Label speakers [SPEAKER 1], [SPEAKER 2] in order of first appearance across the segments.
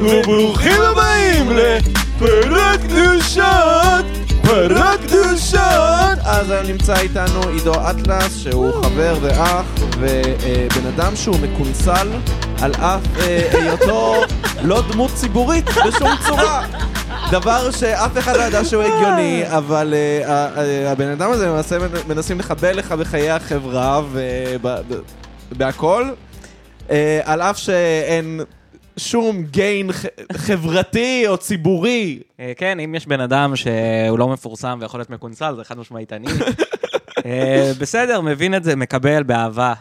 [SPEAKER 1] וברוכים הבאים לפרה קדושת, פרה קדושת.
[SPEAKER 2] אז היום נמצא איתנו עידו אטלס, שהוא חבר ואח ובן אדם שהוא מקונסל על אף אה, היותו לא דמות ציבורית בשום צורה. דבר שאף אחד לא ידע שהוא הגיוני, אבל אה, ה- ה- הבן אדם הזה למעשה מנ- מנסים לחבל לך בחיי החברה ובהכל, אה, על אף שאין שום גיין ח- חברתי או ציבורי.
[SPEAKER 3] אה, כן, אם יש בן אדם שהוא לא מפורסם ויכול להיות מקונסל, זה חד משמעית אני. אה, בסדר, מבין את זה, מקבל באהבה.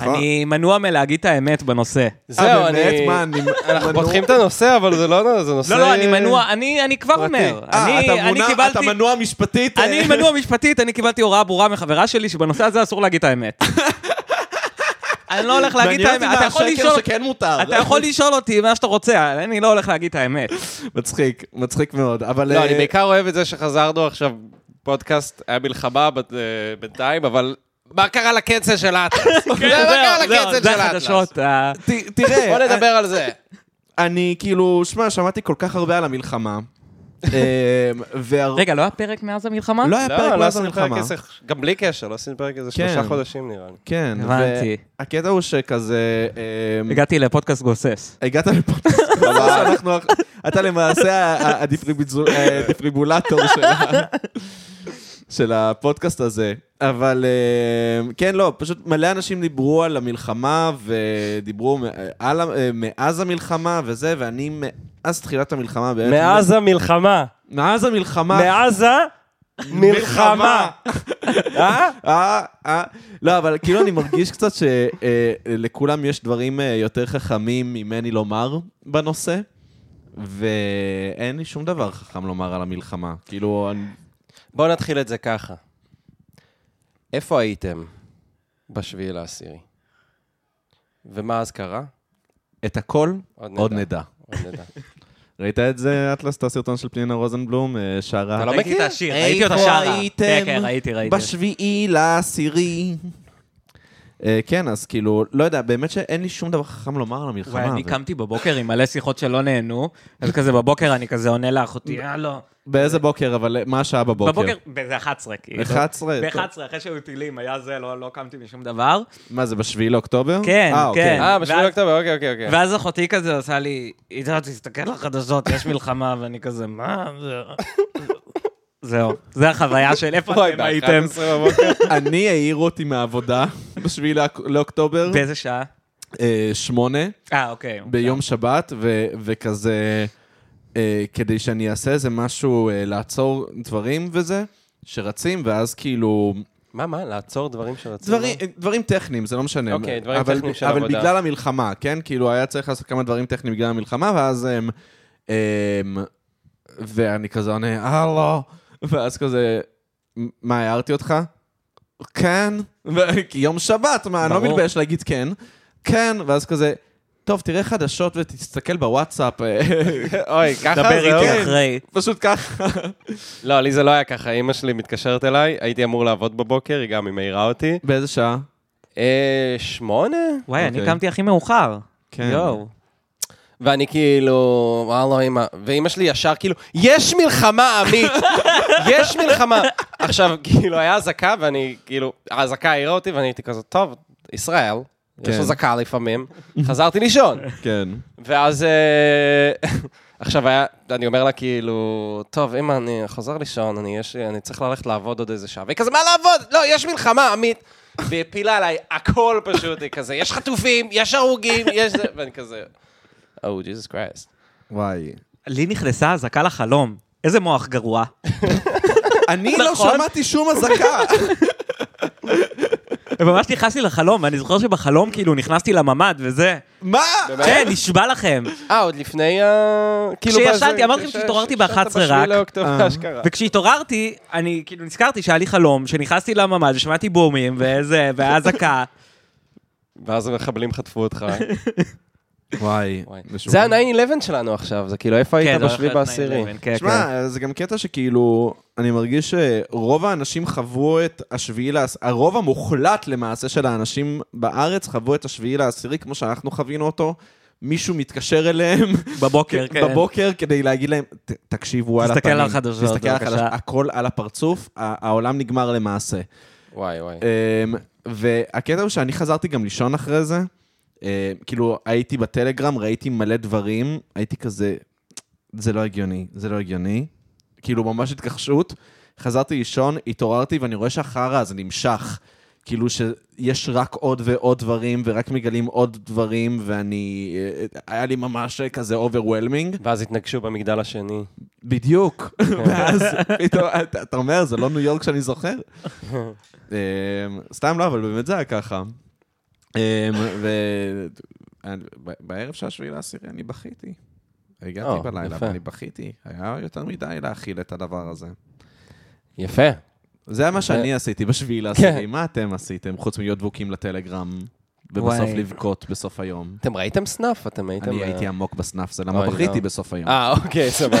[SPEAKER 2] נכון.
[SPEAKER 3] אני מנוע מלהגיד את האמת בנושא.
[SPEAKER 2] אה, באמת? מה, אני...
[SPEAKER 1] אנחנו
[SPEAKER 2] מנוע?
[SPEAKER 1] פותחים את הנושא, אבל זה לא, זה נושא...
[SPEAKER 3] לא, לא, אני מנוע, אני אני כבר אומר.
[SPEAKER 2] אה,
[SPEAKER 3] אני
[SPEAKER 2] אתה
[SPEAKER 3] אני
[SPEAKER 2] מונע-
[SPEAKER 3] קיבלתי...
[SPEAKER 2] אתה מנוע משפטית. אה,
[SPEAKER 3] אני מנוע משפטית, אני קיבלתי הוראה ברורה מחברה שלי שבנושא הזה אסור להגיד את האמת. אני לא הולך להגיד את
[SPEAKER 2] מעניין אותי
[SPEAKER 3] האמת.
[SPEAKER 2] מה
[SPEAKER 3] אתה יכול לשאול-
[SPEAKER 2] השקר שכן מותר. לא?
[SPEAKER 3] אתה יכול לשאול אותי מה שאתה רוצה, אני לא הולך להגיד את האמת.
[SPEAKER 2] מצחיק, מצחיק מאוד. אבל...
[SPEAKER 1] לא,
[SPEAKER 2] אה,
[SPEAKER 1] אני בעיקר אוהב את זה שחזרנו עכשיו, פודקאסט, היה מלחמה בת- אה, בינתיים, אבל... מה קרה לקצב של האטלס? זה מה קרה
[SPEAKER 3] זהו, זהו,
[SPEAKER 1] לקצב
[SPEAKER 3] זה
[SPEAKER 1] של האטלס? אה,
[SPEAKER 3] החדשות. ה-
[SPEAKER 2] ת- תראה,
[SPEAKER 1] בוא נדבר על זה.
[SPEAKER 2] אני כאילו, שמע, שמעתי כל כך הרבה על המלחמה. רגע.
[SPEAKER 3] רגע, לא היה פרק מאז המלחמה?
[SPEAKER 2] לא היה פרק
[SPEAKER 1] לא, לא
[SPEAKER 2] מאז
[SPEAKER 1] עשינו פרק
[SPEAKER 2] המלחמה.
[SPEAKER 1] עשר, גם בלי קשר, לא עשינו פרק איזה
[SPEAKER 2] כן.
[SPEAKER 1] שלושה חודשים נראה לי.
[SPEAKER 2] כן.
[SPEAKER 3] הבנתי.
[SPEAKER 2] הקטע הוא שכזה... אה,
[SPEAKER 3] הגעתי לפודקאסט גוסס.
[SPEAKER 2] הגעת לפודקאסט, אנחנו- אתה למעשה ה- ה- הדפריביזו- אה, הדפריבולטור של ה- של הפודקאסט הזה. אבל אה, כן, לא, פשוט מלא אנשים דיברו על המלחמה, ודיברו מ- על ה- אה, מאז המלחמה וזה, ואני מאז תחילת המלחמה
[SPEAKER 3] אה,
[SPEAKER 2] בעצם...
[SPEAKER 4] מאז המלחמה.
[SPEAKER 2] מאז המלחמה.
[SPEAKER 4] מאז המלחמה. אה?
[SPEAKER 2] אה, אה. לא, אבל כאילו אני מרגיש קצת שלכולם יש דברים אה, יותר חכמים ממני לומר בנושא, ואין לי שום דבר חכם לומר על המלחמה. כאילו, אני...
[SPEAKER 1] בואו נתחיל את זה ככה. איפה הייתם בשביעי לעשירי? ומה אז קרה?
[SPEAKER 2] את הכל
[SPEAKER 1] עוד
[SPEAKER 2] עוד
[SPEAKER 1] נדע.
[SPEAKER 2] נדע.
[SPEAKER 1] עוד נדע.
[SPEAKER 2] ראית את זה, אטלס, את הסרטון של פנינה רוזנבלום, אה, שרה?
[SPEAKER 1] אתה לא
[SPEAKER 3] ראיתי את
[SPEAKER 1] מכיר?
[SPEAKER 3] השיר, ראיתי אותה
[SPEAKER 2] איפה
[SPEAKER 3] שרה.
[SPEAKER 2] הייתם?
[SPEAKER 3] כן, כן, ראיתי, ראיתי.
[SPEAKER 2] בשביעי לעשירי. אה, כן, אז כאילו, לא יודע, באמת שאין לי שום דבר חכם לומר על המלחמה.
[SPEAKER 3] וואי, אני
[SPEAKER 2] ו-
[SPEAKER 3] קמתי בבוקר עם מלא שיחות שלא נהנו, אז כזה בבוקר אני כזה עונה לאחותי, אה, לא.
[SPEAKER 2] באיזה בוקר, אבל מה השעה בבוקר?
[SPEAKER 3] בבוקר, באיזה 11, כאילו.
[SPEAKER 2] 11? טוב.
[SPEAKER 3] ב-11, אחרי שהיו טילים, היה זה, לא לא קמתי משום דבר.
[SPEAKER 2] מה זה, בשביעי לאוקטובר?
[SPEAKER 3] כן,
[SPEAKER 2] אה, אוקיי.
[SPEAKER 3] כן.
[SPEAKER 1] אה, בשביעי
[SPEAKER 3] ואז-
[SPEAKER 1] אוקטובר, אוקיי, אוקיי, אוקיי.
[SPEAKER 3] ואז אחותי כזה עושה לי, עידו, תסתכל לחדשות, יש מלחמה, ואני כזה, מה? זה-" זהו, זה החוויה של איפה
[SPEAKER 1] אוי,
[SPEAKER 3] אתם
[SPEAKER 1] ב-
[SPEAKER 3] הייתם.
[SPEAKER 1] 11 בבוקר.
[SPEAKER 2] אני העירו אותי מהעבודה בשביעי לאק- לאוקטובר,
[SPEAKER 3] באיזה שעה?
[SPEAKER 2] אה, שמונה,
[SPEAKER 3] אה, אוקיי.
[SPEAKER 2] ביום שבת, ו- וכזה, אה, כדי שאני אעשה איזה משהו, אה, לעצור דברים וזה, שרצים, ואז כאילו...
[SPEAKER 1] מה, מה, לעצור דברים שרצינו?
[SPEAKER 2] דברים, דברים טכניים, זה לא משנה.
[SPEAKER 1] לא- אוקיי, דברים
[SPEAKER 2] אבל,
[SPEAKER 1] טכניים של
[SPEAKER 2] אבל
[SPEAKER 1] עבודה.
[SPEAKER 2] בגלל המלחמה, כן? כאילו, היה צריך לעשות כמה דברים טכניים בגלל המלחמה, ואז הם... הם ואני כזה עונה, הלו, ואז כזה, מה, הערתי אותך? כן, ו- כי יום שבת, מה, אני לא
[SPEAKER 3] ברור.
[SPEAKER 2] מתבייש להגיד כן. כן, ואז כזה, טוב, תראה חדשות ותסתכל בוואטסאפ, אה,
[SPEAKER 1] אוי, ככה
[SPEAKER 3] דבר
[SPEAKER 1] זהו?
[SPEAKER 3] איתי אחרי.
[SPEAKER 2] פשוט ככה.
[SPEAKER 1] לא, לי זה לא היה ככה. אימא שלי מתקשרת אליי, הייתי אמור לעבוד בבוקר, היא גם היא מעירה אותי.
[SPEAKER 2] באיזה שעה?
[SPEAKER 1] אה, שמונה?
[SPEAKER 3] וואי, אני
[SPEAKER 2] אוקיי.
[SPEAKER 3] קמתי הכי מאוחר.
[SPEAKER 2] כן.
[SPEAKER 3] יואו.
[SPEAKER 1] ואני כאילו, וואלה, אימא. ואימא שלי ישר כאילו, יש מלחמה, עמית! יש מלחמה! עכשיו, כאילו, היה אזעקה, ואני, כאילו, האזעקה העירה אותי, ואני הייתי כזה, טוב, ישראל, יש
[SPEAKER 2] כן.
[SPEAKER 1] אזעקה לפעמים. חזרתי לישון.
[SPEAKER 2] כן.
[SPEAKER 1] ואז אה, עכשיו היה, אני אומר לה כאילו, טוב, אמא, אני חוזר לישון, אני, יש, אני צריך ללכת לעבוד עוד איזה שעה. והיא כזה, מה לעבוד? לא, יש מלחמה, עמית. והיא הפילה עליי הכל פשוט, היא כזה, יש חטופים, יש הרוגים, יש זה, ואני כזה, "Oh, או, ג'יזוס קרייסט.
[SPEAKER 2] וואי.
[SPEAKER 3] לי נכנסה אזעקה לחלום. איזה מוח גרוע.
[SPEAKER 2] אני לא
[SPEAKER 3] נכון?
[SPEAKER 2] שמעתי שום אזעקה.
[SPEAKER 3] ממש נכנסתי לחלום, ואני זוכר שבחלום כאילו נכנסתי לממ"ד וזה.
[SPEAKER 2] מה?
[SPEAKER 3] כן, נשבע לכם.
[SPEAKER 1] אה, עוד לפני ה...
[SPEAKER 3] כשישנתי,
[SPEAKER 1] בזה-
[SPEAKER 3] אמרתי
[SPEAKER 1] כש-
[SPEAKER 3] שהתעוררתי
[SPEAKER 1] כשישנת
[SPEAKER 3] ב-11
[SPEAKER 1] בשביעי
[SPEAKER 3] רק.
[SPEAKER 1] לאוקטובר,
[SPEAKER 2] אה.
[SPEAKER 1] אשכרה.
[SPEAKER 3] וכשהתעוררתי, אני כאילו נזכרתי שהיה לי חלום, שנכנסתי לממ"ד ושמעתי בומים וזה, והאזעקה.
[SPEAKER 1] ואז המחבלים חטפו אותך.
[SPEAKER 2] וואי.
[SPEAKER 1] וואי.
[SPEAKER 2] משוגע.
[SPEAKER 1] זה ה-9-11 שלנו עכשיו, זה כאילו, איפה
[SPEAKER 3] כן,
[SPEAKER 1] היית
[SPEAKER 3] זה
[SPEAKER 1] בשביעי
[SPEAKER 3] היה אחד
[SPEAKER 1] בעשירי?
[SPEAKER 3] 9/11, כן, כן.
[SPEAKER 2] שמע, זה גם קטע שכאילו, אני מרגיש שרוב האנשים חוו את השביעי לעשירי, הרוב המוחלט למעשה של האנשים בארץ חוו את השביעי לעשירי כמו שאנחנו חווינו אותו מישהו מתקשר אליהם
[SPEAKER 3] בבוקר, כן.
[SPEAKER 2] בבוקר כדי להגיד להם, "ת- תקשיבו על הפנים.
[SPEAKER 3] תסתכל על החדשות,
[SPEAKER 2] תסתכל על
[SPEAKER 3] בבקשה."
[SPEAKER 2] החדשות, הכל על הפרצוף, ה- העולם נגמר למעשה.
[SPEAKER 1] וואי, וואי.
[SPEAKER 2] אמ, והקטע הוא שאני חזרתי גם לישון אחרי זה. אמ, כאילו, הייתי בטלגרם, ראיתי מלא דברים, הייתי כזה, זה לא הגיוני, זה לא הגיוני. כאילו, ממש התכחשות. חזרתי לישון, התעוררתי, ואני רואה שהחרא הזה נמשך. כאילו שיש רק עוד ועוד דברים, ורק מגלים עוד דברים, ואני... אה, היה לי ממש כזה overwhelming.
[SPEAKER 1] ואז התנגשו במגדל השני.
[SPEAKER 2] בדיוק.
[SPEAKER 1] כן.
[SPEAKER 2] ואז פתאום, אתה אתה אומר, זה לא ניו יורק שאני זוכר. אמ, סתם לא, אבל באמת זה היה ככה. אמ, ו... אני- ב- בערב של השביעי לעשירי אני בכיתי. הגעתי
[SPEAKER 1] או,
[SPEAKER 2] בלילה
[SPEAKER 1] יפה.
[SPEAKER 2] ואני בכיתי. היה יותר מדי להכיל את הדבר הזה.
[SPEAKER 1] יפה.
[SPEAKER 2] זה היה מה שאני עשיתי בשביעי לעשירי.
[SPEAKER 1] כן.
[SPEAKER 2] מה אתם עשיתם, חוץ מלהיות דבוקים לטלגרם, ובסוף
[SPEAKER 3] וואי.
[SPEAKER 2] לבכות בסוף היום?
[SPEAKER 1] אתם ראיתם סנאף? אתם הייתם...
[SPEAKER 2] אני
[SPEAKER 1] אה,
[SPEAKER 2] הייתי עמוק בסנאף, זה למה
[SPEAKER 1] אוי,
[SPEAKER 2] בכיתי
[SPEAKER 1] לא.
[SPEAKER 2] בסוף היום.
[SPEAKER 1] אה, אוקיי, סבבה.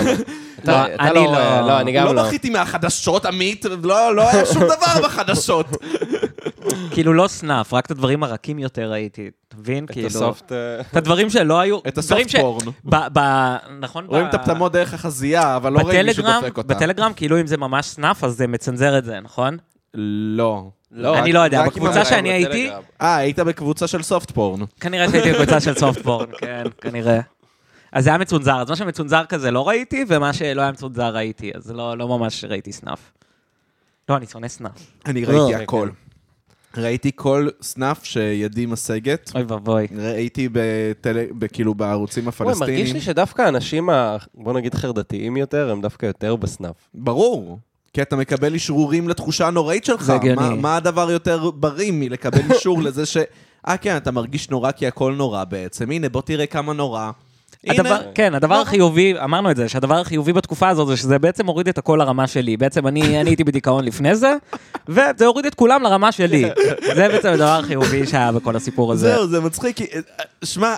[SPEAKER 1] אתה-
[SPEAKER 3] לא,
[SPEAKER 1] אתה
[SPEAKER 3] אני לא.
[SPEAKER 1] אה, לא, אני גם
[SPEAKER 2] לא
[SPEAKER 1] לא.
[SPEAKER 2] בכיתי מהחדשות, עמית, לא, לא היה שום דבר בחדשות.
[SPEAKER 3] כאילו לא סנאף, רק את הדברים הרכים יותר ראיתי. אתה מבין?
[SPEAKER 1] את
[SPEAKER 3] כאילו...
[SPEAKER 1] הסופט... אה,
[SPEAKER 3] את הדברים שלא היו...
[SPEAKER 2] את
[SPEAKER 3] דברים
[SPEAKER 2] הסופט
[SPEAKER 3] ש- אה.
[SPEAKER 2] פורן.
[SPEAKER 3] ב- ב- נכון? ב-
[SPEAKER 2] רואים את הפטמות דרך החזייה, אבל לא רואים מישהו
[SPEAKER 3] בטלגרם,
[SPEAKER 2] דופק אותה.
[SPEAKER 3] בטלגרם, כאילו אם זה ממש סנאף, אז זה מצנזר את זה, נכון?
[SPEAKER 2] לא.
[SPEAKER 1] לא,
[SPEAKER 3] אני
[SPEAKER 1] רק-
[SPEAKER 3] לא יודע,
[SPEAKER 1] רק אם
[SPEAKER 3] בקבוצה
[SPEAKER 1] הראיון
[SPEAKER 3] שאני הייתי-
[SPEAKER 1] בטלגרם.
[SPEAKER 2] אה, היית בקבוצה של סופט פורן.
[SPEAKER 3] כנראה שהייתי בקבוצה של סופטבורן, כן, כנראה. אז זה היה מצונזר, אז מה שמצונזר כזה לא ראיתי, ומה שלא היה מצונזר ראיתי, אז לא, לא ממש ראיתי סנאף. לא, אני שונא סנאף.
[SPEAKER 2] אני
[SPEAKER 1] לא.
[SPEAKER 2] ראיתי הכל. ראיתי כל סנאף שידי משגת.
[SPEAKER 3] אוי ואבוי.
[SPEAKER 2] ראיתי בטל... ב- כאילו בערוצים
[SPEAKER 1] וואי, מרגיש
[SPEAKER 2] הפלסטינים.
[SPEAKER 1] לי שדווקא האנשים, ה- בוא נגיד חרדתיים יותר, הם דווקא יותר בסנאף.
[SPEAKER 2] ברור. כי אתה מקבל אשרורים לתחושה הנוראית שלך.
[SPEAKER 3] זה הגיוני.
[SPEAKER 2] מה, מה הדבר יותר בריא מלקבל אישור לזה ש... אה, כן, אתה מרגיש נורא כי הכל נורא בעצם. הנה, בוא תראה כמה נורא. הנה,
[SPEAKER 3] הדבר, כן, הדבר החיובי, אמרנו את זה, שהדבר החיובי בתקופה הזאת זה שזה בעצם הוריד את הכל לרמה שלי. בעצם אני, אני הייתי בדיכאון לפני זה, וזה הוריד את כולם לרמה שלי. זה בעצם הדבר החיובי שהיה בכל הסיפור הזה.
[SPEAKER 2] זהו, זה מצחיק. כי- אה, שמע,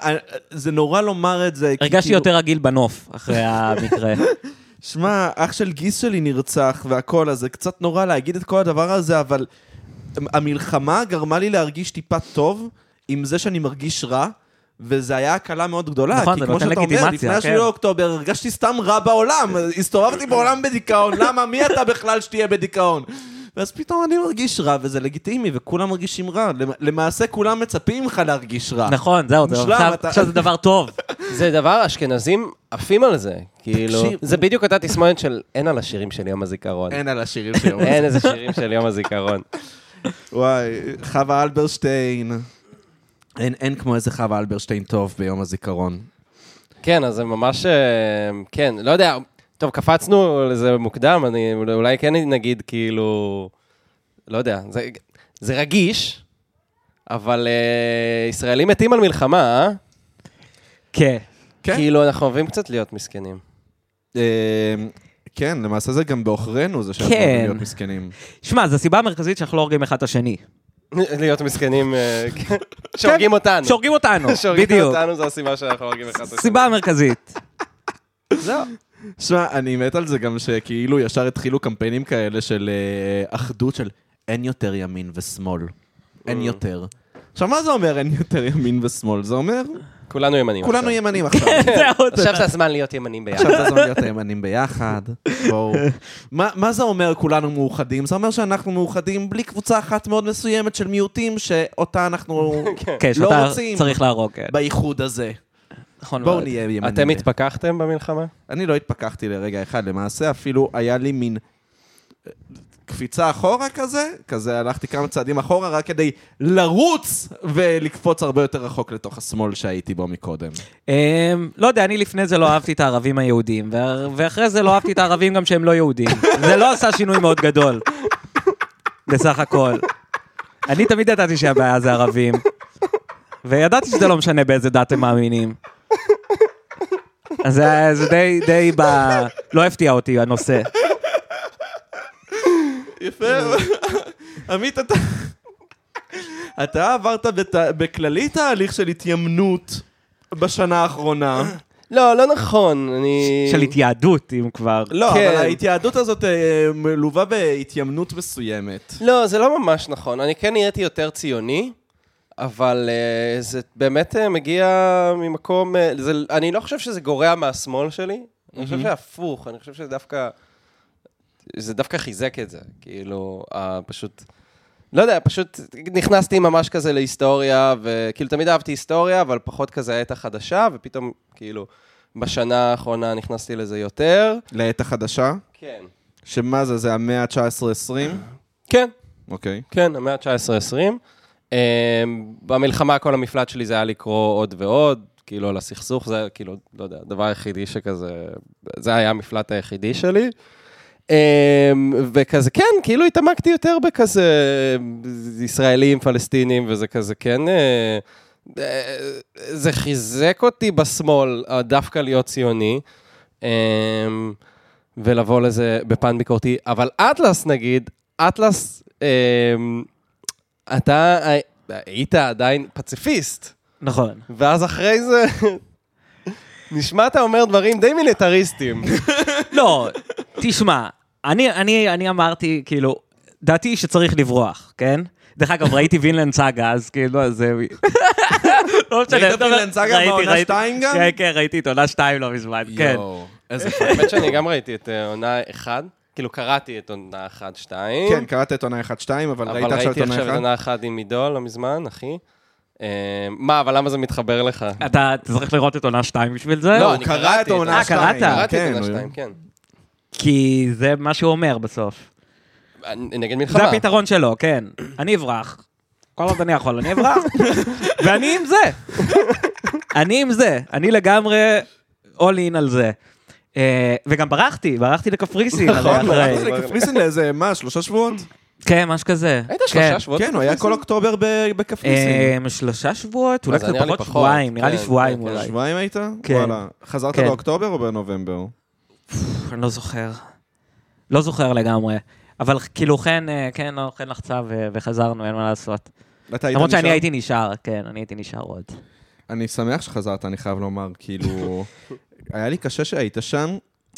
[SPEAKER 2] זה נורא לומר את זה. כי
[SPEAKER 3] הרגשתי
[SPEAKER 2] כאילו-
[SPEAKER 3] יותר רגיל בנוף אחרי המקרה.
[SPEAKER 2] שמע, אח של גיס שלי נרצח והכל, אז זה קצת נורא להגיד את כל הדבר הזה, אבל המלחמה גרמה לי להרגיש טיפה טוב עם זה שאני מרגיש רע. וזו הייתה הקלה מאוד גדולה,
[SPEAKER 3] נכון,
[SPEAKER 2] כי
[SPEAKER 3] זה
[SPEAKER 2] כמו
[SPEAKER 3] נותן
[SPEAKER 2] שאתה אומר,
[SPEAKER 3] לגיטימציה,
[SPEAKER 2] לפני
[SPEAKER 3] כן.
[SPEAKER 2] 7 באוקטובר הרגשתי סתם רע בעולם, הסתובבתי בעולם בדיכאון, למה, מי אתה בכלל שתהיה בדיכאון? ואז פתאום אני מרגיש רע, וזה לגיטימי, וכולם מרגישים רע. למ- למעשה כולם מצפים ממך להרגיש רע.
[SPEAKER 3] נכון, זהו, זה
[SPEAKER 2] מושלם,
[SPEAKER 3] עכשיו-
[SPEAKER 2] אתה-
[SPEAKER 3] עכשיו זה דבר טוב.
[SPEAKER 1] זה דבר, אשכנזים עפים על זה. כאילו,
[SPEAKER 2] תקשיב.
[SPEAKER 1] זה בדיוק אותה תסמונת של אין על השירים של יום הזיכרון.
[SPEAKER 2] אין על השירים שלו.
[SPEAKER 1] אין איזה שירים של יום הזיכרון.
[SPEAKER 2] וואי, חווה אלברשטיין. אין, אין כמו איזה חווה אלברשטיין טוב ביום הזיכרון.
[SPEAKER 1] כן, אז זה ממש... אה, כן, לא יודע. טוב, קפצנו לזה מוקדם, אני אולי כן נגיד כאילו... לא יודע, זה, זה רגיש, אבל אה, ישראלים מתים על מלחמה, אה?
[SPEAKER 3] כן.
[SPEAKER 2] כן.
[SPEAKER 1] כאילו, אנחנו אוהבים קצת להיות מסכנים.
[SPEAKER 2] אה, כן, למעשה זה גם בעוכרינו, זה שאנחנו
[SPEAKER 3] כן.
[SPEAKER 2] אוהבים להיות מסכנים.
[SPEAKER 3] שמע, זו הסיבה המרכזית שאנחנו לא הורגים אחד את השני.
[SPEAKER 1] להיות מסכנים, אה, כן. שהורגים אותנו.
[SPEAKER 3] שהורגים אותנו,
[SPEAKER 1] שהורגים
[SPEAKER 3] בדיוק.
[SPEAKER 1] אותנו זו הסיבה שאנחנו הורגים אחד את השני.
[SPEAKER 3] סיבה המרכזית.
[SPEAKER 1] זהו.
[SPEAKER 2] שמע, אני מת על זה גם שכאילו ישר התחילו קמפיינים כאלה של אה, אחדות של אין יותר ימין ושמאל. אין יותר. עכשיו, מה זה אומר אין יותר ימין ושמאל? זה אומר,
[SPEAKER 1] כולנו ימנים
[SPEAKER 2] כולנו
[SPEAKER 1] עכשיו.
[SPEAKER 2] ימנים עכשיו.
[SPEAKER 3] זהו, אתה-
[SPEAKER 1] עכשיו זה הזמן להיות ימנים ביחד.
[SPEAKER 2] עכשיו זה הזמן להיות הימנים ביחד, בואו. מה מה זה אומר כולנו מאוחדים? זה אומר שאנחנו מאוחדים בלי קבוצה אחת מאוד מסוימת של מיעוטים שאותה אנחנו
[SPEAKER 3] כן,
[SPEAKER 2] לא
[SPEAKER 3] שאתה
[SPEAKER 2] רוצים
[SPEAKER 3] צריך להרוג, כן.
[SPEAKER 2] באיחוד הזה.
[SPEAKER 3] נכון
[SPEAKER 2] בואו
[SPEAKER 3] מאוד.
[SPEAKER 2] נהיה ימנים.
[SPEAKER 1] אתם התפכחתם במלחמה?
[SPEAKER 2] אני לא התפכחתי לרגע אחד, למעשה אפילו היה לי מין אה, קפיצה אחורה כזה, כזה הלכתי כמה צעדים אחורה רק כדי לרוץ ולקפוץ הרבה יותר רחוק לתוך השמאל שהייתי בו מקודם.
[SPEAKER 3] אמ, לא יודע, אני לפני זה לא אהבתי את הערבים היהודים, וה- ואחרי זה לא אהבתי את הערבים גם שהם לא יהודים. זה לא עשה שינוי מאוד גדול, בסך הכל. אני תמיד ידעתי שהבעיה זה ערבים, וידעתי שזה לא משנה באיזה דת הם מאמינים. אז זה- זה די, די ב... לא הפתיע אותי הנושא.
[SPEAKER 2] יפה. עמית, אתה... אתה עברת בת... בכללי תהליך של התיימנות בשנה האחרונה.
[SPEAKER 1] לא, לא נכון, אני...
[SPEAKER 3] של התייעדות, אם כבר.
[SPEAKER 2] לא,
[SPEAKER 1] כן.
[SPEAKER 2] אבל ההתייעדות הזאת אה, מלווה בהתיימנות מסוימת.
[SPEAKER 1] לא, זה לא ממש נכון. אני כן נהייתי יותר ציוני, אבל אה, זה באמת אה, מגיע ממקום... אה, זה, אני לא חושב שזה גורע מהשמאל שלי, אני חושב שהפוך, אני חושב שזה דווקא... זה דווקא חיזק את זה, כאילו, אה, פשוט... לא יודע, פשוט נכנסתי ממש כזה להיסטוריה, וכאילו תמיד אהבתי היסטוריה, אבל פחות כזה העת החדשה, ופתאום, כאילו, בשנה האחרונה נכנסתי לזה יותר.
[SPEAKER 2] לעת החדשה,
[SPEAKER 1] כן.
[SPEAKER 2] שמה זה, זה המאה ה-19-20?
[SPEAKER 1] כן,
[SPEAKER 2] אוקיי.
[SPEAKER 1] כן, המאה ה-19-20. Um, במלחמה כל המפלט שלי זה היה לקרוא עוד ועוד, כאילו על הסכסוך, זה היה, כאילו, לא יודע, הדבר היחידי שכזה, זה היה המפלט היחידי שלי. Um, וכזה, כן, כאילו התעמקתי יותר בכזה ישראלים, פלסטינים, וזה כזה, כן, uh, זה חיזק אותי בשמאל, אה, דווקא להיות ציוני. Um, ולבוא לזה בפן ביקורתי, אבל אטלס נגיד, אטלס, אמ, אתה הי- היית עדיין פציפיסט,
[SPEAKER 3] נכון.
[SPEAKER 1] ואז אחרי זה נשמעת אומר דברים די מיליטריסטיים.
[SPEAKER 3] לא, תשמע, אני, אני, אני אמרתי, כאילו, דעתי היא שצריך לברוח, כן? דרך אגב, ראיתי וינלנד סאגה, אז כאילו, אז זה... לא משנה,
[SPEAKER 2] ראית
[SPEAKER 3] זאת אומרת,
[SPEAKER 2] וינלנד סאגה
[SPEAKER 3] ראיתי,
[SPEAKER 2] בעונה
[SPEAKER 3] ראיתי-
[SPEAKER 2] שתיים גם?
[SPEAKER 3] כן, כן, ראיתי את עונה 2 לא מזמן, כן.
[SPEAKER 2] איזה
[SPEAKER 1] האמת שאני גם ראיתי את אה, עונה 1, כאילו קראתי את עונה 1-2,
[SPEAKER 2] כן, קראת את עונה 1-2, אבל ראית
[SPEAKER 1] אבל
[SPEAKER 2] עכשיו את
[SPEAKER 1] ראיתי עכשיו
[SPEAKER 2] עונה 1?
[SPEAKER 1] את עונה 1 עם עידו לא מזמן, אחי. אמ, מה, אבל למה זה מתחבר לך?
[SPEAKER 3] אתה צריך לראות את עונה 2 בשביל זה?
[SPEAKER 1] לא,
[SPEAKER 2] הוא
[SPEAKER 1] אני
[SPEAKER 2] קרא
[SPEAKER 1] קראתי
[SPEAKER 2] את
[SPEAKER 1] את עונה
[SPEAKER 2] העונה
[SPEAKER 3] אה,
[SPEAKER 2] 2.
[SPEAKER 3] קראת?
[SPEAKER 1] קראתי את
[SPEAKER 2] כן, הוא-
[SPEAKER 1] עונה 2, כן.
[SPEAKER 3] כי זה מה שהוא אומר בסוף.
[SPEAKER 1] נגד
[SPEAKER 3] זה
[SPEAKER 1] אה, מלחמה.
[SPEAKER 3] הפתרון שלו, כן. אני אברח. כל עוד אני יכול, אני אברח. ואני עם זה. אני עם זה. אני לגמרי all in על זה. אה, וגם ברחתי, ברחתי לקפריסין.
[SPEAKER 2] לא,
[SPEAKER 1] נכון,
[SPEAKER 3] אחרי.
[SPEAKER 1] ברחת
[SPEAKER 2] זה לקפריסין לאיזה, מה, שלושה שבועות?
[SPEAKER 3] כן, משהו כזה.
[SPEAKER 1] היית
[SPEAKER 3] כן.
[SPEAKER 1] שלושה שבועות?
[SPEAKER 2] כן, הוא היה כל אוקטובר ב- בקפריסין.
[SPEAKER 3] אה, שלושה שבועות? אולי
[SPEAKER 1] זה
[SPEAKER 3] קצת
[SPEAKER 1] נראה לי
[SPEAKER 3] פחות
[SPEAKER 1] פחות,
[SPEAKER 3] שבועיים, נראה לי
[SPEAKER 1] כן,
[SPEAKER 3] שבועיים
[SPEAKER 1] כן, כן.
[SPEAKER 3] אולי.
[SPEAKER 2] שבועיים היית?
[SPEAKER 3] כן.
[SPEAKER 2] וואלה. חזרת
[SPEAKER 3] כן.
[SPEAKER 2] באוקטובר או בנובמבר?
[SPEAKER 3] פff, אני לא זוכר. לא זוכר לגמרי. אבל כאילו חן, אה, כן, לא, חן לחצה ו- וחזרנו, אין מה לעשות.
[SPEAKER 2] אתה היית
[SPEAKER 3] למרות שאני
[SPEAKER 2] נשאר?
[SPEAKER 3] הייתי נשאר, כן, אני הייתי נשאר עוד.
[SPEAKER 2] אני שמח שחזרת, אני חייב לומר, כאילו... היה לי קשה שהיית שם.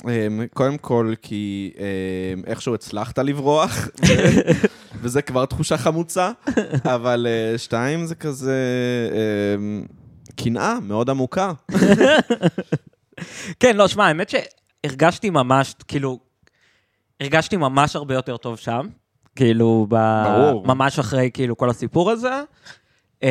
[SPEAKER 2] אמ, קודם כל, כי אמ, איכשהו הצלחת לברוח, ו- וזה כבר תחושה חמוצה, אבל אה, שתיים, זה כזה... אמ, קנאה מאוד עמוקה.
[SPEAKER 3] כן, לא, שמע, האמת שהרגשתי ממש, כאילו, הרגשתי ממש הרבה יותר טוב שם, כאילו, ב...
[SPEAKER 2] ברור.
[SPEAKER 3] ממש אחרי, כאילו, כל הסיפור הזה. Um,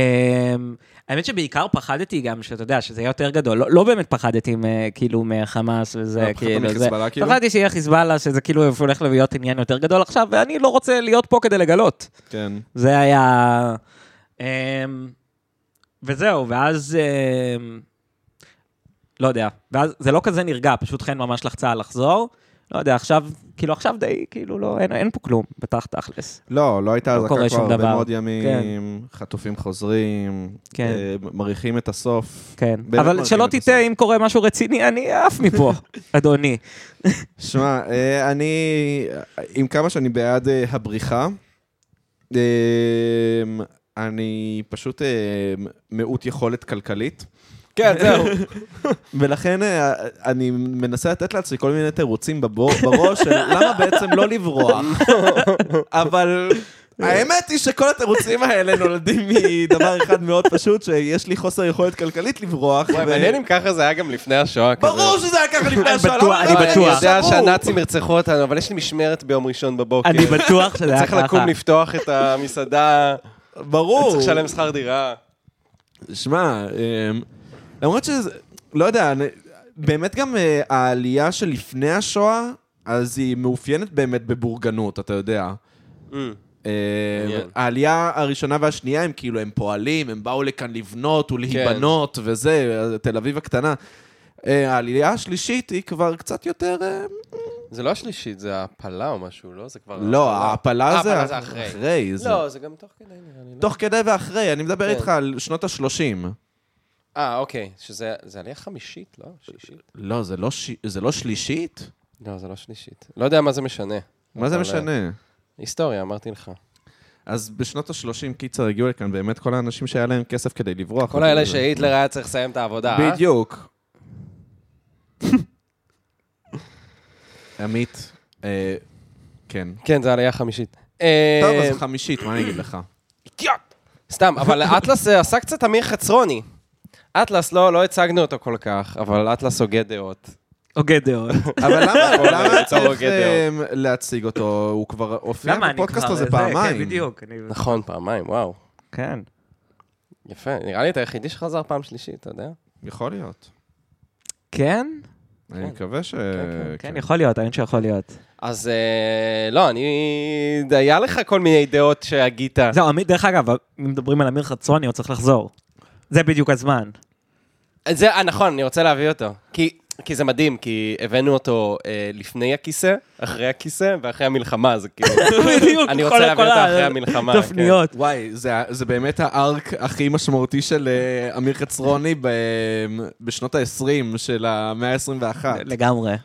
[SPEAKER 3] האמת שבעיקר פחדתי גם, שאתה יודע, שזה יהיה יותר גדול. לא, לא באמת פחדתי, מ, כאילו, מחמאס
[SPEAKER 2] מה,
[SPEAKER 3] וזה,
[SPEAKER 2] אה, פחדת
[SPEAKER 3] כאילו, זה...
[SPEAKER 2] מחיזבאללה, כאילו?
[SPEAKER 3] פחדתי שיהיה חיזבאללה, שזה כאילו הולך להיות עניין יותר גדול עכשיו, ואני לא רוצה להיות פה כדי לגלות.
[SPEAKER 2] כן.
[SPEAKER 3] זה היה... אמ, וזהו, ואז... אמ, לא יודע. ואז זה לא כזה נרגע, פשוט חן ממש לחצה על לחזור. לא יודע, עכשיו, כאילו עכשיו די, כאילו לא, אין, אין פה כלום, בתח תכלס.
[SPEAKER 2] לא, לא הייתה
[SPEAKER 3] לא
[SPEAKER 2] אזעקה
[SPEAKER 3] קורה
[SPEAKER 2] כבר
[SPEAKER 3] שום
[SPEAKER 2] הרבה
[SPEAKER 3] דבר.
[SPEAKER 2] מאוד ימים, חטופים חוזרים,
[SPEAKER 3] כן.
[SPEAKER 2] אה, מריחים את הסוף.
[SPEAKER 3] כן.
[SPEAKER 2] באמת
[SPEAKER 3] אבל
[SPEAKER 2] מרגיש
[SPEAKER 3] שלא
[SPEAKER 2] את
[SPEAKER 3] תטעה,
[SPEAKER 2] הסוף.
[SPEAKER 3] אם קורה משהו רציני, אני אעף מפה, אדוני.
[SPEAKER 2] שמע, אה, אני, עם כמה שאני בעד אה, הבריחה, אה, אני פשוט אה, מיעוט יכולת כלכלית,
[SPEAKER 1] כן, זהו.
[SPEAKER 2] ולכן אה, אני מנסה לתת לעצמי כל מיני תירוצים בבור- בראש של למה בעצם לא לברוח. אבל האמת היא שכל התירוצים האלה נולדים מדבר אחד מאוד פשוט, שיש לי חוסר יכולת כלכלית לברוח. ו-
[SPEAKER 1] וואי, מעניין אם ככה זה היה גם לפני השואה. כזה.
[SPEAKER 2] ברור שזה היה ככה לפני השאלה.
[SPEAKER 3] בטוח, אני
[SPEAKER 1] לא,
[SPEAKER 3] בטוח.
[SPEAKER 1] אני יודע שהנאצים ירצחו אותנו, אבל יש לי משמרת ביום ראשון בבוקר.
[SPEAKER 3] אני בטוח שזה היה
[SPEAKER 1] צריך
[SPEAKER 3] ככה.
[SPEAKER 1] לקום לפתוח את המסעדה,
[SPEAKER 2] ברור.
[SPEAKER 1] צריך לשלם שכר דירה.
[SPEAKER 2] שמע, אמ, למרות שזה, לא יודע, אני- באמת גם אה, העלייה שלפני השואה, אז היא מאופיינת באמת בבורגנות, אתה יודע.
[SPEAKER 1] Mm.
[SPEAKER 2] אמ,
[SPEAKER 1] מעניין.
[SPEAKER 2] העלייה הראשונה והשנייה הם כאילו, הם פועלים, הם באו לכאן לבנות
[SPEAKER 1] כן.
[SPEAKER 2] ולהיבנות וזה, אה, תל אביב הקטנה. אה, העלייה השלישית היא כבר קצת יותר... אה,
[SPEAKER 1] זה לא השלישית, זה ההפלה או משהו, לא? זה כבר...
[SPEAKER 2] לא, ההעפלה זה
[SPEAKER 1] ההעפלה אה, זה אחרי.
[SPEAKER 2] זה-
[SPEAKER 1] לא, זה גם תוך כדי נראה לי. לא?
[SPEAKER 2] תוך כדי ואחרי, אני מדבר
[SPEAKER 1] כן.
[SPEAKER 2] איתך על שנות ה-30.
[SPEAKER 1] אה, אוקיי. שזה זה עלייה חמישית, לא? שישית?
[SPEAKER 2] לא, זה לא ש- זה לא שלישית?
[SPEAKER 1] לא, זה לא שלישית. לא יודע מה זה משנה.
[SPEAKER 2] מה זה
[SPEAKER 1] אבל, אה,
[SPEAKER 2] משנה?
[SPEAKER 1] היסטוריה, אמרתי לך.
[SPEAKER 2] אה, אז בשנות ה-30 קיצר הגיעו לכאן באמת כל האנשים שהיה להם כסף כדי לברוח.
[SPEAKER 1] כל האלה שהיטלר היה צריך לסיים את העבודה, אה?
[SPEAKER 2] בדיוק. עמית, אה, כן.
[SPEAKER 1] כן, זה עלייה חמישית.
[SPEAKER 3] אה,
[SPEAKER 2] טוב, אז חמישית, מה אני אגיד לך?
[SPEAKER 1] אידיוט! סתם, אבל אטלס אה, עשה קצת אמיר חצרוני. אטלס, לא, לא הצגנו אותו כל כך, אבל אטלס הוגה דעות.
[SPEAKER 3] הוגה דעות.
[SPEAKER 2] אבל למה,
[SPEAKER 1] בוא
[SPEAKER 2] למה
[SPEAKER 1] נעצור
[SPEAKER 2] צריך
[SPEAKER 1] הוגה דעות.
[SPEAKER 2] אמ, להציג אותו? הוא כבר הופיע
[SPEAKER 3] למה, אני כבר...
[SPEAKER 2] בפודקאסט הזה
[SPEAKER 3] זה,
[SPEAKER 2] פעמיים.
[SPEAKER 3] כן, בדיוק. אני-
[SPEAKER 1] נכון, פעמיים, וואו.
[SPEAKER 3] כן.
[SPEAKER 1] יפה, נראה לי אתה היחידי שחזר פעם שלישית, אתה יודע?
[SPEAKER 2] יכול להיות.
[SPEAKER 3] כן?
[SPEAKER 2] אני מקווה ש...
[SPEAKER 3] כן, יכול להיות, האמת שיכול להיות.
[SPEAKER 1] אז אה, לא, אני... היה לך כל מיני דעות שהגית.
[SPEAKER 3] זהו, עמית, דרך אגב, אם מדברים על אמיר חצרוני, הוא צריך לחזור. זה בדיוק הזמן.
[SPEAKER 1] זה, אה, נכון, אני רוצה להביא אותו. כי, כי זה מדהים, כי הבאנו אותו אה, לפני הכיסא, אחרי הכיסא ואחרי המלחמה, זה כאילו...
[SPEAKER 3] בדיוק,
[SPEAKER 1] אני
[SPEAKER 3] כל-
[SPEAKER 1] רוצה להביא
[SPEAKER 3] כל
[SPEAKER 1] אותו
[SPEAKER 3] ה-
[SPEAKER 1] אחרי המלחמה. כן.
[SPEAKER 3] תפניות.
[SPEAKER 2] וואי, זה, זה באמת הארק הכי משמעותי של אה, אמיר חצרוני ב, בשנות ה-20 של המאה ה-21.
[SPEAKER 3] לגמרי.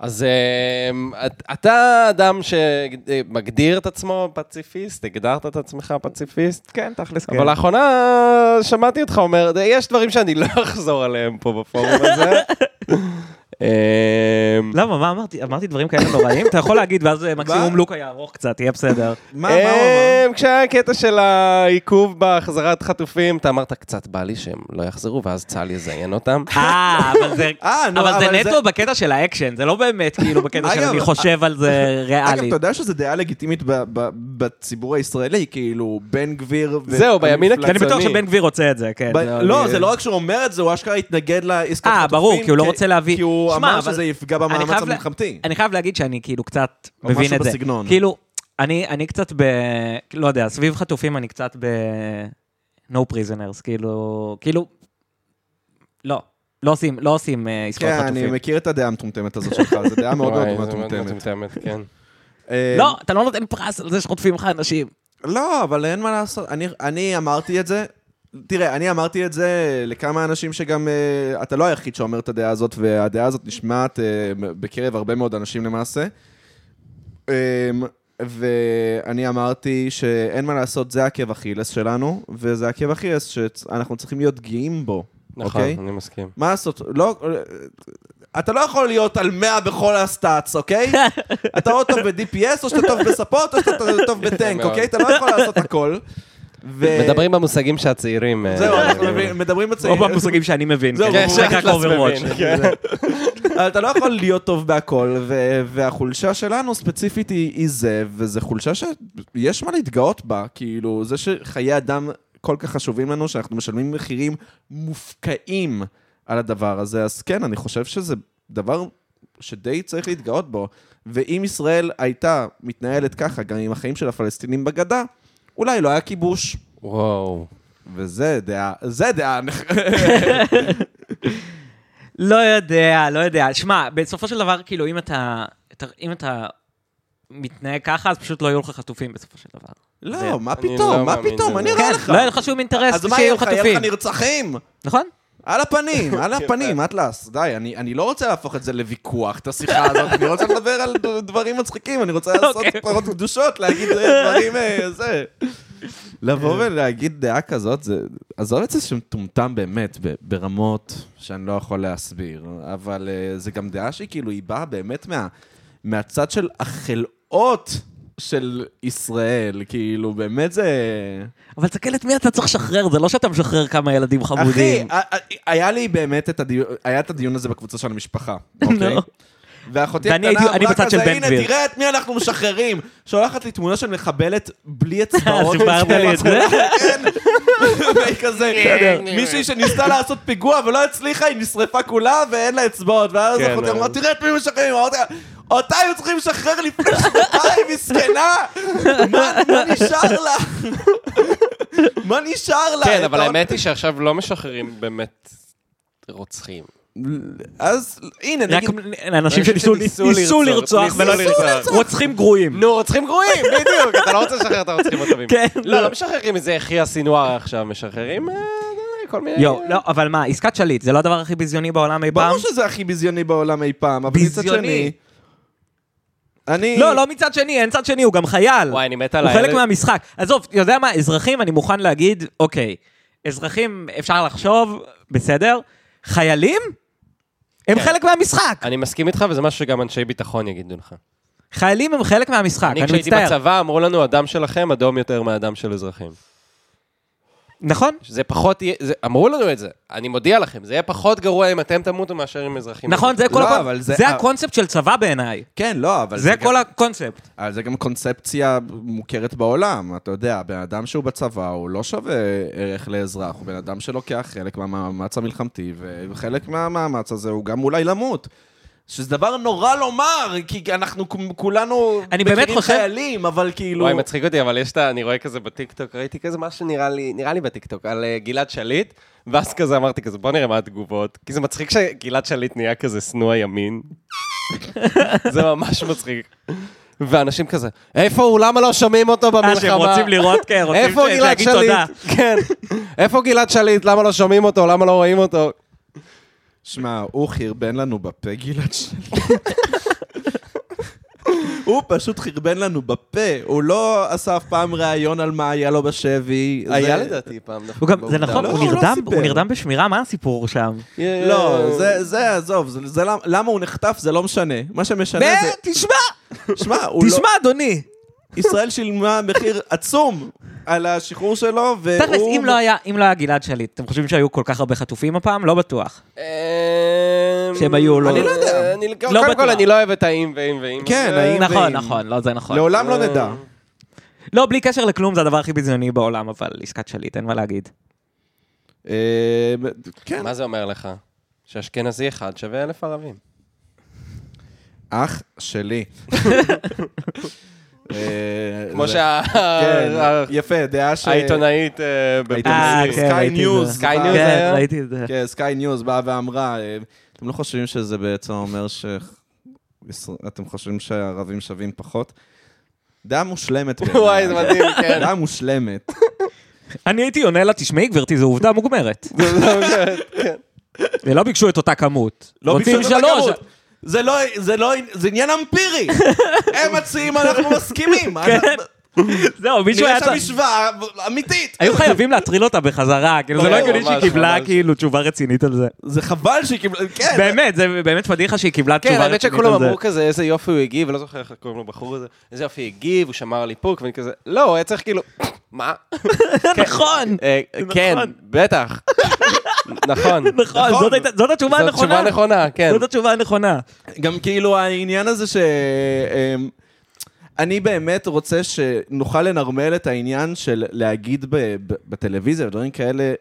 [SPEAKER 1] אז אה, את- אתה אדם שמגדיר את עצמו פציפיסט, הגדרת את עצמך פציפיסט,
[SPEAKER 3] כן, תכלס,
[SPEAKER 1] אבל לאחרונה שמעתי אותך אומר, "די, יש דברים שאני לא אחזור עליהם פה בפורום הזה. אה,
[SPEAKER 3] למה, מה אמרתי? אמרתי דברים כאלה נוראים? אתה יכול להגיד, ואז אה, מקסימום לוק היה ארוך קצת, יהיה בסדר.
[SPEAKER 2] מה, מה הוא אמר?
[SPEAKER 1] אה, כשהיה הקטע של העיכוב בהחזרת חטופים, אתה אמרת, קצת בא לי שהם לא יחזרו, ואז צה"ל יזיין אותם.
[SPEAKER 3] אה, אבל זה...
[SPEAKER 2] אה, נו,
[SPEAKER 3] אבל זה
[SPEAKER 2] אבל זה-
[SPEAKER 3] נטו בקטע של האקשן, זה לא באמת כאילו בקטע של
[SPEAKER 2] אגב,
[SPEAKER 3] אני חושב על זה
[SPEAKER 2] אגב,
[SPEAKER 3] ריאלית.
[SPEAKER 2] אתה יודע שזו דעה לגיטימית ב, ב, בציבור הישראלי, כאילו, בן גביר... ו-
[SPEAKER 1] זהו, בימין
[SPEAKER 2] המפלגה-
[SPEAKER 3] אני בטוח
[SPEAKER 1] קיצוני.
[SPEAKER 3] שבן גביר רוצה את זה, כן.
[SPEAKER 2] ב-
[SPEAKER 3] זה-
[SPEAKER 2] לא,
[SPEAKER 3] אני-
[SPEAKER 2] זה לא רק שהוא אומר את זה, הוא אשכרה התנגד לעסקת
[SPEAKER 3] אה,
[SPEAKER 2] חטופים.
[SPEAKER 3] ברור, כי הוא לא
[SPEAKER 2] כי-
[SPEAKER 3] רוצה להביא-
[SPEAKER 2] כי הוא
[SPEAKER 3] שמע,
[SPEAKER 2] אמר
[SPEAKER 3] אבל-
[SPEAKER 2] שזה יפגע
[SPEAKER 3] אני
[SPEAKER 2] במאמץ
[SPEAKER 3] חייב לה-
[SPEAKER 2] המלחמתי.
[SPEAKER 3] אני חייב להגיד שאני כאילו קצת
[SPEAKER 2] או
[SPEAKER 3] מבין את זה.
[SPEAKER 2] משהו בסגנון.
[SPEAKER 3] כאילו, אני אני קצת ב... לא יודע, סביב חטופים אני קצת ב... no prisoners, כאילו... כאילו... לא. לא עושים, לא עושים אה, עסקאות
[SPEAKER 2] כן, אני
[SPEAKER 3] חטופים.
[SPEAKER 2] מכיר את הדעה המטומטמת הזאת שלך, זו דעה מאוד
[SPEAKER 1] וואי,
[SPEAKER 2] מאוד
[SPEAKER 1] זה מאוד
[SPEAKER 2] מטומטמת.
[SPEAKER 1] מטומטמת, כן.
[SPEAKER 2] אה,
[SPEAKER 3] לא, אתה לא נותן פרס על זה שחוטפים לך אנשים.
[SPEAKER 2] לא, אבל אין מה לעשות. אני, אני אמרתי את זה. תראה, אני אמרתי את זה לכמה אנשים שגם... אה, אתה לא היחיד שאומר את הדעה הזאת, והדעה הזאת נשמעת אה, בקרב הרבה מאוד אנשים למעשה. אה, ואני אמרתי שאין מה לעשות, זה עקב אכילס שלנו, וזה עקב אכילס שאנחנו צריכים להיות גאים בו.
[SPEAKER 1] נכון,
[SPEAKER 2] אוקיי?
[SPEAKER 1] אני מסכים.
[SPEAKER 2] מה לעשות? לא... אתה לא יכול להיות על 100 בכל הסטאצ, אוקיי? אתה או טוב ב-DPS, או שאתה טוב בספורט, או שאתה טוב בטנק,
[SPEAKER 1] מאוד.
[SPEAKER 2] אוקיי? אתה לא יכול לעשות הכל. ו-
[SPEAKER 1] מדברים במושגים שהצעירים... אה,
[SPEAKER 2] אה, זהו, אנחנו מבין- מדברים
[SPEAKER 3] או
[SPEAKER 2] בצעירים.
[SPEAKER 3] במושגים שאני מבין.
[SPEAKER 2] זהו, ברור.
[SPEAKER 3] כן, משחק רק
[SPEAKER 1] שאטלס
[SPEAKER 3] Overwatch.
[SPEAKER 1] מבין.
[SPEAKER 2] אבל אתה לא יכול להיות טוב בהכל, ו- והחולשה שלנו ספציפית היא היא זה, וזו חולשה שיש מה להתגאות בה, כאילו, זה שחיי אדם כל כך חשובים לנו, שאנחנו משלמים מחירים מופקעים על הדבר הזה, אז כן, אני חושב שזה דבר שדי צריך להתגאות בו. ואם ישראל הייתה מתנהלת ככה, גם עם החיים של הפלסטינים בגדה, אולי לא היה כיבוש.
[SPEAKER 1] וואו.
[SPEAKER 2] וזה דעה, זה דעה נח-
[SPEAKER 3] לא יודע, לא יודע. שמע, בסופו של דבר, כאילו, אם אתה... אתה- אם אתה מתנהג ככה, אז פשוט לא יהיו לך חטופים בסופו של דבר.
[SPEAKER 2] לא, מה
[SPEAKER 1] אני
[SPEAKER 2] פתאום?
[SPEAKER 1] לא
[SPEAKER 2] מה
[SPEAKER 1] מאמין
[SPEAKER 2] פתאום?
[SPEAKER 1] לזה.
[SPEAKER 2] מה נראה
[SPEAKER 3] כן,
[SPEAKER 2] לך?
[SPEAKER 3] לא יהיה לך שום אינטרס
[SPEAKER 2] אז מה
[SPEAKER 3] שיהיו
[SPEAKER 2] יהיה לך? יהיה
[SPEAKER 3] חטופים.
[SPEAKER 2] לך נרצחים?
[SPEAKER 3] נכון?
[SPEAKER 2] על הפנים, על הפנים, אטלס. די, אני אני לא רוצה להפוך את זה לוויכוח, את השיחה הזאת. אני רוצה לדבר על ד- דברים מצחיקים, אני רוצה לעשות
[SPEAKER 3] אוקיי.
[SPEAKER 2] פרות קדושות, להגיד אה, דברים, אה, זה. לבוא ולהגיד דעה כזאת, זה... עזוב את זה שמטומטם באמת, ב- ברמות שאני לא יכול להסביר, אבל אה, זה גם דעה שהיא כאילו, היא באה באמת מה- מהצד של החלאות של ישראל, כאילו, באמת זה...
[SPEAKER 3] אבל תסתכל את מי אתה צריך לשחרר, זה לא שאתה משחרר כמה ילדים
[SPEAKER 2] אחי,
[SPEAKER 3] חמודים.
[SPEAKER 2] ה- ה- היה לי באמת את הדיון, היה את הדיון הזה בקבוצה של המשפחה, אוקיי?
[SPEAKER 3] נו.
[SPEAKER 2] ואחותי
[SPEAKER 3] לא. ואני
[SPEAKER 2] הקטנה
[SPEAKER 3] הייתי- אני
[SPEAKER 2] אמרה
[SPEAKER 3] בצד של
[SPEAKER 2] כזה,
[SPEAKER 3] בן
[SPEAKER 2] הנה,
[SPEAKER 3] גביר."
[SPEAKER 2] תראה את מי אנחנו משחררים. שולחת לי תמונה של מחבלת בלי אצבעות.
[SPEAKER 3] סיפרת לי את זה?
[SPEAKER 2] כן. והיא כזה,
[SPEAKER 1] כן,
[SPEAKER 2] מישהי שניסתה לעשות פיגוע ולא הצליחה, היא נשרפה כולה ואין לה אצבעות. ואז
[SPEAKER 1] כן,
[SPEAKER 3] לא.
[SPEAKER 2] אחותי
[SPEAKER 1] אבל-
[SPEAKER 2] אמרה, תראה את מי משחררים. אמרתי לה, אותה היו צריכים לשחרר לפני שנתיים, מסכנה. מה מה נשאר לה? מה נשאר לה?
[SPEAKER 1] כן, אבל
[SPEAKER 2] אתה-
[SPEAKER 1] האמת היא שעכשיו לא משחררים באמת רוצחים.
[SPEAKER 2] אז הנה,
[SPEAKER 3] רק
[SPEAKER 2] אה, נגיד...
[SPEAKER 3] אנשים
[SPEAKER 1] אנשים
[SPEAKER 3] שניסו
[SPEAKER 1] שניסו
[SPEAKER 3] ניסו
[SPEAKER 1] לרצוח,
[SPEAKER 3] לרצוח ולא
[SPEAKER 1] ניסו
[SPEAKER 3] לרצוח.
[SPEAKER 1] לרצוח.
[SPEAKER 3] רוצחים גרועים.
[SPEAKER 1] נו, רוצחים גרועים, בדיוק, אתה לא רוצה לשחרר את הרוצחים הטובים.
[SPEAKER 3] כן.
[SPEAKER 1] לא, לא משחררים את זה, יחיא סינואר עכשיו משחררים, אה, כל מיני...
[SPEAKER 3] יואו, לא, אבל מה, עסקת שליט, זה לא הדבר הכי ביזיוני בעולם אי פעם?
[SPEAKER 2] ברור שזה הכי ביזיוני בעולם אי פעם, אבל מצד
[SPEAKER 3] ביזיוני.
[SPEAKER 2] שני... אני...
[SPEAKER 3] לא, לא מצד שני, אין צד שני, הוא גם חייל.
[SPEAKER 1] וואי, אני מת על
[SPEAKER 3] הוא
[SPEAKER 1] האלה.
[SPEAKER 3] חלק מהמשחק. עזוב, אתה יודע מה, אזרחים, אני מוכן להגיד, אוקיי, אזרחים, אפשר לחשוב, בסדר? חיילים? הם חלק מהמשחק.
[SPEAKER 2] כן.
[SPEAKER 1] אני מסכים איתך, וזה משהו שגם אנשי ביטחון יגידו לך.
[SPEAKER 3] חיילים הם חלק מהמשחק,
[SPEAKER 1] אני
[SPEAKER 3] אני
[SPEAKER 1] כשהייתי
[SPEAKER 3] מצטער.
[SPEAKER 1] בצבא, אמרו לנו, הדם שלכם אדום יותר מהדם של אזרחים.
[SPEAKER 3] נכון,
[SPEAKER 1] זה פחות יהיה, זה- אמרו לנו את זה, אני מודיע לכם, זה יהיה פחות גרוע אם אתם תמותו מאשר עם אזרחים.
[SPEAKER 3] נכון, זה כל
[SPEAKER 2] לא,
[SPEAKER 3] הקונ-
[SPEAKER 2] אבל זה-
[SPEAKER 3] זה הקונספט של צבא בעיניי.
[SPEAKER 2] כן, לא, אבל
[SPEAKER 3] זה
[SPEAKER 2] גם-
[SPEAKER 3] כל הקונספט.
[SPEAKER 2] אבל זה גם קונספציה מוכרת בעולם, אתה יודע, בן אדם שהוא בצבא, הוא לא שווה ערך לאזרח, הוא בן אדם שלוקח חלק מהמאמץ המלחמתי, וחלק מהמאמץ הזה הוא גם אולי למות. שזה דבר נורא לומר, כי אנחנו כ- כולנו
[SPEAKER 3] אני באמת חושב-
[SPEAKER 2] חיילים, אבל כאילו...
[SPEAKER 1] וואי, מצחיק אותי, אבל יש את ה... אני רואה כזה בטיקטוק, ראיתי כזה משהו נראה לי, נראה לי בטיקטוק, על אה, גלעד שליט, ואז כזה אמרתי כזה, בוא נראה מה התגובות. כי זה מצחיק שגלעד שליט נהיה כזה שנוא הימין. זה ממש מצחיק. ואנשים כזה, איפה הוא? למה לא שומעים אותו במלחמה?
[SPEAKER 3] אה, שהם רוצים לראות, כן, רוצים
[SPEAKER 1] איפה גלעד
[SPEAKER 3] להגיד תודה.
[SPEAKER 1] שליט? כן. איפה גלעד שליט? למה לא שומעים אותו? למה לא רואים אותו?
[SPEAKER 2] שמע, הוא חרבן לנו בפה, גלעד שליט. הוא פשוט חרבן לנו בפה, הוא לא עשה אף פעם ראיון על מה היה לו בשבי.
[SPEAKER 1] היה
[SPEAKER 2] זה-
[SPEAKER 1] לדעתי פעם. דווקא
[SPEAKER 3] הוא גם, זה
[SPEAKER 1] בעובדה.
[SPEAKER 3] נכון,
[SPEAKER 2] לא,
[SPEAKER 3] הוא
[SPEAKER 2] הוא לא
[SPEAKER 3] נרדם-
[SPEAKER 2] סיפר.
[SPEAKER 3] הוא נרדם בשמירה, מה הסיפור שם?
[SPEAKER 1] אה,
[SPEAKER 2] לא, זה, זה, עזוב, זה, זה למ- למה הוא נחטף זה לא משנה. מה שמשנה זה...
[SPEAKER 3] תשמע,
[SPEAKER 2] שמע, הוא
[SPEAKER 3] תשמע, אדוני.
[SPEAKER 2] לא... ישראל שילמה מחיר עצום על השחרור שלו, והוא...
[SPEAKER 3] תכלס, אם לא היה- אם לא היה גלעד שליט, אתם חושבים שהיו כל כך הרבה חטופים הפעם? לא בטוח.
[SPEAKER 1] אמ,
[SPEAKER 3] שהם היו, לא-
[SPEAKER 1] אני לא יודע. אני- קודם
[SPEAKER 3] בטוח.
[SPEAKER 1] כל, אני לא אוהב את האם ואם ואם.
[SPEAKER 2] כן,
[SPEAKER 1] הזה.
[SPEAKER 2] האם-
[SPEAKER 3] נכון,
[SPEAKER 2] ואם.
[SPEAKER 3] נכון, לא, זה נכון.
[SPEAKER 2] לעולם לא נדע.
[SPEAKER 3] לא, בלי קשר לכלום, זה הדבר הכי ביזיוני בעולם, אבל עסקת שליט, אין מה להגיד.
[SPEAKER 2] אה, כן.
[SPEAKER 1] מה זה אומר לך? שאשכנזי אחד שווה אלף ערבים.
[SPEAKER 2] אח שלי. אה,
[SPEAKER 1] כמו
[SPEAKER 2] זה- כן,
[SPEAKER 1] שהעיתונאית
[SPEAKER 2] יפה, דעה ש...
[SPEAKER 1] אה,
[SPEAKER 3] אה,
[SPEAKER 1] בבריטניה.
[SPEAKER 3] כן,
[SPEAKER 2] סקיי
[SPEAKER 3] ראיתי את
[SPEAKER 2] ניוז.
[SPEAKER 3] זה.
[SPEAKER 1] Sky News
[SPEAKER 3] כן,
[SPEAKER 1] היה?
[SPEAKER 3] ראיתי את זה.
[SPEAKER 2] אה, כן, סקיי ניוז באה ואמרה, אה, אתם לא חושבים שזה בעצם אומר ש... ישראל- אתם חושבים שהערבים שווים פחות? דעה מושלמת. בעיניי.
[SPEAKER 1] וואי, זה מדהים, כן.
[SPEAKER 2] דעה מושלמת.
[SPEAKER 3] אני הייתי עונה לה, תשמעי גברתי, זו עובדה מוגמרת. ולא ביקשו את אותה כמות. רוצים
[SPEAKER 2] לא ביקשו את אותה
[SPEAKER 3] שלוש.
[SPEAKER 2] כמות. זה לא, זה לא, זה עניין אמפירי. הם מציעים, אנחנו מסכימים. אנחנו-
[SPEAKER 3] זהו, מישהו היה...
[SPEAKER 2] נראה שם
[SPEAKER 3] צריך-
[SPEAKER 2] משוואה אמיתית.
[SPEAKER 3] היו חייבים להטריל אותה בחזרה, כאילו זה לא
[SPEAKER 1] ברור,
[SPEAKER 3] הגיוני שהיא
[SPEAKER 1] ממש,
[SPEAKER 3] קיבלה
[SPEAKER 1] ממש.
[SPEAKER 3] כאילו תשובה רצינית על זה.
[SPEAKER 2] זה חבל שהיא קיבלה, כן.
[SPEAKER 3] באמת, זה באמת פדיחה שהיא קיבלה תשובה
[SPEAKER 1] כן,
[SPEAKER 3] רצינית על
[SPEAKER 1] האמת
[SPEAKER 3] זה.
[SPEAKER 1] שכולם אמרו כזה, איזה יופי הוא הגיב, ולא זוכר איך קוראים לבחור הזה, איזה יופי הגיב, הוא שמר על איפוק, ואני כזה, לא, הוא היה צריך כאילו, מה?
[SPEAKER 3] נכון,
[SPEAKER 1] אה, כן,
[SPEAKER 3] נכון.
[SPEAKER 1] בטח. נכון.
[SPEAKER 3] נכון,
[SPEAKER 2] נכון.
[SPEAKER 3] זאת הייתה- זאת התשובה
[SPEAKER 1] זאת
[SPEAKER 3] הנכונה.
[SPEAKER 1] תשובה נכונה, כן.
[SPEAKER 3] זאת התשובה הנכונה.
[SPEAKER 2] גם כאילו העניין הזה ש... אמ, אני באמת רוצה שנוכל לנרמל את העניין של להגיד ב- ב- בטלוויזיה ודברים כאלה,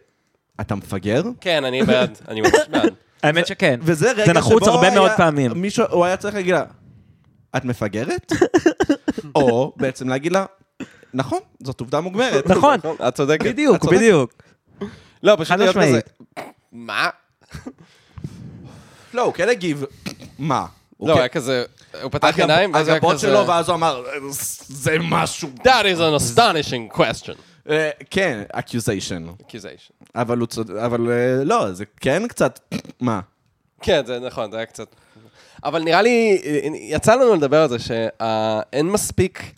[SPEAKER 2] אתה מפגר?
[SPEAKER 1] כן, אני בעד, אני ממש בעד.
[SPEAKER 3] האמת שכן.
[SPEAKER 2] וזה רגע
[SPEAKER 3] זה נחוץ
[SPEAKER 2] שבו
[SPEAKER 3] הרבה
[SPEAKER 2] היה-
[SPEAKER 3] מאוד פעמים.
[SPEAKER 2] מישהו, הוא היה צריך להגיד לה, את מפגרת? או בעצם להגיד לה, נכון, זאת עובדה מוגמרת.
[SPEAKER 3] נכון,
[SPEAKER 1] את צודקת.
[SPEAKER 3] בדיוק,
[SPEAKER 2] את צודקת.
[SPEAKER 3] בדיוק.
[SPEAKER 1] לא, פשוט
[SPEAKER 3] חד
[SPEAKER 1] להיות כזה.
[SPEAKER 3] משמעית.
[SPEAKER 1] מה?
[SPEAKER 2] לא, הוא כן הגיב, מה? הוא
[SPEAKER 1] לא,
[SPEAKER 2] כן-
[SPEAKER 1] היה כזה, הוא פתח
[SPEAKER 2] הגב-
[SPEAKER 1] עיניים, ואז הוא היה
[SPEAKER 2] הגבות
[SPEAKER 1] כזה...
[SPEAKER 2] שלו, ואז הוא אמר, זה משהו.
[SPEAKER 1] That is an astonishing question.
[SPEAKER 2] אה, כן, accusation.
[SPEAKER 1] accusation.
[SPEAKER 2] אבל הוא צודק, אבל אה, לא, זה כן קצת, מה?
[SPEAKER 1] כן, זה נכון, זה היה קצת... אבל נראה לי, אה, יצא לנו לדבר על זה שאין מספיק,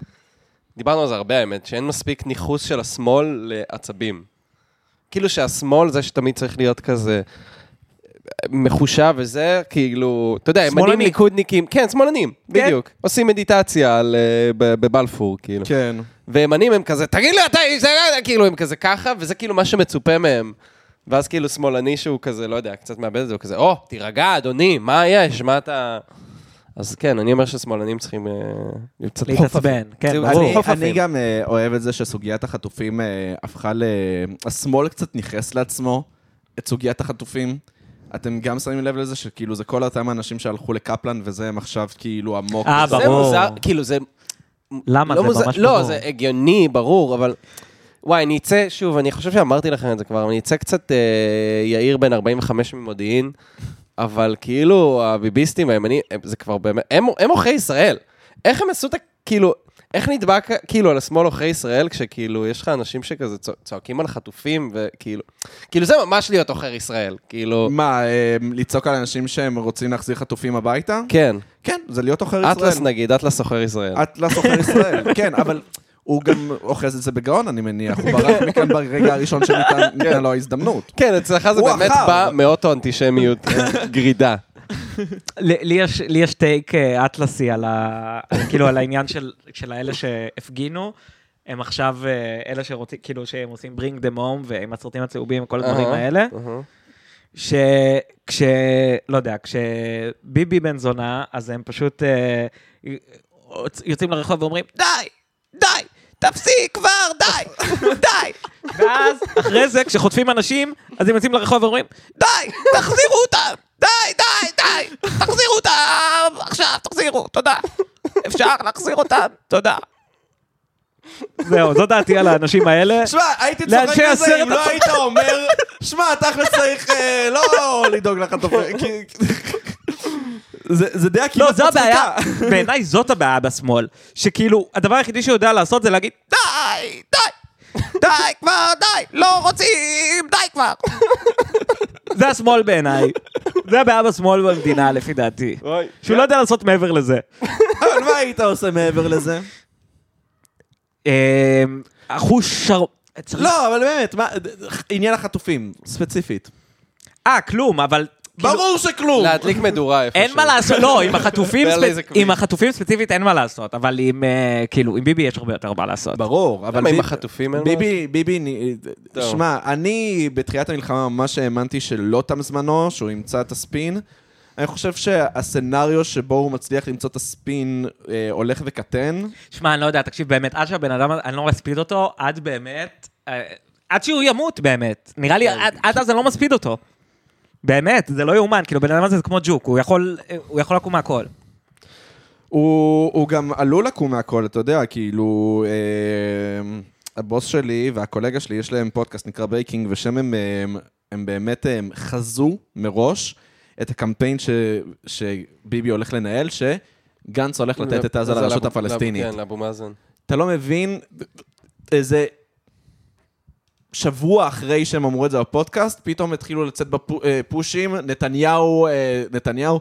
[SPEAKER 1] דיברנו על זה הרבה האמת, שאין מספיק ניכוס של השמאל לעצבים. כאילו שהשמאל זה שתמיד צריך להיות כזה אה, מחושב וזה, כאילו, אתה יודע, ימנים
[SPEAKER 3] שמאלני.
[SPEAKER 1] ליכודניקים, כן, שמאלנים,
[SPEAKER 3] כן.
[SPEAKER 1] בדיוק. עושים מדיטציה על, אה, ב- בבלפור, כאילו.
[SPEAKER 2] כן.
[SPEAKER 1] וימנים הם כזה, תגיד לי אתה איש, זה לא יודע", כאילו הם כזה ככה, וזה כאילו מה שמצופה מהם. ואז כאילו שמאלני שהוא כזה, לא יודע, קצת מאבד את זה, הוא כזה, או, תירגע, אדוני, מה יש, מה אתה... אז כן, אני אומר ששמאלנים צריכים אה, קצת
[SPEAKER 3] להתעצבן, כן,
[SPEAKER 1] זהו,
[SPEAKER 3] ברור.
[SPEAKER 2] אני,
[SPEAKER 1] חופפים.
[SPEAKER 2] אני גם אה, אוהב את זה שסוגיית החטופים אה, הפכה ל... השמאל קצת ניכס לעצמו את סוגיית החטופים. אתם גם שמים לב לזה שכאילו זה כל אותם האנשים שהלכו לקפלן וזה הם עכשיו כאילו עמוק.
[SPEAKER 3] אה,
[SPEAKER 2] וזה-
[SPEAKER 1] אוקיי, זה
[SPEAKER 3] ברור.
[SPEAKER 1] מוזר, כאילו זה...
[SPEAKER 3] למה?
[SPEAKER 1] לא
[SPEAKER 3] זה
[SPEAKER 1] מוזר-
[SPEAKER 3] ממש
[SPEAKER 1] לא,
[SPEAKER 3] ברור.
[SPEAKER 1] זה הגיוני, ברור, אבל... וואי, אני אצא, שוב, אני חושב שאמרתי לכם את זה כבר, אבל אני אצא קצת אה, יאיר בן 45 ממודיעין, אבל כאילו, הביביסטים, הימנים, הם- זה כבר באמת, הם הם עוכרי ישראל. איך הם עשו את ה... כאילו, איך נדבק כאילו על השמאל עוכרי ישראל, כשכאילו יש לך אנשים שכזה צוע- צועקים על חטופים, וכאילו... כאילו, זה ממש להיות עוכר ישראל, כאילו...
[SPEAKER 2] מה, אה, לצעוק על אנשים שהם רוצים להחזיר חטופים הביתה?
[SPEAKER 1] כן,
[SPEAKER 2] כן, זה להיות עוכר ישראל. אה,
[SPEAKER 1] אטלס נגיד, אטלס עוכר ישראל.
[SPEAKER 2] אטלס עוכר ישראל, כן, אבל הוא גם אוחז את זה בגאון, אני מניח. הוא ברח מכאן ברגע הראשון שניתנה לו ההזדמנות.
[SPEAKER 1] כן, אצלך זה
[SPEAKER 2] הוא
[SPEAKER 1] באמת
[SPEAKER 2] עכר.
[SPEAKER 1] בא מאוטו אנטישמיות אה, גרידה.
[SPEAKER 3] ל- לי יש- לי יש טייק אה, אטלסי על ה... כאילו, על העניין של של האלה שהפגינו. הם עכשיו אה, אלה שרוצים, כאילו, שהם עושים ברינג דה מום, ועם הסרטים הצהובים, כל הדברים
[SPEAKER 1] אהה,
[SPEAKER 3] האלה.
[SPEAKER 1] אהה.
[SPEAKER 3] שכש... לא יודע, כשביבי בן זונה, אז הם פשוט אה, יוצאים לרחוב ואומרים, די! די! תפסיק כבר! די! די! ואז, אחרי זה, כשחוטפים אנשים, אז הם יוצאים לרחוב ואומרים, די! תחזירו אותם! די! די! די! תחזירו אותם! עכשיו, תחזירו! תודה. אפשר להחזיר אותם? תודה. זהו, זו דעתי על האנשים האלה.
[SPEAKER 2] שמע, הייתי צוחק
[SPEAKER 3] לאנשי
[SPEAKER 2] על זה אם
[SPEAKER 3] הסרט
[SPEAKER 2] לא
[SPEAKER 3] אתה-
[SPEAKER 2] היית אומר, שמע, תכל'ס צריך אה, לא לדאוג לחטופים. כי- זה זה דעה
[SPEAKER 3] לא,
[SPEAKER 2] כמעט
[SPEAKER 3] זו הבעיה,
[SPEAKER 2] מצחיקה.
[SPEAKER 3] בעיניי זאת הבעיה בשמאל, שכאילו, הדבר היחידי שהוא יודע לעשות זה להגיד, די, די, די כבר, די, לא רוצים, די כבר. זה השמאל בעיניי, זה הבעיה בשמאל במדינה לפי דעתי,
[SPEAKER 2] אוי.
[SPEAKER 3] שהוא לא יודע לעשות מעבר לזה.
[SPEAKER 2] אבל מה היית עושה מעבר לזה?
[SPEAKER 3] אמ, החוש שר... צריך-
[SPEAKER 2] לא, אבל באמת, מה- עניין החטופים, ספציפית.
[SPEAKER 3] אה, כלום, אבל... כאילו,
[SPEAKER 2] ברור שכלום.
[SPEAKER 1] להדליק מדורה איפשהו.
[SPEAKER 3] אין מה לעשות, לא, עם החטופים
[SPEAKER 1] ועל
[SPEAKER 3] ספ-
[SPEAKER 1] איזה כביש.
[SPEAKER 3] עם החטופים ספציפית אין מה לעשות, אבל עם, אה, כאילו, עם ביבי יש הרבה יותר מה לעשות.
[SPEAKER 2] ברור, אבל...
[SPEAKER 1] למה עם
[SPEAKER 2] ביב-
[SPEAKER 1] החטופים אין מה
[SPEAKER 2] ביבי, ביבי, נ-
[SPEAKER 1] טוב.
[SPEAKER 2] שמע, אני בתחילת המלחמה ממש האמנתי שלא תם זמנו, שהוא ימצא את הספין. אני חושב שהסצנריו שבו הוא מצליח למצוא את הספין אה, הולך וקטן.
[SPEAKER 3] שמע, אני לא יודע, תקשיב, באמת, עד שהבן אדם, אני לא מספיד אותו, עד באמת, אה, עד שהוא ימות באמת. נראה
[SPEAKER 2] כן,
[SPEAKER 3] לי, עד עד אז אני לא מספיד אותו. באמת, זה לא יאומן, כאילו, בן אדם הזה זה כמו ג'וק, הוא יכול, אה, הוא יכול לקום מהכל.
[SPEAKER 2] הוא, הוא גם עלול לקום מהכל, אתה יודע, כאילו... אה, הבוס שלי והקולגה שלי, יש להם פודקאסט נקרא בייקינג, ושם הם, הם, הם באמת אה, הם חזו מראש את הקמפיין ש, שביבי הולך לנהל, שגנץ הולך לתת את עזה
[SPEAKER 1] אז
[SPEAKER 2] לרשות
[SPEAKER 1] לאבו-
[SPEAKER 2] הפלסטינית.
[SPEAKER 1] כן, לאבו מאזן.
[SPEAKER 2] אתה לא מבין איזה... שבוע אחרי שהם אמרו את זה בפודקאסט, פתאום התחילו לצאת בפושים, נתניהו, אה, נתניהו,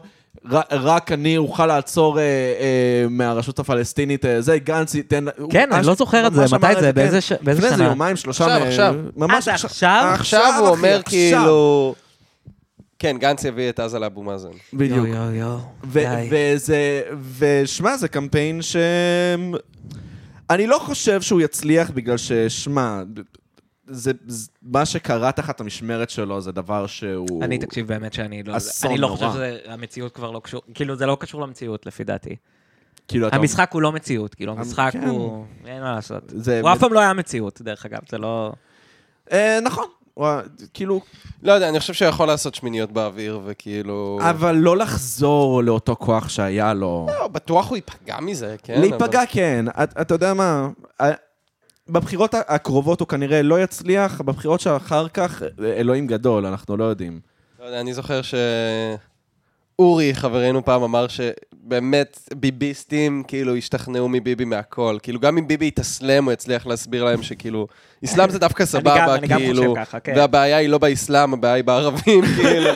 [SPEAKER 2] ר- רק אני אוכל לעצור אה, אה, מהרשות הפלסטינית, אה, זה, גנץ ייתן... הוא
[SPEAKER 3] כן, אני
[SPEAKER 2] ממש-
[SPEAKER 3] לא זוכר את זה,
[SPEAKER 2] ממש
[SPEAKER 3] מתי
[SPEAKER 2] אמר
[SPEAKER 3] זה?
[SPEAKER 2] כן.
[SPEAKER 3] באיזה ש- באיזה
[SPEAKER 2] לפני איזה
[SPEAKER 3] שנה?
[SPEAKER 2] יומיים, שלושה...
[SPEAKER 1] עכשיו,
[SPEAKER 2] מ-
[SPEAKER 1] עכשיו.
[SPEAKER 2] ממש
[SPEAKER 3] אה, זה עכשיו?
[SPEAKER 1] עכשיו הוא
[SPEAKER 2] אחי,
[SPEAKER 1] אומר
[SPEAKER 2] עכשיו.
[SPEAKER 1] כאילו... כן, גנץ יביא את עזה לאבו מאזן.
[SPEAKER 2] בדיוק.
[SPEAKER 3] יואו, יואו,
[SPEAKER 2] ו- וזה, ושמע, זה קמפיין ש... אני לא חושב שהוא יצליח בגלל ששמע, זה, זה, מה שקרה תחת המשמרת שלו זה דבר שהוא...
[SPEAKER 3] אני, תקשיב, באמת שאני לא...
[SPEAKER 2] אסון
[SPEAKER 3] אני לא
[SPEAKER 2] נורא.
[SPEAKER 3] חושב שהמציאות כבר לא קשור, כאילו, זה לא קשור למציאות, לפי דעתי.
[SPEAKER 2] כאילו, אתה...
[SPEAKER 3] המשחק הוא לא מציאות, כאילו, המשחק
[SPEAKER 2] כן.
[SPEAKER 3] הוא... אין מה לעשות.
[SPEAKER 2] זה-
[SPEAKER 3] הוא אף פעם לא היה מציאות, דרך אגב, זה לא...
[SPEAKER 2] אה, נכון, הוא ה- כאילו...
[SPEAKER 1] לא יודע, אני חושב שהוא יכול לעשות שמיניות באוויר, וכאילו...
[SPEAKER 2] אבל לא לחזור לאותו כוח שהיה לו.
[SPEAKER 1] לא, בטוח הוא ייפגע מזה, כן?
[SPEAKER 2] להיפגע כן, את- אתה יודע מה, ה- בבחירות הקרובות הוא כנראה לא יצליח, בבחירות שאחר כך, אלוהים גדול, אנחנו לא יודעים.
[SPEAKER 1] לא יודע, אני זוכר שאורי, חברנו פעם, אמר שבאמת ביביסטים כאילו השתכנעו מביבי מהכל. כאילו, גם אם ביבי יתאסלם, הוא יצליח להסביר להם שכאילו, אסלאם זה דווקא
[SPEAKER 3] גם-
[SPEAKER 1] סבבה,
[SPEAKER 3] אני גם חושב
[SPEAKER 1] כאילו,
[SPEAKER 3] ככה, כן.
[SPEAKER 1] והבעיה היא לא באסלאם, הבעיה היא בערבים, כאילו.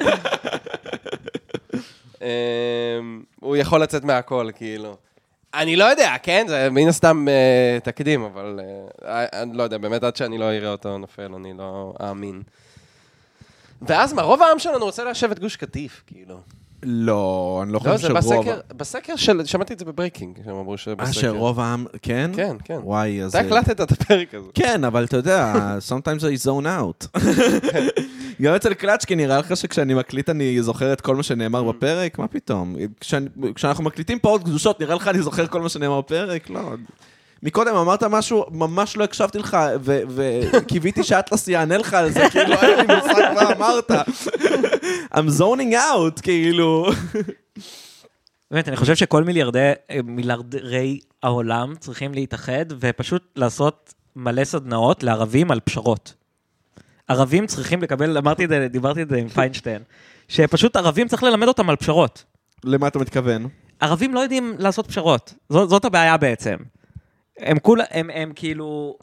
[SPEAKER 1] אמ, הוא יכול לצאת מהכל, כאילו. אני לא יודע, כן? זה מן הסתם אה, תקדים, אבל אה, אני לא יודע, באמת עד שאני לא אראה אותו נופל, אני לא אאמין. ואז מה, רוב העם שלנו רוצה ליישב את גוש קטיף, כאילו.
[SPEAKER 2] לא, אני לא
[SPEAKER 1] לא,
[SPEAKER 2] חושב
[SPEAKER 1] זה
[SPEAKER 2] שרוב...
[SPEAKER 1] בסקר, בסקר של, שמעתי את זה בברייקינג, שהם אמרו שבסקר.
[SPEAKER 2] אה, שרוב העם, כן?
[SPEAKER 1] כן, כן.
[SPEAKER 2] וואי, אז... אה,
[SPEAKER 1] אתה הקלטת את הפרק הזה.
[SPEAKER 2] כן, אבל אתה יודע, sometimes I zone out. גם אצל קלצ'קי, נראה לך שכשאני מקליט אני זוכר את כל מה שנאמר
[SPEAKER 1] Mm.
[SPEAKER 2] בפרק? מה פתאום? כשאני- כשאנחנו מקליטים פה עוד קדושות, נראה לך אני זוכר כל מה שנאמר בפרק? לא. מקודם אמרת משהו, ממש לא הקשבתי לך, ו- וקיוויתי שאטלס יענה לך על זה, כאילו, אין לי מושג מה אמרת. I'm zoning out, כאילו.
[SPEAKER 3] באמת, אני חושב שכל מיליארדי, מיליארדרי העולם צריכים להתאחד ופשוט לעשות מלא סדנאות לערבים על פשרות. ערבים צריכים לקבל, אמרתי את זה, דיברתי את זה עם פיינשטיין, שפשוט ערבים צריך ללמד אותם על פשרות.
[SPEAKER 2] למה אתה מתכוון?
[SPEAKER 3] ערבים לא יודעים לעשות פשרות, זו, זאת הבעיה בעצם. הם כולה, הם, הם כאילו...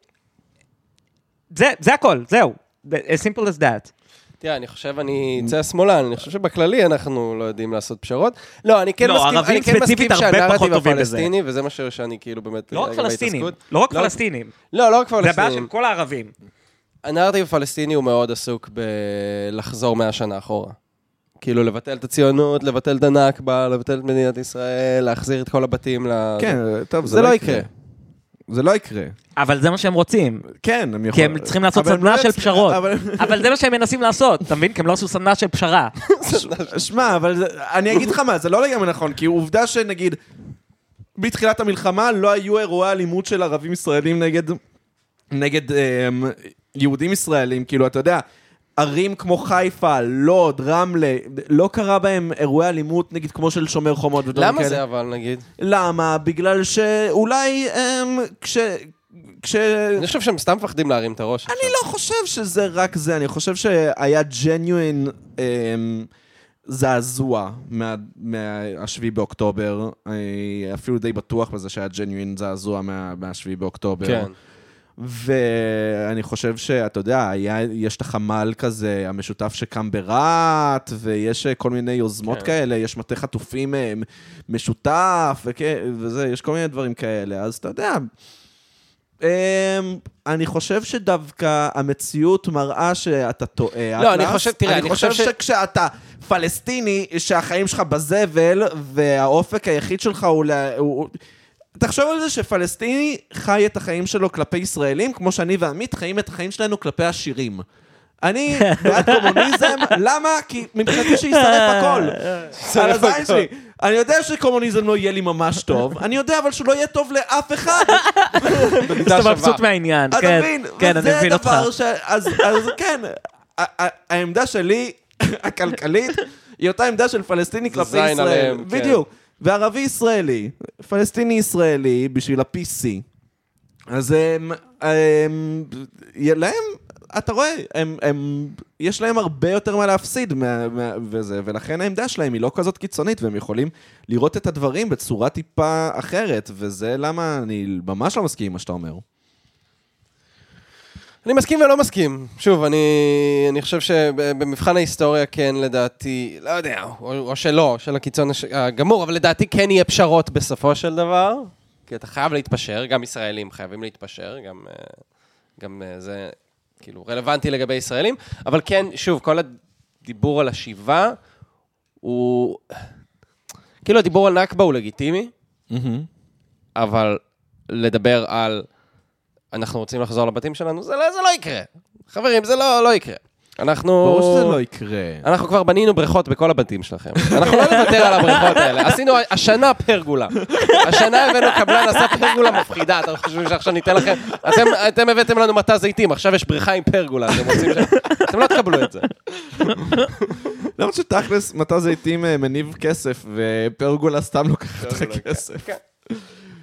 [SPEAKER 3] זה, זה הכל, זהו. As simple as that.
[SPEAKER 1] תראה, אני חושב, אני אצא השמאלן, אני חושב שבכללי אנחנו לא יודעים לעשות פשרות. לא, אני כן
[SPEAKER 3] לא,
[SPEAKER 1] מסכים,
[SPEAKER 3] ערבים
[SPEAKER 1] אני כן מסכים
[SPEAKER 3] ספציפית הרבה פחות
[SPEAKER 1] שהנרטיב
[SPEAKER 3] טובים בזה.
[SPEAKER 1] הפלסטיני, וזה מה שאני כאילו באמת...
[SPEAKER 3] לא רק
[SPEAKER 1] לגבי
[SPEAKER 3] פלסטינים,
[SPEAKER 1] ההתעסקות.
[SPEAKER 3] לא רק פלסטינים.
[SPEAKER 1] לא, לא רק
[SPEAKER 3] זה הבעיה של
[SPEAKER 1] פלסטינים.
[SPEAKER 3] כל הערבים.
[SPEAKER 1] הנרטיב הפלסטיני הוא מאוד עסוק בלחזור 100 שנה אחורה. כאילו, לבטל את הציונות, לבטל את הנכבה, לבטל את מדינת ישראל, להחזיר את כל הבתים ל...
[SPEAKER 2] כן, טוב,
[SPEAKER 1] זה לא יקרה.
[SPEAKER 2] זה לא יקרה.
[SPEAKER 3] אבל זה מה שהם רוצים.
[SPEAKER 2] כן, הם
[SPEAKER 3] כי
[SPEAKER 2] יכולים...
[SPEAKER 3] הם צריכים לעשות
[SPEAKER 2] אבל הם
[SPEAKER 3] סדנה
[SPEAKER 2] לא
[SPEAKER 3] של
[SPEAKER 2] יצליח-
[SPEAKER 3] פשרות.
[SPEAKER 2] אבל-
[SPEAKER 3] אבל זה מה שהם מנסים לעשות, אתה מבין? כי הם לא עשו סדנה של פשרה.
[SPEAKER 2] שמע, אבל זה- אני אגיד לך מה, זה לא לגמרי נכון, כי עובדה שנגיד, בתחילת המלחמה לא היו אירועי אלימות של ערבים ישראלים נגד, נגד אמ, יהודים ישראלים, כאילו, אתה יודע, ערים כמו חיפה, לוד, רמלה, לא קרה בהם אירועי אלימות, נגיד, כמו של שומר חומות ודברים
[SPEAKER 1] למה
[SPEAKER 2] כאלה.
[SPEAKER 1] זה אבל, נגיד?
[SPEAKER 2] למה? בגלל שאולי אמ, כש... כש...
[SPEAKER 1] אני חושב שהם סתם מפחדים להרים את הראש.
[SPEAKER 2] אני לא חושב שזה רק זה, אני חושב שהיה ג'ניואן אמ, זעזוע מה- מהשביעי באוקטובר. אני אפילו די בטוח בזה שהיה ג'ניואן זעזוע מה- מהשביעי באוקטובר.
[SPEAKER 1] כן.
[SPEAKER 2] ואני חושב שאתה יודע, היה, יש את החמ"ל כזה, המשותף שקם ברהט, ויש אה, כל מיני יוזמות כן.
[SPEAKER 1] כן.
[SPEAKER 2] כאלה, יש מטה חטופים אה, משותף, וכ... וזה, יש כל מיני דברים כאלה, אז אתה יודע. אמ, אני חושב שדווקא המציאות מראה שאתה טועה.
[SPEAKER 1] לא,
[SPEAKER 2] אטלס.
[SPEAKER 1] אני חושב- תראה, אני חושב ש-
[SPEAKER 2] שכשאתה פלסטיני, שהחיים שלך בזבל, והאופק היחיד שלך הוא... לה- הוא... הוא- תחשוב על זה שפלסטיני חי את החיים שלו כלפי ישראלים, כמו שאני ועמית חיים את החיים שלנו כלפי עשירים. אני בעד קומוניזם, למה? כי מבחינתי שישרף הכל. על הזין שלי. אני יודע שקומוניזם לא יהיה לי ממש טוב, אני יודע אבל שהוא לא יהיה טוב לאף אחד.
[SPEAKER 3] אתה מבסוט מהעניין,
[SPEAKER 2] אתה
[SPEAKER 3] כן.
[SPEAKER 2] מבין?
[SPEAKER 3] כן, אני מבין אותך.
[SPEAKER 2] זה דבר ש... אז אז כן, ה- ה- העמדה שלי, הכלכלית, היא אותה עמדה של פלסטיני כלפי
[SPEAKER 1] זין
[SPEAKER 2] ישראל.
[SPEAKER 1] עליהם, כן.
[SPEAKER 2] בדיוק. וערבי ישראלי, פלסטיני ישראלי בשביל ה-PC. אז הם, הם, יה- להם, אתה רואה, הם, הם, יש להם הרבה יותר מה להפסיד מה, מה, וזה, ולכן העמדה שלהם היא לא כזאת קיצונית, והם יכולים לראות את הדברים בצורה טיפה אחרת, וזה למה אני ממש לא מסכים עם מה שאתה אומר.
[SPEAKER 1] אני מסכים ולא מסכים. שוב, אני, אני חושב שבמבחן ההיסטוריה כן, לדעתי, לא יודע, או, או שלא, של הקיצון הש- הגמור, אבל לדעתי כן יהיה פשרות בסופו של דבר, כי אתה חייב להתפשר, גם ישראלים חייבים להתפשר, גם, אה, גם אה, זה כאילו רלוונטי לגבי ישראלים, אבל כן, שוב, כל הדיבור על השיבה הוא... כאילו הדיבור על נכבה הוא לגיטימי, אבל לדבר על אנחנו רוצים לחזור לבתים שלנו, זה לא, זה לא יקרה. חברים, זה לא, לא יקרה. אנחנו...
[SPEAKER 2] ברור שזה לא יקרה.
[SPEAKER 1] אנחנו כבר בנינו בריכות בכל הבתים שלכם. אנחנו לא נוותר על הבריכות האלה. עשינו השנה פרגולה. השנה הבאנו קבלן, עשה פרגולה מפחידה. אתם חושבים שעכשיו ניתן לכם... אתם, אתם הבאתם לנו מטע זיתים, עכשיו יש בריכה עם פרגולה. אתם רוצים ש... אתם לא תקבלו את זה.
[SPEAKER 2] למה שתכלס, מטע זיתים אה, מניב כסף, ופרגולה סתם לוקחת את הכסף.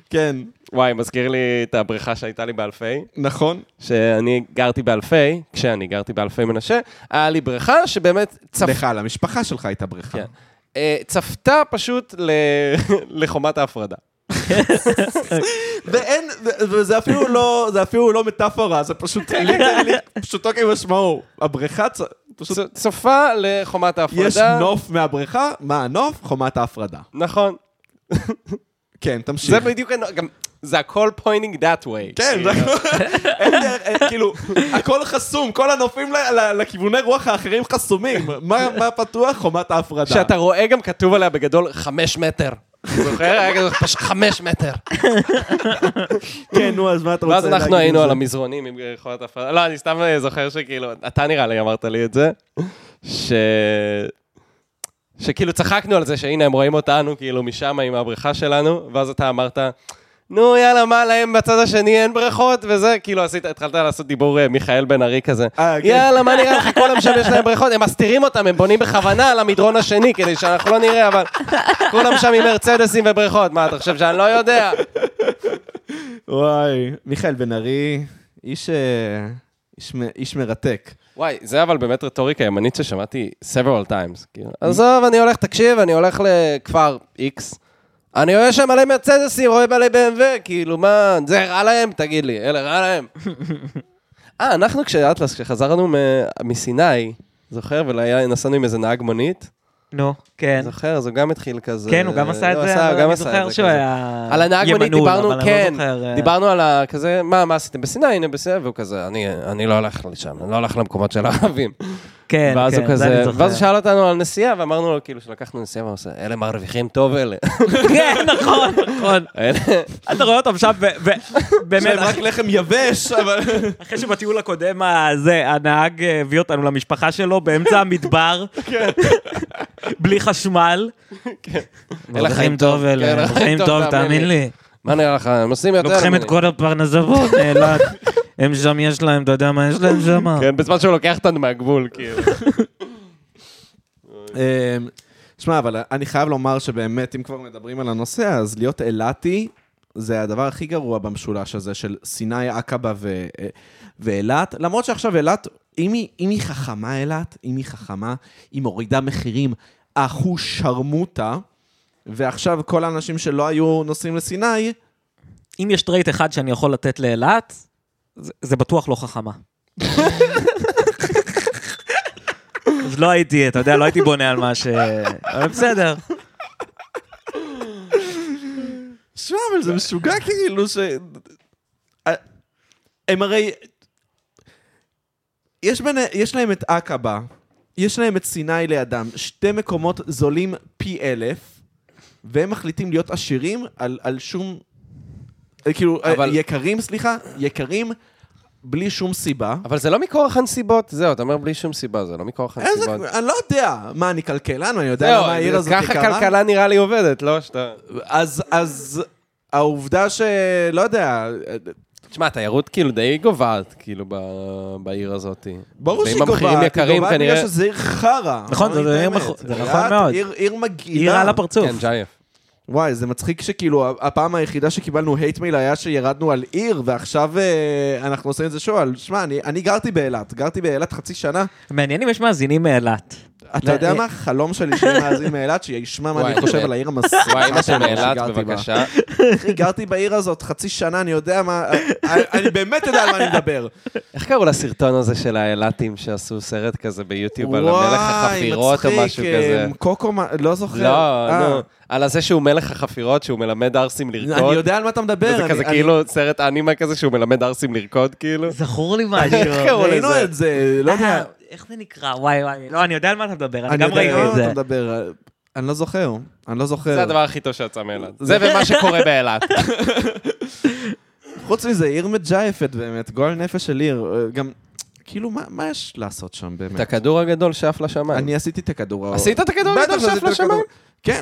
[SPEAKER 2] כן,
[SPEAKER 1] וואי, מזכיר לי את הבריכה שהייתה לי באלפי.
[SPEAKER 2] נכון.
[SPEAKER 1] שאני גרתי באלפי, כשאני גרתי באלפי מנשה, היה לי בריכה שבאמת צפ...
[SPEAKER 2] לך, למשפחה שלך הייתה בריכה.
[SPEAKER 1] כן. אה, צפתה פשוט ל- לחומת ההפרדה.
[SPEAKER 2] ואין, ו- וזה אפילו לא, זה אפילו לא מטאפורה, זה פשוט אוקיי, ליטרלי, פשוטו כמשמעו. הבריכה, צ- פשוט,
[SPEAKER 1] צ- צופה לחומת ההפרדה.
[SPEAKER 2] יש נוף מהבריכה, מה הנוף? חומת ההפרדה.
[SPEAKER 1] נכון.
[SPEAKER 2] כן, תמשיך.
[SPEAKER 1] זה בדיוק, הנ- גם- זה הכל pointing that way.
[SPEAKER 2] כן,
[SPEAKER 1] כאילו.
[SPEAKER 2] זה אין דרך, אין, כאילו, הכל חסום, כל הנופים ל- ל- לכיווני רוח האחרים חסומים. מה מה פתוח? חומת ההפרדה.
[SPEAKER 1] שאתה רואה גם כתוב עליה בגדול חמש מטר. זוכר? היה כזה פש- חמש מטר.
[SPEAKER 2] כן, נו, אז מה אתה רוצה
[SPEAKER 1] ואז
[SPEAKER 2] להגיד?
[SPEAKER 1] אנחנו היינו
[SPEAKER 2] זה?
[SPEAKER 1] על המזרונים עם חומת ההפרדה. לא, אני סתם אה, זוכר שכאילו, אתה נראה לי אמרת לי את זה, ש... שכאילו צחקנו על זה שהנה הם רואים אותנו כאילו משם עם הבריכה שלנו, ואז אתה אמרת, נו יאללה מה להם בצד השני אין בריכות וזה, כאילו עשית, התחלת לעשות דיבור אה, מיכאל בן ארי כזה.
[SPEAKER 2] אה, כן.
[SPEAKER 1] יאללה מה נראה לך כולם שם יש להם בריכות, הם מסתירים אותם, הם בונים בכוונה על המדרון השני כדי שאנחנו לא נראה, אבל כולם שם עם מרצדסים ובריכות, מה אתה חושב שאני לא יודע?
[SPEAKER 2] וואי, מיכאל בן ארי, איש, אה, איש, מ- איש מרתק.
[SPEAKER 1] וואי, זה אבל באמת רטוריקה ימנית ששמעתי several times. כאילו, עזוב, אני הולך, תקשיב, אני הולך לכפר X, אני רואה שם מלא מרצדסים, רואה מלא BMW, כאילו, מה, זה רע להם? תגיד לי, אלה רע להם. אה, אנחנו כשאטלס, כשחזרנו מ- מסיני, זוכר? ונסענו עם איזה נהג מונית,
[SPEAKER 3] נו, כן.
[SPEAKER 1] זוכר? אז הוא גם התחיל כזה...
[SPEAKER 3] כן, הוא גם עשה את
[SPEAKER 1] לא,
[SPEAKER 3] זה,
[SPEAKER 1] הוא
[SPEAKER 3] אבל
[SPEAKER 1] גם
[SPEAKER 3] אני
[SPEAKER 1] עשה את
[SPEAKER 3] זוכר
[SPEAKER 1] זה
[SPEAKER 3] שהוא
[SPEAKER 1] כזה.
[SPEAKER 3] היה
[SPEAKER 1] על הנהג מונית
[SPEAKER 3] ימנול,
[SPEAKER 1] דיברנו,
[SPEAKER 3] אבל אני לא
[SPEAKER 1] כן,
[SPEAKER 3] זוכר, אה,
[SPEAKER 1] דיברנו על הכזה, מה, מה עשיתם בסיני, הנה בסיני, והוא כזה, אני, אני לא הולך לשם, אני לא הולך למקומות של הערבים.
[SPEAKER 3] כן,
[SPEAKER 1] ואז
[SPEAKER 3] כן,
[SPEAKER 1] הוא
[SPEAKER 3] זה אני
[SPEAKER 1] כזה,
[SPEAKER 3] זוכר.
[SPEAKER 1] ואז הוא שאל אותנו על נסיעה, ואמרנו לו, כאילו, שלקחנו נסיעה, והוא עושה, אלה מרוויחים טוב אלה.
[SPEAKER 3] כן, נכון, נכון.
[SPEAKER 1] אלה-
[SPEAKER 3] אתה רואה אותם שם, ו- ו- באמת,
[SPEAKER 2] באמת, רק לחם יבש, אבל...
[SPEAKER 3] אחרי שבטיול הקודם הזה, הנהג הביא אותנו למשפחה שלו באמצע המדבר, בלי חשמל.
[SPEAKER 1] כן. אלה חיים טוב, כן,
[SPEAKER 3] אלה, חיים טוב, תאמין לי.
[SPEAKER 1] מה נראה לך, הם עושים יותר
[SPEAKER 3] לוקחים את
[SPEAKER 1] ממני."
[SPEAKER 3] כל הפרנזבות, אילת. הם שם, יש להם, אתה יודע מה יש להם שם?
[SPEAKER 1] כן, בזמן שהוא לוקח אותנו מהגבול, כאילו.
[SPEAKER 2] אמ, שמע, אבל אני חייב לומר שבאמת, אם כבר מדברים על הנושא, אז להיות אילתי זה הדבר הכי גרוע במשולש הזה של סיני, עקבה ו- אה, ואילת. למרות שעכשיו אילת, אם היא, אם היא חכמה אילת, אם היא חכמה, היא מורידה מחירים אחושרמוטה, ועכשיו כל האנשים שלא היו נוסעים לסיני,
[SPEAKER 3] אם יש טרייט אחד שאני יכול לתת לאילת, זה- זה בטוח לא חכמה. אז לא הייתי, אתה יודע, לא הייתי בונה על מה ש... אבל בסדר.
[SPEAKER 2] שמע, אבל זה משוגע כאילו ש... אה, הם הרי... יש, בין... יש להם את עקבה, יש להם את סיני לידם, שתי מקומות זולים פי אלף, והם מחליטים להיות עשירים על, על שום... אה, כאילו, אבל...
[SPEAKER 1] אבל-
[SPEAKER 2] יקרים, סליחה, יקרים, בלי שום סיבה.
[SPEAKER 1] אבל זה לא מכורח הנסיבות, זהו, אתה אומר בלי שום סיבה, זה לא מכורח
[SPEAKER 2] איזה...
[SPEAKER 1] הנסיבות.
[SPEAKER 2] אני לא יודע. מה, אני כלכלן? אני יודע
[SPEAKER 1] זהו,
[SPEAKER 2] למה העיר הזאת יקרה?
[SPEAKER 1] לא, ככה כלכלה נראה לי עובדת, לא שאתה...
[SPEAKER 2] אז, אז העובדה ש... לא יודע,
[SPEAKER 1] תשמע, התיירות כאילו די גוועת, כאילו, ב- בעיר הזאת.
[SPEAKER 2] ברור שהיא
[SPEAKER 1] ואם המחירים
[SPEAKER 2] גובהת, היא
[SPEAKER 1] יקרים,
[SPEAKER 2] גובהת בגלל
[SPEAKER 1] כנראה...
[SPEAKER 2] שזה עיר חרא.
[SPEAKER 3] נכון,
[SPEAKER 2] בוא
[SPEAKER 3] זה עיר
[SPEAKER 2] נגיד את
[SPEAKER 3] מכו- זה
[SPEAKER 2] האמת.
[SPEAKER 3] נכון
[SPEAKER 2] אילת,
[SPEAKER 3] מאוד.
[SPEAKER 2] עיר- עיר מגעילה.
[SPEAKER 3] עירה על הפרצוף.
[SPEAKER 1] כן, ג'ייף.
[SPEAKER 2] וואי, זה מצחיק שכאילו, הפעם היחידה שקיבלנו הייט מייל היה שירדנו על עיר, ועכשיו אה, אנחנו עושים את זה שוב. על- שמע, אני אני גרתי באילת, גרתי באילת חצי שנה.
[SPEAKER 3] מעניין אם יש מאזינים מאילת.
[SPEAKER 2] אתה יודע
[SPEAKER 3] אה,
[SPEAKER 2] מה? חלום שלי שיהיה מאזין מאילת, שישמע מה
[SPEAKER 1] וואי,
[SPEAKER 2] אני חושב
[SPEAKER 1] באמת.
[SPEAKER 2] על העיר המסריחה
[SPEAKER 1] וואי, אמא של
[SPEAKER 2] שלנו
[SPEAKER 1] מאילת,
[SPEAKER 2] שגרתי בה.
[SPEAKER 1] בבקשה.
[SPEAKER 2] אחי, גרתי בעיר הזאת חצי שנה, אני יודע מה... אני- אני באמת יודע על מה אני מדבר.
[SPEAKER 1] איך קראו לסרטון הזה של האילתים שעשו סרט כזה ביוטיוב על המלך
[SPEAKER 2] וואי,
[SPEAKER 1] החפירות או משהו
[SPEAKER 2] מצחיק,
[SPEAKER 1] כזה?
[SPEAKER 2] אה, קוקו, מה- לא זוכר.
[SPEAKER 1] לא,
[SPEAKER 2] אה.
[SPEAKER 1] נו. על הזה שהוא מלך החפירות, שהוא מלמד ערסים לרקוד.
[SPEAKER 2] אני יודע על מה אתה מדבר.
[SPEAKER 1] וזה
[SPEAKER 2] אני-
[SPEAKER 1] לא, כזה
[SPEAKER 2] אני-
[SPEAKER 1] כאילו סרט אנימה כזה שהוא מלמד ערסים לרקוד, כאילו.
[SPEAKER 3] זכור לי משהו.
[SPEAKER 1] איך קראו
[SPEAKER 2] ראינו
[SPEAKER 1] לזה?
[SPEAKER 2] את זה, לא יודע.
[SPEAKER 3] אה, איך זה נקרא? וואי וואי. לא, אני יודע על מה אתה מדבר, אני
[SPEAKER 2] אני
[SPEAKER 3] גם
[SPEAKER 2] יודע
[SPEAKER 3] ראיתי
[SPEAKER 2] על
[SPEAKER 3] את
[SPEAKER 2] מה
[SPEAKER 3] זה.
[SPEAKER 2] אתה מדבר, אני לא זוכר, אני לא זוכר.
[SPEAKER 1] זה הדבר הכי טוב שיצא מאילת. זה ומה שקורה באילת.
[SPEAKER 2] חוץ מזה, עיר מג'ייפת באמת, גועל נפש של עיר. גם, כאילו, מה- מה יש לעשות שם
[SPEAKER 1] את
[SPEAKER 2] באמת?
[SPEAKER 1] הכדור הגדול שאף לשמיים.
[SPEAKER 2] אני עשיתי את הכדור האור.
[SPEAKER 1] עשית את הכדור
[SPEAKER 2] בטח
[SPEAKER 1] הגדול
[SPEAKER 2] שעשיתי
[SPEAKER 1] שאף
[SPEAKER 2] את הכדור-
[SPEAKER 1] לשמיים?
[SPEAKER 2] כן.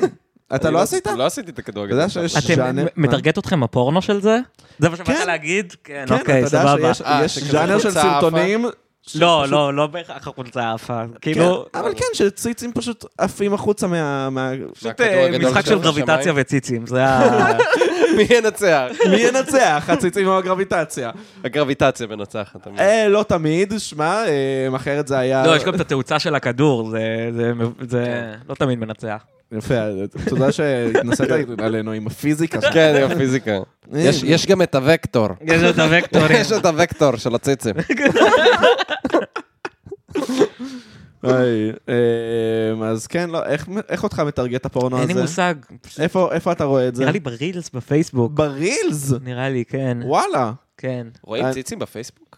[SPEAKER 2] אתה
[SPEAKER 1] אני
[SPEAKER 2] לא עשית?
[SPEAKER 1] לא עשיתי את הכדור
[SPEAKER 2] יודע
[SPEAKER 1] הגדול. שאף
[SPEAKER 2] שיש-
[SPEAKER 1] לשמיים.
[SPEAKER 3] אתם,
[SPEAKER 2] ז'אנר-
[SPEAKER 3] מטרגט אתכם הפורנו של זה? זה מה שבאת
[SPEAKER 2] כן.
[SPEAKER 3] להגיד? כן,
[SPEAKER 2] כן, אתה
[SPEAKER 3] אוקיי,
[SPEAKER 2] יודע
[SPEAKER 3] סבבה.
[SPEAKER 2] שיש-
[SPEAKER 1] אה,
[SPEAKER 2] יש
[SPEAKER 1] שכזה
[SPEAKER 2] ז'אנר של
[SPEAKER 1] חולצה עפה.
[SPEAKER 2] סרטונים.
[SPEAKER 3] לא, לא, לא בהכרח החולצה עפה.
[SPEAKER 2] כן,
[SPEAKER 3] כאילו,
[SPEAKER 2] אבל כן, שציצים פשוט עפים החוצה מה... מה-
[SPEAKER 3] פשוט
[SPEAKER 1] הכדור
[SPEAKER 3] אה,
[SPEAKER 1] הגדול
[SPEAKER 3] משחק
[SPEAKER 1] של
[SPEAKER 3] של גרביטציה
[SPEAKER 1] השמיים.
[SPEAKER 3] וציצים, זה ה...
[SPEAKER 1] מי ינצח?
[SPEAKER 2] מי ינצח? הציצים או הגרביטציה?
[SPEAKER 1] הגרביטציה מנצחת. תמיד.
[SPEAKER 2] אה, לא תמיד, שמע, אה, אחרת זה היה...
[SPEAKER 3] לא, יש גם את התאוצה של הכדור, זה- זה- זה לא תמיד מנצח.
[SPEAKER 2] יפה, תודה שהתנסית עלינו עם הפיזיקה. שלך.
[SPEAKER 1] כן, עם הפיזיקה. יש- יש גם את הוקטור.
[SPEAKER 3] יש לו את הוקטורים.
[SPEAKER 1] יש את הוקטור של הציצים.
[SPEAKER 2] היי, אמ, אז כן, לא, איך- איך אותך מטרגט הפורנו הזה?
[SPEAKER 3] אין לי מושג.
[SPEAKER 2] איפה איפה אתה רואה את זה?
[SPEAKER 3] נראה לי ברילס בפייסבוק.
[SPEAKER 2] ברילס!
[SPEAKER 3] נראה לי, כן,
[SPEAKER 2] וואלה.
[SPEAKER 3] כן.
[SPEAKER 1] רואים ציצים בפייסבוק?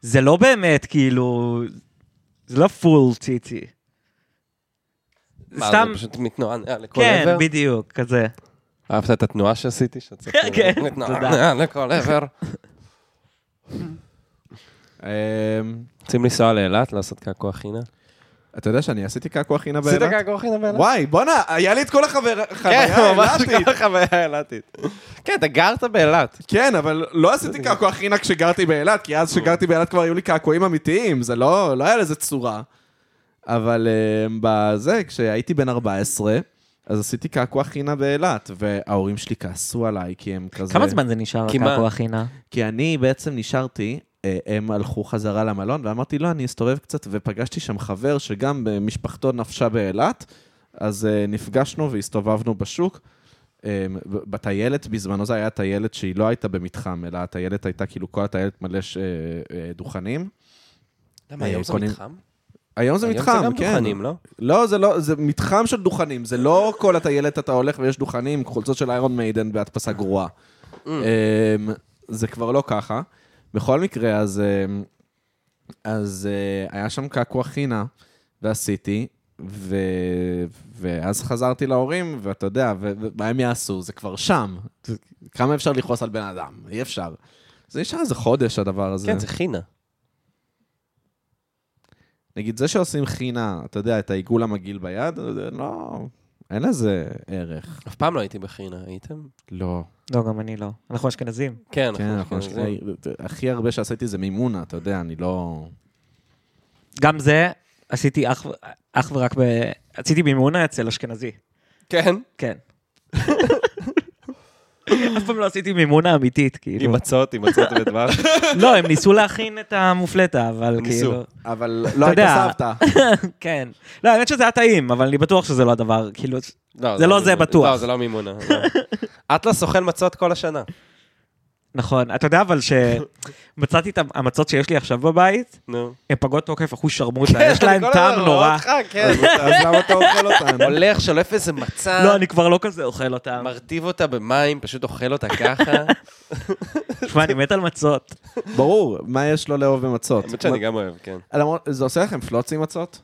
[SPEAKER 3] זה לא באמת, כאילו... זה לא פול ציצי.
[SPEAKER 1] מה,
[SPEAKER 3] סתם,
[SPEAKER 1] זה פשוט מתנועה לכל
[SPEAKER 3] כן,
[SPEAKER 1] עבר?
[SPEAKER 3] בדיוק, כזה.
[SPEAKER 1] אהבת את התנועה שעשיתי? שצריך-
[SPEAKER 3] כן,
[SPEAKER 1] מתנועה
[SPEAKER 3] תודה.
[SPEAKER 1] לכל עבר.
[SPEAKER 2] אמ,
[SPEAKER 1] רוצים לנסוע לאילת, לעשות קעקוע חינה?
[SPEAKER 2] אתה יודע שאני עשיתי קעקוע חינה
[SPEAKER 1] עשית
[SPEAKER 2] באילת?
[SPEAKER 1] קעקוע חינה באילת?
[SPEAKER 2] וואי, בואנה, היה לי את כל החבר-
[SPEAKER 1] כן,
[SPEAKER 2] החוויה
[SPEAKER 1] ממש
[SPEAKER 2] האילתית.
[SPEAKER 1] כל החוויה האילתית. כן, אתה גרת באילת.
[SPEAKER 2] כן, אבל לא עשיתי קעקוע חינה כשגרתי באילת, כי
[SPEAKER 3] לא.
[SPEAKER 2] אז כשגרתי באילת כבר היו לי קעקועים אמיתיים, זה לא, לא היה לזה צורה. אבל אמ, בזה, כשהייתי בן 14, אז עשיתי קעקוע חינה באילת, וההורים שלי כעסו עליי, כי הם כזה...
[SPEAKER 3] כמה זמן זה נשאר,
[SPEAKER 1] כי מה?
[SPEAKER 3] הקעקוע חינה?
[SPEAKER 2] כי אני בעצם נשארתי, אה, הם הלכו חזרה למלון, ואמרתי, לא, אני אסתובב קצת, ופגשתי שם חבר שגם אה, משפחתו נפשה באילת, אז אה, נפגשנו והסתובבנו בשוק. אה, ב- בטיילת, בזמנו זה היה טיילת שהיא לא הייתה במתחם, אלא הטיילת הייתה, כאילו, כל הטיילת מלא ש- אה, אה, דוכנים. היום
[SPEAKER 1] למה, היום
[SPEAKER 2] זה
[SPEAKER 1] זה
[SPEAKER 2] קונים-
[SPEAKER 1] מתחם?
[SPEAKER 2] היום זה מתחם,
[SPEAKER 1] היום
[SPEAKER 2] כן.
[SPEAKER 1] זה גם דוכנים, לא?
[SPEAKER 2] לא, זה לא, זה מתחם של דוכנים, זה לא כל הטיילת אתה הולך ויש דוכנים, חולצות של איירון מיידן בהדפסה גרועה. אמ, זה כבר לא ככה. בכל מקרה, אז אמ, אז אה, היה שם קעקוע חינה, ועשיתי, ו... ואז חזרתי להורים, ואתה יודע, ו- ומה הם יעשו? זה כבר שם. כמה אפשר לכעוס על בן אדם? אי אפשר. זה נשאר איזה חודש, הדבר הזה.
[SPEAKER 1] כן, זה חינה.
[SPEAKER 2] נגיד, זה שעושים חינה, אתה יודע, את העיגול המגעיל ביד, זה לא... אין לזה ערך.
[SPEAKER 1] אף פעם לא הייתי בחינה, הייתם?
[SPEAKER 2] לא.
[SPEAKER 3] לא, גם אני לא. אנחנו אשכנזים.
[SPEAKER 1] כן,
[SPEAKER 2] כן, אנחנו
[SPEAKER 1] אשכנזים.
[SPEAKER 2] אשכנזים. הכי הרבה שעשיתי זה מימונה, אתה יודע, אני לא...
[SPEAKER 3] גם זה עשיתי אך, אך ורק ב... עשיתי במימונה אצל אשכנזי.
[SPEAKER 1] כן?
[SPEAKER 3] כן. אף פעם לא עשיתי מימונה אמיתית, כאילו.
[SPEAKER 1] עם הצעות, עם הצעות ודבר.
[SPEAKER 3] לא, הם ניסו להכין את המופלטה, אבל
[SPEAKER 1] ניסו.
[SPEAKER 3] כאילו...
[SPEAKER 2] אבל לא היית
[SPEAKER 3] יודע.
[SPEAKER 2] סבתא.
[SPEAKER 3] כן. לא, האמת שזה היה טעים, אבל אני בטוח שזה לא הדבר, כאילו... זה לא זה,
[SPEAKER 1] מימונה.
[SPEAKER 3] בטוח.
[SPEAKER 1] לא, זה לא מימונה. לא. אטלס אוכל מצות כל השנה.
[SPEAKER 3] נכון. אתה יודע, אבל שמצאתי את המצות שיש לי עכשיו בבית,
[SPEAKER 1] נו.
[SPEAKER 3] הן פגות תוקף, אחוז שרמוטה,
[SPEAKER 1] כן,
[SPEAKER 3] יש להן טעם נורא.
[SPEAKER 2] אז אז למה אתה אוכל אותנו?
[SPEAKER 1] הולך, שולף איזה מצה,
[SPEAKER 3] לא, אני כבר לא כזה אוכל אותם.
[SPEAKER 1] מרטיב אותה במים, פשוט אוכל אותה ככה.
[SPEAKER 3] תשמע, אני מת על מצות. לא
[SPEAKER 2] ברור, מה יש לו לאהוב במצות?
[SPEAKER 1] האמת שאני גם אוהב, כן.
[SPEAKER 2] למרות- זה עושה לכם פלוצים מצות?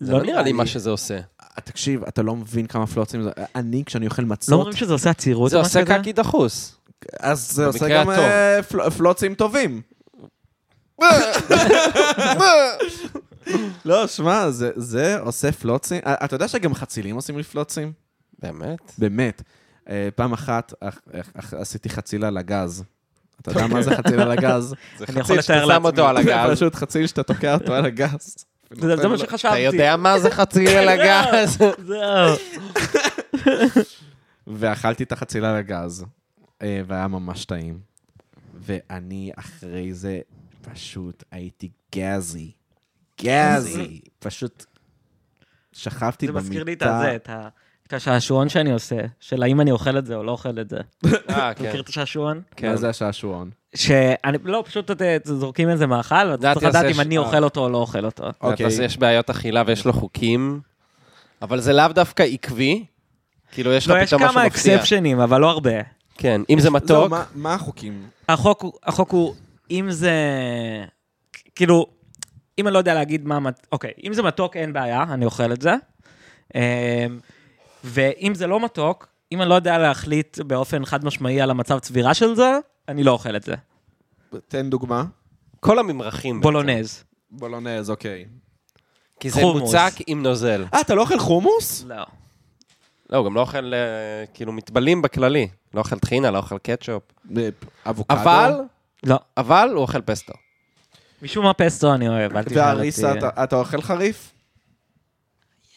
[SPEAKER 1] זה לא נראה לי מה שזה עושה.
[SPEAKER 2] תקשיב, אתה לא מבין כמה פלוצים זה... אני, כשאני אוכל
[SPEAKER 3] לא
[SPEAKER 2] מצות,
[SPEAKER 3] אומרים שזה עושה עצירות
[SPEAKER 1] זה
[SPEAKER 3] או משהו
[SPEAKER 1] עושה
[SPEAKER 3] כזה?
[SPEAKER 1] קקי דחוס.
[SPEAKER 2] אז זה עושה
[SPEAKER 1] במקרה
[SPEAKER 2] גם
[SPEAKER 1] הטוב.
[SPEAKER 2] אה, פל- פלוצים טובים. לא, שמע, זה- זה עושה פלוצים. אה, אתה יודע שגם חצילים עושים לי פלוצים?
[SPEAKER 1] באמת?
[SPEAKER 2] באמת. אה, פעם אחת אח- אח- אח- עשיתי חציל על הגז. אתה יודע
[SPEAKER 3] אוקיי.
[SPEAKER 2] מה זה חציל על הגז?
[SPEAKER 1] זה
[SPEAKER 3] אני יכול
[SPEAKER 1] חציל שאתה
[SPEAKER 3] לתאר
[SPEAKER 1] שם
[SPEAKER 3] לעצמי.
[SPEAKER 1] אותו על
[SPEAKER 2] זה
[SPEAKER 1] הגז.
[SPEAKER 2] פשוט חציל שאתה תוקע אותו על הגז.
[SPEAKER 3] זה זה מה
[SPEAKER 1] אתה
[SPEAKER 3] שחשבתי.
[SPEAKER 1] יודע מה זה חציל
[SPEAKER 3] כן,
[SPEAKER 1] על הגז?
[SPEAKER 3] זהו.
[SPEAKER 2] ואכלתי את החציל על הגז, אה, והיה ממש טעים. ואני אחרי זה פשוט הייתי גזי. גזי. פשוט שכבתי
[SPEAKER 3] זה
[SPEAKER 2] במיטה.
[SPEAKER 3] מזכיר לי את הזה, את ה- את השעשועון שאני עושה, של האם אני אוכל את זה או לא אוכל את זה.
[SPEAKER 1] אה,
[SPEAKER 3] אתה
[SPEAKER 1] כן.
[SPEAKER 3] מכיר את השעשועון?
[SPEAKER 1] כן.
[SPEAKER 2] מה זה השעשועון?
[SPEAKER 3] שאני, לא, פשוט אתה- זורקים איזה מאכל, ואתה
[SPEAKER 1] דעתי
[SPEAKER 3] צריך לדעת
[SPEAKER 1] עושה
[SPEAKER 3] אם
[SPEAKER 1] ש-
[SPEAKER 3] אני
[SPEAKER 1] אה.
[SPEAKER 3] אוכל אותו או לא אוכל אותו.
[SPEAKER 2] אוקיי.
[SPEAKER 1] אז יש בעיות אכילה ויש לו חוקים, אבל זה לאו דווקא עקבי. כאילו, יש לך
[SPEAKER 3] לא, יש
[SPEAKER 1] פתאום משהו
[SPEAKER 3] כמה
[SPEAKER 1] מפתיע.
[SPEAKER 3] אקספשנים, אבל לא הרבה.
[SPEAKER 1] כן, אם זה
[SPEAKER 2] לא,
[SPEAKER 1] מתוק,
[SPEAKER 2] מה- מה החוקים?
[SPEAKER 3] החוק הוא- החוק הוא, אם זה... כאילו, אם אני לא יודע להגיד מה... מת- אוקיי, אם זה מתוק, אין בעיה, אני אוכל את זה. אמ, ואם זה לא מתוק, אם אני לא יודע להחליט באופן חד משמעי על המצב צבירה של זה, אני לא אוכל את זה.
[SPEAKER 2] תן דוגמה.
[SPEAKER 1] כל הממרחים.
[SPEAKER 3] לא בולונז.
[SPEAKER 2] בולונז, אוקיי.
[SPEAKER 1] בעצם. כי זה
[SPEAKER 3] חומוס.
[SPEAKER 1] מוצק עם נוזל.
[SPEAKER 2] אה, אתה לא אוכל חומוס?
[SPEAKER 3] לא.
[SPEAKER 1] לא, הוא גם לא אוכל, אה, כאילו, מטבלים בכללי. לא אוכל טחינה, לא אוכל קטשופ.
[SPEAKER 2] אה, אבוקדו.
[SPEAKER 1] אבל,
[SPEAKER 3] לא.
[SPEAKER 1] אבל הוא אוכל פסטו.
[SPEAKER 3] משום מה פסטו אני אוהב, אל תשאל אותי.
[SPEAKER 2] והריסה, אתה- אתה אוכל חריף?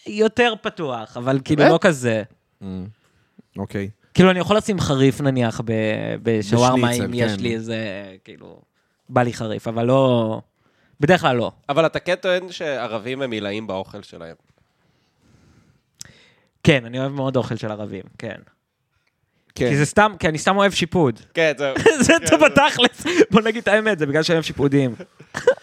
[SPEAKER 3] יותר פתוח, אבל כאילו
[SPEAKER 1] באמת?
[SPEAKER 3] לא כזה.
[SPEAKER 2] אוקיי.
[SPEAKER 3] כאילו, אני יכול לשים חריף נניח ב- בשווארמה,
[SPEAKER 2] בשניצל,
[SPEAKER 3] אם יש
[SPEAKER 2] כן.
[SPEAKER 3] לי איזה, כאילו, בא לי חריף, אבל לא... בדרך כלל לא.
[SPEAKER 1] אבל אתה כן טוען שערבים הם עילאים באוכל שלהם.
[SPEAKER 3] כן, אני אוהב מאוד אוכל של ערבים, כן.
[SPEAKER 2] כן.
[SPEAKER 3] כי זה סתם, כי אני סתם אוהב שיפוד.
[SPEAKER 1] כן, זהו.
[SPEAKER 3] זה טוב בתכלס, בוא נגיד את האמת, זה בגלל שאני אוהב שיפודים.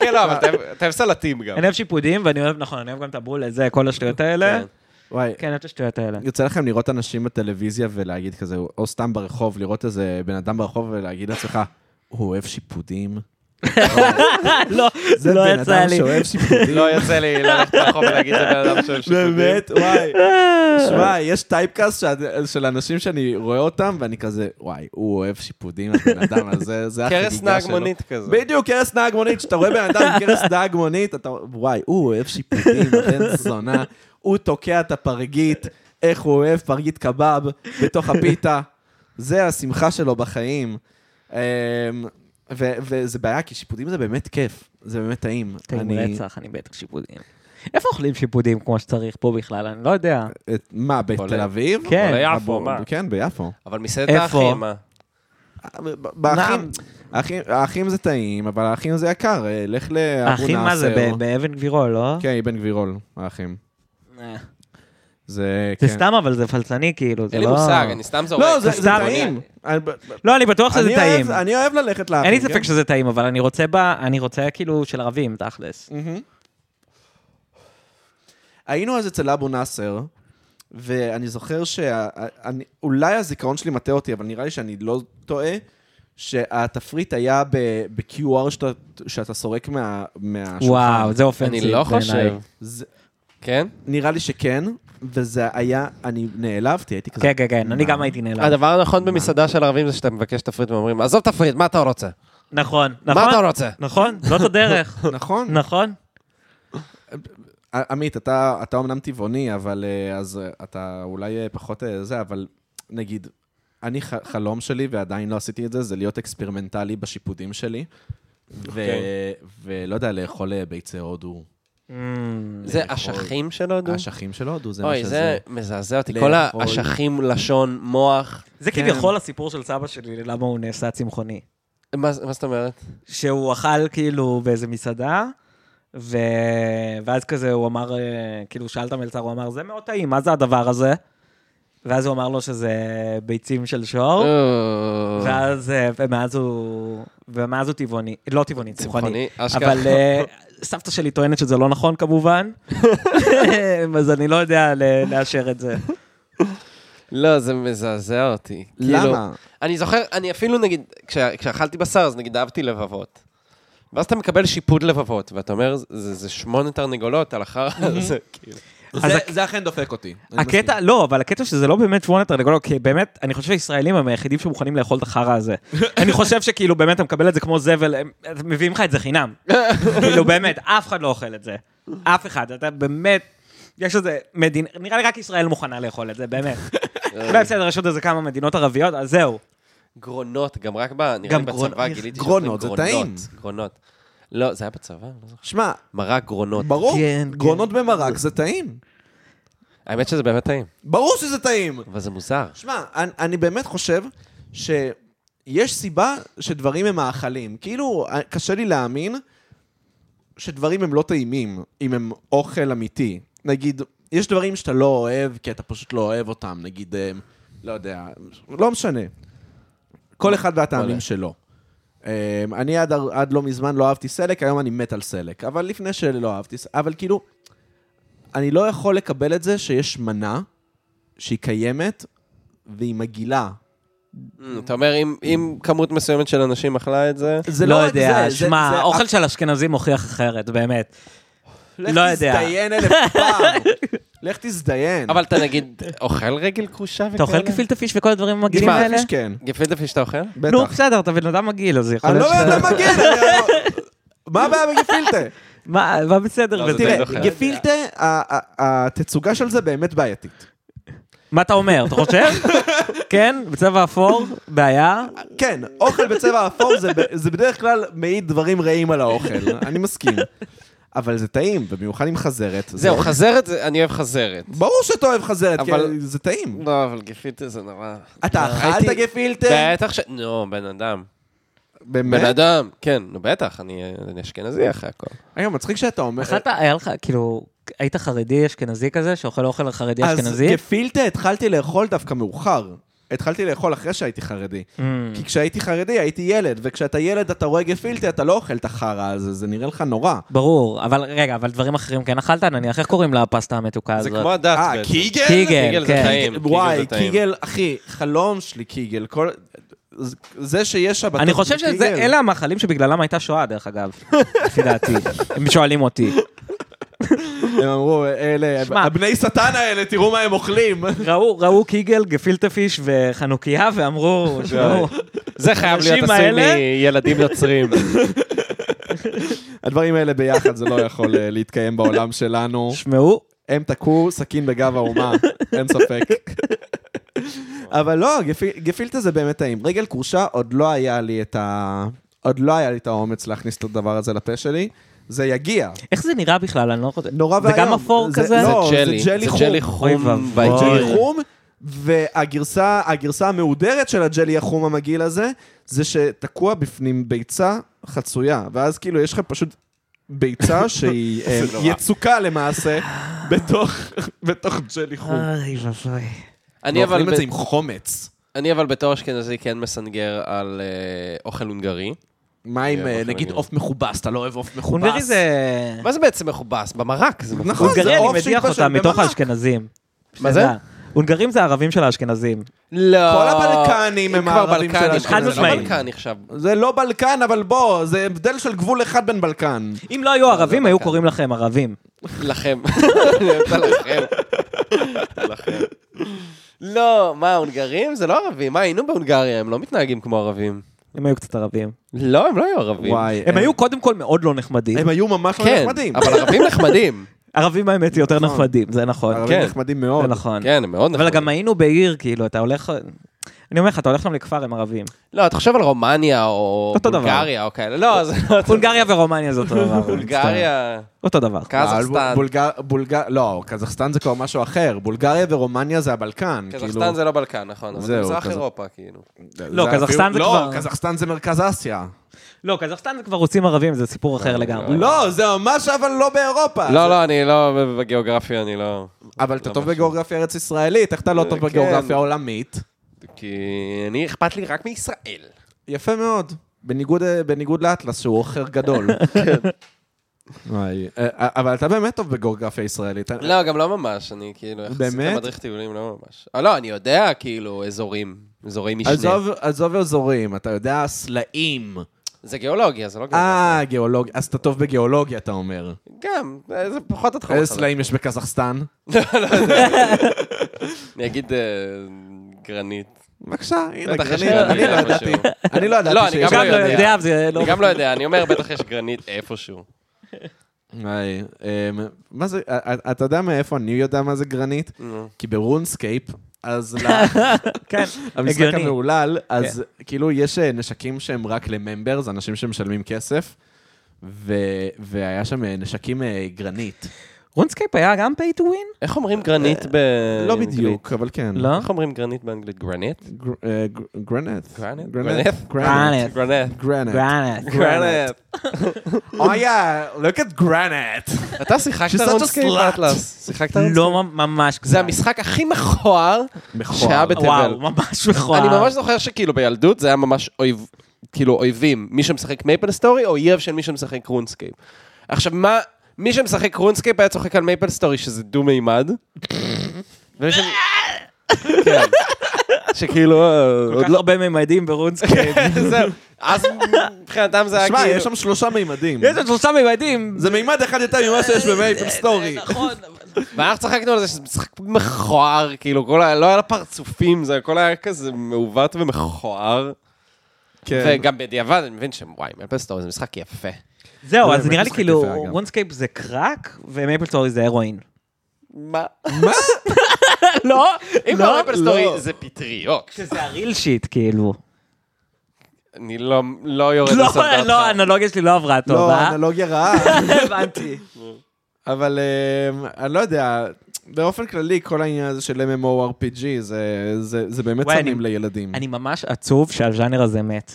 [SPEAKER 1] כן, לא, אבל אתה- אתה אוהב סלטים גם.
[SPEAKER 3] אני אוהב שיפודים, ואני אוהב, נכון, אני אוהב גם את הבולה, זה, כל השטויות האלה.
[SPEAKER 1] כן.
[SPEAKER 2] וואי,
[SPEAKER 3] כן, אני אוהב את השטויות האלה.
[SPEAKER 2] יוצא לכם לראות אנשים בטלוויזיה ולהגיד כזה, או סתם ברחוב, לראות איזה בן אדם ברחוב ולהגיד לעצמך, הוא אוהב שיפודים?
[SPEAKER 3] לא,
[SPEAKER 2] זה
[SPEAKER 3] לא
[SPEAKER 2] בן
[SPEAKER 3] יצא
[SPEAKER 2] אדם
[SPEAKER 3] לי.
[SPEAKER 2] שאוהב שיפודים?
[SPEAKER 1] לא יוצא לי ללכת לרחוב ולהגיד זה בן אדם שאוהב שיפודים.
[SPEAKER 2] באמת? וואי. שמע, יש טייפקאסט של- של אנשים שאני רואה אותם, ואני כזה, וואי, הוא אוהב שיפודים, הבן אדם הזה, זה החגיגה שלו.
[SPEAKER 1] קרס נהג מונית כזה.
[SPEAKER 2] בדיוק, קרס נהג מונית, כשאתה רואה בן אדם עם קרס נהג מונית, אתה וואי, הוא אוהב שיפוטים, בן זונה, הוא תוקע את הפרגית, איך הוא אוהב פרגית קבב בתוך הפיתה. זה השמחה שלו בחיים. אמ, ו- וזה בעיה, כי שיפודים זה באמת כיף, זה באמת טעים.
[SPEAKER 3] טעים
[SPEAKER 2] אני-
[SPEAKER 3] רצח, אני בטח שיפודים. איפה אוכלים שיפודים כמו שצריך פה בכלל? אני לא יודע.
[SPEAKER 2] את- מה, בתל
[SPEAKER 1] עולה.
[SPEAKER 2] אביב?
[SPEAKER 3] כן.
[SPEAKER 1] ביפו,
[SPEAKER 2] הבור-
[SPEAKER 1] מה?
[SPEAKER 2] כן, ביפו.
[SPEAKER 1] אבל מסעדת
[SPEAKER 3] איפה?
[SPEAKER 1] האחים, אה. מה?
[SPEAKER 2] ב- באחים, האחים- האחים זה טעים, אבל האחים זה יקר, אה, לך לאבו נאסר.
[SPEAKER 3] האחים מה
[SPEAKER 1] לא?
[SPEAKER 3] זה, ב- באבן גבירול, לא?
[SPEAKER 2] כן, אבן גבירול, האחים.
[SPEAKER 3] אה.
[SPEAKER 2] זה,
[SPEAKER 3] זה
[SPEAKER 2] כן.
[SPEAKER 3] סתם, אבל זה פלצני, כאילו, זה
[SPEAKER 1] אין
[SPEAKER 3] לא...
[SPEAKER 1] לי מושג, אני סתם זורק.
[SPEAKER 2] לא, זה
[SPEAKER 3] סתם
[SPEAKER 2] זה
[SPEAKER 3] אני-
[SPEAKER 2] טעים. אני-
[SPEAKER 3] לא, אני בטוח שזה
[SPEAKER 2] אני
[SPEAKER 3] טעים.
[SPEAKER 2] אוהב- אני אוהב ללכת לאחים.
[SPEAKER 3] אין לי
[SPEAKER 2] כן?
[SPEAKER 3] ספק שזה טעים, אבל אני רוצה בה, אני רוצה כאילו של ערבים, תכלס.
[SPEAKER 2] מהמם. היינו אז אצל אבו נאסר, ואני זוכר שאולי הזיכרון שלי מטעה אותי, אבל נראה לי שאני לא טועה, שהתפריט היה ב- ב-QR שאתה, שאתה סורק מה, מהשולחן.
[SPEAKER 3] וואו, זה אופנסיב
[SPEAKER 1] אני לא חושב.
[SPEAKER 2] זה,
[SPEAKER 1] כן?
[SPEAKER 2] נראה לי שכן, וזה היה, אני נעלבתי, הייתי כזה...
[SPEAKER 3] כן, כן, כן, אני גם הייתי נעלב.
[SPEAKER 1] הדבר הנכון במסעדה של ערבים זה שאתה מבקש תפריט ואומרים, עזוב תפריט, מה אתה רוצה?
[SPEAKER 3] נכון, נכון.
[SPEAKER 1] מה אתה רוצה?
[SPEAKER 3] נכון, זאת הדרך.
[SPEAKER 2] נכון.
[SPEAKER 3] נכון.
[SPEAKER 2] עמית, אתה, אתה אומנם טבעוני, אבל אה, אז אה, אתה אולי אה, פחות אה, זה, אבל נגיד, אני ח- חלום שלי, ועדיין לא עשיתי את זה, זה להיות אקספרימנטלי בשיפודים שלי. ו- ולא יודע, לאכול אה, ביצי הודו.
[SPEAKER 1] זה
[SPEAKER 2] לאכול.
[SPEAKER 1] אשכים של הודו?
[SPEAKER 2] האשכים של הודו, זה מה
[SPEAKER 1] אוי,
[SPEAKER 2] שזה.
[SPEAKER 1] זה מזעזע אותי.
[SPEAKER 2] לאכול.
[SPEAKER 1] כל האשכים, לשון, מוח.
[SPEAKER 3] זה כביכול הסיפור של סבא שלי, למה הוא נעשה צמחוני.
[SPEAKER 1] מה מה זאת אומרת?
[SPEAKER 3] שהוא אכל כאילו באיזה מסעדה, ו... ואז כזה הוא אמר, אה, כאילו שאל את המלצר, הוא אמר, זה מאוד טעים, מה זה הדבר הזה? ואז הוא אמר לו שזה ביצים של שור,
[SPEAKER 1] אה. לא.
[SPEAKER 3] ואז, אה, ומאז הוא, ומאז הוא טבעוני, לא טבעוני, צמחוני.
[SPEAKER 1] צמחוני, אשכרה.
[SPEAKER 3] אבל אה, סבתא שלי טוענת שזה לא נכון כמובן, אז אני לא יודע ל- לאשר את זה.
[SPEAKER 1] לא, זה מזעזע אותי. כאילו,
[SPEAKER 2] למה?
[SPEAKER 1] אני זוכר, אני אפילו נגיד, כשה- כשאכלתי בשר, אז נגיד אהבתי לבבות. ואז אתה מקבל שיפוד לבבות, ואתה אומר, זה זה שמונה תרנגולות על אחר זה, כאילו.
[SPEAKER 3] אז
[SPEAKER 2] זה- זה אכן דופק אותי. אני מסכים.
[SPEAKER 3] הקטע, לא, אבל הקטע שזה לא באמת שמונה תרנגולות, כי באמת, אני חושב שהישראלים הם היחידים שמוכנים לאכול את החרא הזה. אני חושב שכאילו באמת אתה מקבל את זה כמו זבל, הם הם מביאים לך את זה חינם. כאילו באמת, אף אחד לא אוכל את זה. אף אחד, אתה באמת, יש איזה מדינה, נראה לי רק ישראל מוכנה לאכול את זה, באמת. אולי בסדר, יש עוד איזה כמה מדינות ערביות, אז זהו.
[SPEAKER 1] גרונות, גם רק ב... נראה
[SPEAKER 3] גם
[SPEAKER 1] לי בצבא
[SPEAKER 3] גרונ-
[SPEAKER 1] גיליתי
[SPEAKER 2] גרונות,
[SPEAKER 1] שאוכלים
[SPEAKER 2] זה טעים.
[SPEAKER 1] גרונות, גרונות. לא, זה היה בצבא, אני לא זוכר.
[SPEAKER 2] שמע,
[SPEAKER 1] מרק גרונות.
[SPEAKER 2] ברור,
[SPEAKER 3] כן,
[SPEAKER 2] גרונות במרק זה טעים.
[SPEAKER 1] האמת שזה באמת טעים,
[SPEAKER 2] ברור שזה טעים.
[SPEAKER 1] אבל זה מוזר. Mm,
[SPEAKER 2] שמע, אני, אני באמת חושב שיש סיבה שדברים הם מאכלים. כאילו, אה, קשה לי להאמין שדברים הם לא טעימים, אם הם אוכל אמיתי. נגיד, יש דברים שאתה לא אוהב, כי אתה פשוט לא אוהב אותם. נגיד, אה, לא יודע, לא משנה. כל אחד והטעמים
[SPEAKER 1] וואלה.
[SPEAKER 2] שלו. אה, אני עד, הר- עד לא מזמן לא אהבתי סלק, היום אני מת על סלק. אבל לפני שלא אהבתי סלק, אבל כאילו, אני לא יכול לקבל את זה שיש מנה שהיא קיימת והיא מגעילה.
[SPEAKER 1] אמ, אתה אומר, אם- אם כמות מסוימת של אנשים אכלה את זה...
[SPEAKER 2] זה
[SPEAKER 3] לא
[SPEAKER 2] רק
[SPEAKER 3] יודע,
[SPEAKER 2] זה, זה-
[SPEAKER 3] שמע,
[SPEAKER 2] זה-
[SPEAKER 3] האוכל של אשכנזים מוכיח אחרת, באמת.
[SPEAKER 2] לך
[SPEAKER 3] לא יודע.
[SPEAKER 2] תזדיין אלף פעם. לך תזדיין.
[SPEAKER 1] אבל אתה נגיד, אוכל רגל כרושה וכאלה?
[SPEAKER 3] אתה אוכל גפילטע פיש וכל הדברים המגעילים
[SPEAKER 1] תשמע,
[SPEAKER 3] האלה?
[SPEAKER 2] יש כן,
[SPEAKER 1] גפילטע פיש אתה אוכל?
[SPEAKER 2] בטח.
[SPEAKER 3] נו, בסדר, אתה בן אדם מגעיל, אז יכול
[SPEAKER 2] אני
[SPEAKER 3] להיות
[SPEAKER 2] לא
[SPEAKER 3] שאתה-
[SPEAKER 2] יודע מה מגעיל. אני- לא- מה הבעיה בגפילטה?
[SPEAKER 3] מה מה בסדר
[SPEAKER 1] לא, זה
[SPEAKER 3] בזה?
[SPEAKER 1] די
[SPEAKER 2] תראה,
[SPEAKER 1] דוחה.
[SPEAKER 2] גפילטה, ה- ה- התצוגה של זה באמת בעייתית.
[SPEAKER 3] מה אתה אומר, אתה חושב? כן, בצבע אפור, בעיה.
[SPEAKER 2] כן, אוכל בצבע אפור זה ב- זה בדרך כלל מעיד דברים רעים על האוכל, אני מסכים. אבל זה טעים, במיוחד עם חזרת. זה-
[SPEAKER 1] זהו, חזרת, זה- אני אוהב חזרת.
[SPEAKER 2] ברור שאתה אוהב חזרת, כי
[SPEAKER 1] אבל-
[SPEAKER 2] זה טעים.
[SPEAKER 1] לא, אבל גפילטע זה נורא.
[SPEAKER 2] אתה אכלת
[SPEAKER 1] הייתי-
[SPEAKER 2] גפילטה?
[SPEAKER 1] בטח ש... נו, בן אדם. בן
[SPEAKER 2] באמת?
[SPEAKER 1] אדם, כן, נו בטח, אני אני אשכנזי אחרי הכל.
[SPEAKER 2] רגע, מצחיק שאתה אומר...
[SPEAKER 3] אכלת, היה לך, כאילו, היית חרדי אשכנזי כזה, שאוכל לא אוכל חרדי
[SPEAKER 2] אז
[SPEAKER 3] אשכנזי?
[SPEAKER 2] גפילטה התחלתי לאכול דווקא מאוחר. התחלתי לאכול אחרי שהייתי חרדי.
[SPEAKER 3] Mm.
[SPEAKER 2] כי כשהייתי חרדי הייתי ילד, וכשאתה ילד אתה רואה גפילטה, אתה לא אוכל את החרא הזה, זה נראה לך
[SPEAKER 1] אה,
[SPEAKER 2] נורא.
[SPEAKER 3] ברור, אבל רגע, אבל דברים אחרים כן אכלת, נניח, איך קוראים לפסטה המתוקה
[SPEAKER 1] זה
[SPEAKER 3] הזאת?
[SPEAKER 1] כמו הדת
[SPEAKER 2] אה,
[SPEAKER 1] בעצם.
[SPEAKER 2] קיגל?
[SPEAKER 3] קיגל,
[SPEAKER 1] קיגל זה
[SPEAKER 3] כן.
[SPEAKER 1] טעים.
[SPEAKER 2] וואי,
[SPEAKER 1] קיגל זה טעים.
[SPEAKER 2] קיגל, אחי, חלום שלי קיגל. כל- זה שיש שבתות
[SPEAKER 3] אני חושב
[SPEAKER 2] בלי
[SPEAKER 3] שזה,
[SPEAKER 2] קיגל.
[SPEAKER 3] אלה המאכלים שבגללם הייתה שואה, דרך אגב, לפי דעתי. הם שואלים אותי.
[SPEAKER 2] הם אמרו, אלה,
[SPEAKER 3] שמע.
[SPEAKER 2] הבני שטן האלה, תראו מה הם אוכלים.
[SPEAKER 3] ראו, ראו קיגל, גפילטע פיש וחנוכיה, ואמרו, שמעו,
[SPEAKER 1] זה חייב להיות
[SPEAKER 3] האנשים
[SPEAKER 1] עשוי
[SPEAKER 3] האלה-
[SPEAKER 1] מילדים נוצרים.
[SPEAKER 2] הדברים האלה ביחד, זה לא יכול אה, להתקיים בעולם שלנו.
[SPEAKER 3] שמעו,
[SPEAKER 2] הם תקעו סכין בגב האומה, אין ספק. אבל לא, גפיל- גפילטה זה באמת טעים. רגל כרושה, עוד לא היה לי את ה... עוד לא היה לי את האומץ להכניס את הדבר הזה לפה שלי. זה יגיע.
[SPEAKER 3] איך זה נראה בכלל, אני לא חושב.
[SPEAKER 2] נורא
[SPEAKER 3] זה
[SPEAKER 2] ואיום.
[SPEAKER 3] גם אפור
[SPEAKER 2] זה-
[SPEAKER 3] כזה?
[SPEAKER 2] לא,
[SPEAKER 1] זה ג'לי,
[SPEAKER 2] זה ג'לי
[SPEAKER 1] זה
[SPEAKER 2] חום.
[SPEAKER 1] ג'לי
[SPEAKER 3] אוי
[SPEAKER 1] חום.
[SPEAKER 3] ואבוי.
[SPEAKER 1] בעיקר.
[SPEAKER 2] ג'לי חום, והגרסה הגרסה המהודרת של הג'לי החום המגעיל הזה, זה שתקוע בפנים ביצה חצויה, ואז כאילו יש לך פשוט ביצה שהיא אה,
[SPEAKER 1] נורא.
[SPEAKER 2] יצוקה למעשה בתוך בתוך ג'לי חום.
[SPEAKER 3] אוי ואבוי.
[SPEAKER 1] אני אבל ב-
[SPEAKER 2] חומץ.
[SPEAKER 1] אני אבל בתור אשכנזי כן מסנגר על אה, אוכל הונגרי.
[SPEAKER 2] מה עם,
[SPEAKER 1] כן,
[SPEAKER 2] אה,
[SPEAKER 1] אוכל
[SPEAKER 2] נגיד
[SPEAKER 1] הונגרי.
[SPEAKER 2] עוף מכובס? אתה לא אוהב עוף מכובס?
[SPEAKER 3] הונגרי זה...
[SPEAKER 1] מה זה בעצם מכובס? במרק זה מכובס.
[SPEAKER 2] נכון.
[SPEAKER 3] הונגרי,
[SPEAKER 2] זה
[SPEAKER 3] אני
[SPEAKER 2] עוף
[SPEAKER 3] מדיח
[SPEAKER 2] שהתבשל
[SPEAKER 3] אותה מתוך
[SPEAKER 2] במרק.
[SPEAKER 3] האשכנזים.
[SPEAKER 1] מה זה?
[SPEAKER 3] שתדע. הונגרים זה הערבים של האשכנזים.
[SPEAKER 1] לא.
[SPEAKER 2] כל הבלקנים הם
[SPEAKER 1] כבר
[SPEAKER 2] הערבים של
[SPEAKER 1] בלקנים,
[SPEAKER 2] האשכנזים.
[SPEAKER 1] אבל זה לא
[SPEAKER 3] חד-משמעית.
[SPEAKER 1] בלקני עכשיו.
[SPEAKER 2] זה לא בלקן, אבל בוא, זה הבדל של גבול אחד בין בלקן.
[SPEAKER 3] אם לא היו ערבים, היו
[SPEAKER 1] דווקא.
[SPEAKER 3] קוראים לכם ערבים.
[SPEAKER 1] לכם. אני רוצה לכם. לכם. לא, מה, הונגרים? זה לא ערבים. מה, היינו בהונגריה, הם לא מתנהגים כמו ערבים.
[SPEAKER 3] הם היו קצת ערבים.
[SPEAKER 1] לא, הם לא היו ערבים.
[SPEAKER 3] הם היו קודם כל מאוד לא נחמדים.
[SPEAKER 2] הם היו ממש לא
[SPEAKER 1] כן,
[SPEAKER 2] נחמדים.
[SPEAKER 1] אבל ערבים נחמדים.
[SPEAKER 3] ערבים האמת יותר
[SPEAKER 2] נכון.
[SPEAKER 3] נחמדים, זה נכון.
[SPEAKER 2] ערבים
[SPEAKER 1] כן.
[SPEAKER 2] נחמדים
[SPEAKER 3] זה
[SPEAKER 2] מאוד.
[SPEAKER 3] נכון.
[SPEAKER 1] כן, הם מאוד נחמדים.
[SPEAKER 3] אבל גם היינו בעיר, כאילו, אתה הולך... אני אומר לך, אתה הולך שם לכפר, הם ערבים.
[SPEAKER 1] לא, תחשוב על רומניה או
[SPEAKER 3] אותו דבר.
[SPEAKER 1] בולגריה או כאלה. לא, זה לא...
[SPEAKER 3] הונגריה ורומניה זה אותו דבר. אני מצטער.
[SPEAKER 1] בולגריה,
[SPEAKER 3] אותו דבר.
[SPEAKER 1] קזחסטן.
[SPEAKER 2] בולגר- בולגר- לא, קזחסטן זה כבר משהו אחר. בולגריה ורומניה זה הבלקן.
[SPEAKER 1] קזחסטן
[SPEAKER 2] כאילו.
[SPEAKER 1] זה לא בלקן, נכון. אבל זה
[SPEAKER 2] זהו,
[SPEAKER 1] מזרח
[SPEAKER 2] כזה.
[SPEAKER 1] אירופה, כאילו.
[SPEAKER 3] לא,
[SPEAKER 2] אפילו-
[SPEAKER 3] קזחסטן זה
[SPEAKER 2] לא,
[SPEAKER 3] כבר-
[SPEAKER 2] קזחסטן זה מרכז אסיה.
[SPEAKER 3] לא, קזחסטן זה כבר רוצים ערבים, זה סיפור אחר לגמרי.
[SPEAKER 2] לא, זה ממש אבל לא באירופה.
[SPEAKER 1] לא, לא, אני לא, בגיאוגרפיה אני לא...
[SPEAKER 2] אבל אתה
[SPEAKER 1] לא
[SPEAKER 2] טוב
[SPEAKER 1] משהו.
[SPEAKER 2] בגיאוגרפיה ארץ ישראלית, איך אתה לא טוב
[SPEAKER 1] כן.
[SPEAKER 2] בגיאוגרפיה עולמית?
[SPEAKER 1] כי אני, אכפת לי רק מישראל.
[SPEAKER 2] יפה מאוד. בניגוד, אה, בניגוד לאטלס, שהוא עוכר גדול. וואי, אה, אבל אתה באמת טוב בגיאוגרפיה ישראלית. אה,
[SPEAKER 1] לא, גם לא ממש, אני כאילו, יחסית
[SPEAKER 2] באמת?
[SPEAKER 1] למדריך טיולים לא ממש. אה, לא, אני יודע, כאילו, אזורים, אזורי משנה.
[SPEAKER 2] עזוב, עזוב אזורים, אתה יודע סלעים.
[SPEAKER 1] זה גיאולוגיה, זה לא גיאולוגיה.
[SPEAKER 2] אה, גיאולוגיה, אז אתה טוב בגיאולוגיה, אתה אומר.
[SPEAKER 1] גם, אה, זה פחות התחום.
[SPEAKER 2] איזה סלעים יש בקזחסטן?
[SPEAKER 1] אני אגיד אה, גרנית.
[SPEAKER 2] בבקשה, הנה,
[SPEAKER 1] בטח יש
[SPEAKER 2] גרנית, אני לא ידעתי. אני לא
[SPEAKER 1] גרנית איפשהו. לא,
[SPEAKER 2] ידעתי
[SPEAKER 1] אני
[SPEAKER 2] שיש...
[SPEAKER 3] גם לא יודע, זה לא...
[SPEAKER 1] אני גם לא יודע, אני אומר, בטח יש גרנית איפשהו.
[SPEAKER 2] וואי, אמ, מה זה, אה, אתה יודע מאיפה אני יודע מה זה גרנית?
[SPEAKER 1] נו.
[SPEAKER 2] כי ברונסקייפ, אז ל-
[SPEAKER 3] כן,
[SPEAKER 2] המשחק
[SPEAKER 3] הגיוני.
[SPEAKER 2] המהולל, אז כאילו יש אה, נשקים שהם רק לממברס, אנשים שמשלמים כסף, ו- והיה שם אה, נשקים אה, גרנית.
[SPEAKER 3] רונסקייפ היה גם pay to win?
[SPEAKER 1] איך אומרים גרנית ב...
[SPEAKER 2] לא בדיוק, אבל כן.
[SPEAKER 3] לא?
[SPEAKER 1] איך אומרים גרנית באנגלית? גרנית?
[SPEAKER 2] גר- אה, גר- גרנט.
[SPEAKER 1] גרנט?
[SPEAKER 2] גרנט. גרנט.
[SPEAKER 3] גרנט.
[SPEAKER 1] גרנית.
[SPEAKER 2] גרנט.
[SPEAKER 3] גרנט.
[SPEAKER 1] גרנט.
[SPEAKER 2] אוי, look at גרנט.
[SPEAKER 1] אתה שיחקת
[SPEAKER 2] She's such a
[SPEAKER 1] רונסקייפ
[SPEAKER 2] slut.
[SPEAKER 1] באטלס. שיחקת רונסקייפ?
[SPEAKER 3] לא מ- ממש
[SPEAKER 1] זה
[SPEAKER 3] גרנט.
[SPEAKER 1] המשחק הכי מכוער שהיה בתבל.
[SPEAKER 3] וואו, ממש נכון. מכוער.
[SPEAKER 1] אני ממש זוכר שכאילו בילדות זה היה ממש אויב, כאילו אויבים, מי שמשחק מייפל סטורי או אויב של מי שמשחק רונסקייפ. עכשיו מה, מי שמשחק רונסקייפ היה צוחק על מייפל סטורי שזה דו-מימד. ומי ש- כן. שכאילו, אה,
[SPEAKER 3] כל
[SPEAKER 1] עוד
[SPEAKER 3] כך
[SPEAKER 1] לא,
[SPEAKER 3] הרבה ממדים ברונסקייפ.
[SPEAKER 1] זהו, אז מבחינתם זה היה
[SPEAKER 2] שמע,
[SPEAKER 1] כאילו,
[SPEAKER 2] יש שם שלושה מימדים.
[SPEAKER 1] כן,
[SPEAKER 2] אה,
[SPEAKER 3] יש עוד שלושה ממדים.
[SPEAKER 2] זה מימד אחד יותר ממה שיש במייפל סטורי.
[SPEAKER 3] נכון, אבל-
[SPEAKER 1] ואנחנו צחקנו על זה שזה משחק מכוער, כאילו, כל ה- לא היה לה פרצופים, זה הכל היה כזה מעוות ומכוער.
[SPEAKER 2] אה, כן.
[SPEAKER 1] וגם בדיעבד, אני מבין שהם, וואי, מייפל סטורי זה משחק יפה.
[SPEAKER 3] זהו,
[SPEAKER 2] לא,
[SPEAKER 3] אז
[SPEAKER 2] באמת
[SPEAKER 3] נראה לי
[SPEAKER 2] משחק
[SPEAKER 3] כאילו,
[SPEAKER 2] יפה, אגב.
[SPEAKER 3] רונסקייפ זה קראק, ומייפל סטורי זה הרואין.
[SPEAKER 1] מה?
[SPEAKER 3] לא,
[SPEAKER 1] אם לא מייפל סטורי זה פטריות.
[SPEAKER 3] שזה הריל שיט, כאילו.
[SPEAKER 1] אני לא- לא יורד
[SPEAKER 3] לא,
[SPEAKER 1] לסוף דעתך.
[SPEAKER 3] לא, האנלוגיה שלי לא עברה טוב,
[SPEAKER 2] לא,
[SPEAKER 3] אה?
[SPEAKER 2] אנלוגיה רעה.
[SPEAKER 3] הבנתי.
[SPEAKER 2] אבל אמ, אני לא יודע, באופן כללי, כל העניין הזה של MMORPG, זה- זה זה באמת
[SPEAKER 3] וואי,
[SPEAKER 2] סמים
[SPEAKER 3] אני-
[SPEAKER 2] לילדים.
[SPEAKER 3] אני ממש עצוב שהז'אנר הזה מת.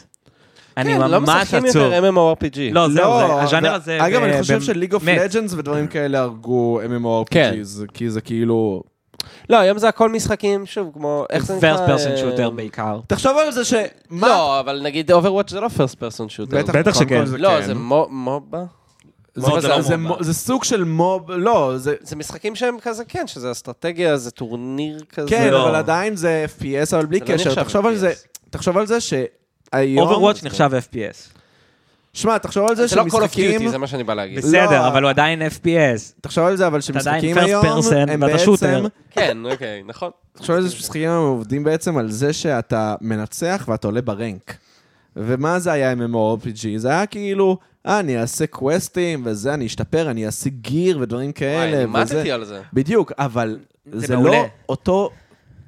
[SPEAKER 3] אני
[SPEAKER 1] כן, לא
[SPEAKER 3] ממש
[SPEAKER 1] משחקים
[SPEAKER 3] עצוב.
[SPEAKER 1] יותר MMORPG.
[SPEAKER 3] לא, זהו, זה-
[SPEAKER 2] לא,
[SPEAKER 3] הז'אנר
[SPEAKER 2] ו-
[SPEAKER 3] הזה...
[SPEAKER 2] אגב,
[SPEAKER 3] ב-
[SPEAKER 2] אני חושב
[SPEAKER 3] ב-
[SPEAKER 2] שליג אוף
[SPEAKER 3] מת.
[SPEAKER 2] לג'אנס ודברים כאלה הרגו
[SPEAKER 1] כן.
[SPEAKER 2] MMORPGs, כי זה כאילו...
[SPEAKER 1] לא, היום זה הכל משחקים, שוב, כמו, איך זה נקרא?
[SPEAKER 3] פרסט פרסן
[SPEAKER 1] אה,
[SPEAKER 3] שוטר בעיקר.
[SPEAKER 2] תחשוב על זה ש... מה?
[SPEAKER 1] לא, אבל נגיד Overwatch זה לא פרסט פרסון שוטר.
[SPEAKER 3] בטח
[SPEAKER 2] קודם
[SPEAKER 3] שכן.
[SPEAKER 2] כל זה
[SPEAKER 1] לא,
[SPEAKER 2] כן.
[SPEAKER 1] זה מו- מובה?
[SPEAKER 2] זה-
[SPEAKER 1] מוב
[SPEAKER 2] זה-
[SPEAKER 1] זה לא
[SPEAKER 2] זה
[SPEAKER 1] מוב.
[SPEAKER 2] מו- זה סוג של מוב, לא, זה...
[SPEAKER 1] זה משחקים שהם כזה, כן, שזה אסטרטגיה, זה טורניר כזה.
[SPEAKER 2] כן,
[SPEAKER 3] לא.
[SPEAKER 2] אבל עדיין זה FPS, אבל בלי
[SPEAKER 1] זה לא
[SPEAKER 2] קשר.
[SPEAKER 1] נחשב
[SPEAKER 2] תחשוב על
[SPEAKER 1] FPS.
[SPEAKER 2] זה, תחשוב על זה שהיום...
[SPEAKER 3] Overwatch נחשב FPS.
[SPEAKER 2] שמע, תחשוב על זה
[SPEAKER 1] זה לא Call of
[SPEAKER 2] שמשחקים...
[SPEAKER 1] Duty, זה מה שאני בא להגיד.
[SPEAKER 3] בסדר,
[SPEAKER 2] לא.
[SPEAKER 3] אבל הוא עדיין FPS.
[SPEAKER 2] תחשוב על זה, אבל
[SPEAKER 3] עדיין
[SPEAKER 2] שמשחקים
[SPEAKER 3] first
[SPEAKER 2] היום,
[SPEAKER 3] person,
[SPEAKER 2] הם
[SPEAKER 3] ואתה
[SPEAKER 2] בעצם...
[SPEAKER 3] shooter.
[SPEAKER 1] כן, אוקיי, נכון.
[SPEAKER 2] תחשוב על זה שמשחקים היום עובדים בעצם על זה שאתה מנצח ואתה עולה ברנק. ומה זה היה MMORPG? זה היה כאילו, אה, אני אעשה קווסטים, וזה, אני אשתפר, אני אעשה גיר ודברים
[SPEAKER 1] וואי,
[SPEAKER 2] כאלה.
[SPEAKER 1] אני
[SPEAKER 2] וזה-
[SPEAKER 1] מתתי על זה.
[SPEAKER 2] בדיוק, אבל זה,
[SPEAKER 3] מעולה.
[SPEAKER 2] לא אותו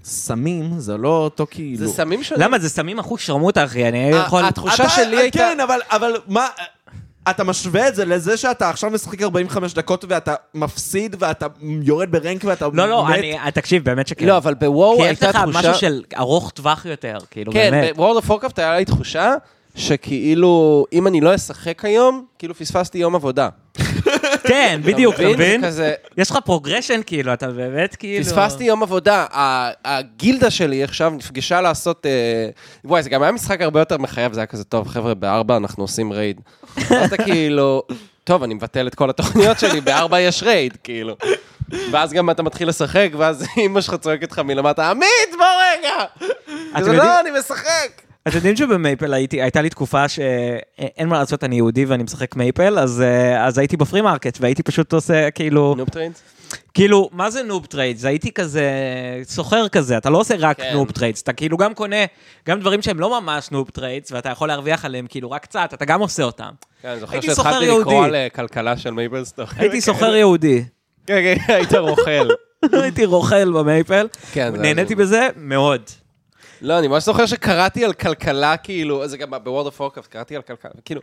[SPEAKER 2] סמים, זה לא אותו כאילו...
[SPEAKER 1] זה סמים שונים.
[SPEAKER 3] למה זה סמים אחוז שרמוטה, אחי? אני יכול...
[SPEAKER 1] אה, התחושה
[SPEAKER 2] אתה-
[SPEAKER 1] שלי הייתה...
[SPEAKER 2] כן, אבל, אבל מה... אתה משווה את זה לזה שאתה עכשיו משחק 45 דקות ואתה מפסיד ואתה יורד ברנק ואתה
[SPEAKER 3] לא, לא,
[SPEAKER 2] מת.
[SPEAKER 3] אני... תקשיב, באמת שכן.
[SPEAKER 1] לא, אבל בוואו
[SPEAKER 3] כי
[SPEAKER 1] הייתה
[SPEAKER 3] יש
[SPEAKER 1] תחושה...
[SPEAKER 3] לך משהו של ארוך טווח יותר, כאילו,
[SPEAKER 1] כן,
[SPEAKER 3] באמת.
[SPEAKER 1] בוורד אוף וורקאפט היה לי תחושה שכאילו, אם אני לא אשחק היום, כאילו פספסתי יום עבודה.
[SPEAKER 3] כן, בדיוק, אתה מבין?
[SPEAKER 1] זה כזה,
[SPEAKER 3] יש לך פרוגרשן, כאילו, אתה באמת כאילו...
[SPEAKER 1] פספסתי יום עבודה, ה- הגילדה שלי עכשיו נפגשה לעשות... אה, וואי, זה גם היה משחק הרבה יותר מחייב, זה היה כזה, טוב, חבר'ה, בארבע אנחנו עושים רייד. אז אתה כאילו, טוב, אני מבטל את כל התוכניות שלי, בארבע יש רייד, כאילו. ואז גם אתה מתחיל לשחק, ואז אמא שלך צועקת לך מלמטה, עמית, בוא רגע!
[SPEAKER 3] אתם
[SPEAKER 1] זה
[SPEAKER 3] יודעים-
[SPEAKER 1] לא, אני משחק!
[SPEAKER 3] אתם יודעים שבמייפל הייתי, הייתה לי תקופה שאין מה לעשות, אני יהודי ואני משחק מייפל, אז, אה, אז הייתי בפרי מרקט, והייתי פשוט עושה כאילו,
[SPEAKER 1] נופ טרינס?
[SPEAKER 3] כאילו, מה זה נוב טריידס? הייתי כזה סוחר כזה, אתה לא עושה רק
[SPEAKER 1] כן.
[SPEAKER 3] נוב טריידס, אתה כאילו גם קונה, גם דברים שהם לא ממש נוב טריידס, ואתה יכול להרוויח עליהם כאילו רק קצת, אתה גם עושה אותם.
[SPEAKER 1] כן, אני זוכר
[SPEAKER 3] הייתי סוחר
[SPEAKER 1] שהתחלתי
[SPEAKER 3] יהודי.
[SPEAKER 1] לקרוא על אה, כלכלה של מייבל סטור.
[SPEAKER 3] הייתי סוחר יהודי.
[SPEAKER 1] כן, כן, היית רוכל.
[SPEAKER 3] הייתי רוכל במייפל,
[SPEAKER 1] כן, זה
[SPEAKER 3] נהניתי
[SPEAKER 1] היה-
[SPEAKER 3] בזה מאוד.
[SPEAKER 1] לא, אני ממש זוכר שקראתי על כלכלה, כאילו, זה גם ב-World of Warcraft, קראתי על כלכלה, כאילו...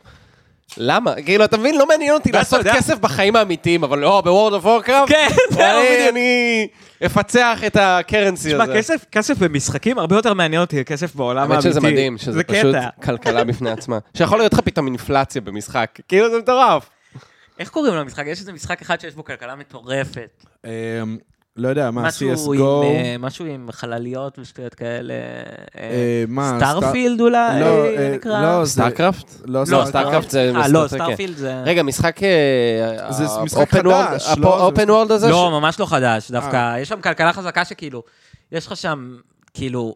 [SPEAKER 1] למה? כאילו, אתה מבין? לא מעניין אותי
[SPEAKER 3] ואתה
[SPEAKER 1] לעשות
[SPEAKER 3] יודע-
[SPEAKER 1] כסף בחיים האמיתיים, אבל לא, ב-World of Warcraft,
[SPEAKER 3] כן, זהו,
[SPEAKER 1] אני-
[SPEAKER 3] בדיוק.
[SPEAKER 1] אני אפצח את הקרנסי
[SPEAKER 3] תשמע,
[SPEAKER 1] הזה.
[SPEAKER 3] כסף- כסף במשחקים הרבה יותר מעניין אותי מכסף בעולם האמיתי.
[SPEAKER 1] האמת שזה מדהים, שזה
[SPEAKER 3] זה
[SPEAKER 1] פשוט
[SPEAKER 3] קטע.
[SPEAKER 1] כלכלה בפני עצמה. שיכול להיות לך פתאום אינפלציה במשחק, כאילו זה מטורף.
[SPEAKER 3] איך קוראים למשחק? יש איזה משחק אחד שיש בו כלכלה מטורפת.
[SPEAKER 2] אמ, לא יודע, מה,
[SPEAKER 3] משהו
[SPEAKER 2] CSGO?
[SPEAKER 3] עם, אה, משהו עם חלליות ושטויות כאלה.
[SPEAKER 2] אה, מה,
[SPEAKER 3] סטארפילד אולי?
[SPEAKER 2] לא,
[SPEAKER 3] זה
[SPEAKER 2] אה,
[SPEAKER 3] נקרא?
[SPEAKER 2] לא, זה-
[SPEAKER 1] סטארקרפט?
[SPEAKER 2] לא,
[SPEAKER 1] לא,
[SPEAKER 2] סטארקרפט.
[SPEAKER 1] סטארקרפט זה...
[SPEAKER 3] אה, לא,
[SPEAKER 1] זה- כן.
[SPEAKER 3] סטארפילד זה...
[SPEAKER 1] רגע, משחק... אה,
[SPEAKER 2] זה
[SPEAKER 1] ה-
[SPEAKER 2] משחק
[SPEAKER 1] open
[SPEAKER 2] חדש,
[SPEAKER 1] world-
[SPEAKER 2] לא?
[SPEAKER 1] הפו-
[SPEAKER 2] זה-
[SPEAKER 1] open world הזה?
[SPEAKER 3] לא, ממש לא חדש, דווקא. יש שם כלכלה חזקה שכאילו, יש לך שם, כאילו...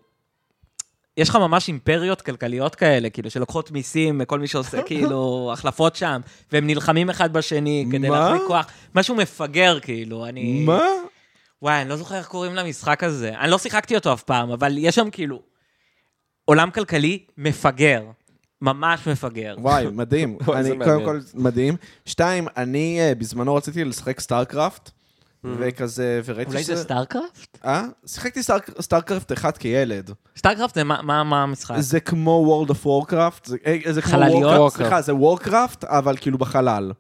[SPEAKER 3] יש לך ממש אימפריות כלכליות כאלה, כאילו, שלוקחות מיסים מכל מי שעושה, כאילו, החלפות שם, והם נלחמים אחד בשני כדי
[SPEAKER 2] מה?
[SPEAKER 3] להחליק כוח. משהו מפגר, כאילו, אני...
[SPEAKER 2] מה?
[SPEAKER 3] וואי, אני לא זוכר איך קוראים למשחק הזה. אני לא שיחקתי אותו אף פעם, אבל יש שם כאילו... עולם כלכלי מפגר. ממש מפגר.
[SPEAKER 2] וואי, מדהים.
[SPEAKER 1] וואי, זה
[SPEAKER 2] אני,
[SPEAKER 1] מעניין.
[SPEAKER 2] קודם כל, מדהים. שתיים, אני אה, בזמנו רציתי לשחק סטארקרפט, וכזה, וראיתי
[SPEAKER 3] אולי זה סטארקרפט?
[SPEAKER 2] אה? שיחקתי סטארק- סטארקרפט אחד כילד.
[SPEAKER 3] סטארקרפט זה מה- מה מה המשחק?
[SPEAKER 2] זה כמו World of Warcraft, זה- אה, זה כמו
[SPEAKER 3] אה. חלליות?
[SPEAKER 2] Warcraft, סליחה, זה Warcraft, אבל כאילו בחלל.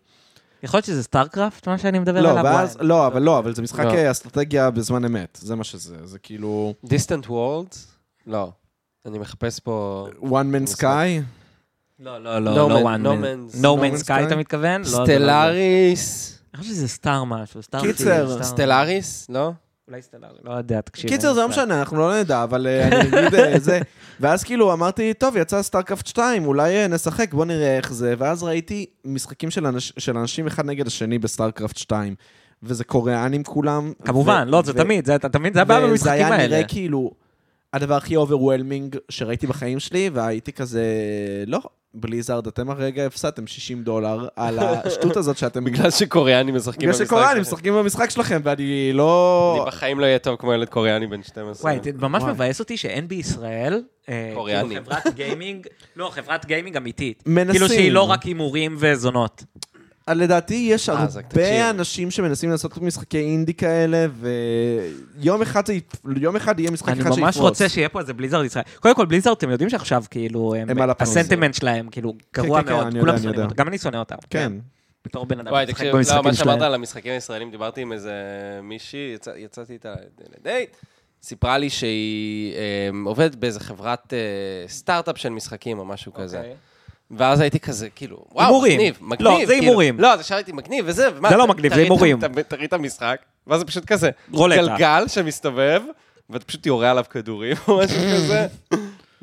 [SPEAKER 2] יכול
[SPEAKER 3] להיות שזה סטארקרפט, מה שאני מדבר
[SPEAKER 2] לא,
[SPEAKER 3] עליו?
[SPEAKER 2] ואז,
[SPEAKER 3] וואי.
[SPEAKER 2] לא, אבל לא, אבל זה משחק
[SPEAKER 1] לא.
[SPEAKER 2] אה, אסטרטגיה בזמן אמת, זה מה שזה, זה כאילו
[SPEAKER 1] דיסטנט וורלד? לא. אני מחפש פה...
[SPEAKER 2] one man sky,
[SPEAKER 3] לא, לא,
[SPEAKER 1] No
[SPEAKER 3] לא, לא one
[SPEAKER 1] Man- No
[SPEAKER 3] man.
[SPEAKER 1] Man's-
[SPEAKER 3] No
[SPEAKER 2] No
[SPEAKER 3] man's
[SPEAKER 2] Man's
[SPEAKER 3] sky,
[SPEAKER 2] Sky?
[SPEAKER 3] אתה מתכוון? לא, זה לא זה.
[SPEAKER 1] סטלאריס?
[SPEAKER 3] אני חושב שזה סטאר משהו, סטאר...
[SPEAKER 2] קיצר,
[SPEAKER 3] סטאר-
[SPEAKER 1] סטלאריס? לא?
[SPEAKER 3] אולי סטלארי, לא יודע, תקשיב.
[SPEAKER 2] קיצר,
[SPEAKER 3] אין
[SPEAKER 2] זה לא
[SPEAKER 3] לי
[SPEAKER 2] משנה, אנחנו לא נדע, אבל אה, אני אגיד אה, זה. ואז כאילו אמרתי, טוב, יצא סטארקרפט 2, אולי אה, נשחק, בוא נראה איך זה. ואז ראיתי משחקים של אנש- של אנשים אחד נגד השני בסטארקרפט 2, וזה קוריאנים כולם.
[SPEAKER 3] מושג. כמובן,
[SPEAKER 2] ו-
[SPEAKER 3] לא, זה
[SPEAKER 2] ו-
[SPEAKER 3] תמיד, זה אתה מבין, זה הבעיה
[SPEAKER 2] וזה
[SPEAKER 3] במשחקים
[SPEAKER 2] היה
[SPEAKER 3] האלה.
[SPEAKER 2] נראה כאילו הדבר הכי אוברוולמינג שראיתי בחיים שלי, והייתי כזה, לא, בליזארד, אתם הרגע הפסדתם 60 דולר על השטות הזאת שאתם...
[SPEAKER 1] בגלל שקוריאנים משחקים
[SPEAKER 2] בגלל
[SPEAKER 1] במשחק.
[SPEAKER 2] שקוריאנים
[SPEAKER 1] שלכם.
[SPEAKER 2] משחקים במשחק שלכם, ואני לא...
[SPEAKER 1] אני בחיים לא אהיה טוב כמו ילד קוריאני בן 12.
[SPEAKER 3] וואי, זה ממש
[SPEAKER 2] וואי.
[SPEAKER 3] מבאס אותי שאין בישראל... אה,
[SPEAKER 1] קוריאנים.
[SPEAKER 3] כאילו חברת גיימינג, לא, חברת גיימינג אמיתית.
[SPEAKER 2] מנסים.
[SPEAKER 3] כאילו שהיא לא רק הימורים וזונות.
[SPEAKER 2] אבל לדעתי יש
[SPEAKER 1] אה, אז תקשיב.
[SPEAKER 2] הרבה אנשים שמנסים לעשות משחקי אינדי כאלה, ויום אחד זה יפ- יום אחד יהיה משחק אחד
[SPEAKER 3] אני
[SPEAKER 2] שיפרוץ.
[SPEAKER 3] ממש רוצה שיהיה פה איזה בליזרד ישראל. קודם כל, בליזרד, אתם יודעים שעכשיו, כאילו, הם-
[SPEAKER 2] הם על הפנים.
[SPEAKER 3] הסנטימנט שלהם, כאילו, גרוע
[SPEAKER 2] כן, כן,
[SPEAKER 3] מאוד.
[SPEAKER 2] אני יודע,
[SPEAKER 3] כולם
[SPEAKER 2] אני
[SPEAKER 3] שונאים
[SPEAKER 2] יודע.
[SPEAKER 3] אותם. גם אני שונא אותם.
[SPEAKER 2] כן.
[SPEAKER 3] בתור בן אדם
[SPEAKER 1] וואי,
[SPEAKER 3] שמשחק
[SPEAKER 1] תקשיב, לא,
[SPEAKER 3] במשחקים
[SPEAKER 1] מה שאמרת
[SPEAKER 3] שלהם.
[SPEAKER 1] על המשחקים הישראלים, דיברתי עם איזה מישהי, יצא- יצאתי איתה לדייט, סיפרה לי שהיא אה, עובדת באיזה חברת אה, סטארט-אפ של משחקים או משהו כזה. ואז הייתי כזה, כאילו, וואו,
[SPEAKER 3] אוקיי. הימורים.
[SPEAKER 1] מגניב,
[SPEAKER 3] לא,
[SPEAKER 1] מגניב.
[SPEAKER 3] זה
[SPEAKER 1] כאילו.
[SPEAKER 3] הימורים.
[SPEAKER 1] לא, אז ישבתי מגניב וזה, ומה...
[SPEAKER 3] זה לא
[SPEAKER 1] ת-
[SPEAKER 3] מגניב, זה
[SPEAKER 1] תראי את-
[SPEAKER 3] הימורים.
[SPEAKER 1] ת- תראי את המשחק, ואז זה פשוט כזה,
[SPEAKER 3] רולטה.
[SPEAKER 1] גלגל שמסתובב, ואתה פשוט יורה עליו כדורים או משהו כזה,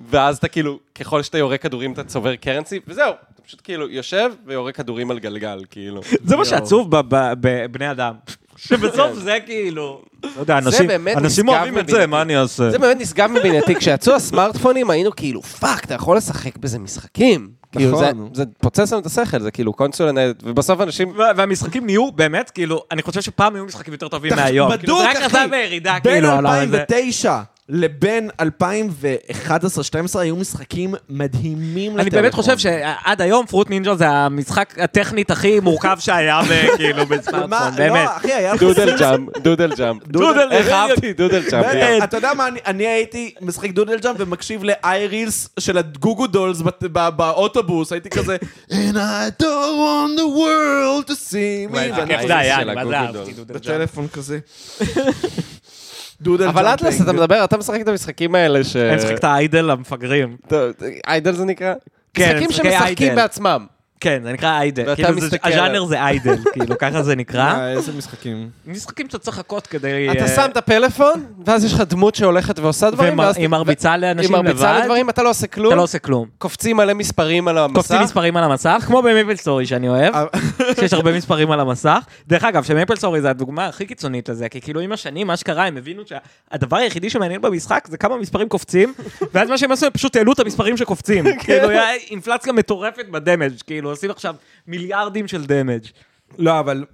[SPEAKER 1] ואז אתה כאילו, ככל שאתה יורה כדורים אתה צובר קרנסי, וזהו, אתה פשוט כאילו יושב ויורה כדורים על גלגל, כאילו.
[SPEAKER 3] זה מה שעצוב ב- ב- בבני אדם. שבסוף זה כאילו... לא יודע, אנשים-
[SPEAKER 1] באמת
[SPEAKER 3] אנשים
[SPEAKER 1] נשגב
[SPEAKER 3] אוהבים את זה,
[SPEAKER 1] מבינתי.
[SPEAKER 3] מה אני אעשה?
[SPEAKER 1] זה באמת נשגב מבינתי, כשיצאו הסמארטפונים היינו כאילו, פאק, אתה יכול לשחק בזה משחקים. כאילו, זה-
[SPEAKER 2] נכון.
[SPEAKER 1] זה פוצץ לנו את השכל, זה כאילו קונסולה ניידת, ובסוף אנשים...
[SPEAKER 3] וה- והמשחקים נהיו באמת, כאילו, אני חושב שפעם היו משחקים יותר טובים מהיום.
[SPEAKER 2] בדוק,
[SPEAKER 3] כאילו, זה רק
[SPEAKER 2] אחי.
[SPEAKER 3] עזב וירידה,
[SPEAKER 2] בין
[SPEAKER 3] כאילו, העולם הזה.
[SPEAKER 2] 2009 לבין 2011-2012 היו משחקים מדהימים לטלפון.
[SPEAKER 3] אני באמת חושב שעד היום פרוט נינג'ה זה המשחק הטכנית הכי מורכב שהיה, כאילו,
[SPEAKER 2] מה,
[SPEAKER 3] בסמארטפון, באמת.
[SPEAKER 2] לא, אחי, היה לך
[SPEAKER 1] דודל ג'אמפ, דודל ג'אמפ.
[SPEAKER 2] דודל,
[SPEAKER 1] איך אהבתי דודל ג'אמפ.
[SPEAKER 2] באמת, אתה יודע מה, אני- אני הייתי משחק דודל ג'אמפ ומקשיב לאיירילס של הגוגו דולס בת- בא- באוטובוס, הייתי כזה And I don't want the world to see me,
[SPEAKER 3] וואי, איזה
[SPEAKER 2] ואני
[SPEAKER 3] כיף
[SPEAKER 1] האייס
[SPEAKER 3] זה היה,
[SPEAKER 1] של
[SPEAKER 3] אני מה זה
[SPEAKER 1] הגוגל
[SPEAKER 3] אהבתי דודל ג'אמפ.
[SPEAKER 2] בטלפון כזה. דודל
[SPEAKER 1] אבל אטלס,
[SPEAKER 2] ג'אמפינג.
[SPEAKER 1] אתה מדבר, אתה משחק את המשחקים האלה ש...
[SPEAKER 3] אני משחק את אה, האיידל המפגרים.
[SPEAKER 1] טוב, איידל זה נקרא?
[SPEAKER 3] כן,
[SPEAKER 1] משחקים
[SPEAKER 3] משחקי
[SPEAKER 1] שמשחקים
[SPEAKER 3] איידל.
[SPEAKER 1] בעצמם.
[SPEAKER 3] כן, זה נקרא איידל.
[SPEAKER 1] ואתה
[SPEAKER 3] כאילו, זה-
[SPEAKER 1] מסתכל
[SPEAKER 3] הז'אנר
[SPEAKER 1] עליו.
[SPEAKER 3] זה איידל, כאילו, ככה זה נקרא.
[SPEAKER 2] אה, איזה משחקים.
[SPEAKER 3] משחקים שאתה צריך לחכות כדי...
[SPEAKER 1] אתה
[SPEAKER 3] אה,
[SPEAKER 1] שם את הפלאפון, ואז יש לך דמות שהולכת ועושה דברים, ואז...
[SPEAKER 3] והיא מרביצה
[SPEAKER 1] היא
[SPEAKER 3] לאנשים
[SPEAKER 1] מרביצה
[SPEAKER 3] לבד,
[SPEAKER 1] לדברים, אתה לא עושה כלום,
[SPEAKER 3] אתה לא עושה כלום.
[SPEAKER 1] קופצים מלא מספרים על המסך.
[SPEAKER 3] קופצים מספרים על המסך, כמו במיפל סטורי שאני אוהב, שיש הרבה מספרים על המסך. דרך אגב, שמיפל סטורי זה הדוגמה הכי קיצונית לזה, כי כאילו עם השנים, מה שקרה, הם הבינו שהדבר היחידי שמעניין במשחק זה כמה מספרים קופצים, ואז מה שהם עשו, הם פשוט העלו את המספרים שקופצים.
[SPEAKER 1] כן.
[SPEAKER 3] כאילו, היה אינפלציה מטורפת בדמג', כאילו, עושים עכשיו מיליארדים של דמג'.
[SPEAKER 2] לא, אבל...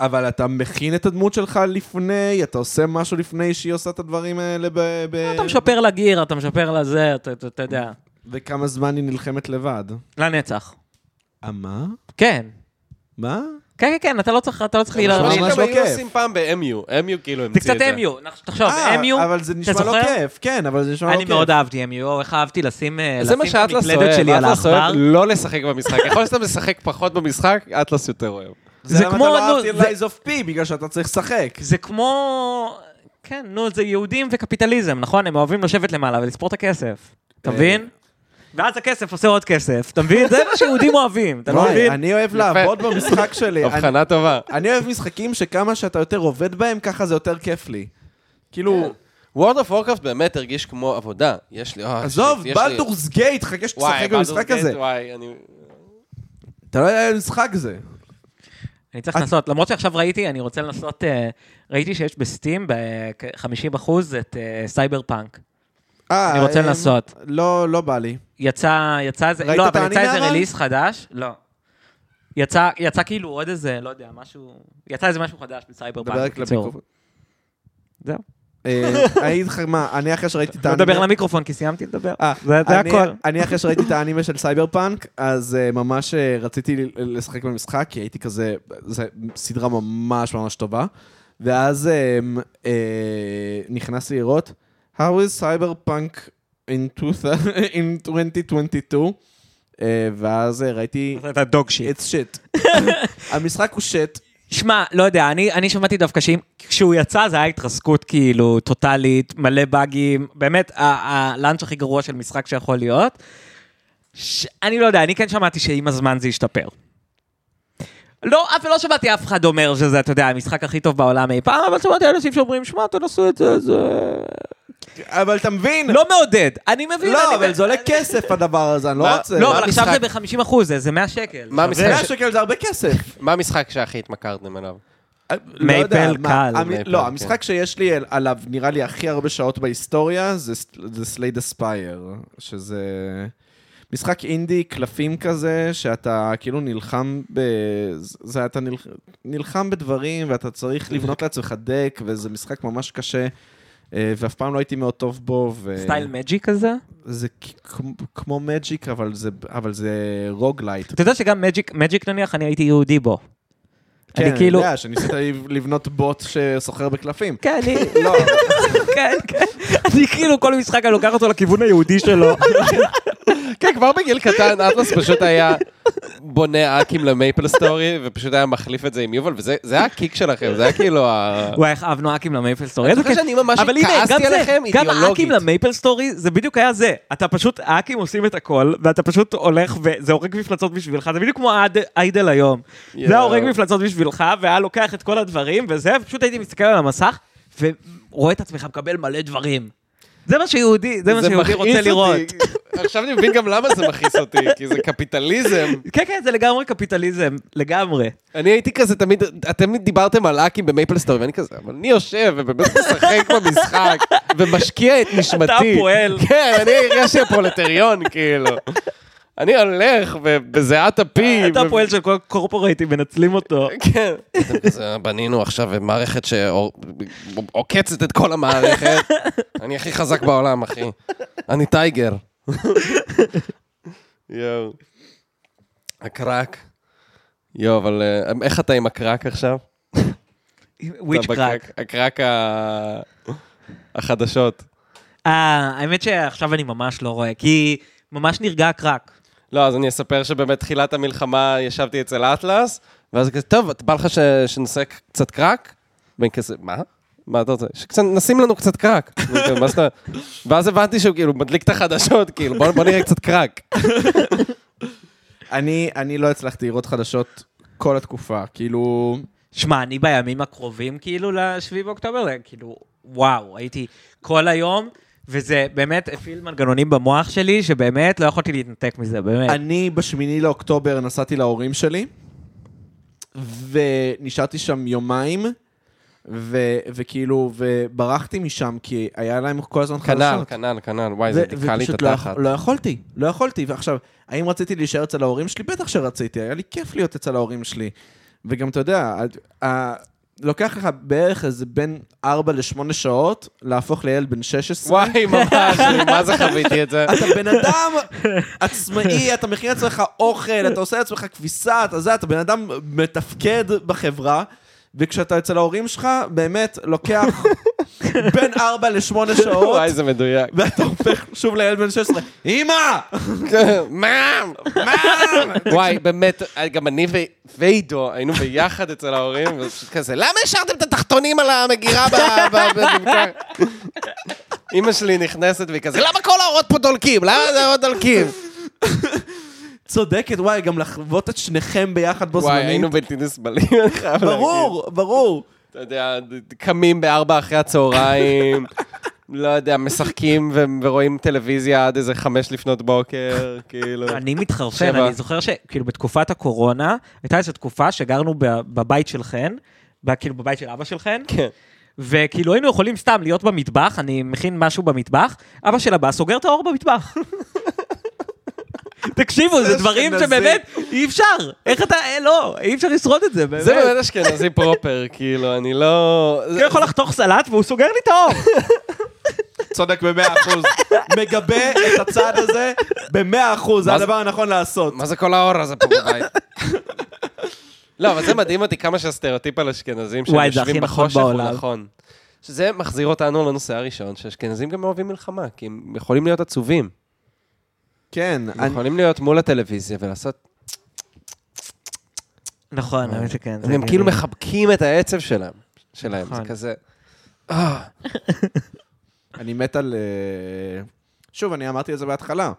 [SPEAKER 2] אבל אתה מכין את הדמות שלך לפני, אתה עושה משהו לפני שהיא עושה את הדברים האלה ב... ב...
[SPEAKER 1] אה,
[SPEAKER 3] אתה משפר לגיר, אתה משפר לזה, אתה- אתה אתה יודע,
[SPEAKER 2] וכמה זמן היא נלחמת לבד.
[SPEAKER 3] לנצח.
[SPEAKER 2] אה, מה?
[SPEAKER 3] כן.
[SPEAKER 2] מה?
[SPEAKER 3] כן, כן, כן, אתה לא צריך, אתה לא צריך
[SPEAKER 2] אבל
[SPEAKER 3] להילחם.
[SPEAKER 2] ממש
[SPEAKER 1] ממש
[SPEAKER 2] לא
[SPEAKER 1] לא כיף.
[SPEAKER 2] כיף.
[SPEAKER 1] עושים פעם ב-MU, MU כאילו
[SPEAKER 3] זה
[SPEAKER 1] המציא את
[SPEAKER 3] קצת אמיו, תחשוב,
[SPEAKER 2] אה,
[SPEAKER 3] אמיו,
[SPEAKER 2] אבל זה נשמע לא
[SPEAKER 3] זוכר?
[SPEAKER 2] כיף, כן, אבל זה נשמע לא
[SPEAKER 3] אני
[SPEAKER 2] כיף.
[SPEAKER 3] מאוד אהבתי MU, איך אהבתי לשים אה,
[SPEAKER 1] זה
[SPEAKER 3] לשים
[SPEAKER 1] מה
[SPEAKER 3] את
[SPEAKER 1] שאטלס
[SPEAKER 3] המקלדת
[SPEAKER 1] אוהב,
[SPEAKER 3] שלי על
[SPEAKER 1] אטלס
[SPEAKER 3] העכבר.
[SPEAKER 1] אוהב לא לשחק במשחק. יכול להיות שאתה משחק פחות במשחק, אטלס יותר אוהב.
[SPEAKER 2] זה למה אתה
[SPEAKER 3] כמו-
[SPEAKER 2] לא
[SPEAKER 3] נו,
[SPEAKER 2] אהבתי
[SPEAKER 3] זה-
[SPEAKER 2] Lies of P, בגלל שאתה צריך לשחק.
[SPEAKER 3] זה כמו... כן, נו, זה יהודים וקפיטליזם, נכון? הם אוהבים לשבת למעלה ולספור את הכסף. אתה מבין? ואז הכסף עושה עוד כסף, אתה מבין? זה מה שיהודים אוהבים, אתה לא
[SPEAKER 2] וואי,
[SPEAKER 3] מבין?
[SPEAKER 2] אני אוהב לעבוד במשחק שלי. אני-
[SPEAKER 1] הבחנה טובה.
[SPEAKER 2] אני אוהב משחקים שכמה שאתה יותר עובד בהם, ככה זה יותר כיף לי. כאילו,
[SPEAKER 1] World of Warcraft באמת הרגיש כמו עבודה. יש לי... אה,
[SPEAKER 2] עזוב,
[SPEAKER 1] יש לי-
[SPEAKER 2] בלדורס גייט, חכה
[SPEAKER 1] וואי,
[SPEAKER 2] שתשחק
[SPEAKER 1] בלדורס
[SPEAKER 2] במשחק
[SPEAKER 1] גייט,
[SPEAKER 2] הזה.
[SPEAKER 1] וואי, אני...
[SPEAKER 2] אתה לא יודע איזה משחק זה.
[SPEAKER 3] אני צריך לנסות, למרות שעכשיו ראיתי, אני רוצה לנסות, אה, ראיתי שיש בסטים ב-50% את אה, סייבר פאנק.
[SPEAKER 2] אה,
[SPEAKER 3] אני רוצה
[SPEAKER 2] אה,
[SPEAKER 3] לנסות.
[SPEAKER 2] לא, לא בא לי.
[SPEAKER 3] יצא, יצא איזה,
[SPEAKER 2] ראית
[SPEAKER 3] לא,
[SPEAKER 2] את
[SPEAKER 3] אבל יצא
[SPEAKER 2] האנימה,
[SPEAKER 3] איזה
[SPEAKER 2] אבל?
[SPEAKER 3] רליס חדש, לא. יצא, יצא כאילו עוד איזה, לא יודע, משהו, יצא איזה משהו חדש בסייבר
[SPEAKER 2] דבר רק
[SPEAKER 3] פאנק. בקיצור.
[SPEAKER 2] למיקרופון.
[SPEAKER 3] זהו.
[SPEAKER 2] אה, אני אגיד לך מה, אני אחרי שראיתי את
[SPEAKER 3] לא
[SPEAKER 2] האנימה...
[SPEAKER 3] מדבר למיקרופון כי סיימתי לדבר.
[SPEAKER 2] אה,
[SPEAKER 3] זה זה
[SPEAKER 2] אני-
[SPEAKER 3] הכל.
[SPEAKER 2] אני אחרי שראיתי את האנימה של סייבר פאנק, אז אה, ממש אה, רציתי ל- לשחק במשחק, כי הייתי כזה, זו סדרה ממש ממש טובה. ואז אה, אה, נכנסתי לראות, How is Cyber Punk in 2000 in 2022? אה, ואז אה, ראיתי,
[SPEAKER 3] אתה דוג שיט.
[SPEAKER 2] it's shit. המשחק הוא shit.
[SPEAKER 3] שמע, לא יודע, אני, אני שמעתי דווקא שאם כשהוא יצא זה היה התרסקות כאילו טוטאלית, מלא באגים, באמת ה- הלאנץ' הכי גרוע של משחק שיכול להיות. ש... אני לא יודע, אני כן שמעתי שעם הזמן זה ישתפר. לא, אף לא שמעתי אף אחד אומר שזה, אתה יודע, המשחק הכי טוב בעולם אי פעם, אבל שמעתי אנשים שאומרים, שמע, תנסו את זה, זה...
[SPEAKER 2] אבל אתה מבין?
[SPEAKER 3] לא מעודד, אני מבין.
[SPEAKER 2] לא,
[SPEAKER 3] אני...
[SPEAKER 2] אבל זה עולה כסף הדבר הזה, אני לא
[SPEAKER 1] מה-
[SPEAKER 2] רוצה.
[SPEAKER 3] לא,
[SPEAKER 1] מה
[SPEAKER 3] אבל עכשיו
[SPEAKER 1] המשחק?
[SPEAKER 3] זה ב-50 אחוז, זה זה 100 שקל.
[SPEAKER 1] מה
[SPEAKER 3] אתה מבין?
[SPEAKER 1] המשחק?
[SPEAKER 2] 100 שקל זה לא הרבה כסף.
[SPEAKER 1] מה המשחק שהכי התמכרתם אליו?
[SPEAKER 2] לא יודע,
[SPEAKER 3] מייפל
[SPEAKER 2] מה,
[SPEAKER 3] קל.
[SPEAKER 2] המ-
[SPEAKER 1] מייפל,
[SPEAKER 2] לא,
[SPEAKER 1] כן.
[SPEAKER 2] המשחק שיש לי על- עליו, נראה לי הכי הרבה שעות בהיסטוריה, זה סלייד אספייר, שזה משחק אינדי, קלפים כזה, שאתה כאילו נלחם ב... זה אתה נלח... נלחם בדברים, ואתה צריך לבנות לעצמך דק, וזה משחק ממש קשה. אה, ואף פעם לא הייתי מאוד טוב בו, ו...
[SPEAKER 3] סטייל מג'י כזה?
[SPEAKER 2] זה כ- כמו- כמו מג'יק, אבל זה, אבל זה רוגלייט.
[SPEAKER 3] אתה יודע שגם מג'יק, מג'יק נניח, אני הייתי יהודי בו.
[SPEAKER 2] כן,
[SPEAKER 3] אני כאילו...
[SPEAKER 2] אני יודע, שניסית לבנות בוט שסוחר בקלפים.
[SPEAKER 3] כן, אני...
[SPEAKER 2] לא, אבל
[SPEAKER 3] כן, כן. אני כאילו כל משחק אני לוקח אותו לכיוון היהודי שלו.
[SPEAKER 1] כן, כבר בגיל קטן, אטלס פשוט היה בונה אקים למייפל סטורי, ופשוט היה מחליף את זה עם יובל, וזה זה היה הקיק שלכם, זה היה כאילו ה...
[SPEAKER 3] וואי, איך אהבנו האקים למייפל סטורי.
[SPEAKER 1] זוכר שאני ממש כעסתי עליכם
[SPEAKER 3] גם האקים
[SPEAKER 1] אידיאולוגית.
[SPEAKER 3] למייפל סטורי, זה בדיוק היה זה. אתה פשוט, האקים עושים את הכל, ואתה פשוט הולך וזה הורג מפלצות בשבילך, זה בדיוק כמו האד- איידל היום. זה היה הורג מפלצות בשבילך, והיה לוקח את כל הדברים, וזה, ופשוט הייתי מסתכל על המסך, ורואה את עצמך מקבל מלא דברים. זה מה שיהודי, זה מה שיהודי
[SPEAKER 1] מכעיס
[SPEAKER 3] רוצה
[SPEAKER 1] אותי.
[SPEAKER 3] לראות.
[SPEAKER 1] עכשיו אני מבין גם למה זה מכעיס אותי, כי זה קפיטליזם.
[SPEAKER 3] כן, כן, זה לגמרי קפיטליזם, לגמרי.
[SPEAKER 1] אני הייתי כזה תמיד, אתם דיברתם על האקים במייפל סטורי, ואני כזה, אבל אני יושב ובאמת משחק במשחק, ומשקיע את נשמתי.
[SPEAKER 3] אתה הפועל.
[SPEAKER 1] כן, אני יש לי פרולטריון, כאילו. אני הולך ובזיעת אפי.
[SPEAKER 3] אה, אתה
[SPEAKER 1] ו-
[SPEAKER 3] הפועל של כל קורפורייטים, מנצלים אותו.
[SPEAKER 1] כן. אז, אה, בנינו עכשיו מערכת שעוקצת את כל המערכת. אני הכי חזק בעולם, אחי. אני טייגר. יואו. הקרק. יואו, אבל אה, איך אתה עם הקרק עכשיו?
[SPEAKER 3] וויץ'
[SPEAKER 1] אתה
[SPEAKER 3] קראק.
[SPEAKER 1] בקרק- הקרק ה- החדשות.
[SPEAKER 3] אה, האמת שעכשיו אני ממש לא רואה, כי ממש נרגע הקרק.
[SPEAKER 1] לא, אז אני אספר שבאמת תחילת המלחמה ישבתי אצל אטלס, ואז כזה, טוב, אתה בא לך ש... שנעשה קצת קרק? ואני כזה, מה? מה אתה רוצה? שקצת, נשים לנו קצת קרק. ואני כזה, "מה זאת אומרת?" ואז הבנתי שהוא כאילו מדליק את החדשות, כאילו, בוא, בוא נראה קצת קרק.
[SPEAKER 2] אני, אני לא הצלחתי לראות חדשות כל התקופה, כאילו...
[SPEAKER 3] שמע, אני בימים הקרובים, כאילו, ל-7 באוקטובר, זה כאילו, וואו, הייתי כל היום, וזה באמת הפעיל מנגנונים במוח שלי, שבאמת לא יכולתי להתנתק מזה,
[SPEAKER 1] אה.
[SPEAKER 3] באמת.
[SPEAKER 2] אני בשמיני לאוקטובר נסעתי להורים שלי, ונשארתי שם יומיים, ו, וכאילו, וברחתי משם, כי היה להם כל הזמן
[SPEAKER 1] כנ"ל,
[SPEAKER 2] חדשות.
[SPEAKER 1] כנ"ל, כנ"ל, וואי, זה
[SPEAKER 2] ו-
[SPEAKER 1] תקע לי את
[SPEAKER 2] ופשוט לא,
[SPEAKER 1] התחת.
[SPEAKER 2] יכ- לא יכולתי, לא יכולתי. ועכשיו, האם רציתי להישאר אצל ההורים שלי? בטח שרציתי, היה לי כיף להיות אצל ההורים שלי. וגם, אתה יודע, ה- ה- לוקח לך בערך איזה בין 4 ל-8 שעות להפוך לילד בן 16.
[SPEAKER 1] וואי, ממש, אני מה זה חוויתי את זה?
[SPEAKER 2] אתה בן אדם עצמאי, אתה מכין לעצמך אוכל, אתה עושה לעצמך כביסה, אתה זה, אתה בן אדם מתפקד בחברה, וכשאתה אצל ההורים שלך, באמת לוקח בין 4 ל-8 שעות,
[SPEAKER 1] וואי, זה מדויק.
[SPEAKER 2] ואתה הופך שוב לילד בן 16. אמא!
[SPEAKER 1] מאם! וואי, באמת, גם אני ו- ועידו היינו ביחד אצל ההורים, ופשוט כזה, למה השארתם את התחתונים על המגירה ב- ב- ב- במקרה?" אימא שלי נכנסת והיא כזה, למה כל האורות פה דולקים? למה זה האורות דולקים?
[SPEAKER 2] צודקת, וואי, גם לחוות את שניכם ביחד בו
[SPEAKER 1] וואי,
[SPEAKER 2] זמנית.
[SPEAKER 1] היינו בלתי נסבלים, אני חייב להגיד.
[SPEAKER 2] לא ברור, ברור.
[SPEAKER 1] אתה יודע, קמים בארבע אחרי הצהריים, לא יודע, משחקים ו- ורואים טלוויזיה עד איזה חמש לפנות בוקר, כאילו.
[SPEAKER 3] אני מתחרפן,
[SPEAKER 1] שבע.
[SPEAKER 3] אני זוכר שכאילו בתקופת הקורונה, הייתה איזו תקופה שגרנו ב- בבית של חן, ב- כאילו בבית של אבא של חן,
[SPEAKER 1] כן.
[SPEAKER 3] וכאילו היינו יכולים סתם להיות במטבח, אני מכין משהו במטבח, אבא של הבא סוגר את האור במטבח. תקשיבו, זה דברים
[SPEAKER 2] אשכנזי.
[SPEAKER 3] שבאמת אי אפשר. איך אתה, אה, לא, אי אפשר לשרוד את זה, באמת.
[SPEAKER 1] זה באמת אשכנזי פרופר, כאילו, אני לא...
[SPEAKER 3] הוא יכול לחתוך סלט והוא סוגר לי את האור.
[SPEAKER 2] צודק במאה אחוז. מגבה את הצעד הזה במאה אחוז, זה
[SPEAKER 1] מה זה- נכון.
[SPEAKER 2] הדבר הנכון לעשות.
[SPEAKER 1] מה זה כל האור הזה פה בבית? לא, אבל זה מדהים אותי כמה שהסטריאוטיפ על אשכנזים שהם
[SPEAKER 3] וואי, זה הכי
[SPEAKER 1] יושבים
[SPEAKER 3] נכון
[SPEAKER 1] בחושך הוא
[SPEAKER 3] בעולם.
[SPEAKER 1] נכון. שזה מחזיר אותנו לנושא הראשון, שאשכנזים גם אוהבים מלחמה, כי הם יכולים להיות עצובים.
[SPEAKER 2] כן,
[SPEAKER 1] הם יכולים להיות מול הטלוויזיה ולעשות...
[SPEAKER 3] נכון, האמת שכן. זה
[SPEAKER 1] הם כאילו
[SPEAKER 3] הגיוני.
[SPEAKER 1] מחבקים את העצב שלהם. שלהם, זה
[SPEAKER 3] נכון.
[SPEAKER 1] כזה...
[SPEAKER 2] אני מת על... אה, שוב, אני אמרתי את זה בהתחלה.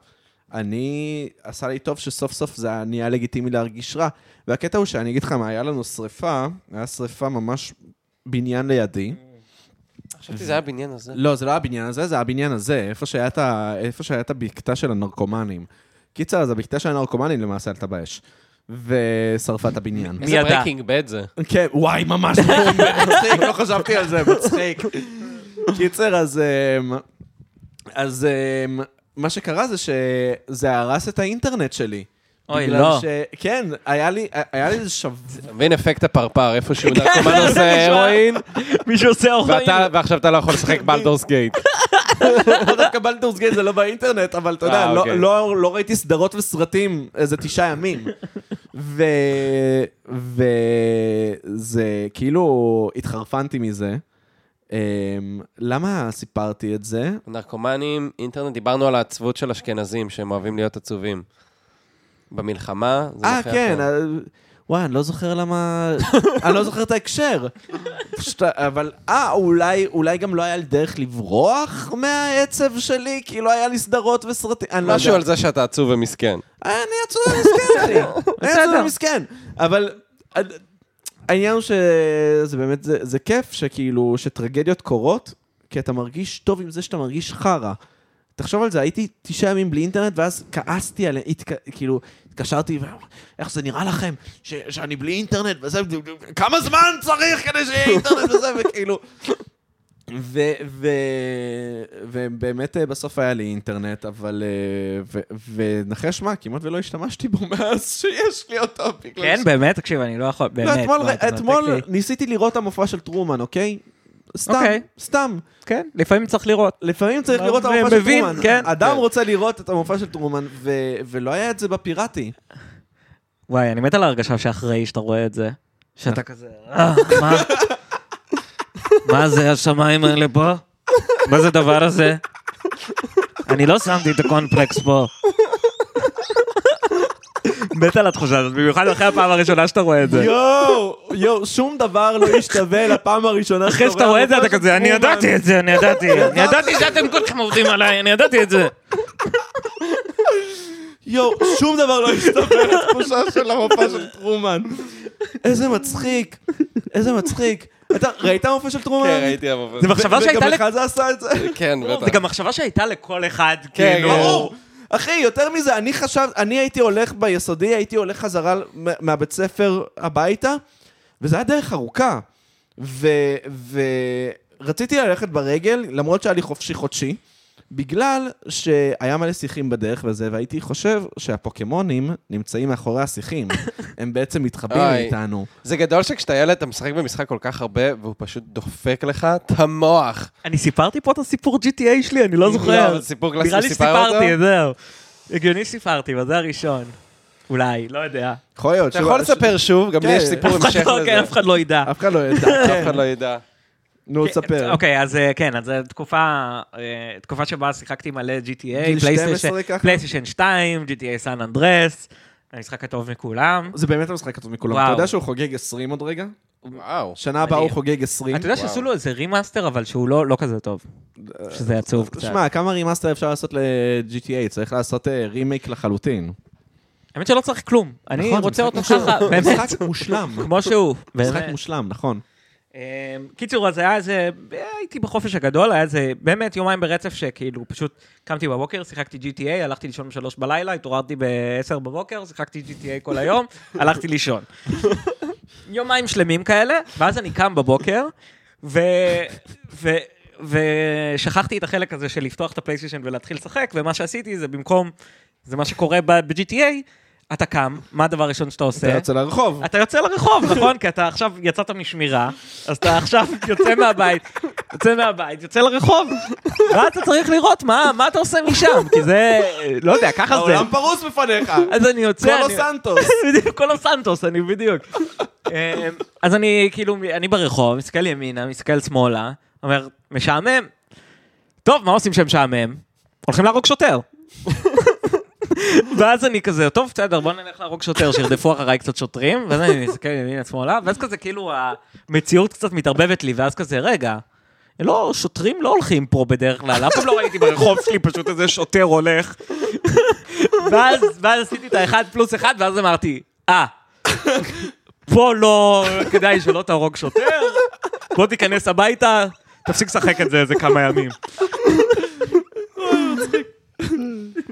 [SPEAKER 2] אני, עשה לי טוב שסוף סוף זה היה נהיה לגיטימי להרגיש רע. והקטע הוא שאני אגיד לך מה, היה לנו שריפה, היה שריפה ממש בניין לידי.
[SPEAKER 1] חשבתי זה היה הבניין הזה.
[SPEAKER 2] לא, זה לא הבניין הזה, זה הבניין הזה, איפה שהיה את ה- איפה שהיה את הבקתה של הנרקומנים. קיצר, אז הבקתה של הנרקומנים למעשה עלתה באש. ושרפה את הבניין.
[SPEAKER 3] מי ידע?
[SPEAKER 1] איזה ברייקינג בד זה.
[SPEAKER 2] כן, וואי, ממש בום, מצחיק, לא חשבתי על זה, מצחיק. קיצר, אז... אמ, אז אמ, מה שקרה זה שזה הרס את האינטרנט שלי.
[SPEAKER 3] אוי,
[SPEAKER 2] בגלל
[SPEAKER 3] לא.
[SPEAKER 2] ש... כן, היה לי היה לי איזה שבוע...
[SPEAKER 1] אתה מבין אפקט הפרפר, איפה שהוא נרקומן
[SPEAKER 3] כן,
[SPEAKER 1] עושה
[SPEAKER 3] זה נשמע.
[SPEAKER 1] הרואין,
[SPEAKER 3] מישהו עושה אור.
[SPEAKER 1] ואתה- ועכשיו אתה לא יכול לשחק בלדורס גייט.
[SPEAKER 2] לא דווקא בלדורס גייט זה לא באינטרנט, אבל אתה יודע,
[SPEAKER 1] אה,
[SPEAKER 2] לא-
[SPEAKER 1] אוקיי.
[SPEAKER 2] לא לא ראיתי סדרות וסרטים איזה תשעה ימים. ו... וזה כאילו, התחרפנתי מזה. אמ, למה סיפרתי את זה?
[SPEAKER 1] נרקומנים, אינטרנט, דיברנו על העצבות של אשכנזים, שהם אוהבים להיות עצובים. במלחמה, זה
[SPEAKER 2] אה,
[SPEAKER 1] הכי
[SPEAKER 2] כן,
[SPEAKER 1] אחר.
[SPEAKER 2] אה, וואי, אני לא זוכר למה... אני לא זוכר את ההקשר. פשוט, אבל, אה, אולי, אולי גם לא היה לי דרך לברוח מהעצב שלי, כי לא היה לי סדרות וסרטים, אני לא
[SPEAKER 1] משהו
[SPEAKER 2] יודע.
[SPEAKER 1] על זה שאתה עצוב ומסכן.
[SPEAKER 2] אה, אני עצוב ומסכן, אחי. אני עצוב ומסכן. אבל אה, העניין הוא שזה באמת, זה, זה כיף שכאילו, שטרגדיות קורות, כי אתה מרגיש טוב עם זה שאתה מרגיש חרא. תחשוב על זה, הייתי תשעה ימים בלי אינטרנט, ואז כעסתי עליהם, התק... כאילו, התקשרתי, ו- איך זה נראה לכם, ש... שאני בלי אינטרנט, וזה, כמה זמן צריך כדי שיהיה אינטרנט וזה, וכאילו... ו... ו... ובאמת אה, בסוף היה לי אינטרנט, אבל... אה, ו... ונחש מה, כמעט ולא השתמשתי בו מאז שיש לי אותו. בגלל
[SPEAKER 3] כן, באמת, תקשיב, אני לא יכול,
[SPEAKER 2] לא,
[SPEAKER 3] באמת.
[SPEAKER 2] אתמול,
[SPEAKER 3] לא, אתה מנתק
[SPEAKER 2] אתמול
[SPEAKER 3] לי.
[SPEAKER 2] ניסיתי לראות את המופע של טרומן, אוקיי? סתם,
[SPEAKER 3] אוקיי.
[SPEAKER 2] סתם.
[SPEAKER 3] כן, לפעמים צריך לראות.
[SPEAKER 2] לפעמים צריך
[SPEAKER 3] מה
[SPEAKER 2] לראות את
[SPEAKER 3] זה
[SPEAKER 2] המופע של
[SPEAKER 3] לא מבין,
[SPEAKER 2] טרומן.
[SPEAKER 3] כן.
[SPEAKER 2] אדם
[SPEAKER 1] כן.
[SPEAKER 2] רוצה לראות את המופע של טרומן, ו- ולא היה את זה בפיראטי.
[SPEAKER 3] וואי, אני מת על ההרגשה שאחרי שאתה רואה את זה. שאתה כזה, "אה, מה? מה זה השמיים האלה פה? מה זה הדבר הזה? אני לא שמתי את הקונפלקס פה. מת על התחושה הזאת, במיוחד אחרי הפעם הראשונה שאתה רואה את זה.
[SPEAKER 2] יואו, יואו, שום דבר לא השתווה לפעם הראשונה
[SPEAKER 3] אחרי שאתה רואה את זה, אתה
[SPEAKER 2] המופע של
[SPEAKER 3] כזה, אני
[SPEAKER 2] טרומן."
[SPEAKER 3] ידעתי את זה, אני ידעתי, אני ידעתי שאתם כולכם עובדים עליי, אני ידעתי את זה.
[SPEAKER 2] יואו, שום דבר לא השתפר לתחושה של המופע של טרומן. איזה מצחיק, איזה מצחיק. אתה ראית המופע של טרומן?
[SPEAKER 1] כן, ראיתי המוביל.
[SPEAKER 3] זה מחשבה שהייתה
[SPEAKER 2] וגם
[SPEAKER 3] לק-
[SPEAKER 2] לך זה עשה את זה?
[SPEAKER 1] כן, בטח.
[SPEAKER 3] זה גם מחשבה שהייתה לכל אחד,
[SPEAKER 1] כן,
[SPEAKER 3] כאילו.
[SPEAKER 1] כן.
[SPEAKER 2] ברור. אחי, יותר מזה, אני חשב, אני הייתי הולך ביסודי, הייתי הולך חזרה מה- מהבית ספר הביתה, וזה היה דרך ארוכה. ו- ורציתי ללכת ברגל, למרות שהיה לי חופשי חודשי, בגלל שהיה מלא שיחים בדרך וזה, והייתי חושב שהפוקימונים נמצאים מאחורי השיחים. הם בעצם מתחבאים
[SPEAKER 1] אוי.
[SPEAKER 2] מאיתנו.
[SPEAKER 1] זה גדול שכשאתה ילד אתה משחק במשחק כל כך הרבה, והוא פשוט דופק לך את המוח.
[SPEAKER 3] אני סיפרתי פה את הסיפור GTA שלי, אני לא
[SPEAKER 1] לא,
[SPEAKER 3] זוכר.
[SPEAKER 1] אבל סיפור קלאסי
[SPEAKER 3] נראה לי
[SPEAKER 1] שסיפר אותו.
[SPEAKER 3] שסיפרתי, זהו. הגיוני שסיפרתי, אבל זה הראשון. אולי, לא יודע.
[SPEAKER 2] יכול להיות.
[SPEAKER 1] אתה
[SPEAKER 2] שהוא-
[SPEAKER 1] יכול לספר שוב, גם לי
[SPEAKER 2] כן.
[SPEAKER 1] יש סיפור
[SPEAKER 3] אף
[SPEAKER 1] המשך
[SPEAKER 3] אחד לא- כן, אף
[SPEAKER 1] לזה.
[SPEAKER 3] אחד לא ידע.
[SPEAKER 2] אף אחד לא ידע.
[SPEAKER 1] אוקיי, אף אחד לא ידע.
[SPEAKER 2] נו,
[SPEAKER 3] כן,
[SPEAKER 2] תספר.
[SPEAKER 3] אוקיי, אז אה, כן, אז זו תקופה, אה, תקופה שבה שיחקתי מלא GTA,
[SPEAKER 2] 12
[SPEAKER 3] פלייסטיישן-
[SPEAKER 2] ככה?
[SPEAKER 3] פלייסטיישן 2, GTA סן אנדרס, המשחק הטוב מכולם.
[SPEAKER 2] זה באמת המשחק הטוב מכולם. אתה
[SPEAKER 3] וואו.
[SPEAKER 2] יודע שהוא חוגג 20 עוד רגע?
[SPEAKER 1] וואו.
[SPEAKER 2] שנה הבאה הוא
[SPEAKER 3] מדהים.
[SPEAKER 2] חוגג 20.
[SPEAKER 3] אתה יודע שעשו לו איזה רימאסטר, אבל שהוא לא לא כזה טוב. שזה עצוב קצת.
[SPEAKER 2] אה, שמע, כמה רימאסטר אפשר לעשות ל-GTA? צריך לעשות אה, רימייק לחלוטין.
[SPEAKER 3] האמת שלא צריך כלום. אני
[SPEAKER 2] נכון, זה
[SPEAKER 3] רוצה
[SPEAKER 2] משחק
[SPEAKER 3] אותו ככה,
[SPEAKER 2] מושלם.
[SPEAKER 3] באמת,
[SPEAKER 2] משחק מושלם.
[SPEAKER 3] כמו שהוא.
[SPEAKER 2] משחק
[SPEAKER 3] באמת.
[SPEAKER 2] מושלם, נכון.
[SPEAKER 3] אמ, קיצור, אז היה איזה, הייתי בחופש הגדול, היה איזה באמת יומיים ברצף שכאילו פשוט קמתי בבוקר, שיחקתי GTA, הלכתי לישון בשלוש בלילה, התעוררתי ב-10 בבוקר, שיחקתי GTA כל היום, הלכתי לישון. יומיים שלמים כאלה, ואז אני קם בבוקר, ו... ו... ושכחתי את החלק הזה של לפתוח את הפלייסטיישן ולהתחיל לשחק, ומה שעשיתי זה במקום, זה מה שקורה ב- ב-GTA, אתה קם, מה הדבר הראשון שאתה עושה?
[SPEAKER 2] אתה יוצא לרחוב.
[SPEAKER 3] אתה יוצא לרחוב, נכון? כי אתה עכשיו יצאת משמירה, אז אתה עכשיו יוצא מהבית, יוצא מהבית, יוצא לרחוב. ואז אתה צריך לראות מה מה אתה עושה משם, כי זה, לא יודע, ככה זה.
[SPEAKER 2] העולם פרוס בפניך.
[SPEAKER 3] אז אני יוצא...
[SPEAKER 2] קולו
[SPEAKER 3] אני-
[SPEAKER 2] סנטוס.
[SPEAKER 3] בדיוק, קולו סנטוס, אני בדיוק. אמ, אז אני כאילו, אני ברחוב, מסתכל ימינה, מסתכל שמאלה, אומר, משעמם. טוב, מה עושים שמשעמם? הולכים להרוג שוטר. ואז אני כזה, טוב, בסדר, בוא נלך להרוג שוטר, שירדפו אחריי קצת שוטרים, ואז אני מסתכל ימינה שמאלה, ואז כזה כאילו המציאות קצת מתערבבת לי, ואז כזה, רגע, לא, שוטרים לא הולכים פה בדרך כלל, אף פעם לא ראיתי ברחוב שלי פשוט איזה שוטר הולך. ואז, ואז עשיתי את האחד פלוס אחד, ואז אמרתי, אה, פה לא כדאי שלא תהרוג שוטר, בוא תיכנס הביתה, תפסיק לשחק את זה איזה כמה ימים.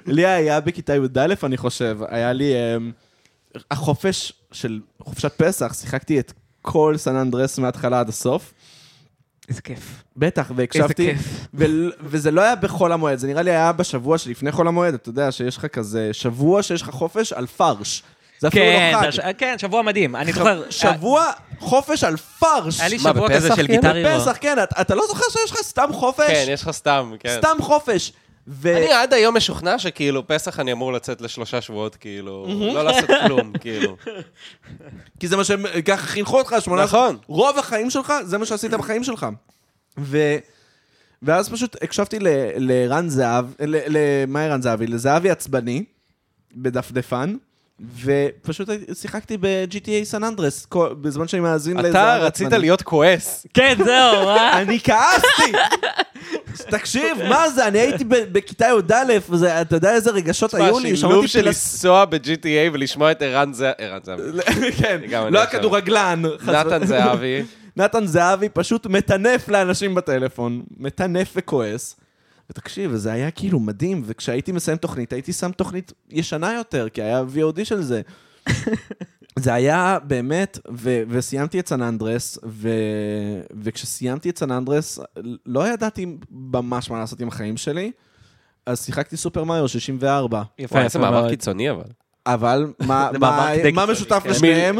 [SPEAKER 2] לי היה בכיתה י"א, אני חושב, היה לי... אמ, החופש של חופשת פסח, שיחקתי את כל סן אנדרס מההתחלה עד הסוף.
[SPEAKER 3] איזה כיף.
[SPEAKER 2] בטח, והקשבתי,
[SPEAKER 3] איזה
[SPEAKER 2] ול- וזה לא היה בחול המועד, זה נראה לי היה בשבוע שלפני חול המועד, אתה יודע שיש לך כזה שבוע שיש לך חופש על פרש. זה אפילו
[SPEAKER 3] כן,
[SPEAKER 2] לא חג.
[SPEAKER 3] זה הש- כן, שבוע מדהים, אני זוכר.
[SPEAKER 2] שבוע חופש על פרש.
[SPEAKER 3] אה, היה לי
[SPEAKER 1] מה,
[SPEAKER 3] שבוע
[SPEAKER 1] בפסח,
[SPEAKER 3] כזה של
[SPEAKER 1] כן?
[SPEAKER 3] גיטר הירו.
[SPEAKER 2] בפסח, כן, אתה- אתה לא זוכר שיש לך סתם חופש?
[SPEAKER 1] כן, יש לך סתם, אה- כן.
[SPEAKER 2] סתם חופש. ו-
[SPEAKER 1] אני עד היום משוכנע שכאילו, פסח אני אמור לצאת לשלושה שבועות, כאילו, לא לעשות כלום, כאילו.
[SPEAKER 2] כי זה מה שהם ככה חינכו אותך, שמונה...
[SPEAKER 1] נכון.
[SPEAKER 2] רוב החיים שלך, זה מה שעשית בחיים שלך. ו... ואז פשוט הקשבתי ל- לרן זהב, ל- למה רן זהבי? לזהבי עצבני, בדפדפן, ופשוט שיחקתי ב-GTA סן אנדרס, כל- בזמן שאני מאזין לזהבי
[SPEAKER 1] אתה
[SPEAKER 2] עצבני.
[SPEAKER 1] רצית להיות כועס.
[SPEAKER 3] כן, זהו, מה?
[SPEAKER 2] אני כעסתי! תקשיב, מה זה, אני הייתי ב- בכיתה י"א, וזה- אתה יודע איזה רגשות היו לי,
[SPEAKER 1] השילוב
[SPEAKER 2] שמעתי
[SPEAKER 1] של
[SPEAKER 2] פלס...
[SPEAKER 1] לנסוע ב-GTA ולשמוע את ערן זהב, ערן זהב,
[SPEAKER 2] כן,
[SPEAKER 1] גם אני
[SPEAKER 2] לא
[SPEAKER 1] עכשיו.
[SPEAKER 2] הכדורגלן. חס ו-
[SPEAKER 1] נתן זהבי.
[SPEAKER 2] נתן זהבי פשוט מטנף לאנשים בטלפון, מטנף וכועס. ותקשיב, זה היה כאילו מדהים, וכשהייתי מסיים תוכנית, הייתי שם תוכנית ישנה יותר, כי היה VOD של זה. זה היה באמת, ו- וסיימתי את סן אנדרס, ו- וכשסיימתי את סן אנדרס, לא ידעתי ממש מה לעשות עם החיים שלי, אז שיחקתי סופר מריו 64.
[SPEAKER 3] יפה,
[SPEAKER 1] וואי,
[SPEAKER 3] יפה
[SPEAKER 1] איזה
[SPEAKER 3] מאוד.
[SPEAKER 1] מעבר קיצוני אבל.
[SPEAKER 2] אבל מה,
[SPEAKER 3] זה
[SPEAKER 2] מה,
[SPEAKER 3] מעבר כדי
[SPEAKER 2] מה
[SPEAKER 3] קיצוני,
[SPEAKER 2] משותף
[SPEAKER 3] כן.
[SPEAKER 2] לשניהם?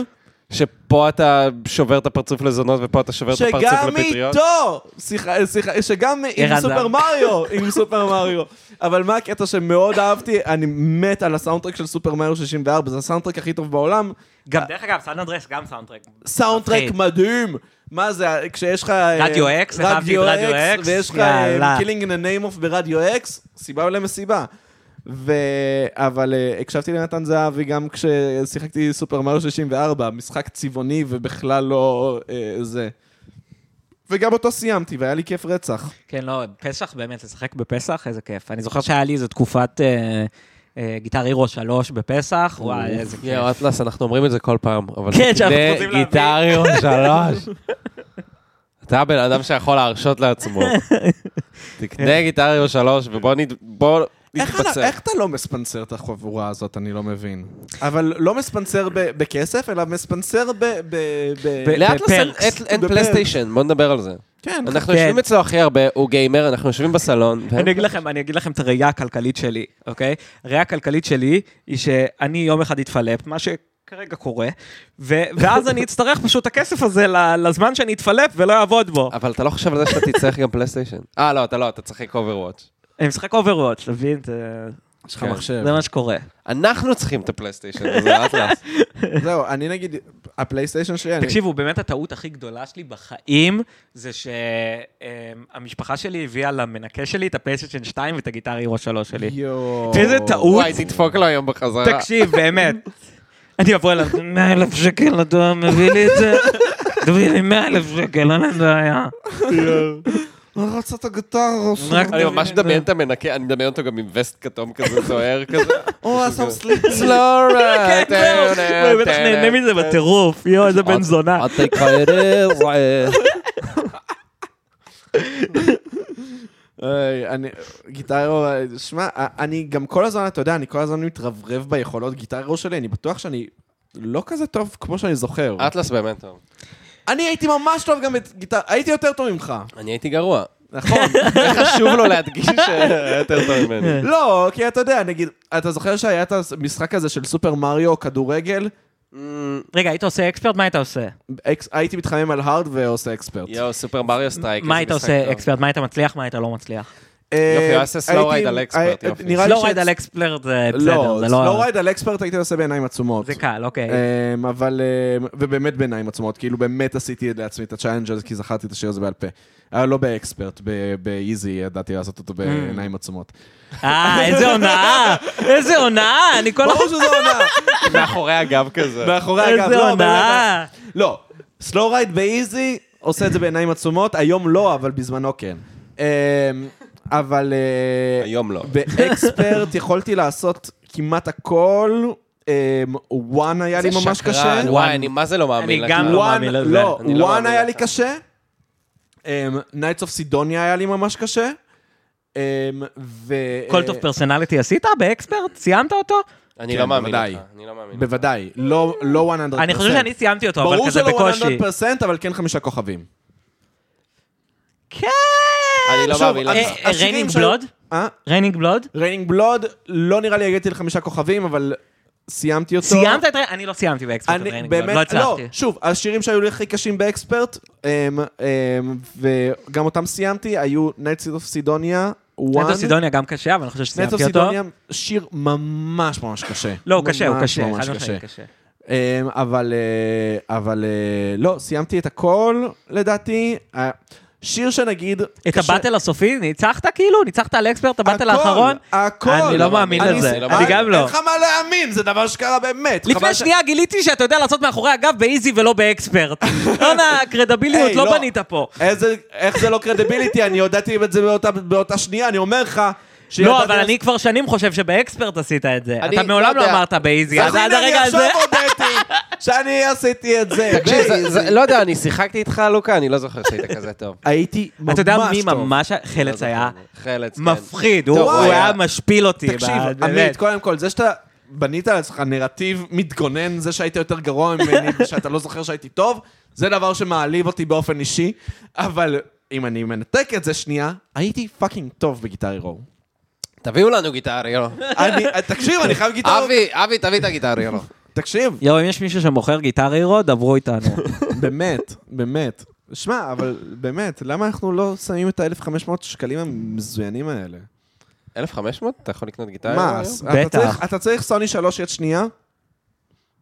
[SPEAKER 1] שפה אתה שובר את הפרצוף לזונות ופה אתה שובר את הפרצוף
[SPEAKER 2] שגם
[SPEAKER 1] לפטריות.
[SPEAKER 2] איתו, שיחה- שיחה- שגם עם
[SPEAKER 3] ערן
[SPEAKER 2] סופר
[SPEAKER 3] זהב.
[SPEAKER 2] מריו, עם סופר מריו. אבל מה הקטע שמאוד אהבתי, אני מת על הסאונדטרק של סופר מריו 64, זה הסאונדטרק הכי טוב בעולם.
[SPEAKER 3] גם, דרך אגב, סאן אנדרס גם סאונדטרק.
[SPEAKER 2] סאונדטרק
[SPEAKER 3] מפחיד.
[SPEAKER 2] מדהים. מה זה, כשיש לך... אה,
[SPEAKER 3] רדיו אקס, אהבתי את רדיו אקס,
[SPEAKER 2] ויש לך אה,
[SPEAKER 3] יאללה.
[SPEAKER 2] קילינג אין הניים אוף ברדיו אקס, סיבה למסיבה. ו... אבל אה, הקשבתי לנתן זהבי גם כששיחקתי סופר מריו 64, משחק צבעוני ובכלל לא אה, זה. וגם אותו סיימתי, והיה לי כיף רצח.
[SPEAKER 3] כן, לא, פסח באמת, לשחק בפסח, איזה כיף. אני זוכר שהיה לי איזו תקופת... אה, אה, גיטר הירו 3 בפסח, וואי, איזה כיף.
[SPEAKER 1] יואו, אטלס, אנחנו אומרים את זה כל פעם, אבל...
[SPEAKER 4] כן, שאנחנו
[SPEAKER 1] תקנה
[SPEAKER 4] רוצים להבין.
[SPEAKER 1] גיטריו שלוש. אתה הבן אדם שיכול להרשות לעצמו. תקנה גיטריו שלוש, ובוא נד... בוא
[SPEAKER 2] איך אתה-
[SPEAKER 1] נתבצע.
[SPEAKER 2] איך אתה לא מספנסר את החבורה הזאת, אני לא מבין. אבל לא מספנסר ב- בכסף, אלא מספנסר ב... ב- ב-
[SPEAKER 1] לאט
[SPEAKER 3] בפרקס.
[SPEAKER 1] לאט אין
[SPEAKER 2] בפרק.
[SPEAKER 1] פלייסטיישן, בוא נדבר על זה.
[SPEAKER 2] כן,
[SPEAKER 1] אנחנו
[SPEAKER 3] כן.
[SPEAKER 1] יושבים אצלו הכי הרבה, הוא גיימר, אנחנו יושבים בסלון.
[SPEAKER 3] אני אגיד לכם, אני אגיד לכם את הראייה הכלכלית שלי, אוקיי? הראייה הכלכלית שלי היא שאני יום אחד אתפלפ, מה שכרגע קורה, ו- ואז אני אצטרך פשוט את הכסף הזה ל- לזמן שאני אתפלפ ולא אעבוד בו.
[SPEAKER 1] אבל אתה לא חושב על זה שאתה תצטרך גם פלייסטיישן. אה, לא, אתה לא, אתה צריך אוברוואץ'.
[SPEAKER 3] אני משחק אוברוואץ', אתה מבין? זה-
[SPEAKER 2] יש לך
[SPEAKER 1] כן.
[SPEAKER 2] מחשב.
[SPEAKER 3] זה מה שקורה.
[SPEAKER 1] אנחנו צריכים את הפלייסטיישן הזה, אטלס.
[SPEAKER 2] זהו, אני נגיד, הפלייסטיישן שלי, אני...
[SPEAKER 3] תקשיבו, באמת הטעות הכי גדולה שלי בחיים זה שהמשפחה שלי הביאה למנקה שלי את הפלייסטיישן 2 ואת הגיטר הירו 3 שלי.
[SPEAKER 2] יואו.
[SPEAKER 3] איזה טעות.
[SPEAKER 1] וואי, תדפוק לו היום בחזרה.
[SPEAKER 2] אה,
[SPEAKER 3] תקשיב, באמת. אני אבוא אליו, 100 אלף שקל, אתה מביא לי את זה? תביא לי 100 אלף שקל, אין להם בעיה.
[SPEAKER 2] אני רוצה את הגיטרה.
[SPEAKER 3] רק-
[SPEAKER 1] אני ממש מדמיין את המנקה, אני מדמיין אותו גם עם וסט כתום כזה זוהר כזה.
[SPEAKER 2] או, עשו סליפי.
[SPEAKER 1] סלורה,
[SPEAKER 3] כן, זהו. הוא בטח נהנה מזה בטירוף, יואו, איזה בן זונה.
[SPEAKER 2] היי, אני, גיטרו, שמע, אני גם כל הזמן, אתה יודע, אני כל הזמן מתרברב ביכולות גיטרו שלי, אני בטוח שאני לא כזה טוב כמו שאני זוכר.
[SPEAKER 1] אטלס באמת טוב.
[SPEAKER 2] אני הייתי ממש טוב גם בגיטרה, הייתי יותר טוב ממך.
[SPEAKER 1] אני הייתי גרוע.
[SPEAKER 2] נכון.
[SPEAKER 1] חשוב לו להדגיש שהיה יותר טוב ממני.
[SPEAKER 2] לא, כי אתה יודע, נגיד, אתה זוכר שהיה את המשחק הזה של סופר מריו, כדורגל?
[SPEAKER 3] רגע, היית עושה אקספרט? מה היית עושה?
[SPEAKER 2] אקס- הייתי מתחמם על הארד ועושה אקספרט.
[SPEAKER 1] יואו, סופר מריו סטרייק.
[SPEAKER 3] מה
[SPEAKER 1] איזה
[SPEAKER 3] היית
[SPEAKER 1] משחק
[SPEAKER 3] עושה
[SPEAKER 1] טוב.
[SPEAKER 3] אקספרט? מה היית מצליח? מה היית לא מצליח?
[SPEAKER 2] אה,
[SPEAKER 1] יופי, הוא עשה slow
[SPEAKER 2] הייתי-
[SPEAKER 1] ride על אקספרט,
[SPEAKER 2] אה,
[SPEAKER 1] יופי.
[SPEAKER 2] נראה לי
[SPEAKER 3] לא
[SPEAKER 2] ש-
[SPEAKER 3] רייד על אקספלרט זה בסדר,
[SPEAKER 2] לא,
[SPEAKER 3] זה
[SPEAKER 2] סלואו
[SPEAKER 3] לא...
[SPEAKER 2] רייד על אקספרט הייתי עושה בעיניים עצומות.
[SPEAKER 3] זה קל, אוקיי.
[SPEAKER 2] אמ, אבל, אמ, ובאמת בעיניים עצומות, כאילו באמת עשיתי לעצמי את הצ'אלנג' הזה, כי זכרתי את השיר הזה בעל פה. אבל לא באקספרט, ב- באיזי ידעתי לעשות אותו
[SPEAKER 1] Mm.
[SPEAKER 2] בעיניים עצומות.
[SPEAKER 3] אה, איזה הונאה! איזה הונאה! אני כל...
[SPEAKER 2] ברור שזו עונה!
[SPEAKER 1] מאחורי הגב כזה.
[SPEAKER 2] מאחורי הגב, לא,
[SPEAKER 3] איזה
[SPEAKER 2] באמת,
[SPEAKER 3] הונאה!
[SPEAKER 2] לא, סלואו רייד באיזי עושה את זה בעיניים עצומות, היום לא, אבל בזמנו כן. אמ, אבל... אה,
[SPEAKER 1] היום לא.
[SPEAKER 2] באקספרט יכולתי לעשות כמעט הכל. אמ, וואן היה לי
[SPEAKER 1] זה
[SPEAKER 2] ממש
[SPEAKER 1] שקרן,
[SPEAKER 2] קשה.
[SPEAKER 1] וואי, אני מה זה לא מאמין.
[SPEAKER 3] אני גם
[SPEAKER 1] לקהל.
[SPEAKER 3] לא
[SPEAKER 2] וואן,
[SPEAKER 3] מאמין לזה.
[SPEAKER 2] לא,
[SPEAKER 1] אני לא
[SPEAKER 2] וואן
[SPEAKER 1] מאמין
[SPEAKER 2] היה
[SPEAKER 1] לך.
[SPEAKER 2] לי קשה. אמ, נייטס אוף סידוניה היה לי ממש קשה. אמ, ו... אה,
[SPEAKER 3] קולט אוף פרסונליטי עשית באקספרט? סיימת אותו?
[SPEAKER 1] אני
[SPEAKER 2] כן,
[SPEAKER 1] לא מאמין
[SPEAKER 2] בוודאי.
[SPEAKER 1] לך. אני לא מאמין. לך.
[SPEAKER 2] בוודאי, לא לא 100%.
[SPEAKER 3] אני חושב שאני סיימתי אותו, אבל
[SPEAKER 2] ברור
[SPEAKER 3] כזה
[SPEAKER 2] שלא
[SPEAKER 3] בקושי.
[SPEAKER 2] 100%, אבל כן חמישה כוכבים.
[SPEAKER 3] כן!
[SPEAKER 1] אני לא
[SPEAKER 2] שוב,
[SPEAKER 1] מאמין לך.
[SPEAKER 2] אני-
[SPEAKER 3] אה,
[SPEAKER 2] השירים
[SPEAKER 3] ריינינג
[SPEAKER 2] של-
[SPEAKER 3] בלוד?
[SPEAKER 2] אה?
[SPEAKER 3] ריינינג בלוד?
[SPEAKER 2] ריינינג בלוד, לא נראה לי הגעתי לחמישה כוכבים, אבל סיימתי אותו.
[SPEAKER 3] סיימת את ריינינג? אני לא סיימתי באקספרט את
[SPEAKER 2] אני
[SPEAKER 3] ריינינג בלוד, לא
[SPEAKER 2] באמת, לא,
[SPEAKER 3] הצלחתי.
[SPEAKER 2] שוב, השירים שהיו לי הכי קשים באקספרט, אמ, אמ, וגם אותם סיימתי, היו נייטס אוף סידוניה, וואן.
[SPEAKER 3] נטו סידוניה גם קשה, אבל אני חושב
[SPEAKER 2] נטו
[SPEAKER 3] שסיימתי אותו.
[SPEAKER 2] סידוניה, שיר ממש ממש קשה.
[SPEAKER 3] לא, הוא קשה, הוא
[SPEAKER 2] ממש
[SPEAKER 3] קשה,
[SPEAKER 2] ממש
[SPEAKER 3] חד משמעית
[SPEAKER 2] קשה.
[SPEAKER 3] קשה.
[SPEAKER 2] אמ, אבל, אה, אבל אה, לא, סיימתי את הכל, לדעתי. אה, שיר שנגיד...
[SPEAKER 3] את הבאטל הסופי ניצחת כאילו? ניצחת על אקספרט, הבאטל האחרון?
[SPEAKER 2] הכל.
[SPEAKER 3] אני לא מאמין
[SPEAKER 1] אני-
[SPEAKER 3] לזה,
[SPEAKER 1] אני לא
[SPEAKER 3] אני
[SPEAKER 1] מאמין.
[SPEAKER 3] גם לא.
[SPEAKER 2] אין לך מה להאמין, זה דבר שקרה באמת. חבל
[SPEAKER 3] לפני
[SPEAKER 2] ש-
[SPEAKER 3] שנייה גיליתי שאתה יודע לעשות מאחורי הגב באיזי ולא באקספרט. אנא, קרדביליות
[SPEAKER 2] היי,
[SPEAKER 3] לא
[SPEAKER 2] לא.
[SPEAKER 3] בנית פה.
[SPEAKER 2] איזה, איך זה לא קרדיביליטי, אני הודעתי את זה באותה, באותה שנייה, אני אומר לך...
[SPEAKER 3] לא,
[SPEAKER 2] שידעתי
[SPEAKER 3] אבל
[SPEAKER 2] לעשות-
[SPEAKER 3] אני כבר שנים חושב שבאקספרט עשית את זה.
[SPEAKER 1] אני
[SPEAKER 3] אתה מעולם
[SPEAKER 1] לא
[SPEAKER 3] לא
[SPEAKER 1] יודע.
[SPEAKER 3] אמרת באיזי, אז
[SPEAKER 2] אז
[SPEAKER 3] עד
[SPEAKER 2] הנה, אני
[SPEAKER 3] הרגע הזה...
[SPEAKER 2] עכשיו הודיתי שאני עשיתי את זה.
[SPEAKER 1] תקשיב, זה-
[SPEAKER 2] באיזי.
[SPEAKER 1] זה- לא יודע, אני שיחקתי איתך, לוקה, אני לא זוכר שהיית כזה טוב.
[SPEAKER 2] הייתי ממש טוב.
[SPEAKER 3] אתה יודע מי ממש חלץ היה?
[SPEAKER 1] חלץ, כן.
[SPEAKER 3] מפחיד, הוא
[SPEAKER 1] טוב,
[SPEAKER 3] הוא
[SPEAKER 2] וואי.
[SPEAKER 3] היה משפיל אותי.
[SPEAKER 2] תקשיב,
[SPEAKER 3] ב- באמת.
[SPEAKER 2] עמית, קודם כל, זה שאתה בנית על עצמך נרטיב מתגונן, זה שהיית יותר גרוע ממני ושאתה לא זוכר שהייתי טוב, זה דבר שמעליב אותי באופן אישי, אבל אם אני מנתק את זה שנייה, הייתי פאקינג טוב בגיטר הירו.
[SPEAKER 1] תביאו לנו גיטר, יואו.
[SPEAKER 2] אני, תקשיב, אני חייב גיטר...
[SPEAKER 1] אבי, אבי, תביא את הגיטר, יואו.
[SPEAKER 2] תקשיב,
[SPEAKER 3] יואו, אם יש מישהו שמוכר גיטר הירו, דברו איתנו.
[SPEAKER 2] באמת, באמת. שמע, אבל באמת, למה אנחנו לא שמים את ה-1500 שקלים המזוינים האלה?
[SPEAKER 1] 1,500? אתה יכול לקנות גיטר?
[SPEAKER 2] מה,
[SPEAKER 1] היום?
[SPEAKER 2] אתה
[SPEAKER 3] בטח.
[SPEAKER 2] צריך- אתה צריך סוני שלוש יד שנייה,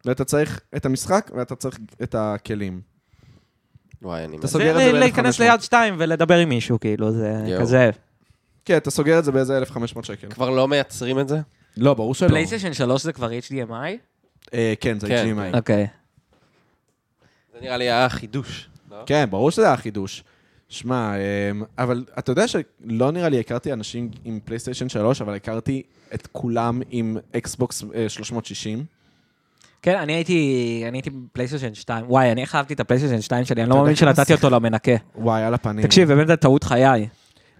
[SPEAKER 2] ואתה צריך את המשחק, ואתה צריך את הכלים.
[SPEAKER 1] וואי, אני...
[SPEAKER 2] אתה
[SPEAKER 1] מת.
[SPEAKER 2] סוגר את
[SPEAKER 3] זה
[SPEAKER 2] זה ב-
[SPEAKER 3] להיכנס
[SPEAKER 2] 1,500.
[SPEAKER 3] ליד שתיים ולדבר עם מישהו, כאילו, זה
[SPEAKER 1] יואו.
[SPEAKER 3] כזה.
[SPEAKER 2] כן, אתה סוגר את זה באיזה 1,500 שקל.
[SPEAKER 1] כבר לא מייצרים את זה?
[SPEAKER 2] לא, ברור שלא.
[SPEAKER 3] פלייסטיישן 3 זה כבר HDMI?
[SPEAKER 2] אה, כן, זה
[SPEAKER 1] כן.
[SPEAKER 2] HDMI.
[SPEAKER 3] אוקיי.
[SPEAKER 1] זה נראה לי היה חידוש. לא?
[SPEAKER 2] כן, ברור שזה היה חידוש. שמע, אמ, אבל אתה יודע שלא נראה לי הכרתי אנשים עם פלייסטיישן 3, אבל הכרתי את כולם עם אקסבוקס אה, 360.
[SPEAKER 3] כן, אני הייתי, אני הייתי בפלייסטיישן 2. וואי, אני איך אהבתי את הפלייסטיישן 2 שלי, אני לא מאמין שנתתי אותו למנקה.
[SPEAKER 2] וואי, על הפנים.
[SPEAKER 3] תקשיב, באמת זה טעות חיי.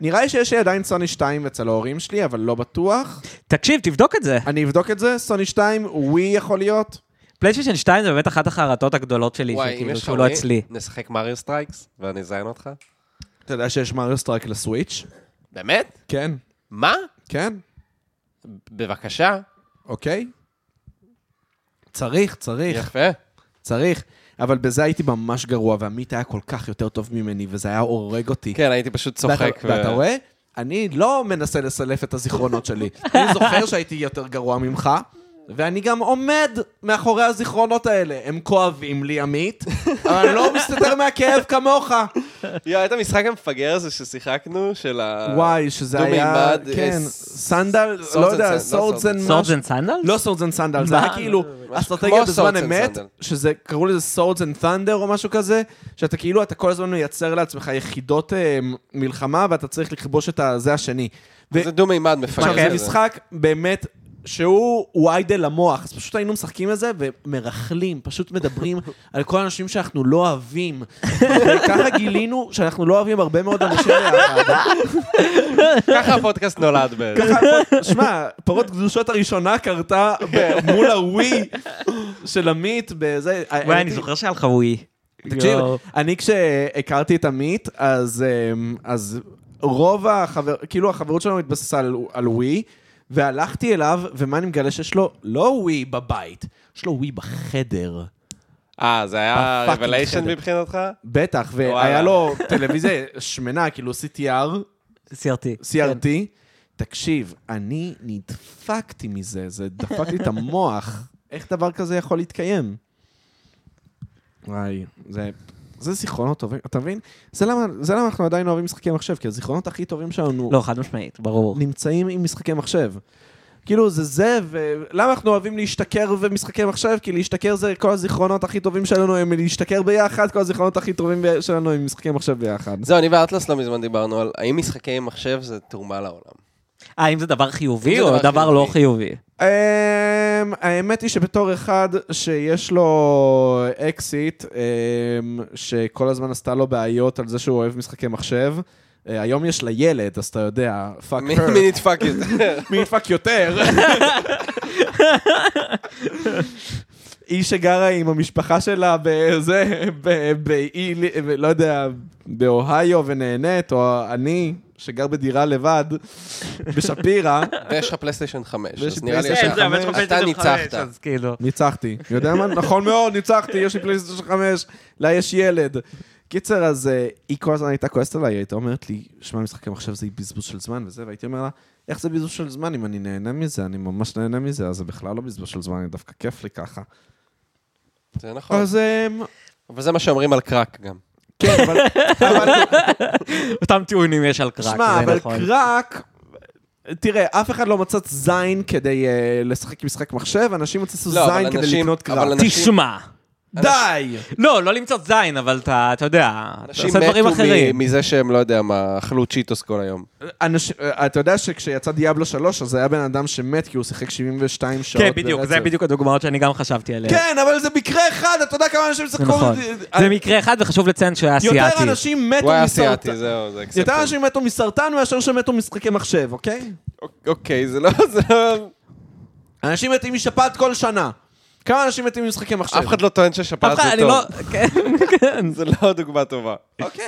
[SPEAKER 2] נראה לי שיש לי עדיין סוני 2 אצל ההורים שלי, אבל לא בטוח.
[SPEAKER 3] תקשיב, תבדוק את זה.
[SPEAKER 2] אני אבדוק את זה, סוני 2, ווי יכול להיות.
[SPEAKER 3] פלייסטיישן 2 זה באמת אחת החרטות הגדולות שלי,
[SPEAKER 1] וואי, אם
[SPEAKER 2] כאילו
[SPEAKER 3] שכאילו
[SPEAKER 1] יש לך
[SPEAKER 3] שהוא לא
[SPEAKER 1] ווי,
[SPEAKER 3] אצלי.
[SPEAKER 1] נשחק מריו סטרייקס ואני אזיין אותך.
[SPEAKER 2] אתה יודע שיש מריו סטרייק לסוויץ'?
[SPEAKER 1] באמת?
[SPEAKER 2] כן.
[SPEAKER 1] מה?
[SPEAKER 2] כן?
[SPEAKER 1] בבקשה.
[SPEAKER 2] אוקיי. צריך, צריך.
[SPEAKER 1] יפה.
[SPEAKER 2] צריך. אבל בזה הייתי ממש גרוע, ועמית היה כל כך יותר טוב ממני, וזה היה הורג אותי.
[SPEAKER 1] כן, הייתי פשוט צוחק.
[SPEAKER 2] ואתה, ואתה רואה? אני לא מנסה לסלף את הזיכרונות שלי. אני זוכר שהייתי יותר גרוע ממך, ואני גם עומד מאחורי הזיכרונות האלה. הם כואבים לי, עמית, אבל אני לא מסתתר מהכאב כמוך.
[SPEAKER 1] אה, יואי, היה את המשחק המפגר הזה ששיחקנו, של ה...
[SPEAKER 2] וואי, שזה היה...
[SPEAKER 1] דו-מימד,
[SPEAKER 2] כן,
[SPEAKER 1] אה, ס-
[SPEAKER 2] סנדל,
[SPEAKER 1] סורדס
[SPEAKER 2] לא
[SPEAKER 1] אנד
[SPEAKER 2] יודע,
[SPEAKER 1] סנדל, לא
[SPEAKER 2] סורדס אנד
[SPEAKER 1] סורדס.
[SPEAKER 3] סורג'ן סנדל?
[SPEAKER 2] לא סורדס אנד סנדל, זה
[SPEAKER 3] מה?
[SPEAKER 2] היה כאילו
[SPEAKER 1] משהו
[SPEAKER 2] אסטרטגיה
[SPEAKER 1] לא, כמו
[SPEAKER 2] בזמן
[SPEAKER 1] Swords and
[SPEAKER 2] אמת,
[SPEAKER 1] Sandal.
[SPEAKER 2] שזה, קראו לזה סורדס אנד ת'נדר או משהו כזה, שאתה כאילו, אתה כל הזמן מייצר לעצמך יחידות אה, מלחמה, ואתה צריך לכבוש את הזה השני. ו-
[SPEAKER 1] זה כן. דו-מימד
[SPEAKER 2] עכשיו,
[SPEAKER 1] מפגר.
[SPEAKER 2] זה משחק באמת... שהוא הוא איידל למוח, אז פשוט היינו משחקים את זה ומרכלים, פשוט מדברים על כל האנשים שאנחנו לא אוהבים. וככה גילינו שאנחנו לא אוהבים הרבה מאוד אנשים ביחד.
[SPEAKER 1] ככה הפודקאסט נולד בעצם.
[SPEAKER 2] ככה, הפוד- שמע, פרות קדושות הראשונה קרתה ב- מול הווי של עמית בזה.
[SPEAKER 3] וואי, אני
[SPEAKER 2] הייתי-
[SPEAKER 3] זוכר שהיה לך ווי.
[SPEAKER 2] תקשיב,
[SPEAKER 3] יואו.
[SPEAKER 2] אני כשהכרתי את עמית, אז, אמ, אז רוב החבר... כאילו החברות שלנו התבססה על, על ווי, והלכתי אליו, ומה אני מגלה שיש לו? לא ווי בבית, יש לו ווי בחדר.
[SPEAKER 1] אה, זה היה
[SPEAKER 2] בפאקינג
[SPEAKER 1] רבליישן
[SPEAKER 2] חדר.
[SPEAKER 1] מבחינתך?
[SPEAKER 2] בטח, והיה
[SPEAKER 1] וואלה.
[SPEAKER 2] לו טלוויזיה שמנה, כאילו CTR,
[SPEAKER 3] CRT.
[SPEAKER 2] CRT. כן. תקשיב, אני נדפקתי מזה, זה דפק לי את המוח. איך דבר כזה יכול להתקיים? וואי, זה... זה זיכרונות טובים, אתה מבין? זה למה, זה למה אנחנו עדיין אוהבים משחקי מחשב, כי הזיכרונות הכי טובים שלנו
[SPEAKER 3] לא, חד משמעית, ברור.
[SPEAKER 2] נמצאים עם משחקי מחשב. כאילו, זה זה, ולמה אנחנו אוהבים להשתכר ומשחקי מחשב? כי להשתכר זה כל הזיכרונות הכי טובים שלנו הם להשתכר ביחד, כל הזיכרונות הכי טובים ב- שלנו הם משחקי מחשב ביחד.
[SPEAKER 1] זהו, אני ואטלס לא מזמן דיברנו על האם משחקי מחשב זה תרומה לעולם.
[SPEAKER 3] אה, אם זה דבר חיובי
[SPEAKER 1] אם זה
[SPEAKER 3] או
[SPEAKER 1] דבר
[SPEAKER 3] דבר לא חיובי?
[SPEAKER 2] אמ, האמת היא שבתור אחד שיש לו אקסיט, אמ, שכל הזמן עשתה לו בעיות על זה שהוא אוהב משחקי מחשב, אה, היום יש לה ילד, אז אתה יודע, פאק
[SPEAKER 1] מי
[SPEAKER 2] her.
[SPEAKER 1] מי נדפק יותר?
[SPEAKER 2] מי פאק יותר? היא שגרה עם המשפחה שלה בזה, ב- באי, ב- לא יודע, באוהיו ונהנית, או אני, שגר בדירה לבד, בשפירא,
[SPEAKER 1] ויש לך פלייסטיישן 5,
[SPEAKER 2] ויש
[SPEAKER 1] אז
[SPEAKER 2] לי
[SPEAKER 1] נראה לי
[SPEAKER 2] פלייסטיישן
[SPEAKER 1] יש לך-
[SPEAKER 2] חמש.
[SPEAKER 1] אתה ניצחת.
[SPEAKER 3] אז כאילו.
[SPEAKER 2] ניצחתי. יודע מה? נכון מאוד, ניצחתי, יש לי פלייסטיישן 5, לה יש ילד. קיצר, אז אה, היא כל הזמן הייתה כועסת עליי, היא הייתה אומרת לי, שמע, משחקי מחשב זה בזבוז של זמן וזה, והייתי אומר לה, איך זה בזבוז של זמן אם אני נהנה מזה, אני ממש נהנה מזה, אז זה בכלל לא בזבוז של זמן, אני דווקא כיף לי ככה.
[SPEAKER 1] זה נכון.
[SPEAKER 2] אז אה,
[SPEAKER 1] אבל זה מה שאומרים על קראק גם.
[SPEAKER 2] כן, אבל... אבל-
[SPEAKER 3] אותם טיעונים יש על קראק,
[SPEAKER 2] שמע,
[SPEAKER 3] זה
[SPEAKER 2] אבל
[SPEAKER 3] נכון.
[SPEAKER 2] קראק... תראה, אף אחד לא מצא זין כדי אה, לשחק משחק מחשב, אנשים מצאו
[SPEAKER 1] לא, אבל
[SPEAKER 2] זין כדי
[SPEAKER 1] אנשים-
[SPEAKER 2] לקנות
[SPEAKER 1] אבל
[SPEAKER 2] קראק.
[SPEAKER 1] אנשים-
[SPEAKER 3] תשמע.
[SPEAKER 2] די!
[SPEAKER 3] לא, לא למצוא זין, אבל אתה, אתה יודע, אתה
[SPEAKER 1] אנשים
[SPEAKER 3] עושה דברים
[SPEAKER 1] מתו מ-
[SPEAKER 3] אחרים.
[SPEAKER 1] מזה שהם, לא יודע מה, אכלו צ'יטוס כל היום.
[SPEAKER 2] אנש... אה, אתה יודע שכשיצא דיאבלו 3, אז היה בן אדם שמת כי הוא שיחק 72 שעות.
[SPEAKER 3] כן, בדיוק,
[SPEAKER 2] ברצף.
[SPEAKER 3] זה בדיוק הדוגמאות שאני גם חשבתי עליהן.
[SPEAKER 2] כן, אבל זה מקרה אחד, אתה יודע כמה אנשים
[SPEAKER 3] זה
[SPEAKER 2] שיחקו...
[SPEAKER 3] נכון. זה מקרה אחד, וחשוב לציין שהוא היה
[SPEAKER 2] יותר
[SPEAKER 3] אסיאתי.
[SPEAKER 2] אנשים מתו
[SPEAKER 1] הוא היה
[SPEAKER 2] מסרטן.
[SPEAKER 1] אסיאתי, זהו, זה
[SPEAKER 2] יותר
[SPEAKER 1] אקספטים.
[SPEAKER 2] אנשים מתו מסרטן מאשר שמתו משחקי מחשב, אוקיי?
[SPEAKER 1] אוקיי, זה לא... זה לא-
[SPEAKER 2] אנשים מתים משפעת כל שנה. כמה אנשים מתים ממשחקי מחשב?
[SPEAKER 1] אף אחד לא טוען ששפעת
[SPEAKER 3] אף אחד,
[SPEAKER 1] זה
[SPEAKER 3] אני לא...
[SPEAKER 1] טוב.
[SPEAKER 3] כן, כן.
[SPEAKER 1] זה לא דוגמה טובה.
[SPEAKER 2] אוקיי,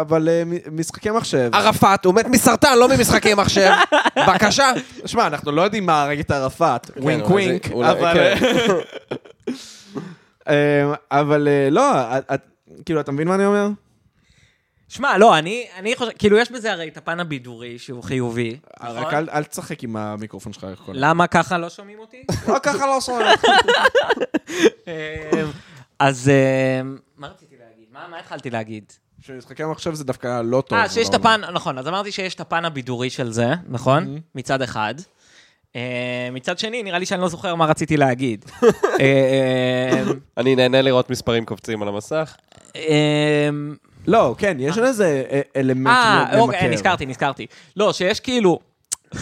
[SPEAKER 2] אבל אה, מ- משחקי מחשב...
[SPEAKER 1] ערפאת, הוא מת מסרטן, לא ממשחקי מחשב. בבקשה.
[SPEAKER 2] שמע, אנחנו לא יודעים מה הרג את ערפאת, ווינק
[SPEAKER 1] כן, אולי זה-
[SPEAKER 2] ווינק,
[SPEAKER 1] אולי- כן.
[SPEAKER 2] אבל... אה, אבל אה, לא, את- את- כאילו, אתה מבין מה אני אומר?
[SPEAKER 3] שמע, לא, אני אני חושב, כאילו, יש בזה הרי את הפן הבידורי, שהוא חיובי.
[SPEAKER 2] רק אל אל תשחק עם המיקרופון שלך. איך קוראים לו?
[SPEAKER 3] למה ככה לא שומעים אותי?
[SPEAKER 2] לא, ככה לא סומך.
[SPEAKER 3] אמ, אז אמ, מה רציתי להגיד? מה מה התחלתי להגיד?
[SPEAKER 2] שמשחקי מחשב זה דווקא לא Mhm. טוב.
[SPEAKER 3] אה, שיש את
[SPEAKER 2] אבל-
[SPEAKER 3] הפן, נכון, אז אמרתי שיש את הפן הבידורי של זה, נכון? מצד אחד. אה, מצד שני, נראה לי שאני לא זוכר מה רציתי להגיד. אה, אמ,
[SPEAKER 1] אני נהנה לראות מספרים קופצים על המסך.
[SPEAKER 3] אמ,
[SPEAKER 2] לא, כן, יש עוד איזה אה, אלמנט
[SPEAKER 3] אה,
[SPEAKER 2] ממכר.
[SPEAKER 3] אוקיי, נזכרתי, נזכרתי. לא, שיש כאילו,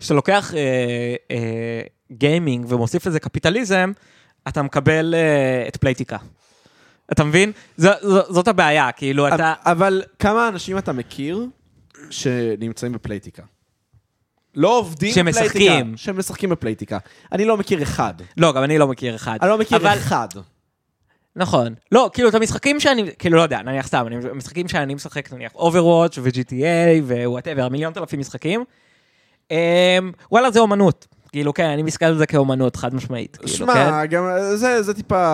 [SPEAKER 3] כשאתה לוקח אה, אה, גיימינג ומוסיף לזה קפיטליזם, אתה מקבל אה, את פלייטיקה. אתה מבין? ז- ז- זאת הבעיה, כאילו
[SPEAKER 2] אב-
[SPEAKER 3] אתה...
[SPEAKER 2] אבל כמה אנשים אתה מכיר שנמצאים בפלייטיקה? לא עובדים
[SPEAKER 3] שמשחקים.
[SPEAKER 2] בפלייטיקה. שמשחקים בפלייטיקה. אני לא מכיר אחד.
[SPEAKER 3] לא, גם אני לא מכיר אחד.
[SPEAKER 2] אני לא מכיר
[SPEAKER 3] אבל- כאילו,
[SPEAKER 2] אחד.
[SPEAKER 3] נכון. לא, כאילו, את המשחקים שאני, כאילו, לא יודע, נניח סתם, אני- המשחקים שאני משחק, נניח Overwatch ו-GTA ווואטאבר, מיליון אלפים משחקים, אמ, וואלה, זה אומנות. כאילו, כן, אני מסתכל על זה כאומנות, חד משמעית. כאילו, כן?
[SPEAKER 2] שמע, גם זה זה טיפה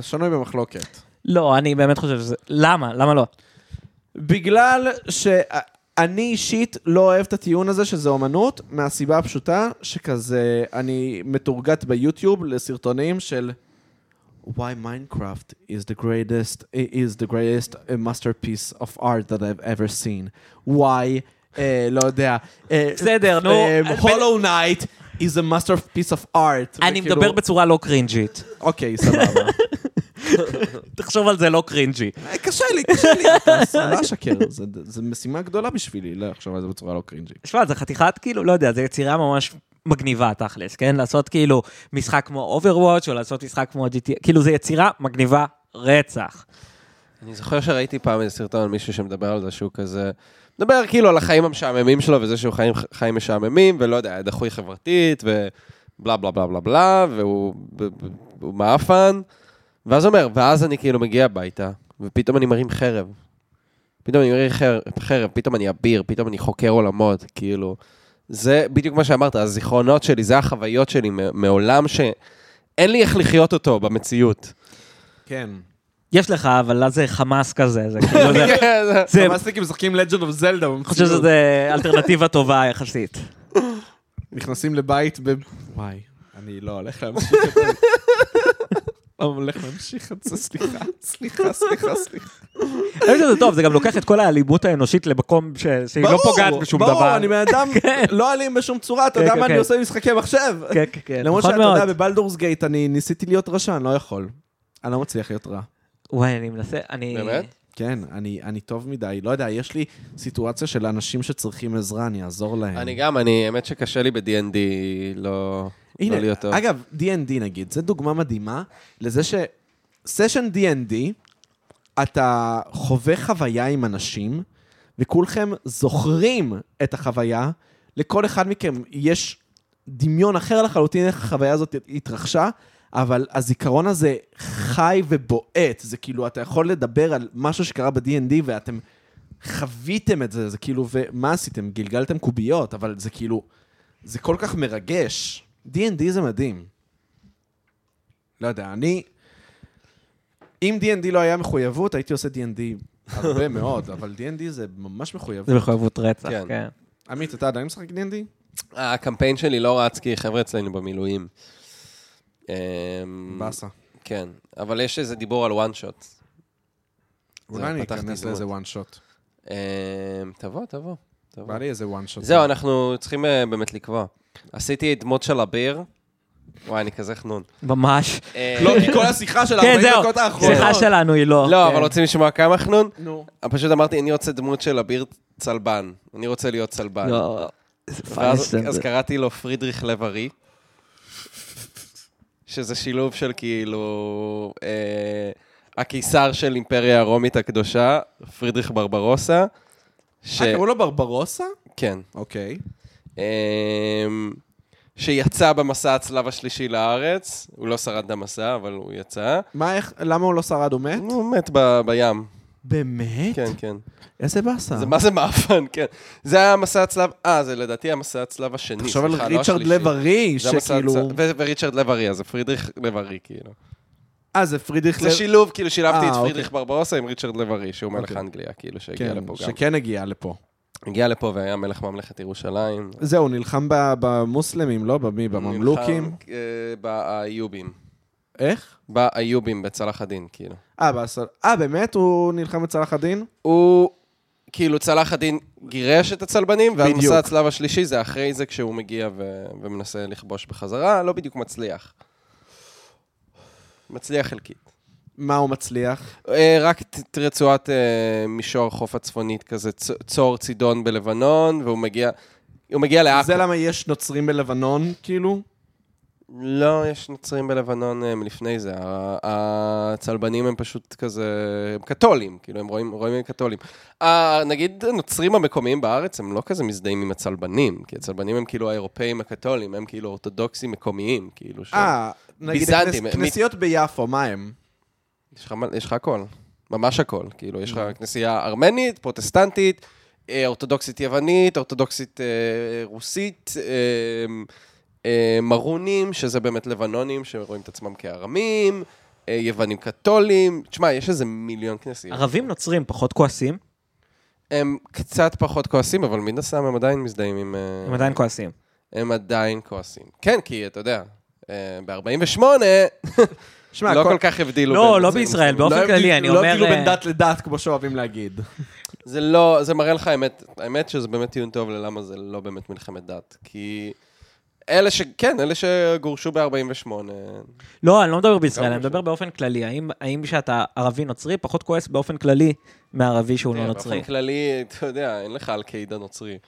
[SPEAKER 2] שנוי במחלוקת.
[SPEAKER 3] לא, אני באמת חושב שזה... למה? למה לא?
[SPEAKER 2] בגלל שאני אישית לא אוהב את הטיעון הזה שזה אומנות, מהסיבה הפשוטה שכזה, אני מתורגת ביוטיוב לסרטונים של Why Minecraft is the greatest is the greatest masterpiece of art that I've ever seen. Why, אה, לא יודע. אה,
[SPEAKER 3] בסדר, נו.
[SPEAKER 2] אה,
[SPEAKER 3] אני-
[SPEAKER 2] Hollow Knight is a masterpiece of art.
[SPEAKER 3] אני
[SPEAKER 2] וכאילו-
[SPEAKER 3] מדבר בצורה לא קרינג'ית.
[SPEAKER 2] אוקיי, סבבה. אה,
[SPEAKER 3] תחשוב על זה לא קרינג'י.
[SPEAKER 2] קשה לי, קשה לי. אני לא אשקר, זה- זה משימה גדולה בשבילי, לחשוב על זה בצורה לא קרינג'ית.
[SPEAKER 3] שמע, זה חתיכת, כאילו, לא יודע, זו יצירה ממש מגניבה, תכלס, כן? לעשות כאילו משחק כמו Overwatch, או לעשות משחק כמו GTA, כאילו, זו יצירה מגניבה רצח.
[SPEAKER 1] אני זוכר שראיתי פעם איזה סרטון על מישהו שמדבר על זה שהוא כזה... מדבר כאילו על החיים המשעממים שלו, וזה שהוא חיים, חיים משעממים, ולא יודע, דחוי חברתית, ובלה בלה בלה בלה בלה, והוא ב- ב- הוא מעפן. ואז אומר, ואז אני כאילו מגיע הביתה, ופתאום אני מרים חרב. פתאום אני מרים חרב, חרב פתאום אני אביר, פתאום אני חוקר עולמות, כאילו. זה בדיוק מה שאמרת, הזיכרונות שלי, זה החוויות שלי מ- מעולם שאין לי איך לחיות אותו במציאות.
[SPEAKER 2] כן.
[SPEAKER 3] יש לך, אבל אז זה חמאס כזה, זה כאילו, זה... זה-
[SPEAKER 2] המעסיקים משחקים לג'נד אוף זלדה
[SPEAKER 3] אני חושב
[SPEAKER 1] כאילו.
[SPEAKER 3] שזה אלטרנטיבה טובה יחסית.
[SPEAKER 2] נכנסים לבית ב... וואי, אני לא הולך להמשיך את זה. לא הולך להמשיך את זה, סליחה, סליחה, סליחה, סליחה.
[SPEAKER 3] אני חושב שזה טוב, זה גם לוקח את כל האלימות האנושית למקום ש- שהיא לא פוגעת בשום דבר.
[SPEAKER 2] ברור, אני בן אדם לא אלים בשום צורה, אתה
[SPEAKER 3] כן,
[SPEAKER 2] יודע
[SPEAKER 3] כן,
[SPEAKER 2] מה אני
[SPEAKER 3] כן.
[SPEAKER 2] עושה במשחקי מחשב.
[SPEAKER 3] כן, כן, כן,
[SPEAKER 2] למרות
[SPEAKER 3] נכון
[SPEAKER 2] שאתה יודע,
[SPEAKER 3] מאוד.
[SPEAKER 2] בבלדורס גייט אני ניסיתי להיות רשע, אני לא יכול. אני לא מצליח להיות רע.
[SPEAKER 3] וואי, אני מנסה, אני...
[SPEAKER 1] באמת?
[SPEAKER 2] כן, אני, אני טוב מדי, לא יודע, יש לי סיטואציה של אנשים שצריכים עזרה, אני אעזור
[SPEAKER 3] כן.
[SPEAKER 2] להם.
[SPEAKER 1] אני גם, אני, האמת שקשה לי ב-D&D לא לא
[SPEAKER 2] הנה,
[SPEAKER 1] להיות טוב.
[SPEAKER 2] אגב, D&D נגיד, זו דוגמה מדהימה לזה שסשן D&D, אתה חווה חוויה עם אנשים, וכולכם זוכרים את החוויה, לכל אחד מכם יש דמיון אחר לחלוטין איך החוויה הזאת התרחשה, אבל הזיכרון הזה חי ובועט, זה כאילו, אתה יכול לדבר על משהו שקרה ב-D&D ואתם חוויתם את זה, זה כאילו, ומה עשיתם? גלגלתם קוביות, אבל זה כאילו, זה כל כך מרגש. D&D זה מדהים. לא יודע, אני... אם D&D לא היה מחויבות, הייתי עושה D&D הרבה מאוד, אבל D&D זה ממש
[SPEAKER 3] זה
[SPEAKER 2] מחויבות.
[SPEAKER 3] מחויבות רצח,
[SPEAKER 1] כן.
[SPEAKER 3] כן.
[SPEAKER 2] עמית, אתה עדיין משחק D&D?
[SPEAKER 1] Mm. הקמפיין שלי לא רץ כי חבר'ה אצלנו במילואים. אמ,
[SPEAKER 2] באסה.
[SPEAKER 1] כן, אבל יש איזה דיבור על וואן שוט.
[SPEAKER 2] אולי אני
[SPEAKER 1] פתחתי
[SPEAKER 2] אכנס
[SPEAKER 1] דמות.
[SPEAKER 2] לאיזה one shot.
[SPEAKER 1] אמ, תבוא, תבוא. תבוא.
[SPEAKER 2] בא לי איזה one shot.
[SPEAKER 1] זהו, אנחנו צריכים אה, באמת לקבוע. עשיתי דמות של אביר. וואי, אני כזה חנון.
[SPEAKER 3] ממש.
[SPEAKER 1] אה,
[SPEAKER 2] לא, כי כל השיחה של
[SPEAKER 3] כן,
[SPEAKER 2] 40
[SPEAKER 3] זהו,
[SPEAKER 2] דקות האחרונות.
[SPEAKER 3] שיחה שלנו היא לא.
[SPEAKER 1] נכון. לא,
[SPEAKER 3] כן.
[SPEAKER 1] אבל רוצים לשמוע כמה חנון?
[SPEAKER 2] נו.
[SPEAKER 1] פשוט אמרתי, אני רוצה דמות של אביר צלבן. אני רוצה להיות צלבן.
[SPEAKER 3] לא, זה
[SPEAKER 1] ואז
[SPEAKER 3] פאנס,
[SPEAKER 1] אז
[SPEAKER 3] זה-
[SPEAKER 1] קראתי לו פרידריך לב-ארי, שזה שילוב של כאילו אה, הקיסר של אימפריה הרומית הקדושה, פרידריך ברברוסה, ש...
[SPEAKER 2] אה, קראו לו ברברוסה?
[SPEAKER 1] כן.
[SPEAKER 2] אוקיי.
[SPEAKER 1] אה, שיצא במסע הצלב השלישי לארץ, הוא לא שרד את המסע, אבל הוא יצא.
[SPEAKER 2] מה, איך, למה הוא לא שרד? הוא מת?
[SPEAKER 1] הוא מת ב- בים,
[SPEAKER 2] באמת?
[SPEAKER 1] כן, כן.
[SPEAKER 2] איזה באסה.
[SPEAKER 1] זה מה זה מאפן, כן. זה היה מסע הצלב, אה, זה לדעתי המסע הצלב השני,
[SPEAKER 2] תחשוב על
[SPEAKER 1] סליחה, לא
[SPEAKER 2] ריצ'רד
[SPEAKER 1] השלישי.
[SPEAKER 2] לב ארי,
[SPEAKER 1] זה המסע
[SPEAKER 2] שכאילו...
[SPEAKER 1] הצ- ו- וריצ'רד לב-ארי, אז זה פרידריך לב-ארי, כאילו.
[SPEAKER 2] אה, זה פרידריך
[SPEAKER 1] זה שילוב, כאילו שילבתי
[SPEAKER 2] אה,
[SPEAKER 1] את
[SPEAKER 2] אוקיי.
[SPEAKER 1] פרידריך ברברוסה עם ריצ'רד לב-ארי, שהוא מלך
[SPEAKER 2] אוקיי.
[SPEAKER 1] אנגליה, כאילו, שהגיע
[SPEAKER 2] כן,
[SPEAKER 1] לפה גם.
[SPEAKER 2] שכן הגיע לפה.
[SPEAKER 1] הגיע לפה והיה מלך ממלכת ירושלים.
[SPEAKER 2] זהו, נלחם ב- במוסלמים, לא? במי? בממלוכים?
[SPEAKER 1] נלחם, אה, באיובים.
[SPEAKER 2] איך?
[SPEAKER 1] באיובים, בצלאח א-דין, כאילו.
[SPEAKER 2] אה, באסל... אה, באמת? הוא נלחם בצלאח א-דין?
[SPEAKER 1] הוא, כאילו, צלאח א-דין גירש את הצלבנים, ואז
[SPEAKER 2] בדיוק.
[SPEAKER 1] מסע הצלב השלישי זה אחרי זה כשהוא מגיע ו- ומנסה לכבוש בחזרה, לא בדיוק מצליח. מצליח חלקית.
[SPEAKER 2] מה הוא מצליח?
[SPEAKER 1] אה, רק ת- ת- רצועת אה, מישור החוף הצפונית כזה, צ- צור צידון בלבנון, והוא מגיע... הוא מגיע לעכו.
[SPEAKER 2] זה לא- למה יש נוצרים בלבנון, כאילו?
[SPEAKER 1] לא, יש נוצרים בלבנון אה, מלפני זה. ה- הצלבנים הם פשוט כזה... הם קתולים, כאילו, הם רואים רואים קתולים. ה- נגיד, הנוצרים המקומיים בארץ הם לא כזה מזדהים עם הצלבנים, כי הצלבנים הם כאילו האירופאים הקתולים, הם כאילו אורתודוקסים מקומיים, כאילו... ש-
[SPEAKER 2] אה, נגיד,
[SPEAKER 1] ביזנטים,
[SPEAKER 2] הכנס-
[SPEAKER 1] מ-
[SPEAKER 2] כנסיות ביפו, מה הם?
[SPEAKER 1] יש לך מל- יש לך הכל, ממש הכל. כאילו, יש לך כנסייה ארמנית, פרוטסטנטית, אה, אורתודוקסית יוונית, אורתודוקסית אה, רוסית, אה, אה, מרונים, שזה באמת לבנונים, שרואים את עצמם כארמים, אה, יוונים קתולים. תשמע, יש איזה מיליון כנסיות.
[SPEAKER 3] ערבים נוצרים פחות כועסים,
[SPEAKER 1] הם קצת פחות כועסים, אבל מן הסתם הם עדיין מזדהים עם... אה,
[SPEAKER 3] הם עדיין כועסים.
[SPEAKER 1] הם עדיין כועסים. כן, כי אתה יודע, אה, ב-48
[SPEAKER 2] שמע,
[SPEAKER 1] לא
[SPEAKER 2] כל-
[SPEAKER 1] כל כך הבדילו.
[SPEAKER 3] לא,
[SPEAKER 1] בין
[SPEAKER 3] לא
[SPEAKER 1] נוצרים
[SPEAKER 3] בישראל,
[SPEAKER 1] למוסלמים.
[SPEAKER 3] באופן
[SPEAKER 2] לא
[SPEAKER 3] כללי,
[SPEAKER 2] הבדיל-
[SPEAKER 3] אני
[SPEAKER 2] לא
[SPEAKER 3] אומר,
[SPEAKER 2] כאילו
[SPEAKER 3] אה,
[SPEAKER 2] בין דת לדת, כמו שאוהבים להגיד.
[SPEAKER 1] זה לא, זה מראה לך האמת, האמת שזה באמת טיעון טוב ללמה זה לא באמת מלחמת דת. כי אלה ש... כן, אלה שגורשו ב-48.
[SPEAKER 3] לא, אני לא מדבר בישראל, אני
[SPEAKER 1] משהו.
[SPEAKER 3] מדבר באופן כללי. האם- האם שאתה ערבי נוצרי פחות כועס באופן כללי מערבי שהוא לא נוצרי?
[SPEAKER 1] כן, באופן כללי, אתה יודע, אין לך אל-קאידה נוצרי.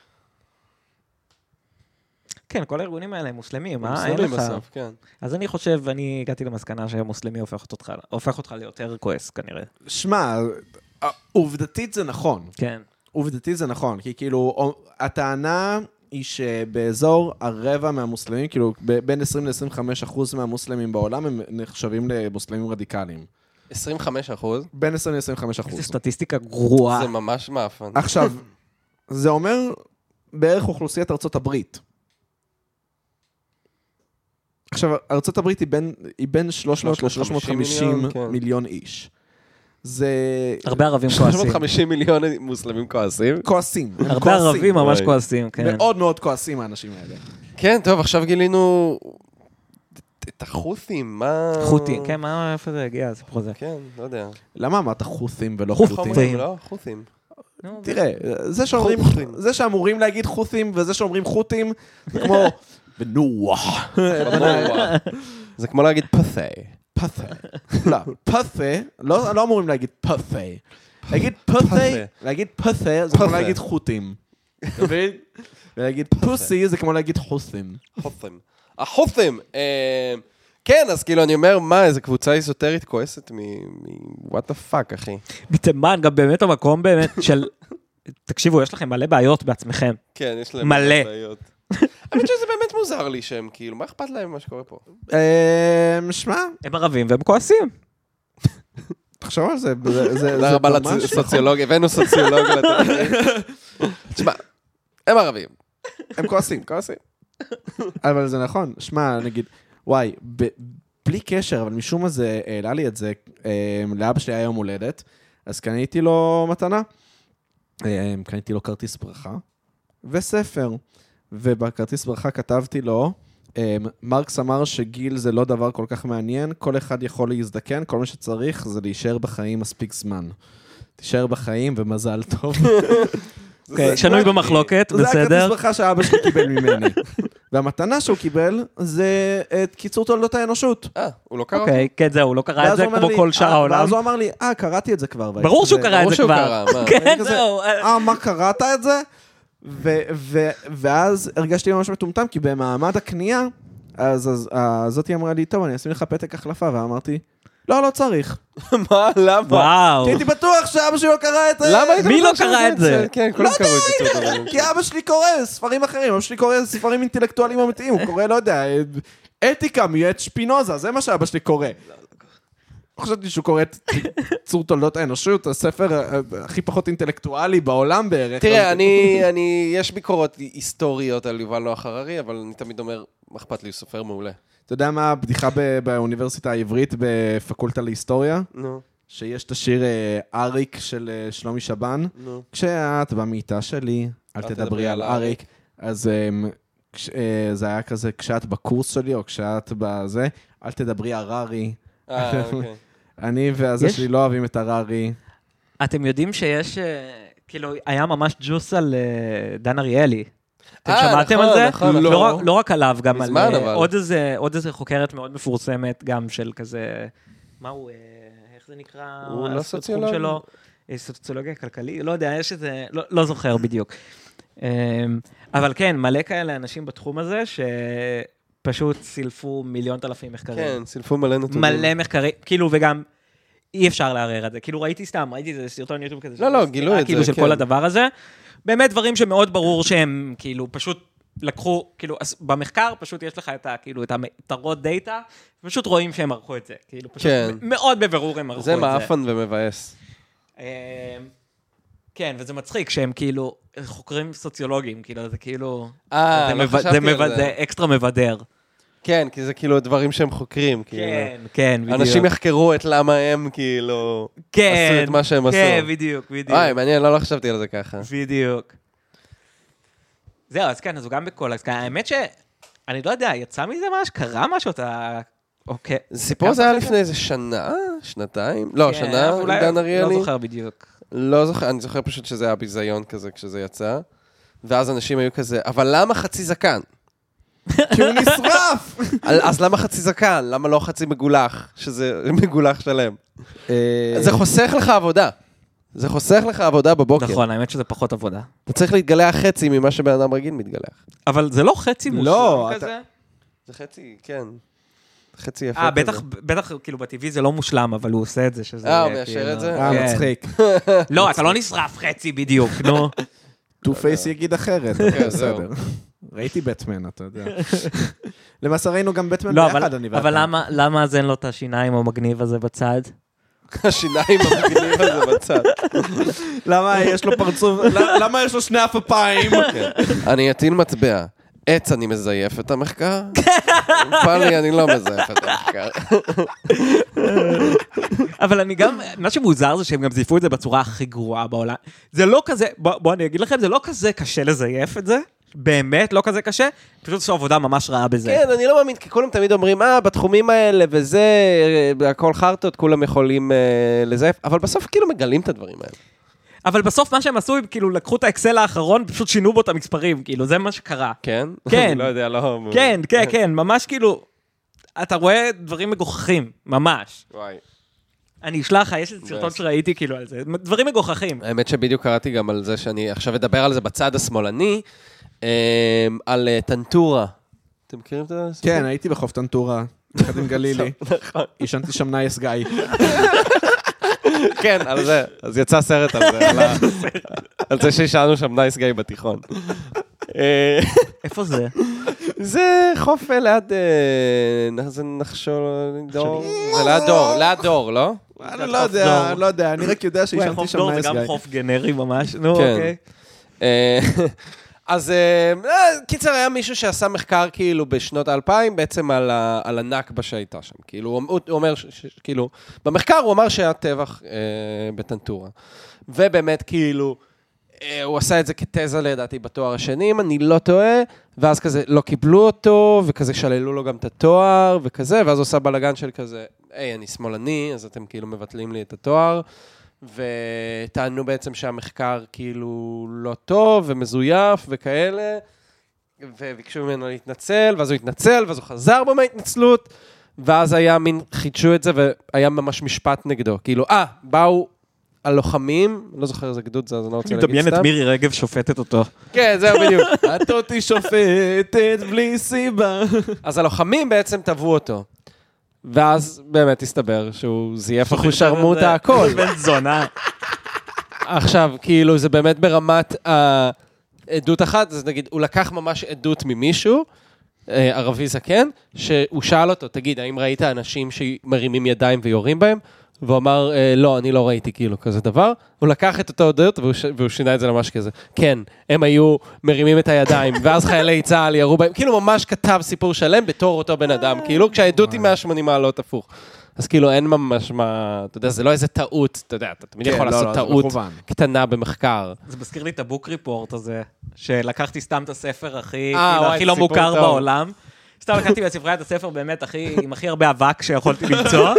[SPEAKER 3] כן, כל הארגונים האלה הם מוסלמים, אה? אין
[SPEAKER 1] מוסלמים
[SPEAKER 3] לך...
[SPEAKER 1] בסוף, כן.
[SPEAKER 3] אז אני חושב, אני הגעתי למסקנה שמוסלמי הופך אותך- הופך אותך ליותר כועס כנראה.
[SPEAKER 2] שמע, אה, עובדתית זה נכון.
[SPEAKER 3] כן.
[SPEAKER 2] עובדתית זה נכון, כי כאילו, או- הטענה היא שבאזור הרבע מהמוסלמים, כאילו, ב- בין 20 ל-25 אחוז מהמוסלמים בעולם, הם נחשבים למוסלמים רדיקליים.
[SPEAKER 1] 25 אחוז,
[SPEAKER 2] בין 20 ל-25
[SPEAKER 3] איזו
[SPEAKER 2] אחוז.
[SPEAKER 3] סטטיסטיקה גרועה.
[SPEAKER 1] זה ממש מאפן.
[SPEAKER 2] עכשיו, זה אומר בערך אוכלוסיית ארצות הברית. עכשיו, ארצות הברית היא בין, היא בין 300 ל-350 מיליון,
[SPEAKER 1] מיליון, כן.
[SPEAKER 2] מיליון איש. זה...
[SPEAKER 3] הרבה ערבים כועסים.
[SPEAKER 1] 350 מיליון מוסלמים כועסים.
[SPEAKER 2] כועסים. הם
[SPEAKER 3] הרבה
[SPEAKER 2] כועסים.
[SPEAKER 3] ערבים ממש
[SPEAKER 1] אוי.
[SPEAKER 3] כועסים, כן.
[SPEAKER 2] מאוד מאוד כועסים האנשים האלה.
[SPEAKER 1] כן, טוב, עכשיו גילינו את- את החות'ים, מה...
[SPEAKER 3] חותי, כן, מה, איפה זה הגיע, הסיפור הזה?
[SPEAKER 1] כן, לא יודע.
[SPEAKER 2] למה אמרת חות'ים ולא
[SPEAKER 3] חות'ים.
[SPEAKER 2] חות'ים?
[SPEAKER 1] חומרים, לא? חות'ים.
[SPEAKER 3] נו,
[SPEAKER 2] תראה, זה שאומרים,
[SPEAKER 1] חות'ים.
[SPEAKER 2] זה שאמורים להגיד חות'ים וזה שאומרים חות'ים, זה כמו... ונוח.
[SPEAKER 1] זה כמו להגיד פת'י.
[SPEAKER 2] פאפה. לא, פאפה, לא לא אמורים להגיד פאפה. להגיד פאפה, להגיד פאפה זה כמו
[SPEAKER 1] פאפה.
[SPEAKER 2] להגיד חוטים. אתה מבין? ולהגיד פוסי זה כמו להגיד חוסים.
[SPEAKER 1] חות'ם. החות'ם! אה, כן, אז כאילו, אני אומר, מה, איזה קבוצה איזוטרית כועסת מ... וואט דה פאק, אחי.
[SPEAKER 3] בתימן, גם באמת המקום באמת של... תקשיבו, יש לכם מלא בעיות בעצמכם.
[SPEAKER 1] כן, יש להם...
[SPEAKER 3] מלא.
[SPEAKER 1] בעיות. אני חושב שזה באמת מוזר לי שהם, כאילו, מה אכפת להם ממה שקורה פה?
[SPEAKER 2] אמ, שמע,
[SPEAKER 3] הם ערבים והם כועסים.
[SPEAKER 2] תחשוב על זה. זה- זה-
[SPEAKER 1] תודה
[SPEAKER 2] זה
[SPEAKER 1] רבה
[SPEAKER 2] ממש נכון.
[SPEAKER 1] לסוציולוג, הבאנו סוציולוג לתוכנית. תשמע, הם ערבים.
[SPEAKER 2] הם כועסים,
[SPEAKER 1] כועסים.
[SPEAKER 2] אבל זה נכון. שמע, נגיד, וואי, ב- בלי קשר, אבל משום מה זה העלה לי את זה, אמ, לאבא שלי היה יום הולדת, אז קניתי לו מתנה. אמ, קניתי לו כרטיס ברכה וספר, ובכרטיס ברכה כתבתי לו, אמ, מרקס אמר שגיל זה לא דבר כל כך מעניין, כל אחד יכול להזדקן, כל מה שצריך זה להישאר בחיים מספיק זמן. תישאר בחיים ומזל טוב.
[SPEAKER 3] אוקיי, שנוי במחלוקת,
[SPEAKER 2] זה
[SPEAKER 3] בסדר?
[SPEAKER 2] הכרטיס ברכה שאבא שלי קיבל ממני. והמתנה שהוא קיבל זה את קיצור תולדות האנושות.
[SPEAKER 1] אה, הוא לא קרא אותו?
[SPEAKER 3] אוקיי, כן, זהו, הוא לא קרא את
[SPEAKER 2] ואז
[SPEAKER 3] זה
[SPEAKER 2] הוא אומר
[SPEAKER 3] כמו
[SPEAKER 2] לי,
[SPEAKER 3] כל שאר
[SPEAKER 2] אה,
[SPEAKER 3] העולם.
[SPEAKER 2] ואז הוא אמר לי, אה, קראתי את זה כבר.
[SPEAKER 3] ברור שהוא
[SPEAKER 2] והייתי
[SPEAKER 3] קרא את
[SPEAKER 1] ברור
[SPEAKER 3] זה
[SPEAKER 1] שהוא
[SPEAKER 3] כבר.
[SPEAKER 1] קרא, מה?
[SPEAKER 2] ואני
[SPEAKER 3] כן,
[SPEAKER 2] כזה,
[SPEAKER 3] זהו.
[SPEAKER 2] אה, מה, קראת את זה? ו- ו- ואז הרגשתי ממש מטומטם, כי במעמד הקנייה, אז אז- אה, זאתי אמרה לי, טוב, אני אשים לך פתק החלפה, ואמרתי, לא, לא צריך.
[SPEAKER 1] מה, למה?
[SPEAKER 3] וואו.
[SPEAKER 2] כי הייתי בטוח שאבא שלי לא קרא את זה.
[SPEAKER 1] למה היית
[SPEAKER 3] מי לא
[SPEAKER 1] בטוח
[SPEAKER 3] קרא
[SPEAKER 1] שזה
[SPEAKER 3] את זה?
[SPEAKER 1] כן, כולם קראו את זה. אותו דבר.
[SPEAKER 2] לא כי אבא שלי קורא ספרים אחרים, אבא שלי קורא ספרים אינטלקטואליים אמיתיים, הוא קורא, לא יודע, אתיקה מאת שפינוזה, זה מה שאבא שלי קורא. חשבתי שהוא קורא את צור תולדות האנושות, הספר אה, הכי פחות אינטלקטואלי בעולם בערך. לא
[SPEAKER 1] תראה,
[SPEAKER 2] אבל-
[SPEAKER 1] אני, אני, יש ביקורות היסטוריות על יובל נוח הררי, אבל אני תמיד אומר, מה אכפת לי, הוא סופר מעולה.
[SPEAKER 2] אתה יודע מה הבדיחה ב- באוניברסיטה העברית בפקולטה להיסטוריה?
[SPEAKER 1] נו,
[SPEAKER 2] שיש את השיר אה, אריק של אה, שלומי שבן.
[SPEAKER 1] נו.
[SPEAKER 2] כשאת במיטה שלי, אל תדברי על אריק. אז אמ, כש- אה, זה היה כזה, כשאת בקורס שלי, או כשאת בזה, אל תדברי הררי.
[SPEAKER 1] אה, אוקיי.
[SPEAKER 2] אני והזה
[SPEAKER 3] יש?
[SPEAKER 2] שלי לא אוהבים את הררי.
[SPEAKER 3] אתם יודעים שיש, אה, כאילו, היה ממש ג'וס על אה, דן אריאלי. אתם
[SPEAKER 1] אה,
[SPEAKER 3] שמעתם
[SPEAKER 1] נכון,
[SPEAKER 3] על זה?
[SPEAKER 1] נכון,
[SPEAKER 3] לא
[SPEAKER 1] נכון.
[SPEAKER 3] רק- לא רק עליו, גם על
[SPEAKER 1] מזמן,
[SPEAKER 3] אה,
[SPEAKER 1] אבל.
[SPEAKER 3] עוד איזה- עוד איזה חוקרת מאוד מפורסמת, גם של כזה מה הוא, אה, איך זה נקרא?
[SPEAKER 1] הוא לא
[SPEAKER 3] התחום
[SPEAKER 1] סוציולוג.
[SPEAKER 3] שלו, אה, סוציולוגיה כלכלית, לא יודע, יש איזה, לא- לא זוכר בדיוק. אה, אבל כן, מלא כאלה אנשים בתחום הזה, שפשוט סילפו מיליון תלפים מחקרים.
[SPEAKER 1] כן, סילפו מלא נתונים.
[SPEAKER 3] מלא מחקרים, כאילו, וגם אי אפשר לערער על זה. כאילו, ראיתי סתם, ראיתי איזה סרטון יוטיוב כזה.
[SPEAKER 1] לא, לא,
[SPEAKER 3] של
[SPEAKER 1] גילו
[SPEAKER 3] סקירה,
[SPEAKER 1] את
[SPEAKER 3] כאילו,
[SPEAKER 1] זה,
[SPEAKER 3] של
[SPEAKER 1] כן.
[SPEAKER 3] כל הדבר הזה. באמת דברים שמאוד ברור שהם, כאילו, פשוט לקחו, כאילו, אז במחקר פשוט יש לך את ה... כאילו, את המ- את ה-raw data, פשוט רואים שהם ערכו את זה. כאילו, פשוט
[SPEAKER 1] כן.
[SPEAKER 3] מ- מאוד בבירור הם ערכו את זה.
[SPEAKER 1] זה מעפן ומבאס.
[SPEAKER 3] אה, כן, וזה מצחיק שהם כאילו חוקרים סוציולוגיים, כאילו, זה כאילו...
[SPEAKER 1] אה,
[SPEAKER 3] זה
[SPEAKER 1] לא
[SPEAKER 3] מב-
[SPEAKER 1] חשבתי
[SPEAKER 3] זה
[SPEAKER 1] על
[SPEAKER 3] מב-
[SPEAKER 1] זה.
[SPEAKER 3] זה אקסטרה מבדר.
[SPEAKER 1] כן, כי זה כאילו דברים שהם חוקרים, כאילו.
[SPEAKER 3] כן, כן, בדיוק.
[SPEAKER 1] אנשים יחקרו את למה הם, כאילו...
[SPEAKER 3] כן,
[SPEAKER 1] עשו את מה שהם
[SPEAKER 3] כן,
[SPEAKER 1] עשו.
[SPEAKER 3] בדיוק, בדיוק.
[SPEAKER 1] וואי, מעניין, לא לא חשבתי על זה ככה.
[SPEAKER 3] בדיוק. זהו, אז כן, אז הוא גם בכל... אז כן, האמת ש... אני לא יודע, יצא מזה משהו? קרה משהו? אתה... אוקיי.
[SPEAKER 1] הסיפור הזה היה לפני איזה שנה? שנתיים? לא,
[SPEAKER 3] כן,
[SPEAKER 1] שנה,
[SPEAKER 3] אבל אולי-
[SPEAKER 1] עם דן אריאלי?
[SPEAKER 3] לא זוכר בדיוק.
[SPEAKER 1] לא זוכר, אני זוכר פשוט שזה היה ביזיון כזה כשזה יצא. ואז אנשים היו כזה, אבל למה חצי זקן?
[SPEAKER 2] כי הוא נשרף!
[SPEAKER 1] על- אז למה חצי זקן? למה לא חצי מגולח? שזה מגולח שלם.
[SPEAKER 2] אה,
[SPEAKER 1] זה חוסך לך עבודה. זה חוסך לך עבודה בבוקר.
[SPEAKER 3] נכון, האמת שזה פחות עבודה.
[SPEAKER 1] אתה צריך להתגלח חצי ממה שבן אדם רגיל מתגלח.
[SPEAKER 3] אבל זה לא חצי
[SPEAKER 2] לא,
[SPEAKER 3] מושלם
[SPEAKER 2] אתה-
[SPEAKER 3] כזה.
[SPEAKER 1] זה חצי, כן. חצי יפה
[SPEAKER 3] אה,
[SPEAKER 1] כזה.
[SPEAKER 3] בטח, בטח, כאילו, בטבעי זה לא מושלם, אבל הוא עושה את זה, שזה...
[SPEAKER 1] אה, הוא מאשר
[SPEAKER 3] כאילו-
[SPEAKER 1] את זה?
[SPEAKER 2] אה,
[SPEAKER 3] כן.
[SPEAKER 2] מצחיק.
[SPEAKER 3] לא, אתה לא נשרף חצי בדיוק, נו.
[SPEAKER 2] טו פייס יגיד אחרת, אבל
[SPEAKER 1] כן, זהו.
[SPEAKER 2] בסדר. ראיתי בטמן, אתה יודע. למעשה ראינו גם בטמן
[SPEAKER 3] לא, אבל-
[SPEAKER 2] ביחד, אני ואתה.
[SPEAKER 3] אבל למה- למה אז אין לו את השיניים המגניב הזה בצד?
[SPEAKER 1] השיניים המגניב הזה בצד.
[SPEAKER 2] למה יש לו פרצוף, למה יש לו שני עפפיים?
[SPEAKER 1] אני אטיל מטבע. עץ אני מזייף את המחקר, פאלי אני לא מזייף את המחקר.
[SPEAKER 3] אבל אני גם, מה שמוזר זה שהם גם זייפו את זה בצורה הכי גרועה בעולם. זה לא כזה, בוא, בוא אני אגיד לכם, זה לא כזה קשה לזייף את זה. באמת לא כזה קשה, פשוט עשו עבודה ממש רעה בזה.
[SPEAKER 1] כן, אני לא מאמין, כי כולם תמיד אומרים, אה, בתחומים האלה וזה, אה, הכל חרטות, כולם יכולים אה, לזייף, אבל בסוף כאילו מגלים את הדברים האלה.
[SPEAKER 3] אבל בסוף מה שהם עשו, הם כאילו לקחו את האקסל האחרון, פשוט שינו בו את המספרים, כאילו, זה מה שקרה.
[SPEAKER 1] כן?
[SPEAKER 3] כן.
[SPEAKER 1] אני לא יודע, לא...
[SPEAKER 3] כן, כן, כן, ממש כאילו, אתה רואה דברים מגוחכים, ממש.
[SPEAKER 1] וואי.
[SPEAKER 3] אני אשלח לך, יש איזה סרטון
[SPEAKER 1] מבאס.
[SPEAKER 3] שראיתי כאילו על זה, דברים מגוחכים.
[SPEAKER 1] האמת שבדיוק קראתי גם על זה שאני עכשיו אדבר על זה בצד השמאלני, אה, על אה, טנטורה. אתם מכירים את הסיפור?
[SPEAKER 2] כן, הייתי בחוף טנטורה, יחד עם גלילי.
[SPEAKER 3] נכון.
[SPEAKER 2] עישנתי שם נייס גיא.
[SPEAKER 1] כן, על זה. אז יצא סרט על זה, על ה- על זה שהשארנו שם נייס גיא בתיכון. אה,
[SPEAKER 3] איפה זה?
[SPEAKER 1] זה חוף אה, ליד... אה, נ- זה נחשול... דור? זה ליד דור, ליד דור, לא?
[SPEAKER 2] אני לא יודע, לא יודע, אני רק יודע שעישנתי
[SPEAKER 3] חוף
[SPEAKER 2] שם
[SPEAKER 3] דור זה
[SPEAKER 2] נייס
[SPEAKER 3] גם
[SPEAKER 2] גיא.
[SPEAKER 3] חוף גנרי ממש, נו,
[SPEAKER 1] כן.
[SPEAKER 3] אוקיי.
[SPEAKER 1] אה, אז אה, אה, קיצר, היה מישהו שעשה מחקר כאילו בשנות האלפיים, בעצם על ה- על הנכבה שהייתה שם. כאילו, הוא הוא אומר, ש- ש- כאילו, במחקר הוא אמר שהיה טבח אה, בטנטורה. ובאמת, כאילו, אה, הוא עשה את זה כתזה לדעתי בתואר השני, אם אני לא טועה, ואז כזה לא קיבלו אותו, וכזה שללו לו גם את התואר, וכזה, ואז הוא עושה בלאגן של כזה, היי, אני שמאלני, אז אתם כאילו מבטלים לי את התואר. וטענו בעצם שהמחקר כאילו לא טוב ומזויף וכאלה, וביקשו ממנו להתנצל, ואז הוא התנצל, ואז הוא חזר בו מההתנצלות, ואז היה מין, חידשו את זה, והיה ממש משפט נגדו. כאילו, אה, באו הלוחמים, לא זוכר איזה גדוד זה, אז אני לא רוצה
[SPEAKER 3] אני
[SPEAKER 1] להגיד סתם.
[SPEAKER 3] מדמיין את מירי רגב שופטת אותו.
[SPEAKER 1] כן, זהו בדיוק.
[SPEAKER 2] את אותי שופטת בלי סיבה.
[SPEAKER 1] אז הלוחמים בעצם תבעו אותו. ואז באמת הסתבר שהוא זייף אחושרמוטה הכל.
[SPEAKER 3] בן זונה.
[SPEAKER 1] עכשיו, כאילו, זה באמת ברמת העדות אחת, אז נגיד, הוא לקח ממש עדות ממישהו, אה, ערבי זקן, שהוא שאל אותו, תגיד, האם ראית אנשים שמרימים ידיים ויורים בהם? והוא אמר, "אה, לא, אני לא ראיתי כאילו כזה דבר. הוא לקח את אותו עדות והוא, ש... והוא שינה את זה ממש כזה. כן, הם היו מרימים את הידיים, ואז חיילי צה"ל ירו בהם. כאילו, ממש כתב סיפור שלם בתור אותו בן אדם, כאילו, כשהעדות היא 180 מעלות הפוך. אז כאילו, אין ממש מה... אתה יודע, זה לא איזה טעות, אתה יודע, אתה תמיד
[SPEAKER 2] כן,
[SPEAKER 1] יכול
[SPEAKER 2] לא,
[SPEAKER 1] לעשות
[SPEAKER 2] לא, זה
[SPEAKER 1] טעות
[SPEAKER 2] מכוון.
[SPEAKER 1] קטנה במחקר.
[SPEAKER 3] זה מזכיר לי את הבוק ריפורט הזה, שלקחתי סתם את הספר הכי,
[SPEAKER 1] אה,
[SPEAKER 3] כאילו,
[SPEAKER 1] וואי,
[SPEAKER 3] הכי לא
[SPEAKER 1] סיפור
[SPEAKER 3] מוכר
[SPEAKER 1] טוב.
[SPEAKER 3] בעולם. סתם לקחתי מהספרייה את הספר באמת הכי, עם הכי הרבה אבק שיכולתי למצוא.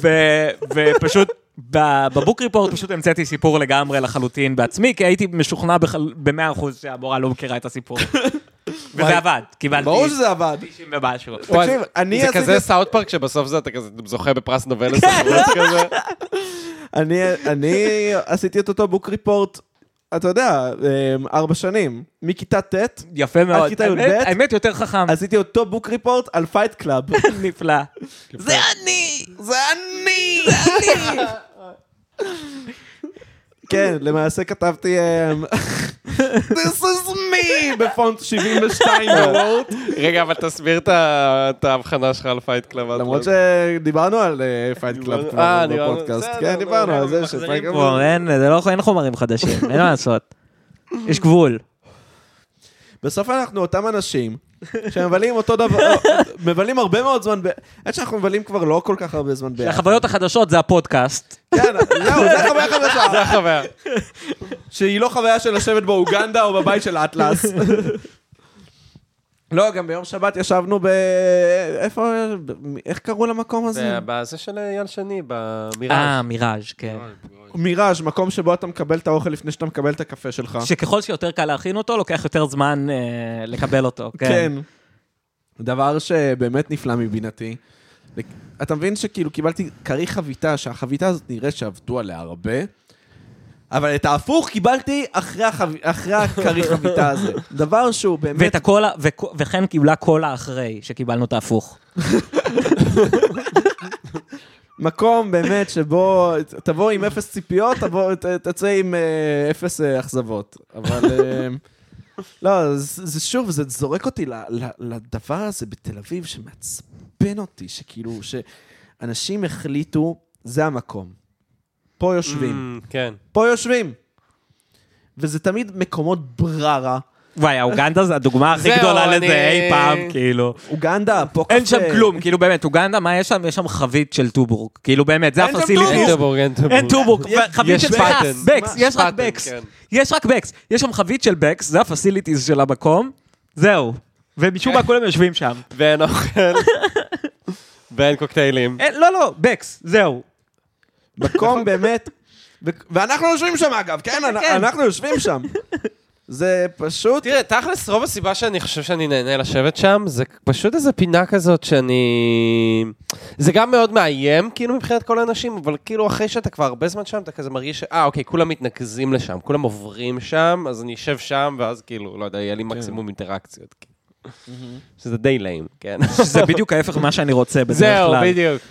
[SPEAKER 3] ו- ופשוט... ב- בבוק ריפורט פשוט המצאתי סיפור לגמרי לחלוטין בעצמי, כי הייתי משוכנע בח- במאה אחוז שהמורה לא מכירה את הסיפור. וזה עבד, קיבלתי
[SPEAKER 2] ברור שזה עבד.
[SPEAKER 3] 90 ומשהו.
[SPEAKER 1] וואי,
[SPEAKER 2] תקשיב, אני
[SPEAKER 1] זה
[SPEAKER 2] עשיתי- כן.
[SPEAKER 1] כזה סאוטפארק שבסוף זה אתה כזה זוכה בפרס נובל לספרות כזה.
[SPEAKER 2] אני, אני עשיתי את אותו בוק ריפורט, אתה יודע, אמ, ארבע שנים, מכיתה ט',
[SPEAKER 3] יפה מאוד.
[SPEAKER 2] כיתה י"ב?
[SPEAKER 3] האמת- האמת, יותר חכם.
[SPEAKER 2] עשיתי אותו בוק ריפורט על פייט קלאב.
[SPEAKER 3] נפלא. זה אני!
[SPEAKER 2] זה אני! כן, למעשה כתבתי אמ, This is me בפונט 72 בוורט.
[SPEAKER 1] רגע, אבל תסביר את ה- את ההבחנה שלך על פייט קלאב.
[SPEAKER 2] למרות שדיברנו על פייט קלאב
[SPEAKER 1] דיברנו-
[SPEAKER 2] כבר
[SPEAKER 1] אה, דיברנו,
[SPEAKER 2] בפודקאסט.
[SPEAKER 1] בסדר,
[SPEAKER 2] כן,
[SPEAKER 1] לא,
[SPEAKER 2] דיברנו על זה
[SPEAKER 3] מחזירים
[SPEAKER 2] שפייט קלאב...
[SPEAKER 3] פה, אין, זה לא- אין חומרים חדשים, אין מה לעשות. יש גבול.
[SPEAKER 2] בסוף אנחנו אותם אנשים שמבלים אותו דבר, מבלים הרבה מאוד זמן, ב- האמת שאנחנו מבלים כבר לא כל כך הרבה זמן ביחד.
[SPEAKER 3] החוויות החדשות זה הפודקאסט.
[SPEAKER 2] כן, זהו, זה חוויה חדשה,
[SPEAKER 1] זה החוויה.
[SPEAKER 2] שהיא לא חוויה של לשבת באוגנדה או בבית של אטלס. לא, גם ביום שבת ישבנו ב... איפה... איך קראו למקום הזה?
[SPEAKER 1] בזה של אייל שני, במיראז'.
[SPEAKER 3] אה, מיראז', כן.
[SPEAKER 2] מיראז', מקום שבו אתה מקבל את האוכל לפני שאתה מקבל את הקפה שלך.
[SPEAKER 3] שככל שיותר קל להכין אותו, לוקח יותר זמן אה, לקבל אותו, כן.
[SPEAKER 2] כן. דבר שבאמת נפלא מבינתי. אתה מבין שכאילו קיבלתי כרי חביתה, שהחביתה הזאת נראה שעבדו עליה הרבה, אבל את ההפוך קיבלתי אחרי, החב... אחרי הכרי חביתה הזה. דבר שהוא באמת...
[SPEAKER 3] ואת הקולה, וכו- וכן קיבלה קולה אחרי שקיבלנו את ההפוך.
[SPEAKER 2] מקום באמת שבו תבוא עם אפס ציפיות, תבוא, ת, תצא עם אה, אפס אה, אכזבות. אבל... אה, לא, זה, זה שוב, זה זורק אותי ל, ל, לדבר הזה בתל אביב שמעצבן אותי, שכאילו, שאנשים החליטו, זה המקום. פה יושבים.
[SPEAKER 1] כן.
[SPEAKER 3] Mm.
[SPEAKER 2] פה יושבים. וזה תמיד מקומות בררה.
[SPEAKER 3] וואי, האוגנדה זה הדוגמה הכי
[SPEAKER 1] זהו,
[SPEAKER 3] גדולה
[SPEAKER 1] אני-
[SPEAKER 3] לזה אי פעם, כאילו.
[SPEAKER 2] אוגנדה, פה קפה.
[SPEAKER 3] אין שם כלום, כאילו באמת, אוגנדה, מה יש שם? יש שם חבית של טובורג. כאילו באמת, זה
[SPEAKER 2] אין שם טובורג.
[SPEAKER 3] הפסיליטיז.
[SPEAKER 1] טובורג, אין
[SPEAKER 3] אין טובורג,
[SPEAKER 2] יש-
[SPEAKER 3] חבית
[SPEAKER 1] יש
[SPEAKER 3] של
[SPEAKER 1] פאטן.
[SPEAKER 3] בקס, בקס,
[SPEAKER 1] מה?
[SPEAKER 3] יש רק
[SPEAKER 1] פאטן,
[SPEAKER 3] בקס,
[SPEAKER 1] כן.
[SPEAKER 3] יש רק בקס, יש שם חבית של בקס, זה הפסיליטיז של המקום, זהו. ומשום מה כולם יושבים שם.
[SPEAKER 1] ואין אוכל. ואין קוקטיילים.
[SPEAKER 3] אין, לא, לא, בקס, זהו.
[SPEAKER 2] מקום באמת, ו- ואנחנו יושבים שם אגב, כן, אנ-
[SPEAKER 3] כן.
[SPEAKER 2] אנחנו יושבים שם. זה פשוט...
[SPEAKER 1] תראה, תכלס, רוב הסיבה שאני חושב שאני נהנה לשבת שם, זה פשוט איזו פינה כזאת שאני... זה גם מאוד מאיים, כאילו, מבחינת כל האנשים, אבל כאילו, אחרי שאתה כבר הרבה זמן שם, אתה כזה מרגיש ש... אה, אוקיי, כולם מתנקזים לשם, כולם עוברים שם, אז אני אשב שם, ואז כאילו, לא יודע, יהיה
[SPEAKER 2] כן.
[SPEAKER 1] לי מקסימום אינטראקציות. כאילו. שזה די ליים, כן.
[SPEAKER 3] שזה בדיוק ההפך ממה שאני רוצה בדרך כלל.
[SPEAKER 1] זהו, בדיוק.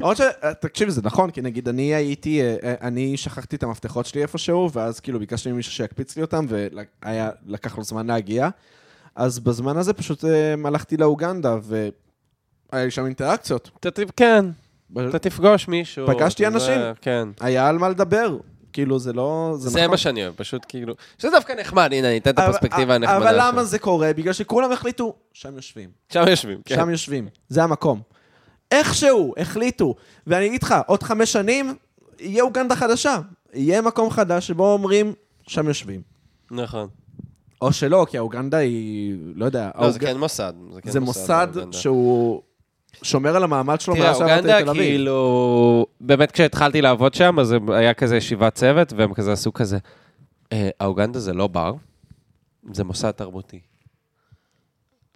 [SPEAKER 2] למרות ש... תקשיב, זה נכון, כי נגיד אני הייתי, אה, אה, אני שכחתי את המפתחות שלי איפשהו, ואז כאילו ביקשתי ממישהו שיקפיץ לי אותם, ולקח לו זמן להגיע. אז בזמן הזה פשוט אה, הלכתי לאוגנדה, והיה לי שם אינטראקציות.
[SPEAKER 1] אתה ת- כן, אתה תפגוש מישהו.
[SPEAKER 2] פגשתי
[SPEAKER 1] זה-
[SPEAKER 2] אנשים.
[SPEAKER 1] כן.
[SPEAKER 2] היה על מה לדבר. כאילו, זה לא... זה
[SPEAKER 1] זה
[SPEAKER 2] נכון.
[SPEAKER 1] מה שאני אוהב, פשוט כאילו... שזה דווקא נחמד, הנה, אני אתן את
[SPEAKER 2] אבל-
[SPEAKER 1] הפרספקטיבה הנחמדה.
[SPEAKER 2] אבל
[SPEAKER 1] שלך.
[SPEAKER 2] למה זה קורה? בגלל שכולם החליטו, שם יושבים.
[SPEAKER 1] שם יושבים,
[SPEAKER 2] כן.
[SPEAKER 1] כן.
[SPEAKER 2] שם יושבים, זה המקום. איכשהו, החליטו, ואני אגיד לך, עוד חמש שנים, יהיה אוגנדה חדשה. יהיה מקום חדש שבו אומרים, שם יושבים.
[SPEAKER 1] נכון.
[SPEAKER 2] או שלא, כי האוגנדה היא, לא יודע,
[SPEAKER 1] לא, זה
[SPEAKER 2] האוג-
[SPEAKER 1] כן מוסד. לא כן
[SPEAKER 2] זה מוסד
[SPEAKER 1] באוגנדה.
[SPEAKER 2] שהוא שומר על המעמד שלו
[SPEAKER 1] תראה,
[SPEAKER 2] מאז שעברת לתל
[SPEAKER 1] אוגנדה,
[SPEAKER 2] אביב.
[SPEAKER 1] כאילו... באמת, כשהתחלתי לעבוד שם, אז הם- היה כזה ישיבת צוות, והם כזה עשו כזה... "אה, האוגנדה זה לא בר, זה מוסד תרבותי.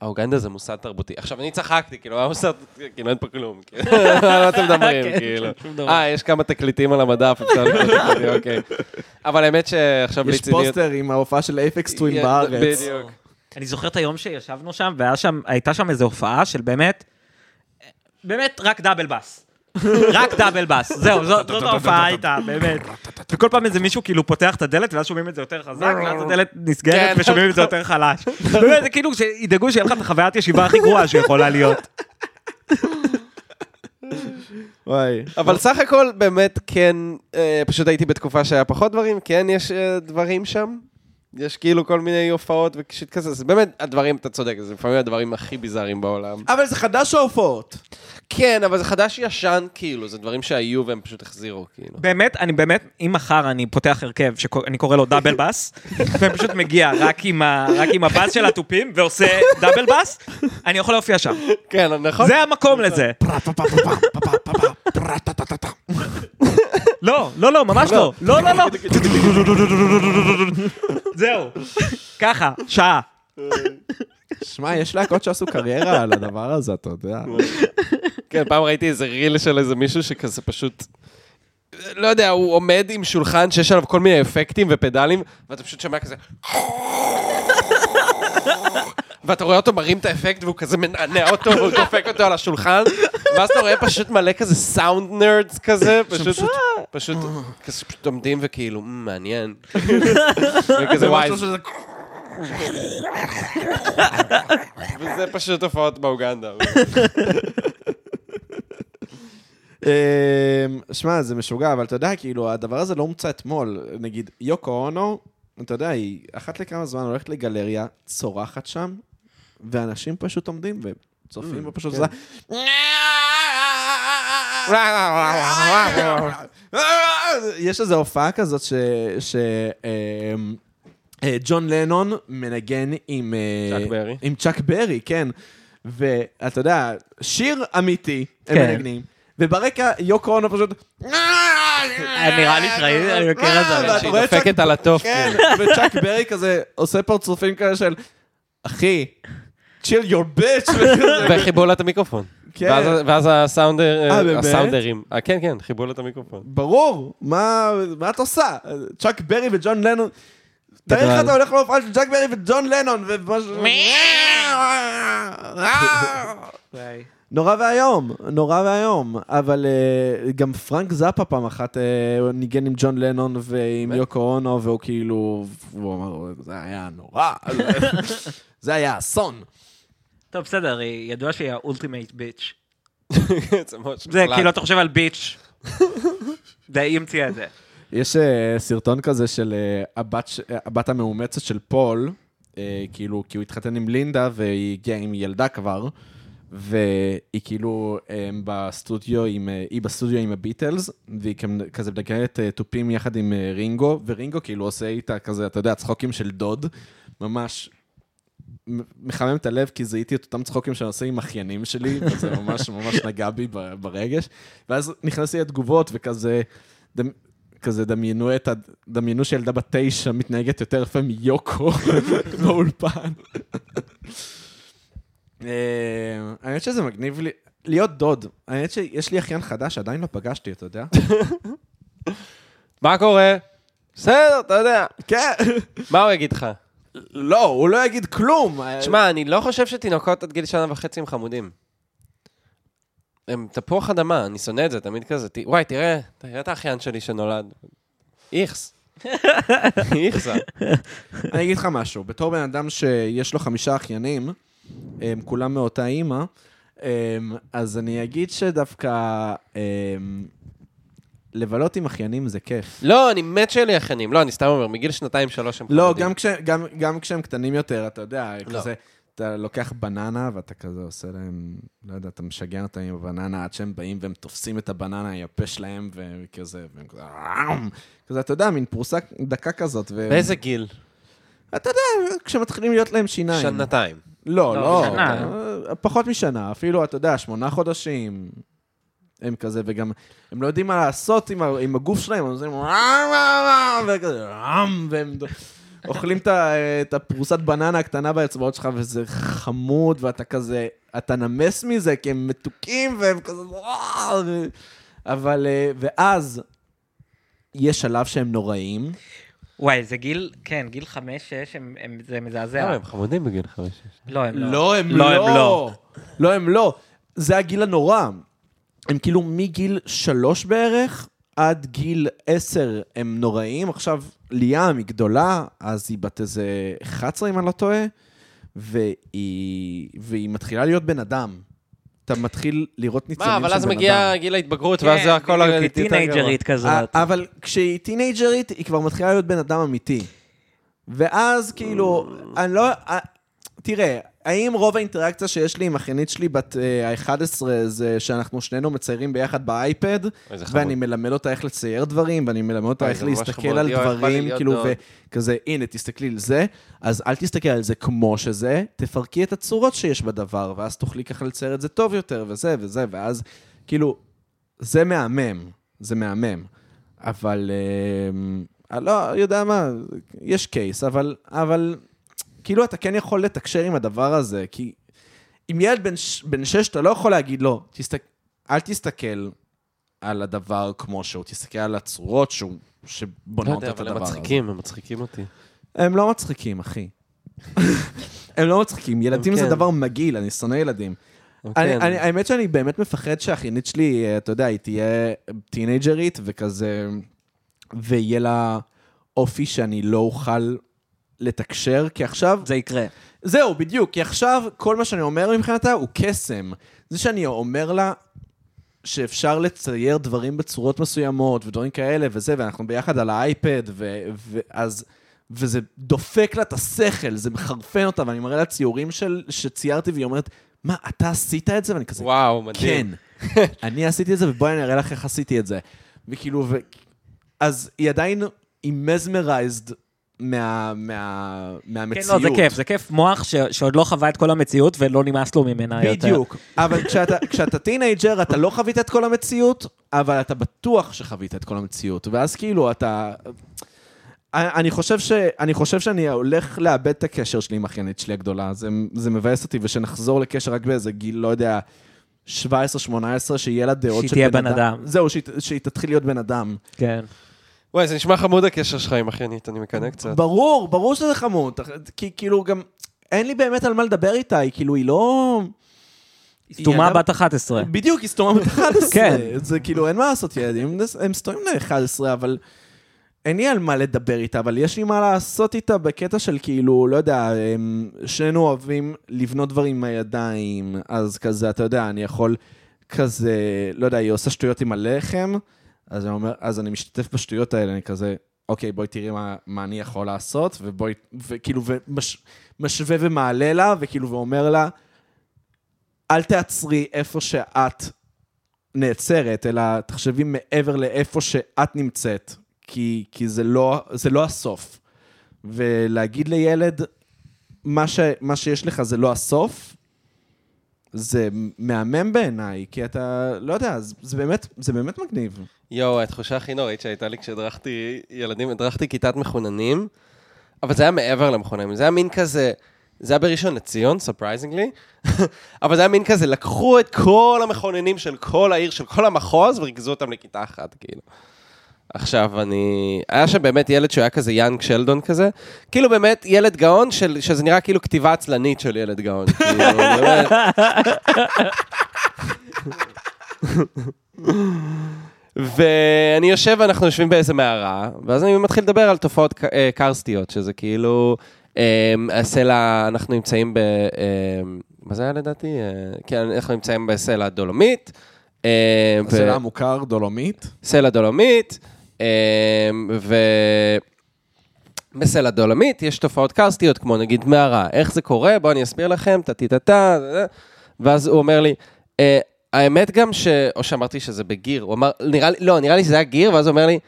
[SPEAKER 1] האוגנדה זה מוסד תרבותי. עכשיו, אני צחקתי, כאילו, מה מוסד... כאילו, אין פה כלום. כאילו, על מה אתם מדברים,
[SPEAKER 3] כן,
[SPEAKER 1] כאילו?
[SPEAKER 3] שום דבר.
[SPEAKER 1] אה, יש כמה תקליטים על המדף, אפשר לקרוא את זה, אוקיי. אבל האמת שעכשיו בלי
[SPEAKER 2] יש
[SPEAKER 1] ציניות...
[SPEAKER 2] פוסטר עם ההופעה של אייפקס טווין בארץ.
[SPEAKER 1] בדיוק.
[SPEAKER 3] אני זוכר את היום שישבנו שם, והייתה שם איזו הופעה של באמת, באמת רק דאבל בס. רק דאבל בס, זהו, זאת זאת ההופעה הייתה, באמת. וכל פעם איזה מישהו כאילו פותח את הדלת, ואז שומעים את זה יותר חזק, ואז הדלת נסגרת
[SPEAKER 1] כן.
[SPEAKER 3] ושומעים את זה יותר חלש. באמת, זה כאילו שידאגו שיהיה לך את החוויית ישיבה הכי גרועה שיכולה להיות.
[SPEAKER 2] וואי.
[SPEAKER 1] אבל סך הכל באמת כן, אה, פשוט הייתי בתקופה שהיה פחות דברים, כן יש אה, דברים שם. יש כאילו כל מיני הופעות ושיט כזה, זה באמת, הדברים, אתה צודק, זה לפעמים הדברים הכי ביזאריים בעולם.
[SPEAKER 2] אבל זה חדש ההופעות.
[SPEAKER 1] כן, אבל זה חדש-ישן, כאילו, זה דברים שהיו והם פשוט החזירו, כאילו.
[SPEAKER 3] באמת, אני באמת, אם מחר אני פותח הרכב שאני קורא לו דאבל בס, ואני פשוט מגיע רק עם ה- רק עם הבאס של התופים ועושה דאבל בס, אני יכול להופיע שם.
[SPEAKER 1] כן, נכון?
[SPEAKER 3] זה המקום לזה. לא, לא, לא, ממש לא. לא, לא, לא. זהו. ככה, שעה.
[SPEAKER 2] שמע, יש להקות שעשו קריירה על הדבר הזה, אתה יודע.
[SPEAKER 1] כן, פעם ראיתי איזה ריל של איזה מישהו שכזה פשוט... לא יודע, הוא עומד עם שולחן שיש עליו כל מיני אפקטים ופדלים, ואתה פשוט שומע כזה... ואתה רואה אותו מרים את האפקט והוא כזה מנענע אותו, והוא דופק אותו על השולחן, ואז אתה רואה פשוט מלא כזה סאונד נרדס כזה, פשוט, פשוט, כזה פשוט עומדים וכאילו, "מ, מעניין. וכזה וואי,
[SPEAKER 2] משהו שזה-
[SPEAKER 1] וזה פשוט הופעות באוגנדה.
[SPEAKER 2] אמ, שמע, זה משוגע, אבל אתה יודע, כאילו, הדבר הזה לא הומצא אתמול. נגיד, יוקו אונו, אתה יודע, היא אחת לכמה זמן הולכת לגלריה, צורחת שם, ואנשים פשוט עומדים וצופים בה פשוט... זה- יש איזו הופעה כזאת ש... ש... אמ, אה, ג'ון לנון מנגן עם... אה,
[SPEAKER 1] צ'אק ברי.
[SPEAKER 2] עם צ'אק ברי, כן. ואתה יודע, שיר אמיתי, הם
[SPEAKER 3] כן.
[SPEAKER 2] מנגנים. וברקע יוקו אונו פשוט...
[SPEAKER 3] אה,
[SPEAKER 2] אה,
[SPEAKER 3] נראה לי שראיתי, אני מכיר את זה.
[SPEAKER 2] ואתה
[SPEAKER 1] שהיא
[SPEAKER 2] רואה צ'אק-
[SPEAKER 1] דופקת על כאילו. התוף.
[SPEAKER 2] כן, וצ'אק ברי כזה עושה פרצופים כאלה של, אחי, chill your bitch. וכזה.
[SPEAKER 1] וחיבו לה את המיקרופון.
[SPEAKER 2] כן.
[SPEAKER 1] ואז- ואז הסאונדר,
[SPEAKER 2] אה, באמת?
[SPEAKER 1] הסאונדרים. אה, כן, כן, חיבו לה את המיקרופון.
[SPEAKER 2] ברור, מה מה את עושה? צ'אק ברי וג'ון לנון. תאר
[SPEAKER 1] גדול.
[SPEAKER 2] לך אתה הולך להופעה של צ'אק ברי וג'ון לנון ומשהו... אה, נורא ואיום, נורא ואיום. אבל אה, גם פרנק זאפה פעם אחת אה, הוא ניגן עם ג'ון לנון ועם יוקו אונו, והוא כאילו... הוא אמר, זה היה נורא. זה היה אסון.
[SPEAKER 3] טוב, בסדר, היא ידועה שהיא האולטימייט ביץ'.
[SPEAKER 1] זה ממש
[SPEAKER 3] זה
[SPEAKER 1] מוחלט.
[SPEAKER 3] כאילו, אתה חושב על ביץ'. זה, היא המציאה את זה.
[SPEAKER 2] יש אה, סרטון כזה של אה, הבת ש- אה, הבת המאומצת של פול, אה, כאילו, כי הוא התחתן עם לינדה והיא הגיעה עם ילדה כבר, והיא כאילו אה, בסטודיו עם, אה, היא בסטודיו עם הביטלס, והיא כמ- כזה מנגנת אה, תופים יחד עם אה, רינגו, ורינגו כאילו עושה איתה כזה, אתה יודע, צחוקים של דוד, ממש. מ- מחמם את הלב, כי זיהיתי את אותם צחוקים שאני עושה עם אחיינים שלי, וזה ממש ממש נגע בי ב- ברגש. ואז נכנסתי לתגובות, וכזה, דמ- כזה דמיינו את ה... דמיינו שילדה בת תשע מתנהגת יותר יפה מיוקו באולפן. אה, האמת שזה מגניב לי... להיות דוד. האמת שיש לי אחיין חדש שעדיין לא פגשתי, אתה יודע?
[SPEAKER 1] מה קורה? בסדר, אתה יודע.
[SPEAKER 2] כן.
[SPEAKER 1] מה הוא יגיד לך?
[SPEAKER 2] לא, הוא לא יגיד כלום.
[SPEAKER 1] שמע, אני לא חושב שתינוקות עד גיל שנה וחצי הם חמודים. הם תפוח אדמה, אני שונא את זה, תמיד כזה. ת- וואי, תראה, תראה את האחיין שלי שנולד. איכס. אה. איכסה.
[SPEAKER 2] אני אגיד לך משהו, בתור בן אדם שיש לו חמישה אחיינים, הם כולם מאותה אימא, הם, אז אני אגיד שדווקא הם, לבלות עם אחיינים זה כיף.
[SPEAKER 1] לא, אני מת שיהיו לי אחיינים. לא, אני סתם אומר, מגיל שנתיים-שלוש הם חמודים.
[SPEAKER 2] לא, גם, כש, גם, גם כשהם קטנים יותר, אתה יודע, לא. כזה, אתה לוקח בננה ואתה כזה עושה להם, לא יודע, אתה משגע אותם עם הבננה עד שהם באים והם תופסים את הבננה, היפה שלהם, וכזה, והם כזה, "אאם". כזה, אתה יודע, מין פרוסה דקה כזאת. והם-
[SPEAKER 1] באיזה גיל?
[SPEAKER 2] אתה יודע, כשמתחילים להיות להם שיניים.
[SPEAKER 1] שנתיים.
[SPEAKER 2] לא,
[SPEAKER 3] לא,
[SPEAKER 2] לא,
[SPEAKER 3] שנה.
[SPEAKER 2] אה, פחות משנה, אפילו, אתה יודע, שמונה חודשים. הם כזה, וגם, הם לא יודעים מה לעשות עם, ה- עם הגוף שלהם, הם עושים רם, רם, וכזה, רם, והם ד- אוכלים את ה- את הפרוסת בננה הקטנה באצבעות שלך, וזה חמוד, ואתה כזה, אתה נמס מזה, כי הם מתוקים, והם כזה, "וואו", ו- אבל, אה, ואז, יש שלב שהם נוראים.
[SPEAKER 3] וואי, זה גיל, כן, גיל חמש-שש, זה
[SPEAKER 1] לא,
[SPEAKER 3] מזעזע.
[SPEAKER 1] הם חמודים בגיל חמש.
[SPEAKER 3] לא,
[SPEAKER 1] כן,
[SPEAKER 3] הם לא.
[SPEAKER 2] לא, הם לא.
[SPEAKER 3] לא, הם לא.
[SPEAKER 2] לא, הם לא. זה הגיל הנורא. הם כאילו מגיל שלוש בערך עד גיל עשר הם נוראים. עכשיו, ליאם היא גדולה, אז היא בת איזה 11, אם אני לא טועה, והיא, והיא מתחילה להיות בן אדם. אתה מתחיל לראות ניצנים
[SPEAKER 1] מה,
[SPEAKER 2] של בן אדם.
[SPEAKER 1] אבל אז מגיע גיל
[SPEAKER 2] כן,
[SPEAKER 1] ההתבגרות, ואז זה הכל...
[SPEAKER 3] כן, בדיוק, היא
[SPEAKER 1] יותר גרוע.
[SPEAKER 3] טינג'רית כזאת.
[SPEAKER 2] א- נכון. אבל כשהיא טינג'רית, היא כבר מתחילה להיות בן אדם אמיתי. ואז כאילו, אני לא... א- תראה, האם רוב האינטראקציה שיש לי עם אחיינית שלי בת אה, ה-11 זה שאנחנו שנינו מציירים ביחד באייפד,
[SPEAKER 1] אוי, זה חמוד. לא
[SPEAKER 2] ואני מלמד אותה איך לצייר דברים, ואני מלמד אותה
[SPEAKER 1] אוי,
[SPEAKER 2] איך
[SPEAKER 1] זה ממש חמוד.
[SPEAKER 2] להסתכל על
[SPEAKER 1] יואי, איך בא לי
[SPEAKER 2] דברים,
[SPEAKER 1] להיות
[SPEAKER 2] כאילו,
[SPEAKER 1] דוד.
[SPEAKER 2] וכזה, הנה, תסתכלי על זה, אז אל תסתכל על זה כמו שזה, תפרקי את הצורות שיש בדבר, ואז תוכלי ככה לצייר את זה טוב יותר, וזה וזה, ואז, כאילו, זה מהמם, זה מהמם. אמ, אבל, אה, אני לא יודע מה, יש קייס, אבל, אבל כאילו אתה כן יכול לתקשר עם הדבר הזה, כי עם ילד בן, ש- בן שש אתה לא יכול להגיד לו, תסתכל, אל תסתכל על הדבר כמו שהוא, תסתכל על הצורות שהוא,
[SPEAKER 1] לא
[SPEAKER 2] שבונות
[SPEAKER 1] יודע,
[SPEAKER 2] את
[SPEAKER 1] אבל הם
[SPEAKER 2] הדבר הזה.
[SPEAKER 1] מצחיקים, הם מצחיקים אותי.
[SPEAKER 2] הם לא מצחיקים, אחי. הם לא מצחיקים, ילדים זה
[SPEAKER 1] כן.
[SPEAKER 2] דבר מגעיל, אני שונא ילדים.
[SPEAKER 1] הם
[SPEAKER 2] אני,
[SPEAKER 1] כן.
[SPEAKER 2] אני, האמת שאני באמת מפחד שהאחיינית שלי, אה, אתה יודע, היא תהיה טינג'רית וכזה, ויהיה לה אופי שאני לא אוכל לתקשר, כי עכשיו...
[SPEAKER 3] זה יקרה.
[SPEAKER 2] זהו, בדיוק, כי עכשיו כל מה שאני אומר מבחינתה הוא קסם. זה שאני אומר לה שאפשר לצייר דברים בצורות מסוימות ודברים כאלה וזה, ואנחנו ביחד על האייפד, ו- ואז... וזה דופק לה את השכל, זה מחרפן אותה, ואני מראה לה ציורים של, שציירתי, והיא אומרת, מה, אתה עשית את זה? ואני כזה,
[SPEAKER 1] וואו,
[SPEAKER 2] כן,
[SPEAKER 1] מדהים.
[SPEAKER 2] אני עשיתי את זה, ובואי אני אראה לך איך עשיתי את זה. וכאילו, ו... אז היא עדיין, היא מזמרייזד מה, מה,
[SPEAKER 3] כן,
[SPEAKER 2] מהמציאות.
[SPEAKER 3] לא, זה כיף, זה כיף מוח ש- שעוד לא חווה את כל המציאות ולא נמאס לו ממנה יותר.
[SPEAKER 2] בדיוק. אבל כשאתה, כשאתה טינג'ר, אתה לא חווית את כל המציאות, אבל אתה בטוח שחווית את כל המציאות. ואז כאילו, אתה... אני אני חושב, ש... אני חושב שאני הולך לאבד את הקשר שלי עם האחיינית שלי הגדולה. זה, זה מבאס אותי, ושנחזור לקשר רק באיזה גיל, לא יודע, 17-18, שיהיה לה דעות
[SPEAKER 3] שהיא תהיה בן אדם.
[SPEAKER 2] זהו, שהיא, שהיא תתחיל להיות בן אדם.
[SPEAKER 3] כן.
[SPEAKER 1] וואי, זה נשמע חמוד הקשר שלך עם אחיינית, אני מקנא קצת.
[SPEAKER 2] ברור, ברור שזה חמוד. כי כאילו גם, אין לי באמת על מה לדבר איתה, היא כאילו, היא לא...
[SPEAKER 3] סתומה
[SPEAKER 2] היא-
[SPEAKER 3] בת 11.
[SPEAKER 2] בדיוק, היא סתומה בת 11.
[SPEAKER 3] כן.
[SPEAKER 2] זה כאילו, אין מה לעשות, ילדים, הם סתומים בני 11, אבל אין לי על מה לדבר איתה, אבל יש לי מה לעשות איתה בקטע של כאילו, לא יודע, הם- שנינו אוהבים לבנות דברים עם הידיים, אז כזה, אתה יודע, אני יכול כזה, לא יודע, היא עושה שטויות עם הלחם, אז אני אומר, אז אני משתתף בשטויות האלה, אני כזה... אוקיי, בואי תראי מה, מה אני יכול לעשות, ובואי, וכאילו, ומשווה ומעלה לה, וכאילו, ואומר לה, אל תעצרי איפה שאת נעצרת, אלא תחשבי מעבר לאיפה שאת נמצאת, כי, כי זה, לא, זה לא הסוף. ולהגיד לילד, מה, ש, מה שיש לך זה לא הסוף, זה מהמם בעיניי, כי אתה, לא יודע, זה, זה, באמת, זה באמת מגניב.
[SPEAKER 1] יואו, התחושה הכי נוראית שהייתה לי כשהדרכתי ילדים, הדרכתי כיתת מחוננים, אבל זה היה מעבר למחוננים, זה היה מין כזה, זה היה בראשון לציון, ספרייזינגלי, אבל זה היה מין כזה, לקחו את כל המכוננים של כל העיר, של כל המחוז, וריכזו אותם לכיתה אחת, כאילו. עכשיו, אני... היה שם באמת ילד שהוא היה כזה יאנג שלדון כזה, כאילו באמת ילד גאון, של... שזה נראה כאילו כתיבה עצלנית של ילד גאון, כאילו, באמת. ואני יושב, אנחנו יושבים באיזה מערה, ואז אני מתחיל לדבר על תופעות ק- אה, קרסטיות, שזה כאילו, אה, הסלע, אנחנו נמצאים ב... אה, מה זה היה לדעתי? אה, כן, אנחנו נמצאים בסלע דולומית. אה, ו-
[SPEAKER 2] זה לא מוכר, דולומית.
[SPEAKER 1] סלע דולמית, אמ, ו... בסלע דולמית יש תופעות קרסטיות, כמו נגיד מערה. איך זה קורה? בואו אני אסביר לכם, טה-טה-טה, אה, ואז הוא אומר לי, "אה, האמת גם ש... או שאמרתי שזה בגיר, הוא אמר, נראה לי, לא, נראה לי שזה היה גיר, ואז הוא אומר לי,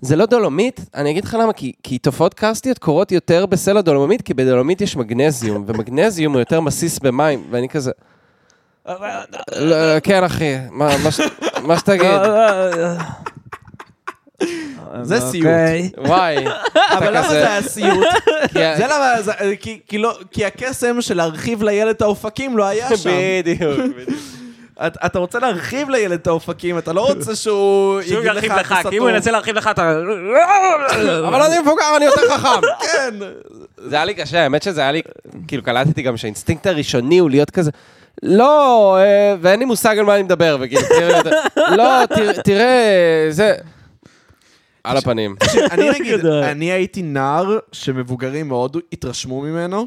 [SPEAKER 1] זה לא דולומית, אני אגיד לך למה, כי, כי תופעות קרסטיות קורות יותר בסלע דולומית, כי בדולומית יש מגנזיום, ומגנזיום הוא יותר מסיס במים, ואני כזה... "לא, כן, אחי, מה, מה, ש- מה
[SPEAKER 2] לא,
[SPEAKER 1] שתגיד.
[SPEAKER 2] זה סיוט.
[SPEAKER 3] אוקיי.
[SPEAKER 1] וואי.
[SPEAKER 2] אבל למה
[SPEAKER 1] כזה-
[SPEAKER 2] זה היה סיוט?
[SPEAKER 1] כי
[SPEAKER 3] כן.
[SPEAKER 1] ה-
[SPEAKER 2] זה למה, זה- כי- כי לא- כי הקסם של להרחיב לילד את האופקים לא היה שם.
[SPEAKER 1] בדיוק, בדיוק.
[SPEAKER 2] אתה אתה רוצה להרחיב לילד את האופקים, אתה לא רוצה שהוא
[SPEAKER 3] שוב
[SPEAKER 2] יגיד
[SPEAKER 3] ירחיב
[SPEAKER 2] לך,
[SPEAKER 3] לך,
[SPEAKER 2] אתה
[SPEAKER 3] כי אם הוא
[SPEAKER 2] סתום.
[SPEAKER 3] ינסה להרחיב לך אתה...
[SPEAKER 1] לא- אבל אני מבוגר, אני יותר חכם.
[SPEAKER 2] כן.
[SPEAKER 1] זה היה לי קשה, האמת שזה היה לי, כאילו קלטתי גם שהאינסטינקט הראשוני הוא להיות כזה, לא, אה, ואין לי מושג על מה אני מדבר, וכאילו, תראה, לא, תראה, תראה, זה... על הפנים.
[SPEAKER 2] אני נגיד,
[SPEAKER 3] גדול.
[SPEAKER 2] אני הייתי נער שמבוגרים מאוד התרשמו ממנו,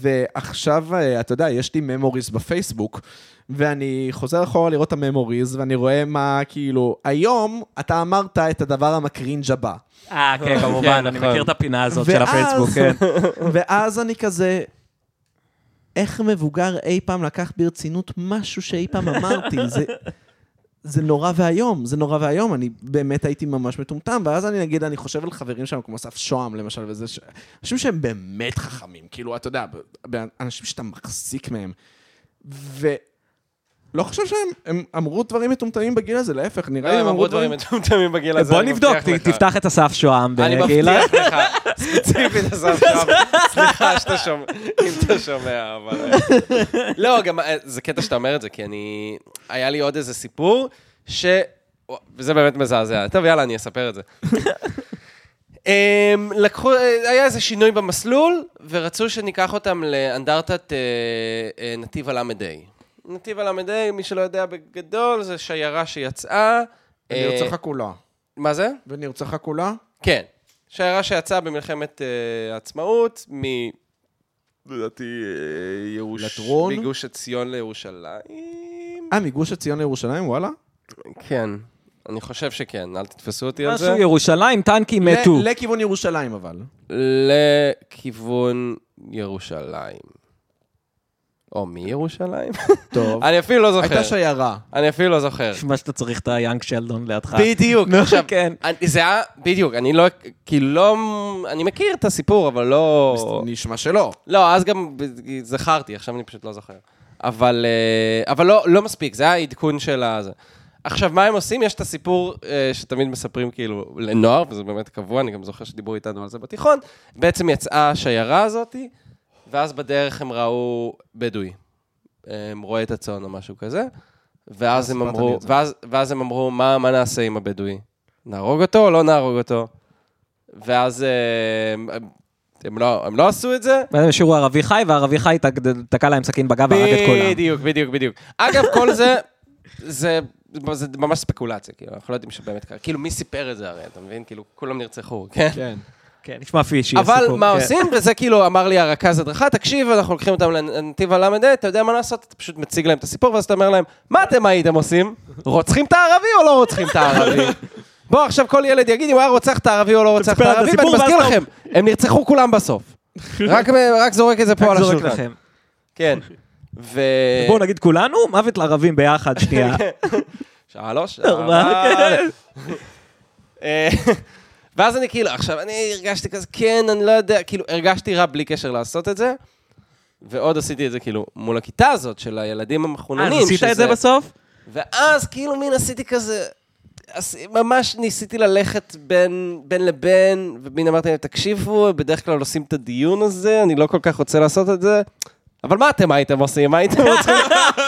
[SPEAKER 2] ועכשיו, אה, אתה יודע, יש לי ממוריז בפייסבוק, ואני חוזר אחורה לראות את הממוריז, ואני רואה מה, כאילו, היום אתה אמרת את הדבר המקרינג' הבא.
[SPEAKER 3] אה, כן, כמובן,
[SPEAKER 1] כן,
[SPEAKER 3] אני
[SPEAKER 1] נכון.
[SPEAKER 3] מכיר את הפינה הזאת של
[SPEAKER 2] ואז-
[SPEAKER 3] הפייסבוק, כן.
[SPEAKER 2] ואז אני כזה... איך מבוגר אי פעם לקח ברצינות משהו שאי פעם אמרתי? זה, זה נורא ואיום, זה נורא ואיום, אני באמת הייתי ממש מטומטם, ואז אני נגיד, אני חושב על חברים שלנו, כמו אסף שוהם למשל, וזה, ש... אנשים שהם באמת חכמים, כאילו, אתה יודע, ב- ב- אנשים שאתה מחזיק מהם, ו... לא חושב שהם הם אמרו דברים מטומטמים בגיל הזה, להפך, נראה לי
[SPEAKER 1] לא, הם אמרו דברים מטומטמים בגיל הזה,
[SPEAKER 3] בוא
[SPEAKER 1] אני
[SPEAKER 3] נבדוק,
[SPEAKER 1] מבטיח
[SPEAKER 3] ת-
[SPEAKER 1] לך.
[SPEAKER 3] תפתח את אסף שוהם
[SPEAKER 1] אני
[SPEAKER 3] בגילה.
[SPEAKER 1] מבטיח לך, ספציפית עזב שם, סליחה שאתה שומע, אם אתה שומע, אבל... לא, גם אה, זה קטע שאתה אומר את זה, כי אני... היה לי עוד איזה סיפור, ש... וזה באמת מזעזע. טוב, יאללה, אני אספר את זה. הם לקחו, אה, היה איזה שינוי במסלול, ורצו שניקח אותם לאנדרטת אה, אה, נתיב הל"ה. נתיב הל"ה, מי שלא יודע בגדול, זה שיירה שיצאה. אה,
[SPEAKER 2] ונרצחה כולה.
[SPEAKER 1] מה זה?
[SPEAKER 2] ונרצחה כולה?
[SPEAKER 1] כן. שיירה שיצאה במלחמת אה, העצמאות, מ... לדעתי, אה, ירוש...
[SPEAKER 2] לטרון?
[SPEAKER 1] מגוש עציון לירושלים.
[SPEAKER 2] אה, מגוש עציון לירושלים, וואלה?
[SPEAKER 1] כן. אני חושב שכן, אל תתפסו אותי על זה.
[SPEAKER 3] משהו ירושלים, טנקים מתו.
[SPEAKER 2] ל- לכיוון ירושלים, אבל.
[SPEAKER 1] לכיוון ירושלים. או מירושלים?
[SPEAKER 2] טוב.
[SPEAKER 1] אני אפילו לא זוכר.
[SPEAKER 2] הייתה שיירה.
[SPEAKER 1] אני אפילו לא זוכר.
[SPEAKER 3] מה שאתה צריך את היאנג שלדון לידך.
[SPEAKER 1] בדיוק,
[SPEAKER 3] נו,
[SPEAKER 1] עכשיו,
[SPEAKER 3] כן.
[SPEAKER 1] אני- זה היה, בדיוק, אני לא, כאילו לא, אני מכיר את הסיפור, אבל לא...
[SPEAKER 2] נשמע שלא.
[SPEAKER 1] לא, אז גם ב- זכרתי, עכשיו אני פשוט לא זוכר. אבל, אה, אבל לא, לא מספיק, זה היה העדכון של הזה. עכשיו, מה הם עושים? יש את הסיפור אה, שתמיד מספרים כאילו לנוער, וזה באמת קבוע, אני גם זוכר שדיברו איתנו על זה בתיכון. בעצם יצאה השיירה הזאתי, ואז בדרך הם ראו בדואי. הם רואה את הצאן או משהו כזה, ואז הם
[SPEAKER 2] סיפרת לי
[SPEAKER 1] אמרו,
[SPEAKER 2] את זה.
[SPEAKER 1] ואז, ואז הם אמרו, מה, מה נעשה עם הבדואי? נהרוג אותו או לא נהרוג אותו? ואז אה, הם, הם, הם, לא, הם לא עשו את זה,
[SPEAKER 3] ואז הם השאירו ערבי חי, והערבי חי תק- תקע להם סכין בגב והרג את כולם.
[SPEAKER 1] בדיוק, בדיוק, בדיוק. אגב, כל זה, זה, זה ממש ספקולציה, כאילו, אנחנו לא יודעים שבאמת קרה. כאילו, מי סיפר את זה הרי, אתה מבין? כאילו, כולם נרצחו, כן?
[SPEAKER 2] כן.
[SPEAKER 3] כן, נשמע פישי.
[SPEAKER 1] אבל
[SPEAKER 3] הסיפור.
[SPEAKER 1] מה
[SPEAKER 3] כן.
[SPEAKER 1] עושים? וזה כאילו, אמר לי הרכז הדרכה, תקשיב, אנחנו לוקחים אותם לנתיב הל"ה, אתה יודע מה לעשות? אתה פשוט מציג להם את הסיפור, ואז אתה אומר להם, מה אתם הייתם עושים? רוצחים את הערבי או לא רוצחים את הערבי? בוא, עכשיו כל ילד יגיד אם הוא היה רוצח את הערבי או לא רוצח את
[SPEAKER 3] מספר את
[SPEAKER 1] הערבי, ואני
[SPEAKER 3] הסיפור,
[SPEAKER 1] מזכיר
[SPEAKER 3] ואז אתה-
[SPEAKER 1] לכם, הם נרצחו כולם בסוף. רק רק זורק אה, את זה פה על
[SPEAKER 3] רק זורק
[SPEAKER 1] השולחן.
[SPEAKER 3] לכם.
[SPEAKER 1] כן. ו...
[SPEAKER 3] בואו נגיד כולנו, מוות לערבים ביחד,
[SPEAKER 1] כן.
[SPEAKER 3] שנייה.
[SPEAKER 1] שלוש,
[SPEAKER 3] לא, ארבע,
[SPEAKER 1] ארבע. לא.
[SPEAKER 3] כן.
[SPEAKER 1] אה, ואז אני כאילו, עכשיו, אני הרגשתי כזה, כן, אני לא יודע, כאילו, הרגשתי רע בלי קשר לעשות את זה, ועוד עשיתי את זה כאילו מול הכיתה הזאת של הילדים
[SPEAKER 3] אה, אז
[SPEAKER 1] המחוננים.
[SPEAKER 3] עשית את זה
[SPEAKER 1] שזה-
[SPEAKER 3] בסוף?
[SPEAKER 1] ואז כאילו מין עשיתי כזה, עש- ממש ניסיתי ללכת בין, בין לבין, ומין אמרתי להם, תקשיבו, בדרך כלל עושים את הדיון הזה, אני לא כל כך רוצה לעשות את זה, אבל מה אתם הייתם עושים? מה הייתם רוצים?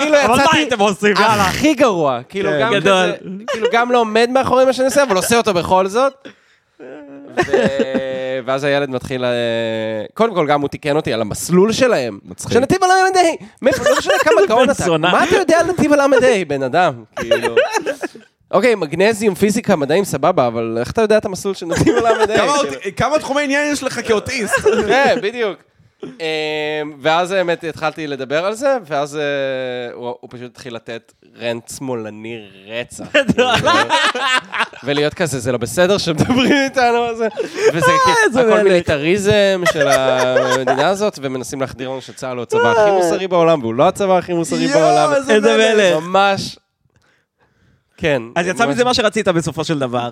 [SPEAKER 1] כאילו
[SPEAKER 3] אבל מה
[SPEAKER 1] יצאתי
[SPEAKER 3] הייתם עושים, יאללה?
[SPEAKER 1] הכי גרוע, כאילו
[SPEAKER 2] כן.
[SPEAKER 1] גם
[SPEAKER 3] גדול.
[SPEAKER 1] כזה, כאילו גם לא עומד מאחורי מה שאני עושה, אבל עושה אותו בכל זאת. ו- ואז הילד מתחיל, אה, קודם כל גם הוא תיקן אותי על המסלול שלהם.
[SPEAKER 2] מצחיק.
[SPEAKER 1] שנתיב על הל"ה, מאיפה, לא משנה כמה גאון
[SPEAKER 3] בן
[SPEAKER 1] אתה,
[SPEAKER 3] זונה.
[SPEAKER 1] מה אתה יודע על נתיב על הל"ה, בן אדם, כאילו. אוקיי, מגנזיום, פיזיקה, מדעים, סבבה, אבל איך אתה יודע את המסלול של נתיב על הל"ה?
[SPEAKER 2] כמה
[SPEAKER 1] כאילו?
[SPEAKER 2] אות- כמה תחומי עניין יש לך כאוטיסט?
[SPEAKER 1] כן, בדיוק. אמ, ואז האמת התחלתי לדבר על זה, ואז אה, הוא הוא פשוט התחיל לתת רנט שמאלני רצח. ולהיות כזה, זה לא בסדר שמדברים איתנו על זה. וזה
[SPEAKER 3] אה, זה
[SPEAKER 1] כאילו, הכל
[SPEAKER 3] מלך.
[SPEAKER 1] מיליטריזם של המדינה הזאת, ומנסים להחדיר לנו שצה"ל הוא הצבא הכי מוסרי בעולם, והוא לא הצבא הכי מוסרי
[SPEAKER 2] יואו,
[SPEAKER 1] בעולם.
[SPEAKER 3] אה. איזה מלך.
[SPEAKER 1] ממש. כן.
[SPEAKER 3] אז יצא
[SPEAKER 1] ממש.
[SPEAKER 3] מזה מה שרצית בסופו של דבר.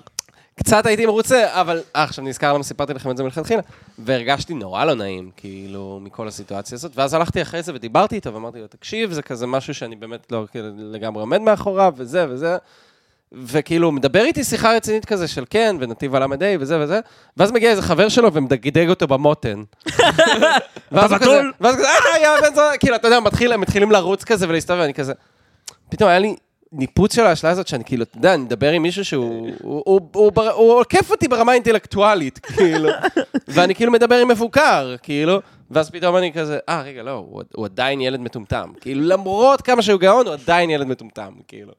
[SPEAKER 1] קצת הייתי מרוצה, אבל... אה, עכשיו נזכר למה סיפרתי לכם את זה מלכתחילה. והרגשתי נורא לא נעים, כאילו, מכל הסיטואציה הזאת. ואז הלכתי אחרי זה ודיברתי איתו, ואמרתי לו, תקשיב, זה כזה משהו שאני באמת לא כאילו, לגמרי עומד מאחוריו, וזה וזה. וכאילו, הוא מדבר איתי שיחה רצינית כזה של כן, ונתיב הל"ה וזה וזה. ואז מגיע איזה חבר שלו ומדגדג אותו במותן. ואז הוא כזה,
[SPEAKER 3] בתול?
[SPEAKER 1] ואז כזה, אה, יא בן זונה, כאילו, אתה יודע, מתחיל- הם מתחילים לרוץ כזה ולהסתובב, אני כזה... פתאום היה לי ניפוץ של האשליה הזאת, שאני כאילו, אתה יודע, אני מדבר עם מישהו שהוא... הוא- הוא- הוא בר- הוא עוקף אותי ברמה האינטלקטואלית, כאילו. ואני כאילו מדבר עם מבוקר, כאילו. ואז פתאום אני כזה, אה, רגע, לא, הוא- הוא עדיין ילד מטומטם. כאילו, למרות כמה שהוא גאון, הוא עדיין ילד מטומטם, כאילו.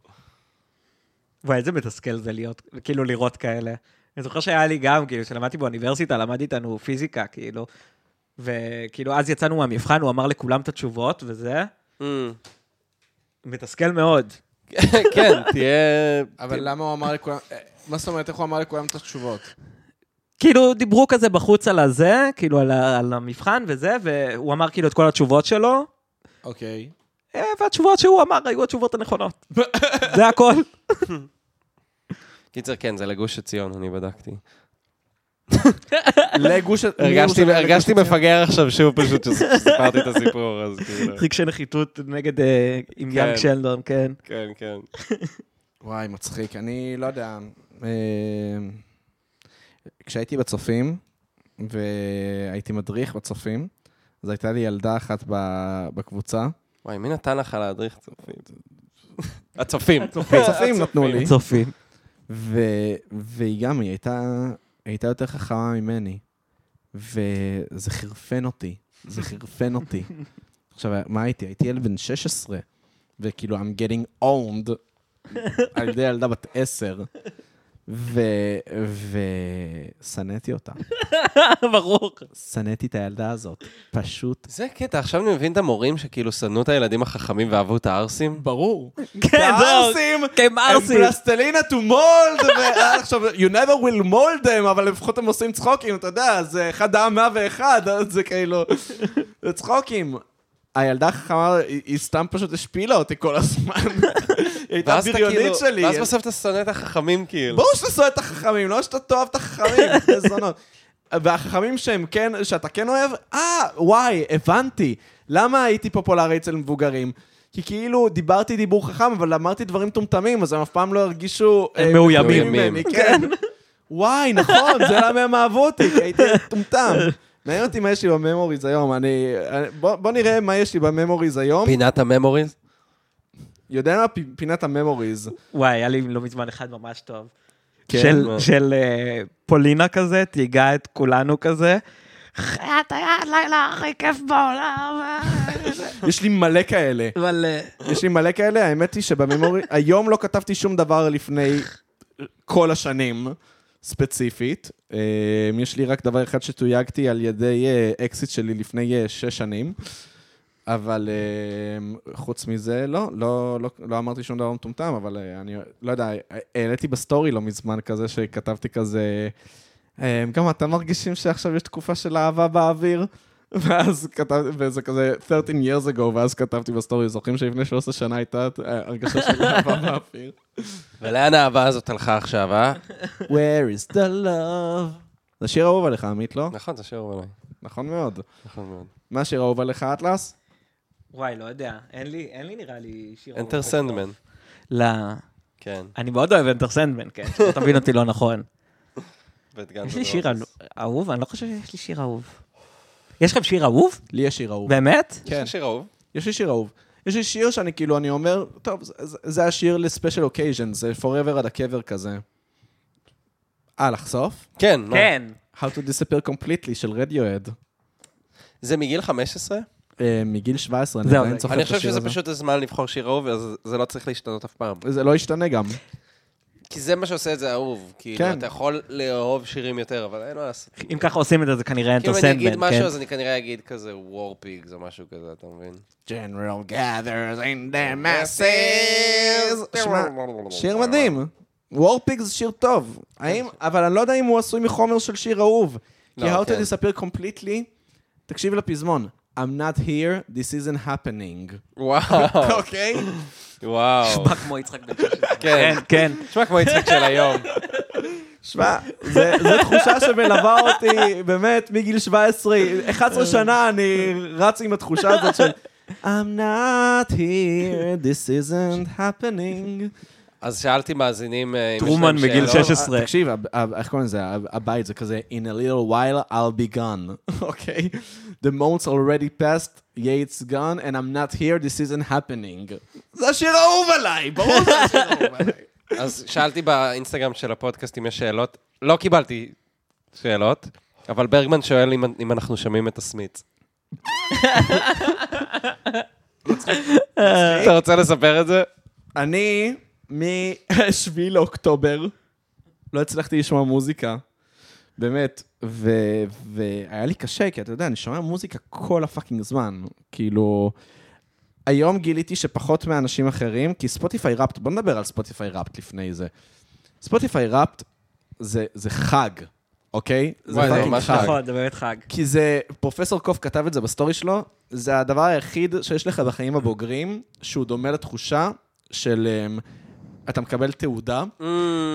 [SPEAKER 3] וואי, איזה מתסכל זה להיות, כאילו לראות כאלה. אני זוכר שהיה לי גם, כאילו, כשלמדתי באוניברסיטה, למד איתנו פיזיקה, כאילו. וכאילו, אז יצאנו מהמבחן, הוא אמר לכולם את התשובות, וזה
[SPEAKER 1] אמ.
[SPEAKER 3] מתסכל מאוד.
[SPEAKER 1] כן, תהיה...
[SPEAKER 2] אבל למה הוא אמר לכולם... מה זאת אומרת, איך הוא אמר לכולם את התשובות?
[SPEAKER 3] כאילו, דיברו כזה בחוץ על הזה, כאילו, על, ה- על המבחן וזה, והוא אמר כאילו את כל התשובות שלו,
[SPEAKER 2] אוקיי.
[SPEAKER 3] אה, והתשובות שהוא אמר היו התשובות הנכונות. זה הכל.
[SPEAKER 1] קיצר, כן, זה לגוש עציון, אני בדקתי.
[SPEAKER 2] לגוש...
[SPEAKER 1] הרגשתי-
[SPEAKER 2] מירושלים
[SPEAKER 1] הרגשתי
[SPEAKER 2] לגוש-
[SPEAKER 1] מפגר עכשיו שוב פשוט כשסיפרתי את הסיפור, אז כאילו,
[SPEAKER 3] רגשי נחיתות נגד אה, עם
[SPEAKER 1] כן.
[SPEAKER 3] יאנג שלדון, כן.
[SPEAKER 1] כן, כן.
[SPEAKER 2] וואי, מצחיק. אני לא יודע. אה, כשהייתי בצופים, והייתי מדריך בצופים, אז הייתה לי ילדה אחת ב- בקבוצה.
[SPEAKER 1] וואי, מי נתן לך להדריך צופים? הצופים.
[SPEAKER 2] הצופים נתנו לי.
[SPEAKER 3] צופים.
[SPEAKER 2] ו- והיא גם, היא הייתה, הייתה יותר חכמה ממני. וזה חרפן אותי. זה חרפן אותי. עכשיו, מה הייתי? הייתי ילד בן 16, וכאילו, I'm getting owned על ידי ילדה בת 10. ושנאתי אותה.
[SPEAKER 3] ברור.
[SPEAKER 2] שנאתי את הילדה הזאת. פשוט.
[SPEAKER 1] זה הקטע, עכשיו אני מבין את המורים שכאילו שנאו את הילדים החכמים ואהבו את הערסים.
[SPEAKER 2] ברור.
[SPEAKER 3] כן, זהו. כן,
[SPEAKER 2] הם
[SPEAKER 3] ארסי.
[SPEAKER 2] פלסטלינה to mold, ועכשיו, you never will mold them, אבל לפחות הם עושים צחוקים, אתה יודע, זה אחד העם 101, אז זה כאילו, זה צחוקים. הילדה החכמה, היא היא סתם פשוט השפילה אותי כל הזמן. היא הייתה
[SPEAKER 1] ואז אתה
[SPEAKER 2] בריונית
[SPEAKER 1] כאילו,
[SPEAKER 2] שלי.
[SPEAKER 1] ואז בסוף אתה שונא את החכמים כאילו.
[SPEAKER 2] ברור שאתה שונא את החכמים, לא שאתה תאהב את החכמים, זה זונות. והחכמים שהם כן, שאתה כן אוהב, אה, וואי, הבנתי. למה הייתי פופולרי אצל מבוגרים? כי כאילו דיברתי דיבור חכם, אבל אמרתי דברים מטומטמים, אז הם אף פעם לא הרגישו...
[SPEAKER 3] הם
[SPEAKER 2] אה,
[SPEAKER 3] מאוימים.
[SPEAKER 2] מטומטמים ממני, כן. וואי, נכון, זה למה הם אהבו אותי, כי הייתי מטומטם. מעניין אותי מה יש לי בממוריז היום, אני... אני- בוא בוא נראה מה יש לי בממוריז היום.
[SPEAKER 1] פינת הממוריז?
[SPEAKER 2] יודע מה? פ- פינת הממוריז.
[SPEAKER 3] וואי, היה לי לא מזמן אחד ממש טוב.
[SPEAKER 1] כן,
[SPEAKER 3] של-
[SPEAKER 1] מה?
[SPEAKER 3] של אה, פולינה כזה, תהיגה את כולנו כזה. חיית היה הלילה הכי כיף בעולם.
[SPEAKER 2] יש לי מלא כאלה.
[SPEAKER 3] אבל... אה,
[SPEAKER 2] יש לי מלא כאלה, האמת היא שבממורי... היום לא כתבתי שום דבר לפני כל השנים, ספציפית. אה, יש לי רק דבר אחד שתויגתי על ידי אה, אקזיט שלי לפני אה, שש שנים. אבל אה, חוץ מזה, לא, לא, לא, לא אמרתי שום דבר מטומטם, אבל אה, אני לא יודע, אה, העליתי בסטורי לא מזמן כזה שכתבתי כזה, אה, גם אתם מרגישים שעכשיו יש תקופה של אהבה באוויר? ואז כתבתי, וזה כזה 13 years ago, ואז כתבתי בסטורי, זוכרים שלפני 13 שנה הייתה אה, הרגשה של אהבה באוויר?
[SPEAKER 1] ולאן האהבה הזאת הלכה עכשיו, אה?
[SPEAKER 2] Where is the love? זה שיר אהוב עליך, עמית, לא?
[SPEAKER 1] נכון, זה שיעור עליי.
[SPEAKER 2] נכון מאוד.
[SPEAKER 1] נכון מאוד.
[SPEAKER 2] מה השיר האהוב עליך, אטלס?
[SPEAKER 3] וואי, לא יודע. אין לי, אין לי נראה לי שיר...
[SPEAKER 1] אנטר סנדמן.
[SPEAKER 3] לא.
[SPEAKER 1] כן.
[SPEAKER 3] אני מאוד אוהב אנטר סנדמן, כן. שלא תבין אותי לא נכון.
[SPEAKER 1] ואת גן
[SPEAKER 3] יש לי שיר
[SPEAKER 1] בדרום.
[SPEAKER 3] אהוב? אני לא חושב שיש לי שיר אהוב. יש לכם שיר אהוב?
[SPEAKER 2] לי יש שיר אהוב.
[SPEAKER 3] באמת?
[SPEAKER 1] יש לי שיר אהוב.
[SPEAKER 2] יש לי שיר אהוב. יש לי שיר שאני כאילו, אני אומר, טוב, זה- זה- זה השיר לספיישל אוקייז'ן, זה forever עד הקבר כזה. אה, לחשוף?
[SPEAKER 1] כן, מה?
[SPEAKER 3] כן.
[SPEAKER 2] How to disappear completely של רדיואד.
[SPEAKER 1] זה מגיל 15?
[SPEAKER 2] אה, מגיל 17, אני
[SPEAKER 3] זהו,
[SPEAKER 2] עדיין
[SPEAKER 3] אוקיי, זה-
[SPEAKER 2] זוכר את
[SPEAKER 1] אני
[SPEAKER 2] השיר
[SPEAKER 1] חושב
[SPEAKER 2] הזה.
[SPEAKER 1] שזה פשוט הזמן לבחור שיר אהוב, אז זה לא צריך להשתנות אף פעם.
[SPEAKER 2] זה לא ישתנה גם.
[SPEAKER 1] כי זה מה שעושה את זה אהוב. כאילו,
[SPEAKER 2] כן.
[SPEAKER 1] אתה יכול לאהוב שירים יותר, אבל אין מה לעשות.
[SPEAKER 3] אם ככה עושים את זה, זה כנראה אנטר
[SPEAKER 1] כאילו, אם אני אגיד
[SPEAKER 3] סנדמן, כן.
[SPEAKER 1] משהו, אז אני כנראה אגיד כזה וורפיגס או משהו כזה, אתה מבין?
[SPEAKER 2] General gathers in their masses. שמע, שיר מדהים. וורפיג זה שיר טוב. האם, אבל אני לא יודע אם הוא עשוי מחומר של שיר אהוב. כי
[SPEAKER 1] לא,
[SPEAKER 2] How to
[SPEAKER 1] כן.
[SPEAKER 2] disappear completely, תקשיב לפזמון. I'm not here, this isn't happening.
[SPEAKER 1] וואו,
[SPEAKER 2] אוקיי?
[SPEAKER 1] וואו.
[SPEAKER 3] נשבע כמו יצחק בן שש. כן,
[SPEAKER 1] כן.
[SPEAKER 3] כן.
[SPEAKER 1] נשמע כמו יצחק של היום.
[SPEAKER 2] שמע, זה- זו תחושה שמלווה אותי באמת מגיל 17, 11 שנה אני רץ עם התחושה הזאת של I'm not here, this isn't happening.
[SPEAKER 1] אז שאלתי מאזינים אה, אם יש להם
[SPEAKER 3] טרומן מגיל
[SPEAKER 1] שאלות.
[SPEAKER 3] 16.
[SPEAKER 2] תקשיב, ה- ה- איך קוראים לזה? ה- הבית זה כזה, In a little while I'll be gone, אוקיי? The month's already passed, yeah it's gone, and I'm not here, this isn't happening. זה השיר האהוב עליי, ברור שזה השיר האהוב עליי.
[SPEAKER 1] אז שאלתי באינסטגרם של הפודקאסט אם יש שאלות. לא קיבלתי שאלות, אבל ברגמן שואל אם- אם אנחנו שומעים את הסמיץ. אתה רוצה לספר את זה?
[SPEAKER 2] אני, מ-7 לאוקטובר, לא הצלחתי לשמוע מוזיקה. באמת. ו- והיה לי קשה, כי אתה יודע, אני שומע מוזיקה כל הפאקינג זמן. כאילו... היום גיליתי שפחות מאנשים אחרים, כי ספוטיפיי ראפט, בוא נדבר על ספוטיפיי ראפט לפני זה. ספוטיפיי ראפט זה, זה חג, אוקיי? זה
[SPEAKER 1] וואי, זה
[SPEAKER 2] פאקינג
[SPEAKER 1] כן, ממש
[SPEAKER 2] חג.
[SPEAKER 1] חג.
[SPEAKER 3] נכון, זה באמת חג.
[SPEAKER 2] כי זה, פרופסור קוף כתב את זה בסטורי שלו, זה הדבר היחיד שיש לך בחיים הבוגרים, שהוא דומה לתחושה של אמ, אתה מקבל תעודה.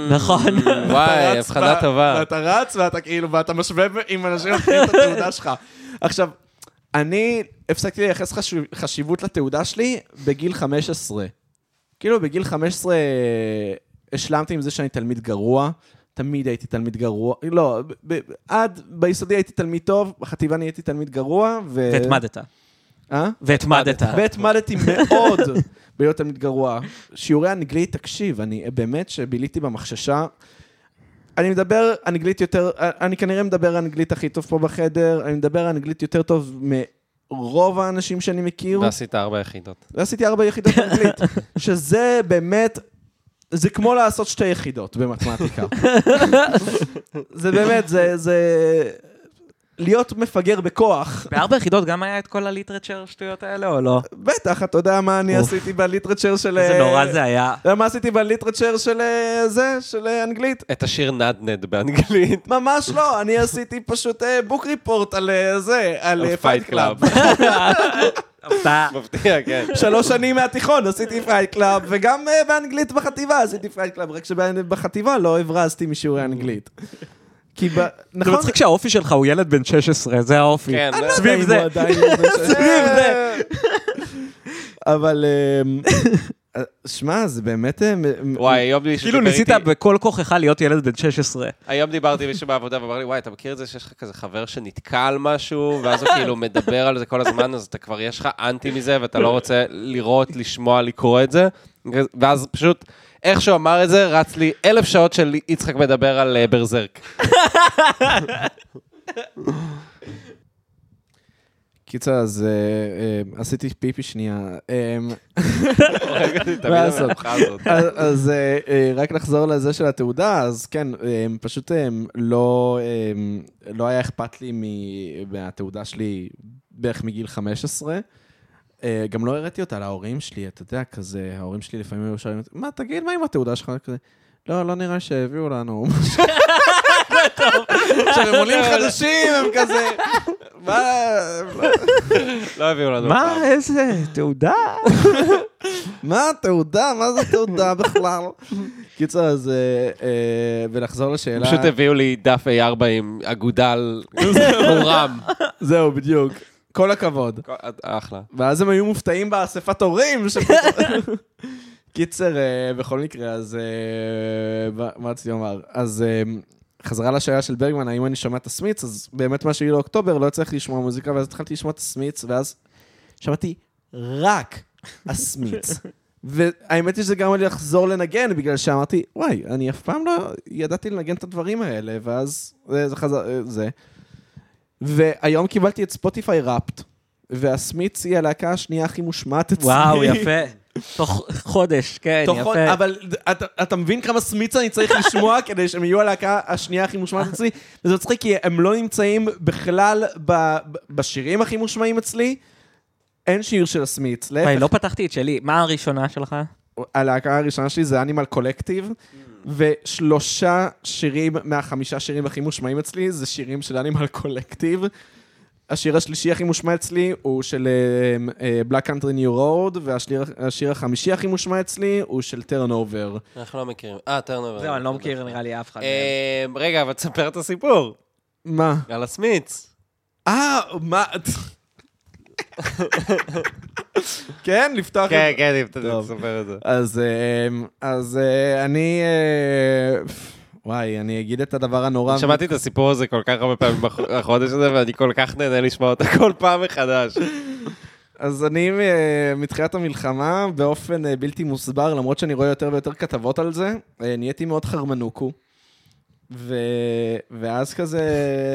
[SPEAKER 3] נכון.
[SPEAKER 2] אה,
[SPEAKER 1] אה,
[SPEAKER 2] אתה
[SPEAKER 1] וואי,
[SPEAKER 2] רץ
[SPEAKER 1] הבחנה
[SPEAKER 2] וה-
[SPEAKER 1] טובה.
[SPEAKER 2] ואתה רץ ואתה כאילו, ואתה משווה עם אנשים אחרים את התעודה שלך. עכשיו, אני הפסקתי לייחס חשוב- חשיבות לתעודה שלי בגיל 15. כאילו, בגיל 15 השלמתי עם זה שאני תלמיד גרוע. תמיד הייתי תלמיד גרוע. לא, ב- ב- עד ביסודי הייתי תלמיד טוב, בחטיבה נהייתי תלמיד גרוע, ו...
[SPEAKER 3] והתמדת.
[SPEAKER 2] אה?
[SPEAKER 3] והתמדת.
[SPEAKER 2] והתמדתי מאוד בהיות תלמיד גרוע. שיעורי אנגלית, תקשיב, אני באמת שביליתי במחששה. אני מדבר אנגלית יותר, אני כנראה מדבר אנגלית הכי טוב פה בחדר, אני מדבר אנגלית יותר טוב מרוב האנשים שאני מכיר,
[SPEAKER 1] ועשית ארבע יחידות.
[SPEAKER 2] ועשיתי ארבע יחידות אנגלית, שזה באמת, זה כמו לעשות שתי יחידות במתמטיקה. זה באמת, זה, זה להיות מפגר בכוח.
[SPEAKER 3] בארבע יחידות גם היה את כל הליטרצ'ר שטויות האלה או לא?
[SPEAKER 2] בטח, אתה יודע מה אני
[SPEAKER 3] אוף.
[SPEAKER 2] עשיתי בליטרצ'ר של... אה,
[SPEAKER 3] איזה נורא זה היה.
[SPEAKER 2] אתה יודע מה עשיתי בליטרצ'ר של אה, זה, של אה, אנגלית?
[SPEAKER 1] את השיר נדנד באנגלית.
[SPEAKER 2] ממש לא, אני עשיתי פשוט בוק ריפורט על אה, זה, על פייט קלאב.
[SPEAKER 3] הפתעה.
[SPEAKER 1] מפתיע, כן.
[SPEAKER 2] שלוש שנים מהתיכון עשיתי פייט קלאב, וגם אה, באנגלית בחטיבה עשיתי פייט קלאב, רק שבחטיבה לא הברזתי משיעורי אנגלית. כי ב...
[SPEAKER 3] זה
[SPEAKER 2] נכון?
[SPEAKER 3] מצחיק שהאופי שלך הוא ילד בן 16, זה האופי.
[SPEAKER 1] כן, אה,
[SPEAKER 2] אני לא יודע
[SPEAKER 3] סביב
[SPEAKER 2] אם
[SPEAKER 3] זה.
[SPEAKER 2] הוא עדיין לא בן שש.
[SPEAKER 3] סביב זה.
[SPEAKER 2] אבל... אה, שמע, זה באמת... אה, מ-
[SPEAKER 1] וואי, היום מישהו
[SPEAKER 3] כאילו
[SPEAKER 1] דיבר
[SPEAKER 3] ניסית
[SPEAKER 1] איתי-
[SPEAKER 3] בכל כוחך להיות ילד בן 16.
[SPEAKER 1] היום דיברתי עם מישהו בעבודה ואמר לי, וואי, אתה מכיר את זה שיש לך כזה חבר שנתקע על משהו, ואז הוא כאילו מדבר על זה כל הזמן, אז אתה כבר, יש לך אנטי מזה, ואתה לא רוצה לראות, לשמוע, לקרוא את זה. ואז פשוט, איך שהוא אמר את זה, רץ לי אלף שעות של יצחק מדבר על אה, ברזרק.
[SPEAKER 2] קיצר, אז אה, אה, עשיתי פיפי שנייה. אה,
[SPEAKER 1] הורג אותי תמיד
[SPEAKER 2] מה לעשות?
[SPEAKER 1] המלאכה הזאת.
[SPEAKER 2] אז, אז אה, אה, רק לחזור לזה של התעודה, אז כן, אה, פשוט אה, לא, אה, לא היה אכפת לי מ- מהתעודה שלי בערך מגיל 15. אה, גם לא הראתי אותה להורים שלי, אתה יודע, כזה, ההורים שלי לפעמים היו שואלים, אותי, מה, תגיד, מה עם התעודה שלך? כזה, לא, לא נראה שהביאו לנו. עכשיו, הם עולים חדשים, הם כזה, מה...
[SPEAKER 1] לא הביאו לנו
[SPEAKER 3] מה,
[SPEAKER 1] פעם.
[SPEAKER 3] איזה תעודה?
[SPEAKER 2] מה תעודה? מה זה תעודה בכלל? קיצר, אז... אה, אה, ולחזור לשאלה...
[SPEAKER 1] פשוט הביאו לי דף A4 עם אגודל מורם.
[SPEAKER 2] זהו, בדיוק. כל הכבוד.
[SPEAKER 1] אחלה.
[SPEAKER 2] ואז הם היו מופתעים באספת הורים. שפתאום- קיצר, אה, בכל מקרה, אז... אה, מה- מה רציתי לומר? אז אה, חזרה לשאלה של ברגמן, האם אני שומע תסמיץ? אז באמת מה שהיא לאוקטובר, לא הצלחתי לשמוע מוזיקה, ואז התחלתי לשמוע תסמיץ, ואז שמעתי רק הסמיץ. והאמת היא שזה גרם לי לחזור לנגן, בגלל שאמרתי, וואי, אני אף פעם לא ידעתי לנגן את הדברים האלה, ואז אה, זה חזר, אה, זה. והיום קיבלתי את ספוטיפיי ראפט, והסמיץ היא הלהקה השנייה הכי מושמעת אצלי.
[SPEAKER 3] וואו, יפה. תוך חודש, כן,
[SPEAKER 2] תוך חוד-
[SPEAKER 3] יפה.
[SPEAKER 2] אבל אתה, אתה מבין כמה סמיץ אני צריך לשמוע כדי שהם יהיו הלהקה השנייה הכי מושמעת אצלי? וזה מצחיק כי הם לא נמצאים בכלל ב, ב, בשירים הכי מושמעים אצלי. אין שיר של הסמיץ, להפך.
[SPEAKER 3] וואי, לא פתחתי את שלי. מה הראשונה שלך?
[SPEAKER 2] הלהקה הראשונה שלי זה אנימל קולקטיב, ושלושה שירים מהחמישה שירים הכי מושמעים אצלי זה שירים של אנימל קולקטיב. השיר השלישי הכי מושמע אצלי הוא של אה, אה, Black Country New Road, והשיר השיר החמישי הכי מושמע אצלי הוא של Turnover.
[SPEAKER 1] אנחנו לא מכירים. אה, טרנובר.
[SPEAKER 3] זהו, אני לא מכיר נראה לי אף אחד. מהם.
[SPEAKER 1] אה, רגע, אבל תספר את הסיפור.
[SPEAKER 2] מה?
[SPEAKER 1] על הסמיץ.
[SPEAKER 2] אה, מה? כן, לפתוח... את-
[SPEAKER 1] כן, כן,
[SPEAKER 2] טוב.
[SPEAKER 1] תספר את זה.
[SPEAKER 2] אז, אה, אז אה, אני... אה, וואי, אני אגיד את הדבר הנורא.
[SPEAKER 1] שמעתי את הסיפור הזה כל כך הרבה פעמים בח- בחודש הזה, ואני כל כך נהנה לשמוע אותו כל פעם מחדש.
[SPEAKER 2] אז אני אה, מתחילת המלחמה, באופן אה, בלתי מוסבר, למרות שאני רואה יותר ויותר כתבות על זה, אה, נהייתי מאוד חרמנוקו. ו... ואז כזה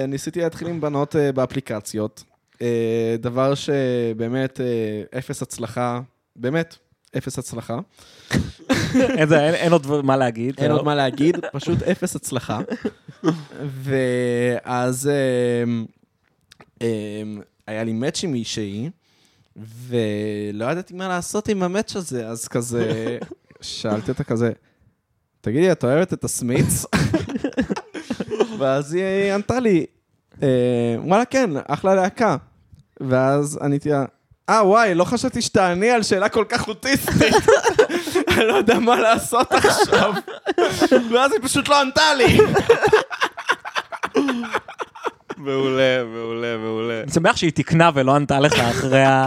[SPEAKER 2] ניסיתי להתחיל עם בנות אה, באפליקציות. אה, דבר שבאמת אה, אפס הצלחה, באמת אפס הצלחה.
[SPEAKER 3] אין זה, אין- אין עוד מה להגיד. לא.
[SPEAKER 2] אין
[SPEAKER 3] זהו.
[SPEAKER 2] עוד מה להגיד, פשוט אפס הצלחה. ואז אמ, אמ, היה לי מאץ' עם מישהי, ולא ידעתי מה לעשות עם המאץ' הזה, אז כזה, שאלתי אותה כזה, תגידי, את אוהבת את הסמיץ? ואז היא ענתה לי, "אה, וואלה, כן, אחלה להקה. ואז עניתי לה, אה, וואי, לא חשבתי שתעני על שאלה כל כך אוטיסטית. אני לא יודע מה לעשות עכשיו. ואז היא פשוט לא ענתה לי.
[SPEAKER 1] מעולה, מעולה, מעולה.
[SPEAKER 3] אני שמח שהיא תיקנה ולא ענתה לך אחרי ה...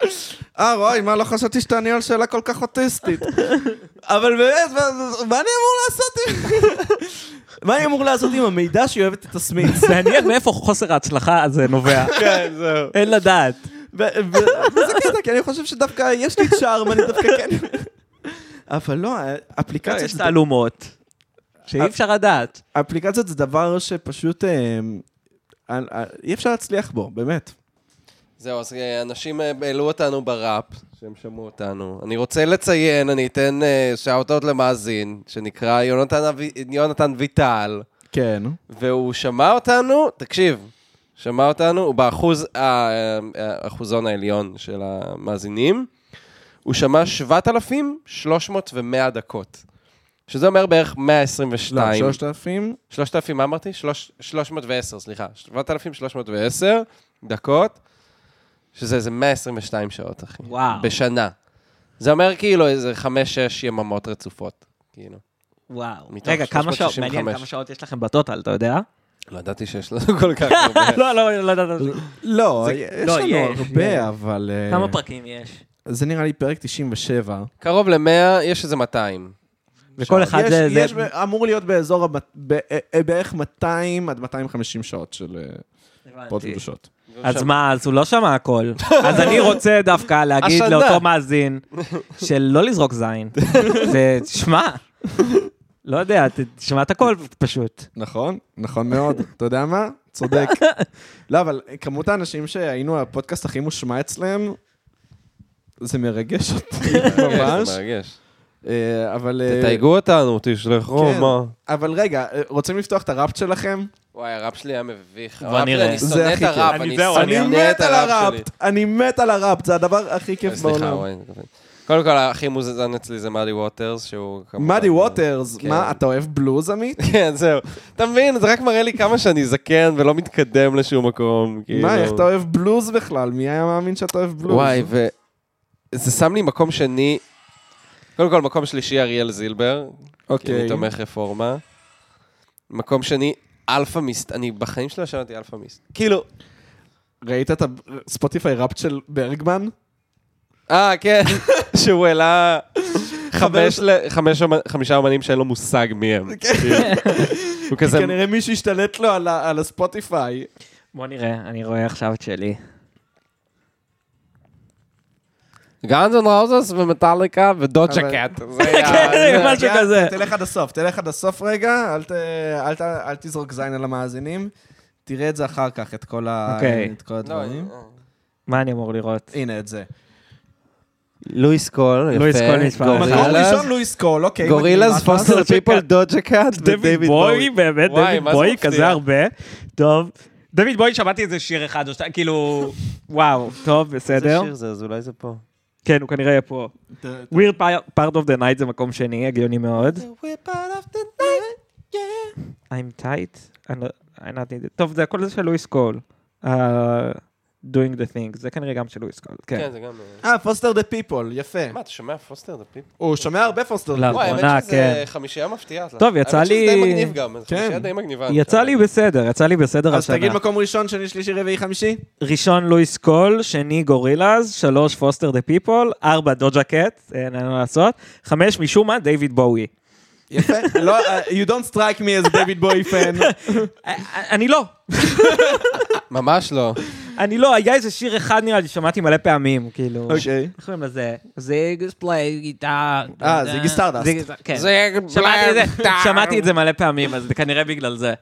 [SPEAKER 2] כן, אה, רואי, מה, לא חשבתי שתעני על שאלה כל כך אוטיסטית. אבל באמת, מה מה אני אמור לעשות עם... מה אני אמור לעשות עם המידע שהיא אוהבת את הסמית?
[SPEAKER 3] מעניין מאיפה חוסר ההצלחה הזה נובע.
[SPEAKER 1] כן, זהו.
[SPEAKER 3] אין לדעת.
[SPEAKER 2] ו- ו- וזה קטע, כי אני חושב שדווקא יש לי את שער, ואני דווקא כן... אבל לא, אפליקציה...
[SPEAKER 3] כן, יש תעלומות שאי אפשר לדעת.
[SPEAKER 2] אפליקציות זה דבר שפשוט אה, אה, אה, אי אפשר להצליח בו, באמת.
[SPEAKER 1] זהו, אז אה, אנשים אה, העלו אותנו בראפ, שהם שמעו אותנו. אני רוצה לציין, אני אתן אה, שאוטות למאזין, שנקרא יונתן, אבי- יונתן ויטל,
[SPEAKER 2] כן.
[SPEAKER 1] והוא שמע אותנו, תקשיב, שמע אותנו, הוא באחוז, אה, האחוזון העליון של המאזינים, הוא שמע 7,301 דקות. שזה אומר בערך
[SPEAKER 2] לא,
[SPEAKER 1] 122.
[SPEAKER 2] 3,000.
[SPEAKER 1] 3,000, מה אמרתי? שלוש- 310, סליחה. 7,310 דקות, שזה איזה 122 שעות, אחי.
[SPEAKER 3] וואו.
[SPEAKER 1] בשנה. זה אומר כאילו איזה 5-6 יממות רצופות. כאילו.
[SPEAKER 3] וואו.
[SPEAKER 1] מתוך
[SPEAKER 3] רגע, כמה שעות,
[SPEAKER 1] 365.
[SPEAKER 3] מעניין כמה שעות יש לכם בטוטל, אתה יודע?
[SPEAKER 1] לא ידעתי שיש לנו כל כך הרבה.
[SPEAKER 3] לא, לא, לא ידעתי.
[SPEAKER 2] לא, יש
[SPEAKER 3] לא,
[SPEAKER 2] לנו
[SPEAKER 3] יש, יש.
[SPEAKER 2] הרבה, אבל... אה,
[SPEAKER 3] כמה פרקים יש?
[SPEAKER 2] זה נראה לי פרק 97.
[SPEAKER 1] קרוב ל-100, יש איזה 200.
[SPEAKER 3] וכל אחד
[SPEAKER 2] יש-
[SPEAKER 3] זה...
[SPEAKER 2] יש
[SPEAKER 3] זה-
[SPEAKER 2] ב- אמור להיות באזור, הב- ב- אה, בערך 200 עד 250 שעות של אה,
[SPEAKER 3] הבנתי.
[SPEAKER 2] פוד קדושות.
[SPEAKER 3] אז מה, אז הוא לא שמע הכל. אז אני רוצה דווקא להגיד
[SPEAKER 1] השנה.
[SPEAKER 3] לאותו מאזין, שלא לזרוק זין. ושמע, לא יודע, ת- תשמע את הכל פשוט.
[SPEAKER 2] נכון, נכון מאוד. אתה יודע מה? צודק. לא, אבל כמות האנשים שהיינו הפודקאסט הכי מושמע אצלם, זה מרגש אותי ממש.
[SPEAKER 1] ממש. מרגש.
[SPEAKER 2] אה, אבל... אה,
[SPEAKER 1] תתייגו אותנו, תשלחו,
[SPEAKER 2] כן.
[SPEAKER 1] מה.
[SPEAKER 2] אבל רגע, אה, רוצים לפתוח את הראפט שלכם?
[SPEAKER 1] וואי, הראפ שלי היה מביך.
[SPEAKER 3] בוא
[SPEAKER 1] הראפ שלי,
[SPEAKER 3] נראה.
[SPEAKER 1] אני
[SPEAKER 2] זה
[SPEAKER 1] שונא את
[SPEAKER 2] הכי כיף.
[SPEAKER 4] אני
[SPEAKER 1] הראפ, לא, אני
[SPEAKER 4] זהו, אני
[SPEAKER 1] שונא את הראפ שלי.
[SPEAKER 2] אני מת על הראפט, זה הדבר הכי כיף
[SPEAKER 1] אה, סליחה,
[SPEAKER 2] בעולם.
[SPEAKER 1] וואי. קודם כל, הכי מוזזן אצלי זה מאדי ווטרס, שהוא כמובן...
[SPEAKER 2] מאדי ווטרס,
[SPEAKER 1] כן.
[SPEAKER 2] מה, אתה אוהב בלוז, עמית?
[SPEAKER 1] כן, זהו. אתה מבין? זה רק מראה לי כמה שאני זקן ולא מתקדם לשום מקום. כאילו.
[SPEAKER 2] מה, איך אתה אוהב בלוז בכלל? מי היה מאמין שאתה אוהב בלוז?
[SPEAKER 1] וואי, ו... זה שם לי מקום שני... קודם כל, מקום שלישי, אריאל זילבר. כי אני
[SPEAKER 2] אוקיי.
[SPEAKER 1] תומך רפורמה. מקום שני, אלפא מיסט. אני בחיים שלי לא שמעתי אלפא מיסט. כאילו...
[SPEAKER 2] ראית את הספוטיפיי ראפט של ברגמן?
[SPEAKER 1] אה, כן, שהוא העלה חמש
[SPEAKER 2] חבר- כן.
[SPEAKER 1] ל- חמש אומ- חמישה אומנים שאין לו מושג מי הם. כאילו. הוא כזה...
[SPEAKER 2] כנראה מישהו השתלט לו על ה- על הספוטיפיי.
[SPEAKER 3] בוא נראה, אני רואה עכשיו את שלי.
[SPEAKER 1] גאנז אנד ראוזס ומטאליקה ודודג'ה
[SPEAKER 2] אבל-
[SPEAKER 1] קאט. זה היה-
[SPEAKER 3] כן, משהו
[SPEAKER 2] רגע,
[SPEAKER 3] כזה.
[SPEAKER 2] תלך עד הסוף, תלך עד הסוף רגע, אל ת- אל ת- אל תזרוק זין על המאזינים. תראה את זה אחר כך, את כל ה-
[SPEAKER 3] אוקיי.
[SPEAKER 2] את כל
[SPEAKER 1] לא,
[SPEAKER 2] הדברים.
[SPEAKER 3] מה אני אמור לראות?
[SPEAKER 2] הנה את זה.
[SPEAKER 1] לואיס קול, יפה.
[SPEAKER 3] לואיס קול מספר
[SPEAKER 1] גורילאז-
[SPEAKER 2] מקום ראשון לואיס קול, אוקיי.
[SPEAKER 1] גורילאז,
[SPEAKER 2] מגניב, אחלה.
[SPEAKER 1] פוסטר
[SPEAKER 3] דודג'ה
[SPEAKER 1] פיפול,
[SPEAKER 3] קאט.
[SPEAKER 1] דודג'ה קאט
[SPEAKER 3] דויד
[SPEAKER 1] ודייוויד
[SPEAKER 3] בואי,
[SPEAKER 1] בואי.
[SPEAKER 3] באמת,
[SPEAKER 1] וואי,
[SPEAKER 3] דויד
[SPEAKER 1] מה זה
[SPEAKER 3] בואי,
[SPEAKER 1] מפתיע.
[SPEAKER 3] כזה הרבה. טוב. דויד בואי, שמעתי איזה שיר אחד או שתיים, כאילו... וואו, טוב, בסדר.
[SPEAKER 1] זה, אז אולי זה פה.
[SPEAKER 3] כן, הוא כנראה יהיה פה. Weird part of the night זה מקום שני, הגיוני מאוד. I'm tight, I'm not- I'm not needed. טוב, זה הכל זה של לואיס קול. אה, doing the thing, זה כנראה גם של לואיס קול, כן.
[SPEAKER 1] כן, זה גם...
[SPEAKER 2] אה, פוסטר דה פיפול, יפה.
[SPEAKER 1] מה, אתה שומע פוסטר? זה פיפול?
[SPEAKER 2] הוא שומע הרבה פוסטר דה
[SPEAKER 3] לא.
[SPEAKER 2] פיפול.
[SPEAKER 1] וואי,
[SPEAKER 3] עונה,
[SPEAKER 1] האמת שזה
[SPEAKER 3] כן.
[SPEAKER 1] חמישייה מפתיעה.
[SPEAKER 3] טוב, יצא לי-
[SPEAKER 1] האמת שזה די מגניב גם, זו חמישייה
[SPEAKER 2] כן.
[SPEAKER 1] די מגניבה. אני
[SPEAKER 3] יצא
[SPEAKER 1] חייב
[SPEAKER 3] לי
[SPEAKER 1] להגיד.
[SPEAKER 3] בסדר, יצא לי בסדר
[SPEAKER 1] לא
[SPEAKER 2] אז
[SPEAKER 3] השנה.
[SPEAKER 2] תגיד מקום ראשון, שני, שלישי, רביעי, חמישי.
[SPEAKER 3] ראשון לואיס קול, שני גורילאז, שלוש פוסטר דה פיפול, ארבע דוג'ה קט, אין לנו מה לעשות, חמש משום מה דיוויד בואי.
[SPEAKER 2] יפה. לא, אה, you don't strike me as a David בוי fan.
[SPEAKER 3] אה, אה, אני לא,
[SPEAKER 1] ממש לא.
[SPEAKER 3] אני לא, היה איזה שיר אחד נראה לי ששמעתי מלא פעמים, כאילו.
[SPEAKER 2] אוקיי.
[SPEAKER 3] איך קוראים לזה? זיג פליי גיטר.
[SPEAKER 2] אה, זיגי סטרדסט.
[SPEAKER 3] זיג- כן.
[SPEAKER 1] זה...
[SPEAKER 3] שמעתי את זה- שמעתי את זה מלא פעמים, אז זה כנראה בגלל זה.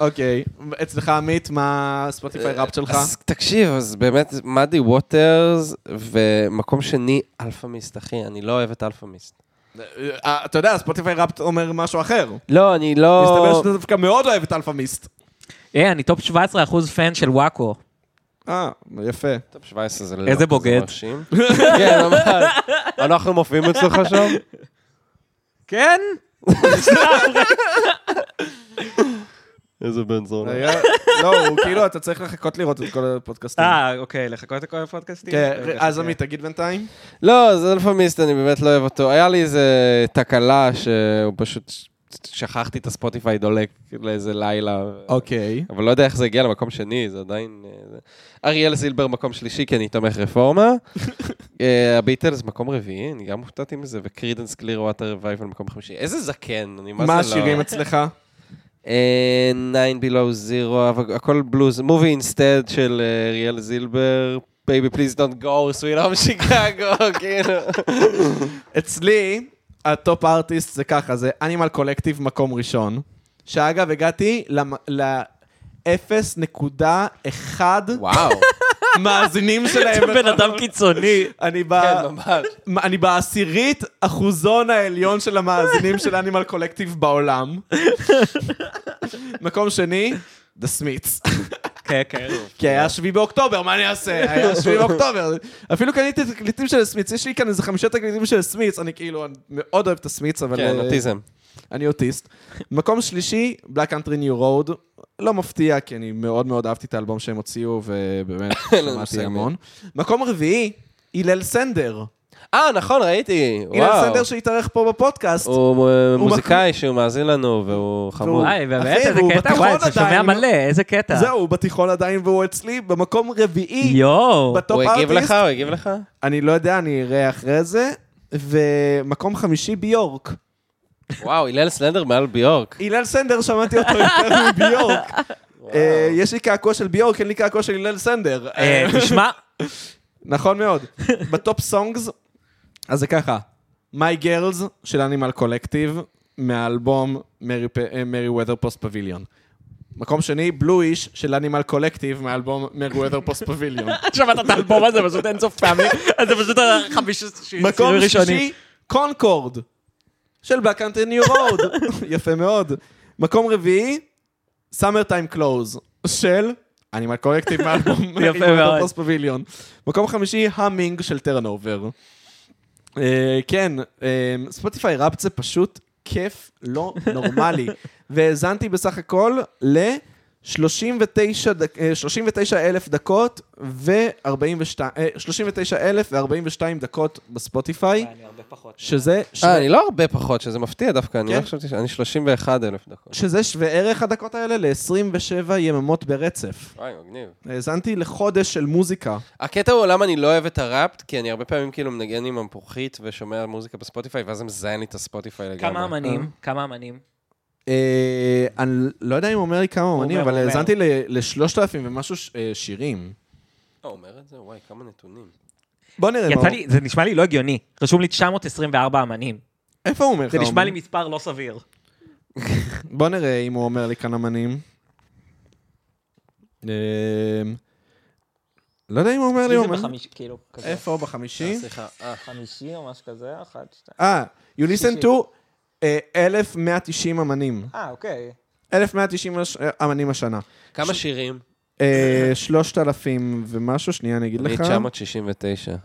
[SPEAKER 2] אוקיי. אצלך, עמית, מה הספוטיפיי ראפ שלך?
[SPEAKER 1] אז תקשיב, אז באמת, מאדי ווטרס, ומקום שני, אלפא מיסט, אחי, אני לא אוהב את אלפא מיסט.
[SPEAKER 2] אה, אתה יודע, ספוטיפיי ראפ אומר משהו אחר.
[SPEAKER 1] לא, אני לא...
[SPEAKER 2] מסתבר שאתה דווקא מאוד אוהב את אלפא מיסט.
[SPEAKER 3] אה, אני טופ 17% פן של וואקו.
[SPEAKER 2] אה, יפה.
[SPEAKER 1] טוב, 17 זה לא...
[SPEAKER 3] איזה
[SPEAKER 1] זה
[SPEAKER 3] בוגד.
[SPEAKER 1] מרשים. כן, ממש. אנחנו מופיעים אצלך שם?
[SPEAKER 3] כן?
[SPEAKER 1] איזה בן זונה.
[SPEAKER 2] היה- לא, הוא כאילו, אתה צריך לחכות לראות את כל הפודקאסטים.
[SPEAKER 3] אה, אוקיי, לחכות לכל הפודקאסטים? אה, אוקיי,
[SPEAKER 2] כן, אז עמית, תגיד בינתיים.
[SPEAKER 1] לא, זה אלפמיסט, אני באמת לא אוהב אותו. היה לי איזה תקלה שהוא פשוט... שכחתי את הספוטיפיי דולק לאיזה לילה.
[SPEAKER 2] אוקיי.
[SPEAKER 1] אבל לא יודע איך זה הגיע למקום שני, זה עדיין... אה, זה- אריאל זילבר מקום שלישי, כי אני תומך רפורמה. אה, הביטלס מקום רביעי, אני גם הופתעתי מזה, וקרידנס קליר וואטר רווייבל מקום חמישי. איזה זקן, אני מה זה לא...
[SPEAKER 2] מה השירים אצלך?
[SPEAKER 1] 9 Below Zero, אבל הכל בלוז, מובי אינסטד של אה, אריאל זילבר, Baby Please Don't Go, Sweet Home Chicago, כאילו.
[SPEAKER 2] אצלי, הטופ ארטיסט זה ככה, זה אנימל קולקטיב מקום ראשון. שאגב, הגעתי ל-0.1
[SPEAKER 1] וואו,
[SPEAKER 2] מאזינים שלהם.
[SPEAKER 3] בן אדם קיצוני.
[SPEAKER 2] אני
[SPEAKER 1] כן,
[SPEAKER 2] ב-
[SPEAKER 1] ממש.
[SPEAKER 2] אני בעשירית אחוזון העליון של המאזינים של אנימל קולקטיב בעולם. מקום שני, The Smiths.
[SPEAKER 3] כן, כן.
[SPEAKER 2] כי היה 7 באוקטובר, מה אני אעשה? היה 7 באוקטובר. אפילו קניתי תקליטים של סמיץ, יש לי כאן איזה חמישה תקליטים של סמיץ, אני כאילו, אני מאוד אוהב את הסמיץ, אבל...
[SPEAKER 1] כן,
[SPEAKER 2] אה,
[SPEAKER 1] אוטיזם.
[SPEAKER 2] אני אוטיסט. מקום שלישי, Black Country New Road. לא מפתיע, כי אני מאוד מאוד אהבתי את האלבום שהם הוציאו, ובאמת,
[SPEAKER 3] לא,
[SPEAKER 1] מושג
[SPEAKER 2] שמעתי
[SPEAKER 1] מי.
[SPEAKER 2] המון. מקום רביעי, הלל סנדר.
[SPEAKER 1] אה, נכון, ראיתי,
[SPEAKER 2] הלל
[SPEAKER 1] וואו.
[SPEAKER 2] סנדר שהתארח פה בפודקאסט.
[SPEAKER 1] הוא אה,
[SPEAKER 2] הוא
[SPEAKER 1] מוזיקאי שהוא מאזין לנו, והוא חמוד.
[SPEAKER 3] וואי, באמת,
[SPEAKER 2] אחי,
[SPEAKER 3] איזה
[SPEAKER 2] והוא
[SPEAKER 3] קטע,
[SPEAKER 2] בתיכון
[SPEAKER 3] וואי, אתה שומע
[SPEAKER 2] עדיין.
[SPEAKER 3] מלא, איזה קטע.
[SPEAKER 2] זהו, הוא בתיכון עדיין והוא אצלי במקום רביעי
[SPEAKER 3] יואו.
[SPEAKER 2] בטופ
[SPEAKER 1] הוא הגיב
[SPEAKER 2] ארטיסט.
[SPEAKER 1] לך? הוא הגיב לך?
[SPEAKER 2] אני לא יודע, אני אראה אחרי זה. ומקום חמישי ביורק.
[SPEAKER 1] וואו, הלל סלנדר מעל ביורק.
[SPEAKER 2] הלל סנדר, שמעתי אותו יותר מביורק. אה, יש לי קעקוע של ביורק, אין לי קעקוע של הלל סנדר.
[SPEAKER 3] אה, תשמע,
[SPEAKER 2] נכון מאוד. בטופ סונגס, אז זה ככה, My Girls של אנימל קולקטיב, מהאלבום אה, מרי וודר פוסט פביליון. מקום שני, בלואיש של אנימל קולקטיב, מהאלבום מרי וודר פוסט פביליון.
[SPEAKER 3] שמעת את האלבום הזה פשוט אין סוף פעמים, אז זה פשוט החמישה שירים
[SPEAKER 2] מקום
[SPEAKER 3] ראשונים.
[SPEAKER 2] שלישי, קונקורד של Black Country New Road. יפה מאוד. מקום רביעי, Summer Time Close של אנימל קולקטיב מאלבום
[SPEAKER 3] יפה מאוד.
[SPEAKER 2] פוסט פביליון. מקום חמישי, המינג של טרנובר. כן, אה, ספוטיפיי ראפ זה פשוט כיף לא נורמלי. והאזנתי בסך הכל ל... 39 דק- אה, 39,000 דקות אה, ו-42, 39,042 דקות בספוטיפיי, שזה
[SPEAKER 1] אה,
[SPEAKER 2] שווה-
[SPEAKER 1] אני לא הרבה פחות, שזה מפתיע דווקא, אני
[SPEAKER 2] כן?
[SPEAKER 1] לא חשבתי ש... אני 31 אלף דקות.
[SPEAKER 2] שזה שווה ערך הדקות האלה ל-27 יממות ברצף.
[SPEAKER 1] וואי, מגניב.
[SPEAKER 2] האזנתי לחודש של מוזיקה.
[SPEAKER 1] הקטע הוא למה אני לא אוהב את הראפט, כי אני הרבה פעמים כאילו מנגן עם המפוחית ושומע מוזיקה בספוטיפיי, ואז זה מזיין לי את הספוטיפיי לגמרי.
[SPEAKER 3] כמה אמנים? כמה אמנים?
[SPEAKER 2] אה, אני לא יודע אם אומר לי כמה אומנים,
[SPEAKER 3] אומר,
[SPEAKER 2] אבל
[SPEAKER 3] אומר.
[SPEAKER 2] האזנתי ל-3,000 ומשהו ש- אה, שירים.
[SPEAKER 1] אה, אומר את זה? וואי, כמה נתונים.
[SPEAKER 2] בוא נראה מה
[SPEAKER 3] יצא
[SPEAKER 2] הוא-
[SPEAKER 3] לי, זה נשמע לי לא הגיוני. רשום לי 924 אמנים.
[SPEAKER 2] איפה הוא אומר לך?
[SPEAKER 3] זה נשמע לי
[SPEAKER 2] אומנים?
[SPEAKER 3] מספר לא סביר.
[SPEAKER 2] בוא נראה אם הוא אומר לי כאן אמנים. אה, לא יודע אם הוא אומר לי אומן.
[SPEAKER 3] כאילו, כזה.
[SPEAKER 2] איפה בחמישי?
[SPEAKER 1] סליחה, אה.
[SPEAKER 3] חמישי או משהו כזה, אחת, שתיים.
[SPEAKER 2] אה, you listen to אה, 1,190 אמנים.
[SPEAKER 3] אה, אוקיי.
[SPEAKER 2] 1,190 הש- אה, אמנים השנה.
[SPEAKER 1] כמה שירים?
[SPEAKER 2] אה, 3,000 ומשהו, שנייה אני אגיד לך.
[SPEAKER 1] 969.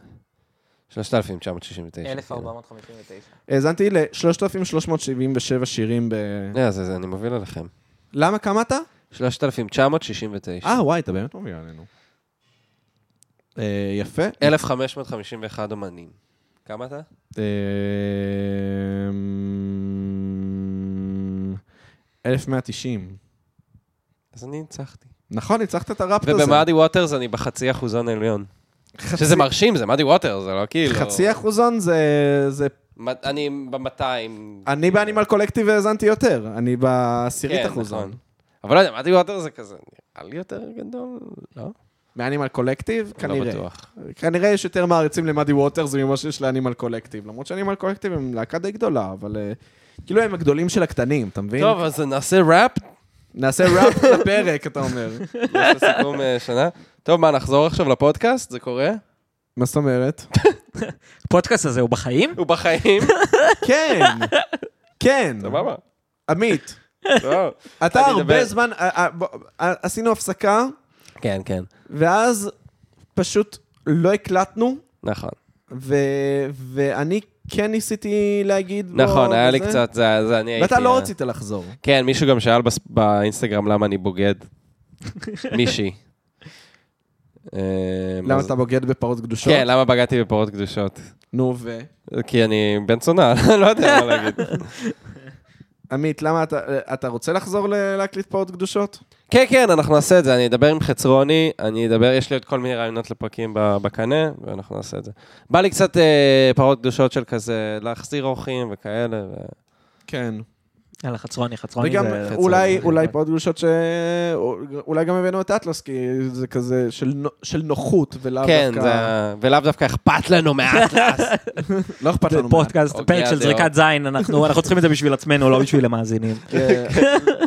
[SPEAKER 1] 3,969.
[SPEAKER 3] 1459.
[SPEAKER 2] האזנתי ל-3,377 שירים ב...
[SPEAKER 1] כאילו. אה, זה, זה, אני מוביל עליכם.
[SPEAKER 2] למה? כמה אתה?
[SPEAKER 1] 3,969.
[SPEAKER 2] אה, וואי, אתה באמת מוביל עלינו. אה, יפה.
[SPEAKER 1] 1,551 אמנים. כמה אתה?
[SPEAKER 2] אמ, 1,190.
[SPEAKER 1] אז אני ניצחתי.
[SPEAKER 2] נכון, ניצחת את הראפט הזה.
[SPEAKER 1] ובמאדי ווטרס אני בחצי אחוזון עליון.
[SPEAKER 2] חצי-
[SPEAKER 1] שזה מרשים, זה מאדי ווטרס, זה לא כאילו...
[SPEAKER 2] חצי אחוזון זה... זה-
[SPEAKER 1] מ- אני ב-200.
[SPEAKER 2] אני באנימל קולקטיב האזנתי יותר, אני
[SPEAKER 1] כן,
[SPEAKER 2] בעשירית אחוזון.
[SPEAKER 1] אבל לא יודע, מאדי ווטרס זה כזה, נראה לי יותר גדול? לא?
[SPEAKER 2] מאנימל קולקטיב?
[SPEAKER 1] לא
[SPEAKER 2] כנראה.
[SPEAKER 1] בטוח.
[SPEAKER 2] כנראה יש יותר מעריצים למאדי ווטרס ממה שיש לאנימל קולקטיב. למרות שאנימל קולקטיב הם להקה די גדולה, אבל... אה, כאילו הם הגדולים של הקטנים, אתה מבין?
[SPEAKER 1] טוב, אז נעשה ראפ,
[SPEAKER 2] נעשה ראפ לפרק, אתה אומר.
[SPEAKER 1] נעשה סיכום אה, שנה. טוב, מה, נחזור עכשיו לפודקאסט? זה קורה?
[SPEAKER 2] מה זאת אומרת?
[SPEAKER 3] הפודקאסט הזה הוא בחיים?
[SPEAKER 1] הוא בחיים?
[SPEAKER 2] כן, כן.
[SPEAKER 1] סבבה.
[SPEAKER 2] עמית,
[SPEAKER 1] טוב.
[SPEAKER 2] אתה
[SPEAKER 1] אני
[SPEAKER 2] הרבה
[SPEAKER 1] אדבר.
[SPEAKER 2] זמן... אה, אה, בוא, אה, עשינו הפסקה,
[SPEAKER 1] כן, כן.
[SPEAKER 2] ואז פשוט לא הקלטנו,
[SPEAKER 1] נכון.
[SPEAKER 2] ו- ואני כן ניסיתי להגיד בו...
[SPEAKER 1] נכון, היה לי
[SPEAKER 2] וזה.
[SPEAKER 1] קצת, זה זה אני הייתי...
[SPEAKER 2] לא, ואתה
[SPEAKER 1] אה.
[SPEAKER 2] לא רצית לחזור.
[SPEAKER 1] כן, מישהו גם שאל בס- באינסטגרם למה אני בוגד. מישהי. אה,
[SPEAKER 2] למה
[SPEAKER 1] אז-
[SPEAKER 2] אתה בוגד בפרות קדושות?
[SPEAKER 1] כן, למה בגדתי בפרות קדושות?
[SPEAKER 2] נו, ו...
[SPEAKER 1] כי אני בן צונה, לא יודע מה להגיד.
[SPEAKER 2] עמית, למה אתה, אתה רוצה לחזור ל- להקליט פרות קדושות?
[SPEAKER 1] כן, כן, אנחנו נעשה את זה, אני אדבר עם חצרוני, אני אדבר, יש לי עוד כל מיני רעיונות לפרקים ב- בקנה, ואנחנו נעשה את זה. בא לי קצת אה, פרות קדושות של כזה, להחזיר אורחים וכאלה. ו...
[SPEAKER 2] כן.
[SPEAKER 3] יאללה, חצרוני, חצרוני
[SPEAKER 2] וגם
[SPEAKER 3] זה...
[SPEAKER 2] אולי,
[SPEAKER 3] חצרוני.
[SPEAKER 2] אולי פרות קדושות ש... אולי גם הבאנו את אטלס, כי זה כזה של, נו- של נוחות, ולאו
[SPEAKER 1] כן,
[SPEAKER 2] דווקא...
[SPEAKER 1] זה... ה- ולאו דווקא אכפת לנו מאטלס.
[SPEAKER 2] לא אכפת לנו.
[SPEAKER 3] פודקאסט,
[SPEAKER 1] הוגי
[SPEAKER 3] פרק של
[SPEAKER 1] הדעות.
[SPEAKER 3] זריקת זין, אנחנו אנחנו צריכים את זה בשביל עצמנו, לא בשביל המאזינים.
[SPEAKER 2] כן.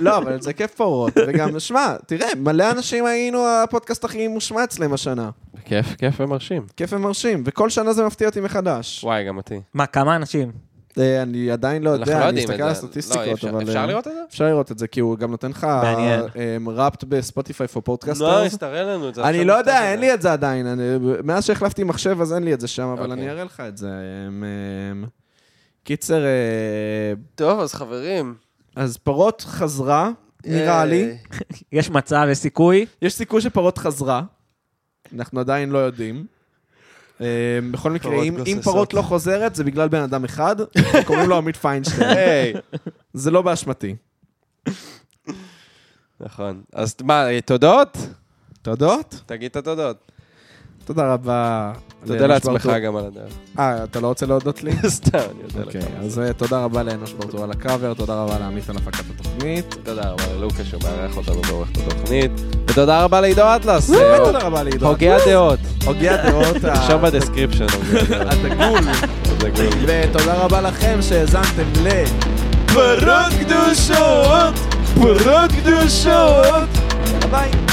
[SPEAKER 2] לא, אבל זה כיף פרות. וגם, שמע, תראה, מלא אנשים היינו הפודקאסט הכי מושמע אצלם השנה.
[SPEAKER 1] כיף, כיף ומרשים.
[SPEAKER 2] כיף ומרשים, וכל שנה זה מפתיע אותי מחדש.
[SPEAKER 1] וואי, גם אותי.
[SPEAKER 3] מה, כמה אנשים?
[SPEAKER 2] אה, אני עדיין לא
[SPEAKER 1] אנחנו
[SPEAKER 2] יודע,
[SPEAKER 1] לא
[SPEAKER 2] אני
[SPEAKER 1] יודעים את
[SPEAKER 2] אסתכל
[SPEAKER 1] זה.
[SPEAKER 2] על הסטטיסטיקות,
[SPEAKER 1] לא, אי אפשר-
[SPEAKER 2] אבל...
[SPEAKER 1] אפשר
[SPEAKER 2] אה,
[SPEAKER 1] לראות את זה?
[SPEAKER 2] אפשר לראות את זה, כי הוא גם נותן לך
[SPEAKER 3] מעניין.
[SPEAKER 2] ראפט בספוטיפיי פור פודקאסטרס.
[SPEAKER 1] לא, אז תראה לנו את זה.
[SPEAKER 2] אני
[SPEAKER 1] עכשיו
[SPEAKER 2] לא
[SPEAKER 1] נפתח את
[SPEAKER 2] יודע,
[SPEAKER 1] זה.
[SPEAKER 2] אין לי את זה עדיין. אני- מאז שהחלפתי מחשב אז אין לי את זה שם, אבל
[SPEAKER 1] אוקיי.
[SPEAKER 2] אני אראה לך את זה. אמ, אמ, קיצר, אה,
[SPEAKER 1] טוב, אז חברים.
[SPEAKER 2] אז פרות חזרה, נראה
[SPEAKER 1] אה,
[SPEAKER 2] לי.
[SPEAKER 3] יש מצב, יש סיכוי?
[SPEAKER 2] יש סיכוי שפרות חזרה, אנחנו עדיין לא יודעים. אמ, בכל מקרה,
[SPEAKER 1] פרות
[SPEAKER 2] אם- אם
[SPEAKER 1] גוססות.
[SPEAKER 2] פרות לא חוזרת, זה בגלל בן אדם אחד, קוראים לו עמית פיינשטיין.
[SPEAKER 1] היי.
[SPEAKER 2] זה לא באשמתי.
[SPEAKER 1] נכון. אז מה, תודות?
[SPEAKER 2] תודות?
[SPEAKER 1] תגיד את התודות.
[SPEAKER 2] תודה רבה.
[SPEAKER 1] תודה
[SPEAKER 2] לאנוש
[SPEAKER 1] לעצמך
[SPEAKER 2] ברטור.
[SPEAKER 1] גם על הדרך.
[SPEAKER 2] אה, אתה לא רוצה להודות לי?
[SPEAKER 1] סתם, אני יודע לך.
[SPEAKER 2] אוקיי, אז אה, תודה רבה לאנוש ברטור על הקאבר, תודה רבה לעמית על הפקת התוכנית.
[SPEAKER 1] תודה רבה ללוקה שמארח אותנו בעורך התוכנית, ותודה רבה לעידו אטלס, אה,
[SPEAKER 2] באמת תודה רבה לעידו.
[SPEAKER 1] הוגה הדעות.
[SPEAKER 2] הוגי הדעות. ה-
[SPEAKER 1] תרשום בדסקריפשן, הוגה הדעות.
[SPEAKER 2] הדגול.
[SPEAKER 1] זה גול.
[SPEAKER 2] ותודה רבה לכם שהאזנתם ל...
[SPEAKER 1] פרות קדושות! פרות קדושות!
[SPEAKER 2] ביי.